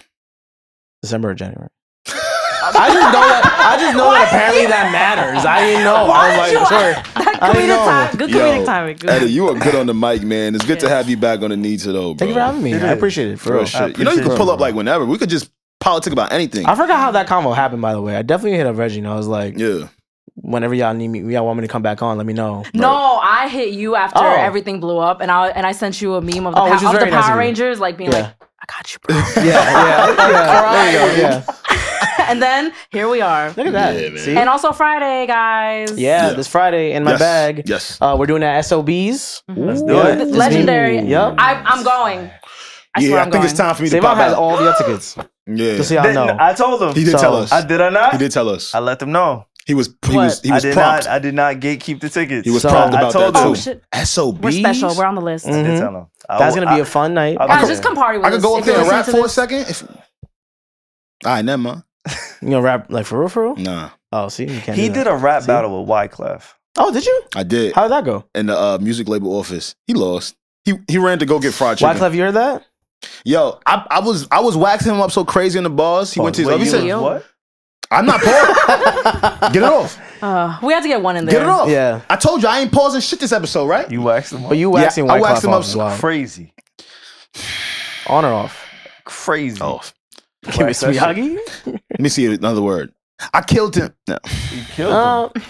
D: December or January. I just know that. I just know that apparently that matters. I didn't know. I was
C: did
D: like,
C: you-
D: sure.
C: that
D: I
C: comedic
D: know.
C: time, good
B: Yo,
C: comedic timing. Good.
B: Eddie, you are good on the mic, man. It's good to
C: Yeah.
B: have you back on the need to though, bro.
D: Thank you for having me.
A: It
D: I
A: is.
D: appreciate it. For
B: Real
D: real.
B: shit. you know you
A: appreciate
B: can
A: it,
B: pull up
A: bro.
B: like whenever. We could just politic about anything.
D: I forgot how that convo happened. By the way, I definitely hit up Reggie and I was like,
B: yeah.
D: whenever y'all need me, y'all want me to come back on, let me know.
C: No, I hit you after
D: Oh.
C: everything blew up, and I and I sent you a meme of the,
D: Oh,
C: pow-
D: which is
C: of the
D: very nice of
C: Power
D: you.
C: Rangers, like being
D: Yeah.
C: like, "I got you, bro." *laughs*
D: Oh, Yeah, yeah, yeah. There you go. Yeah.
C: and then here we are.
D: Look at that.
B: Yeah, man.
D: See?
C: And also Friday, guys.
D: yeah,
B: Yeah.
D: this Friday in my
B: yes.
D: bag.
B: Yes.
D: Uh, we're doing that SOBs.
A: Let's do
D: Yeah.
A: it.
D: It's me.
C: Legendary.
D: Yep.
C: I, I'm going. I
B: yeah,
C: swear
B: I
C: I'm
B: think
C: going.
B: it's time for me to
D: Savon
B: pop
D: has
B: out.
D: all the tickets.
B: yeah.
D: Just so y'all
A: Didn't-
D: know.
A: I told him.
B: he did
D: So,
B: tell us.
A: I did I not?
B: he did tell us.
A: I let them know.
B: He was he
C: What?
B: was he
A: I
B: was
A: did
B: prompt.
A: not. I did not gatekeep the tickets.
B: He was
D: So-
B: prompt
A: I
B: about
A: told
B: that
A: him.
C: oh
B: too.
C: shit,
B: SOBs.
C: we're special. We're on the list.
A: I
D: Mhm.
A: did tell him. I
D: That's
A: will-
D: gonna be a
A: I-
D: fun night.
A: I'll-
C: Guys, just come party with
B: I could
C: us
B: go up
C: if you're
B: there and
C: listening
B: rap
C: to
B: for a
C: this.
B: second. If, all right, never mind.
D: You know, rap like for real, for real.
B: Nah,
D: Oh, see, you can't.
A: Mm. he
D: do
A: did
D: that.
A: a rap
D: See?
A: battle with Wyclef.
D: Oh, did you?
B: I did
D: How did that go?
B: in the uh, music label office. He lost. He he ran to go get fried chicken.
D: Wyclef, you heard that?
B: Yo, I, I was I was waxing him up so crazy in the bars. He went to his.
A: Oh, Wait,
B: he
A: you
B: said,
A: was
C: Yo.
A: what?
B: "I'm not pausing. *laughs* Get it off.
C: Uh, we have to get one in there.
B: Get it
A: Oh.
B: off.
D: Yeah.
B: I told you I ain't pausing shit this episode, right?
A: You waxed them.
D: But you um,
B: Yeah,
D: waxing
B: I
D: White
B: waxed
D: Claw
B: him up
D: off as well.
A: crazy,
D: On or off?
A: crazy.
B: Off.
D: Give me
A: Wax that shit.
D: Miyagi.
B: Let me see another word. I killed him. No,
A: You killed them.
D: Uh,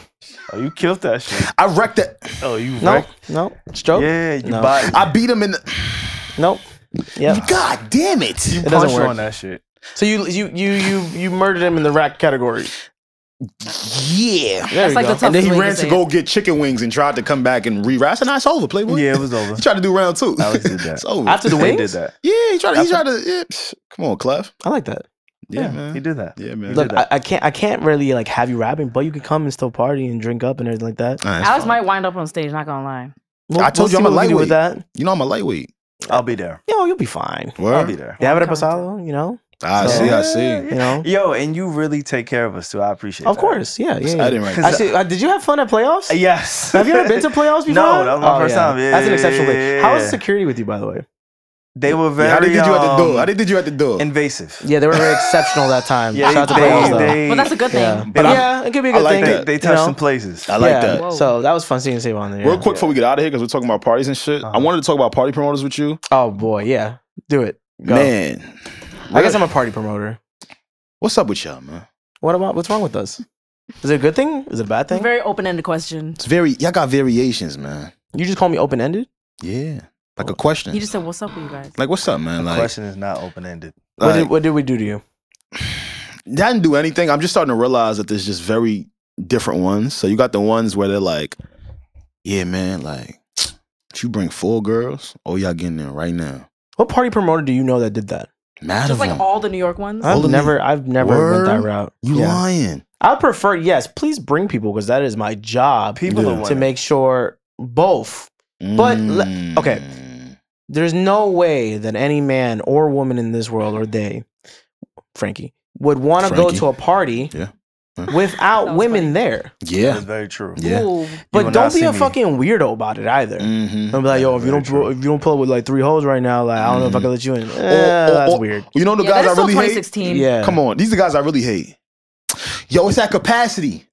A: Oh, you killed that shit.
B: I wrecked it.
A: Oh, you
D: no,
A: wrecked.
D: no. Stroke.
A: Yeah, you
D: No.
A: body.
B: I beat him in. The,
D: Nope.
A: *laughs*
D: Yeah.
B: God damn it.
A: You
D: doesn't
A: punched
D: work.
A: on that shit.
D: So you you you you you murdered him in the rack category.
B: Yeah.
D: There
C: That's
D: you
C: like
D: go.
C: the
B: And then he
C: Tough way
B: ran
C: to
B: to
C: say
B: go get chicken wings and tried to come back and re-rise, and that's over. Playboy.
A: Yeah, it was over.
B: *laughs* He tried to do round two. *laughs*
A: Alex did that.
B: it's over.
A: *laughs*
D: After the
A: They
D: wings,
A: did that.
B: yeah, he tried. To, he tried to. Yeah. psh, Come on, Clef.
D: I like that.
B: Yeah, man.
A: He did that.
B: Yeah, man.
D: Look,
A: that.
D: I, I can't I can't really like have you rapping, but you can come and still party and drink up and everything like that.
B: All right, that's
C: Alex
B: fine.
C: might wind up on stage. Not gonna lie.
D: We'll-
B: I told you
D: we'll see
B: I'm a
D: what we can do with that.
B: You know I'm a lightweight.
A: I'll be there.
D: Yo, you'll be fine.
A: I'll
B: Word? Ah,
A: be there.
D: Yeah, but
C: come
D: Pasado, you know,
B: I
D: So-
B: see. I see.
D: you know.
A: Yo, and you really take care of us too. I appreciate.
D: Of
A: that. Uh,
D: course, yeah, yeah.
B: I
D: yeah.
B: didn't write.
D: I see, uh, did you have fun at playoffs?
A: Yes.
D: *laughs* Have you ever been to playoffs before?
A: No, that was my
D: Oh,
A: first time. Yeah,
D: That's an
A: yeah,
D: exceptional
A: yeah,
D: thing.
A: yeah,
D: How was
A: yeah.
D: security with you, by the way?
A: *laughs* They were
B: Yeah,
A: very.
B: how they did you at the door?
A: um,
B: How they did you at the door?
A: invasive.
D: Yeah, they were very exceptional that time.
A: Yeah,
D: Shout out to
A: they,
D: playoffs, though.
A: they,
C: But that's a good thing.
D: yeah,
B: But I-
D: yeah, it could be a
B: I
D: good
B: like
D: thing.
A: they,
B: that.
A: they
D: you
A: touched
D: know?
A: some places.
B: I like
D: Yeah.
B: that.
C: Whoa.
D: So that was fun seeing Save on there.
B: Real quick before we get out of here, because we're talking about parties and shit. I
A: Uh-huh.
B: wanted to talk about party promoters with you.
D: Oh boy, yeah, do it. Go.
B: Man,
D: I guess I'm a party promoter.
B: what's up with y'all, man?
D: What about what's wrong with us? Is it a good thing? Is it a bad
C: It's a
D: thing?
C: very open-ended question.
B: It's very y'all got variations, man.
D: You just call me open ended.
B: Yeah, like a
C: He
B: question.
C: just said, "What's up with you guys?"
B: Like what's up, man?
A: The
B: Like,
A: question is not open ended.
D: What,
B: like
D: did- what did we do to you?
B: I didn't do anything. I'm just starting to realize that there's just very different ones. So you got the ones where they're like, yeah, man, like if you bring four girls, oh y'all getting in right now.
D: What party promoter do you know that did that?
B: Mad
C: Just
B: of
C: like
B: them.
C: all the New York ones.
B: Huh?
D: I've
B: All of
D: never, I've never went that
B: Word?
D: route.
B: you
D: Yeah.
B: lying.
D: I prefer yes. Please bring people because that is my job
A: People
B: Yeah.
A: are
D: to
A: winning.
D: make sure both. But le-
B: Mm.
D: okay. There's no way that any man or woman in this world or they, Frankie, would want to go
B: Frankie.
D: to a party
B: Yeah. Huh.
D: without
C: That was
D: women
C: funny.
D: there.
B: Yeah.
A: That's very true.
B: Yeah.
C: Ooh,
A: will
D: But
A: not
D: don't be
A: see
D: a
A: me.
D: fucking weirdo about it either.
B: Mhm.
D: I'll be like, yo,
A: Yeah,
D: if
A: very
D: you don't pull,
A: true.
D: if you don't pull up with like three hoes right now, like I don't know if I
B: Mhm.
D: can let you in. Eh,
B: or-
D: that's
B: or-
D: weird.
B: You know the
C: yeah,
B: guys
C: that's
B: I
C: still
B: really hate.
C: 2016.
D: Yeah.
B: Come on, these are the guys I really hate. Yo, it's at capacity,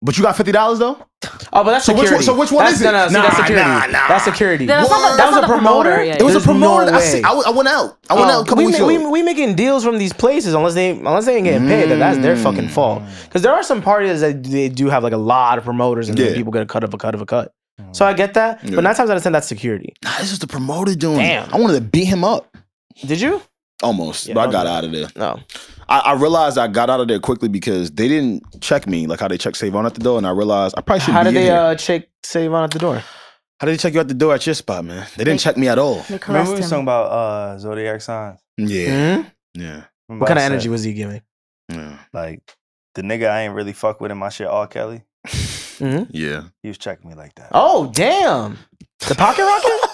B: but you got fifty dollars though.
D: Oh, but that's
B: So which one-
D: security.
B: so which one
D: that's,
B: is it?
D: No, no, see,
B: Nah,
D: that's security.
B: nah, nah.
D: That's security.
C: Then that's not the-
B: Word.
C: that's not the promoter. Yeah,
B: It was
D: There's
B: a promoter.
D: no
B: I, see,
D: way.
B: I, w- I went out. I went
D: Oh,
B: out a couple
D: we,
B: weeks
D: ma-
B: ago.
D: we, we making deals from these places unless they unless they ain't getting paid. Then that's their
B: Mm.
D: fucking fault. Because there are some parties that they do have like a lot of promoters and then
B: Yeah. Mm.
D: people get a cut of a cut of a cut. So I get that,
B: Yeah.
D: but nine times out of ten, that's security.
B: nah, this is the promoter doing.
D: Damn.
B: Damn. I wanted to beat him up
D: Did you?
B: almost,
D: Yeah,
B: but I
D: don't
B: got
D: do that.
B: out of there.
D: No.
B: I, I realized I got out of there quickly because they didn't check me like how they check Savon at the door, and I realized I probably should.
D: How
B: be
D: did
B: in
D: they
B: here.
D: uh, check Savon at the door?
B: How did they check you at the door at your spot, man? They didn't
C: They-
B: check me at all.
C: They caressed
A: Remember we was talking
C: him.
A: about uh, zodiac signs.
B: Yeah,
D: Hmm?
B: yeah,
A: Remember
D: What kind
A: I
D: of
A: said,
D: energy was he giving?
B: yeah,
A: like the nigga I ain't really fuck with in my shit? R. Kelly.
B: yeah.
A: He was checking me like that.
D: Oh damn! The pocket rocket?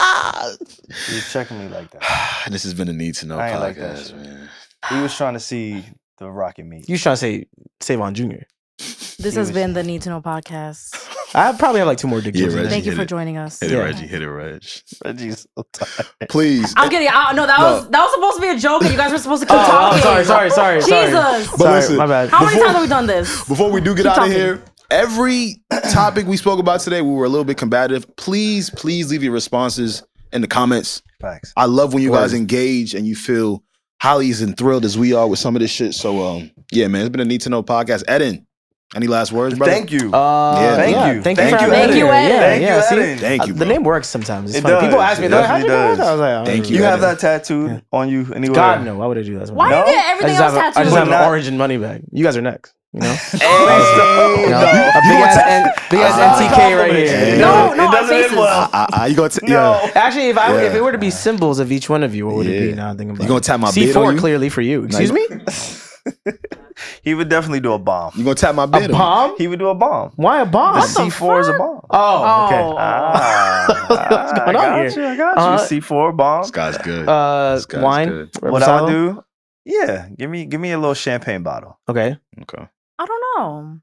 A: He was checking me like that.
B: *sighs* this has been a need to know
A: I ain't like that
B: podcast,
A: shit.
B: man.
A: He was trying to see the rocket *laughs* meat.
D: you trying to say Savon Jr.
C: This
A: He
C: has
A: was-
C: been the Need to Know podcast.
D: I probably have like two more dick
B: Yeah,
D: jokes. in
B: Reggie.
D: there.
C: Thank you
B: hit
C: for
B: it.
C: joining us.
B: Hit
D: Yeah.
B: it, Reggie. Hit it, Reggie.
A: Reggie's so tired.
B: Please.
C: I'm kidding. I, no, that
B: No.
C: was that was supposed to be a joke, and you guys were supposed to keep
D: Oh, oh,
C: talking.
D: sorry, sorry, sorry, sorry.
C: Jesus.
B: But
D: Sorry,
B: listen,
D: my bad.
C: How many
B: Before-
C: times have we done this?
B: before we do get
C: Keep
B: out of
C: talking.
B: here, every *clears throat* topic we spoke about today, we were a little bit combative. Please, please leave your responses in the comments.
A: *laughs* Facts.
B: I love when you guys
D: Word.
B: engage and you feel highly as and thrilled as we are with some of this shit. So, um, yeah, man, it's been a need to know podcast. Eden, any last words, brother?
A: Thank you.
D: Uh,
B: Yeah,
A: thank
D: yeah,
A: you.
D: Thank, you. for having
C: Thank
D: me.
C: you,
D: Yeah,
C: Ed.
A: Thank
D: yeah,
A: you,
D: see?
A: Eden.
B: Thank you.
D: Uh, the
B: bro.
D: name works sometimes. It's
A: It
D: funny. People
A: does.
D: ask me,
A: It
D: like, how'd you
A: definitely
D: do that? I
A: does.
D: was like, I don't
B: Thank
D: know.
B: you.
A: You have
B: Eden.
A: that tattooed on you anyway. *laughs*
D: God, no. Why would I do that?
C: Why
A: No?
C: do you get
D: I
C: everything
D: just have,
C: else
D: a, I
C: tattooed?
D: just have
A: We're
D: an
A: not-
D: orange and money bag. You guys are next.
B: *laughs*
D: You know,
A: Hey,
D: You know?
A: no.
D: a big
B: You want
D: ass,
B: to-
D: N- big ass
B: Ah.
D: NTK right here.
B: Hey.
C: No,
A: It
C: no, our
A: doesn't end
C: faces.
A: well.
B: I, I, Uh, you gonna t-
A: No.
D: Actually, if I if
B: Yeah.
D: it were to be symbols of each one of you, what would it
B: Yeah.
D: be? Now I'm thinking about
B: You gonna
D: it.
B: tap my
D: C4
B: beard on you?
D: clearly for you. Excuse me,
A: *laughs* He would definitely do a bomb.
B: You gonna tap my
D: a
B: bed?
D: bomb?
A: He would do a bomb.
D: Why a bomb?
A: The C4 is a bomb.
D: Oh, okay.
C: Oh.
A: Ah,
D: *laughs* What's
A: ah,
D: going
A: I
D: on
A: got
D: here?
A: you. I got
D: Uh,
A: you. C4 bomb.
B: This guy's good.
D: Uh,
B: This guy's
D: wine.
B: good.
A: What I'll
D: Reposado?
A: do? Yeah, give me give me a little champagne bottle.
D: Okay.
B: okay.
C: I don't know.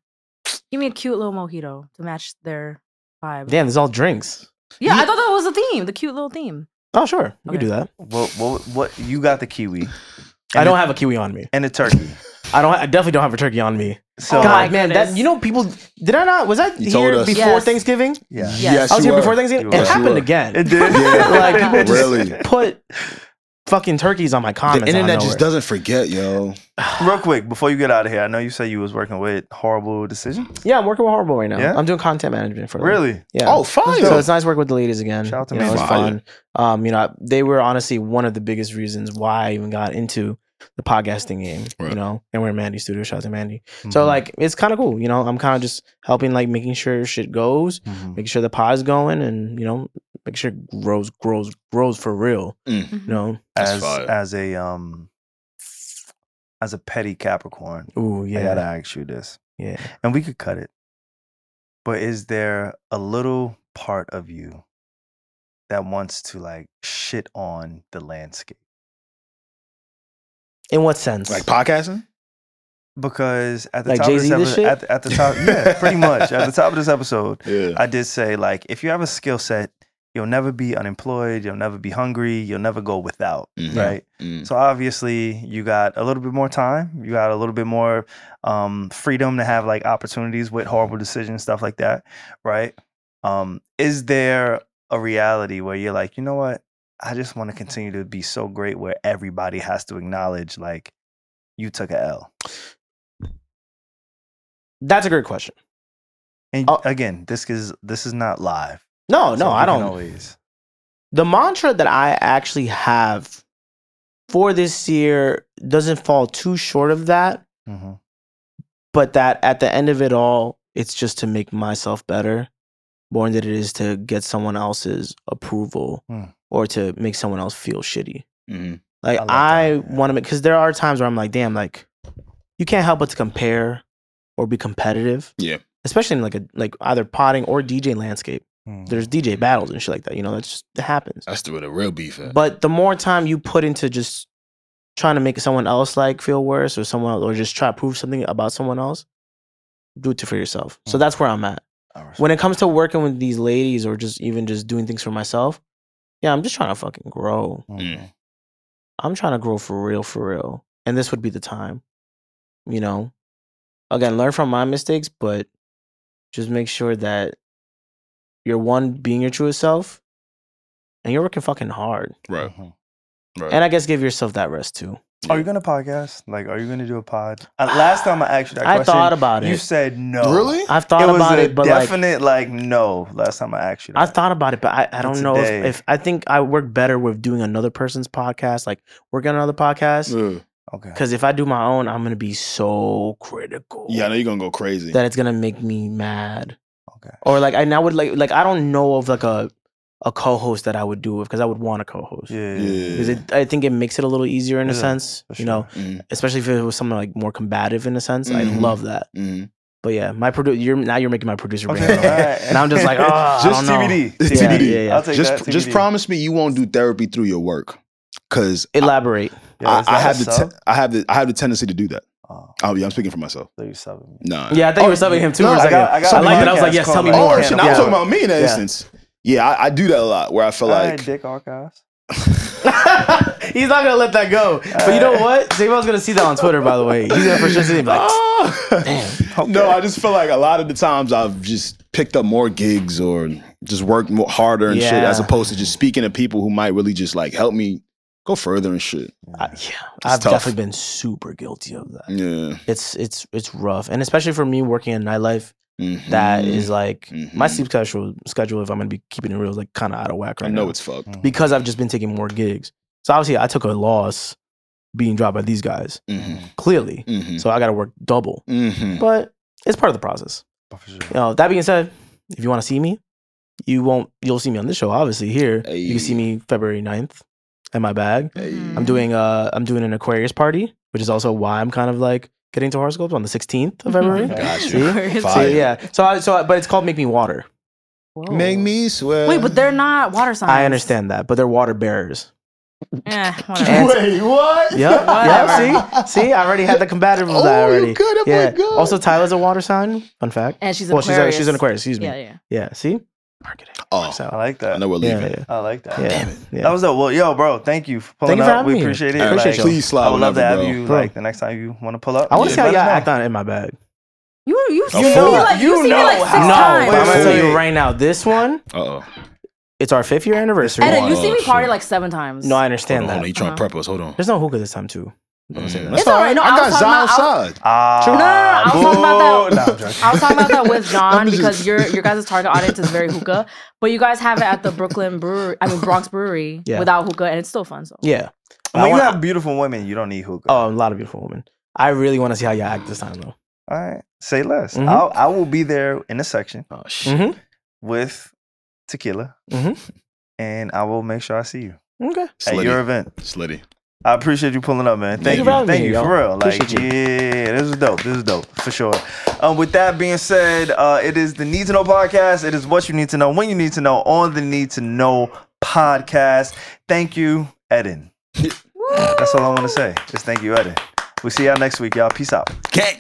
C: Give me a cute little mojito to match their vibe.
D: Damn, this is all drinks.
C: Yeah, I thought that was the theme, the cute little theme.
D: Oh, sure. You
C: Okay.
D: can do that.
A: What, what, what? You got the kiwi
D: I don't have a kiwi on me.
A: and the turkey.
D: I don't. I definitely don't have a turkey on me.
A: So
C: Oh my
D: God, man, that
C: goodness.
D: you know, people. Did I not? Was that
B: You told
D: here
B: us.
D: before
C: Yes.
D: Thanksgiving? *laughs*
A: yeah,
C: Yes.
B: Yes,
D: I was
B: you
D: here before
B: were.
A: You
D: Thanksgiving.
A: were.
D: It
A: Yes,
B: you
D: happened
B: were.
D: again.
A: it did.
B: Yeah.
D: like people just *laughs*
B: Really?
D: put fucking turkeys on my comments.
B: The internet just
D: does.
B: doesn't forget, yo.
A: Real quick, before you get out of here, I know you said you was working with horrible decisions.
D: Yeah, I'm working with Horrible right now.
A: Yeah?
D: I'm doing content management for them.
A: Really?
D: Yeah.
B: Oh, fine.
D: So it's nice working with the ladies again.
A: Shout out to
D: you know,
A: me.
D: It
B: Fire.
D: was fun. Um, you know, I- they were honestly one of the biggest reasons why I even got into the podcasting game.
B: Right. Mm-hmm.
D: You know, and we're in Mandy Studio. Shout out to Mandy.
A: Mm-hmm.
D: So like, it's kind of cool. You know, I'm kind of just helping, like, making sure shit goes,
A: Mhm.
D: making sure the pod's going, and you know, make sure it grows, grows, grows for real.
B: Mm.
D: You know.
B: That's
A: as
B: fire.
A: as a um as a petty Capricorn,
D: Ooh,
A: Mm-hmm. I gotta
D: yeah,
A: ask you this,
D: yeah.
A: and we could cut it. But is there a little part of you that wants to like shit on the landscape?
D: In what sense?
B: Like podcasting?
A: Because at the
D: Like
A: top of this
D: Jay-Z this
A: episode,
D: shit?
A: at, the- at the top, yeah, pretty much at the top
D: *laughs*
A: of this episode,
B: Yeah.
A: I did say like if you have a skill set, you'll never be unemployed, you'll never be hungry, you'll never go without,
D: Mm-hmm.
B: Mhm.
A: right?
B: Mm.
A: So obviously, you got a little bit more time. You got a little bit more um, freedom to have like opportunities with horrible decisions, stuff like that, right? Um, is there a reality where you're like, you know what? I just want to continue to be so great where everybody has to acknowledge like you took a L.
D: That's a great question.
A: And
D: Oh.
A: again, this is this is not live.
D: No,
A: so
D: no,
A: we
D: I
A: can
D: don't.
A: always.
D: the mantra that I actually have for this year doesn't fall too short of that,
A: Mhm.
D: but that at the end of it all, it's just to make myself better more than it is to get someone else's approval
A: Hmm.
D: or to make someone else feel shitty.
B: Mhm.
A: I
D: Like
A: love that,
D: I,
A: yeah.
D: want to make because there are times where I'm like, damn, like you can't help but to compare or be competitive.
B: Yeah.
D: Especially in like a like either potting or DJ landscape.
A: Mhm.
D: There's DJ battles and shit like that. You know, that's just it happens.
B: That's where the real beef at.
D: But the more time you put into just trying to make someone else like feel worse or someone else, or just try to prove something about someone else, do it for yourself. So that's where I'm at.
A: I respect
D: When it comes to working with these ladies or just even just doing things for myself, yeah, I'm just trying to fucking grow.
A: that.
B: Mm.
A: Mhm.
D: I'm trying to grow for real, for real. And this would be the time, you know? Again, learn from my mistakes, but just make sure that you're one being your truest self and you're working fucking hard.
B: right.
A: Mhm.
B: Right.
D: And I guess give yourself that rest too.
A: Are you gonna podcast? Like, are you gonna do a pod? Uh, last time I asked you that
D: I
A: question,
D: thought about
A: You
D: it.
A: said no.
B: Really?
D: I've thought
A: it was
D: about
A: a
D: it, but like
A: definite like, no. Last time I asked you, that.
D: I thought about it, but I, I don't know if,
A: today.
D: if I think I work better with doing another person's podcast, like working on another podcast.
B: Yeah.
D: *laughs*
A: okay.
D: Because if I do my own, I'm gonna be so critical
B: Yeah, I know you're gonna go crazy.
D: that it's gonna make me mad.
A: Okay.
D: Or like I now would like like I don't know of like a a co-host that I would do with because I would want a co-host.
A: Yeah.
D: Because
B: yeah.
D: it, I think it makes it a little easier in a
A: Yeah,
D: sense,
A: for
D: you know,
A: sure. Mm-hmm.
B: Mm,
D: especially if it was something like more combative in a sense. I
B: Mhm.
D: love that.
B: mm.
D: But yeah, my produ- you're now you're making my producer brain.
A: Okay. *laughs*
D: go.
A: alright.
D: And I'm just like, oh, I
A: just
D: don't know.
A: TBD.
B: It's
D: Yeah,
B: TBD.
D: yeah, yeah.
A: I'll take
B: Just,
A: that. TBD.
B: just promise me you won't do therapy through your work, because
D: Elaborate.
A: Yo,
B: I,
A: is
B: I
A: that
B: have
A: a
B: the
A: sub?
B: te- I have the I have the tendency to do that.
A: oh,
B: Oh yeah, I'm speaking for myself.
A: so you subbing me.
B: Nah.
D: yeah, I thought you were subbing him too.
B: no,
D: for a
B: I
D: second.
A: got- I got
D: I liked it. I was like,
A: podcast
D: yes, tell me
A: called
D: more.
B: Oh,
A: Yeah,
B: shit,
D: Cam.
B: now I'm
A: yeah.
B: talking about me in that
A: Yeah.
B: instance. Yeah, I, I do that a lot where I feel
A: All right,
B: like
A: Dick Archives.
D: *laughs* He's not gonna let that go. But you know what? Javon's gonna see that on Twitter, by the way. He's gonna for sure see it. and
B: *laughs*
D: be Like,
B: Ah!
A: Okay.
B: *laughs* No, I just feel like a lot of the times I've just picked up more gigs or just worked more harder and shit
D: Yeah.
B: as opposed to just speaking to people who might really just like help me go further and shit.
D: I, yeah, I've
B: tough.
D: definitely been super guilty of that.
B: Yeah.
D: It's it's it's rough, and especially for me working in nightlife,
B: Mhm.
D: that is like my
B: Mhm.
D: sleep schedule. Schedule, if I'm gonna be keeping it real, is like kind of out of whack
B: I
D: right
B: know
D: now.
B: it's *laughs* fucked.
A: Mhm.
D: because I've just been taking more gigs. So obviously, I took a loss being dropped by these guys.
A: Mm-hmm.
B: hmm
D: Clearly,
B: hmm
D: so I got to work double.
B: hmm
D: But it's part of the process.
A: Oh, for sure.
D: You know, that being said, if you want to see me, you won't. You'll see me on this show, obviously. Here, you
B: Hey.
D: can see me February 9th in my bag. I'm
B: Mm-hmm.
C: Mhm. *laughs*
D: doing uh, I'm doing an Aquarius party, which is also why I'm kind of like getting to horoscopes on the 16th
B: *laughs*
D: of February.
A: Okay.
B: Got
D: See?
B: you.
C: Aquarius.
D: So
B: Fire.
D: yeah, so I, so I, but it's called Make Me Water.
C: Whoa.
B: Make me sweat.
C: Wait, *laughs* but they're not water signs.
D: I understand that, but they're water bearers. *laughs*
C: *laughs* Eh,
D: And-
C: whatever.
B: Wait, what?
D: Yeah, yeah.
B: Whatever.
D: See, see, I already had the combative of
B: Oh,
D: that already.
B: you good? Oh my
D: yeah.
B: god.
D: Also, Tyler's a water sign. Fun fact.
C: and she's an
D: well,
C: Aquarius.
D: she's a, she's an Aquarius. Excuse me.
C: Yeah,
D: Yeah.
C: yeah.
D: See, marketing.
B: Oh,
D: So
A: I like
B: I
A: that.
B: know we're
D: yeah,
B: leaving.
D: yeah,
A: I like that.
D: yeah.
A: That was dope. Well, yo, bro, thank you for pulling
D: Thank you for
A: up.
D: having
A: we
D: me.
A: appreciate it.
B: All right,
D: Appreciate y'all.
B: please slide
A: I would love
B: whenever,
A: to have
B: bro.
A: you
D: Bro.
A: like the next time you want to pull up.
D: I want to
B: Yeah,
D: see how
A: let
D: y'all
A: us know.
D: act on it in my bag.
C: You you
B: A
C: see me
B: fool.
C: like you,
A: You
C: see me
A: know
C: like six
A: how-
D: no,
C: times.
D: but I'm gonna
A: Wait,
D: tell
A: wait.
D: you right now. This one,
B: Uh oh.
D: it's our fifth year anniversary.
C: Edit,
B: Hold
C: you
B: on,
C: see me
B: shit.
C: party like seven times.
D: No, I
B: Hold
D: understand
B: on, hold on.
D: that.
B: You trying to
C: Uh-huh.
B: prep us? Hold on.
D: There's no hookah this time too.
B: Mm,
D: that.
B: that's
C: It's all right. No,
B: I
C: I was
B: got
C: talking
B: Zion
C: about- I was-
B: side.
A: Ah,
C: No, no, no, I was talking about
A: boo.
B: that-
D: *laughs*
A: Nah, I'm joking.
C: I was talking about that with John
B: I'm just-
C: because your your guys' target audience is very hookah, but you guys have it at the Brooklyn Brewery, I mean Bronx Brewery,
D: Yeah.
C: without hookah, and it's still fun. So
D: Yeah.
A: When
D: I
A: you
D: wanna-
A: have beautiful women, you don't need hookah.
D: oh, a lot of beautiful women. I really want to see how y'all act this time though.
A: All right. Say less.
D: Mhm.
A: I'll, I will be there in a section
B: Oh shit.
D: Mm-hmm.
A: with tequila,
D: Mhm.
A: and I will make sure I see you
D: Okay.
A: at
B: Slitty.
A: your event.
B: Slitty.
A: I appreciate you pulling up, man. Thank
B: you
A: you,
B: for
A: thank
D: having
A: you,
D: me, yo.
A: for real. Like,
D: Appreciate you.
A: yeah, this is dope. This is dope for sure. Um, with that being said, uh, it is the Need to Know podcast. It is what you need to know when you need to know on the Need to Know podcast. Thank you, Eden. That's all I want to say. Just thank you, Eden. We'll see y'all next week, y'all. Peace out.
B: Gang.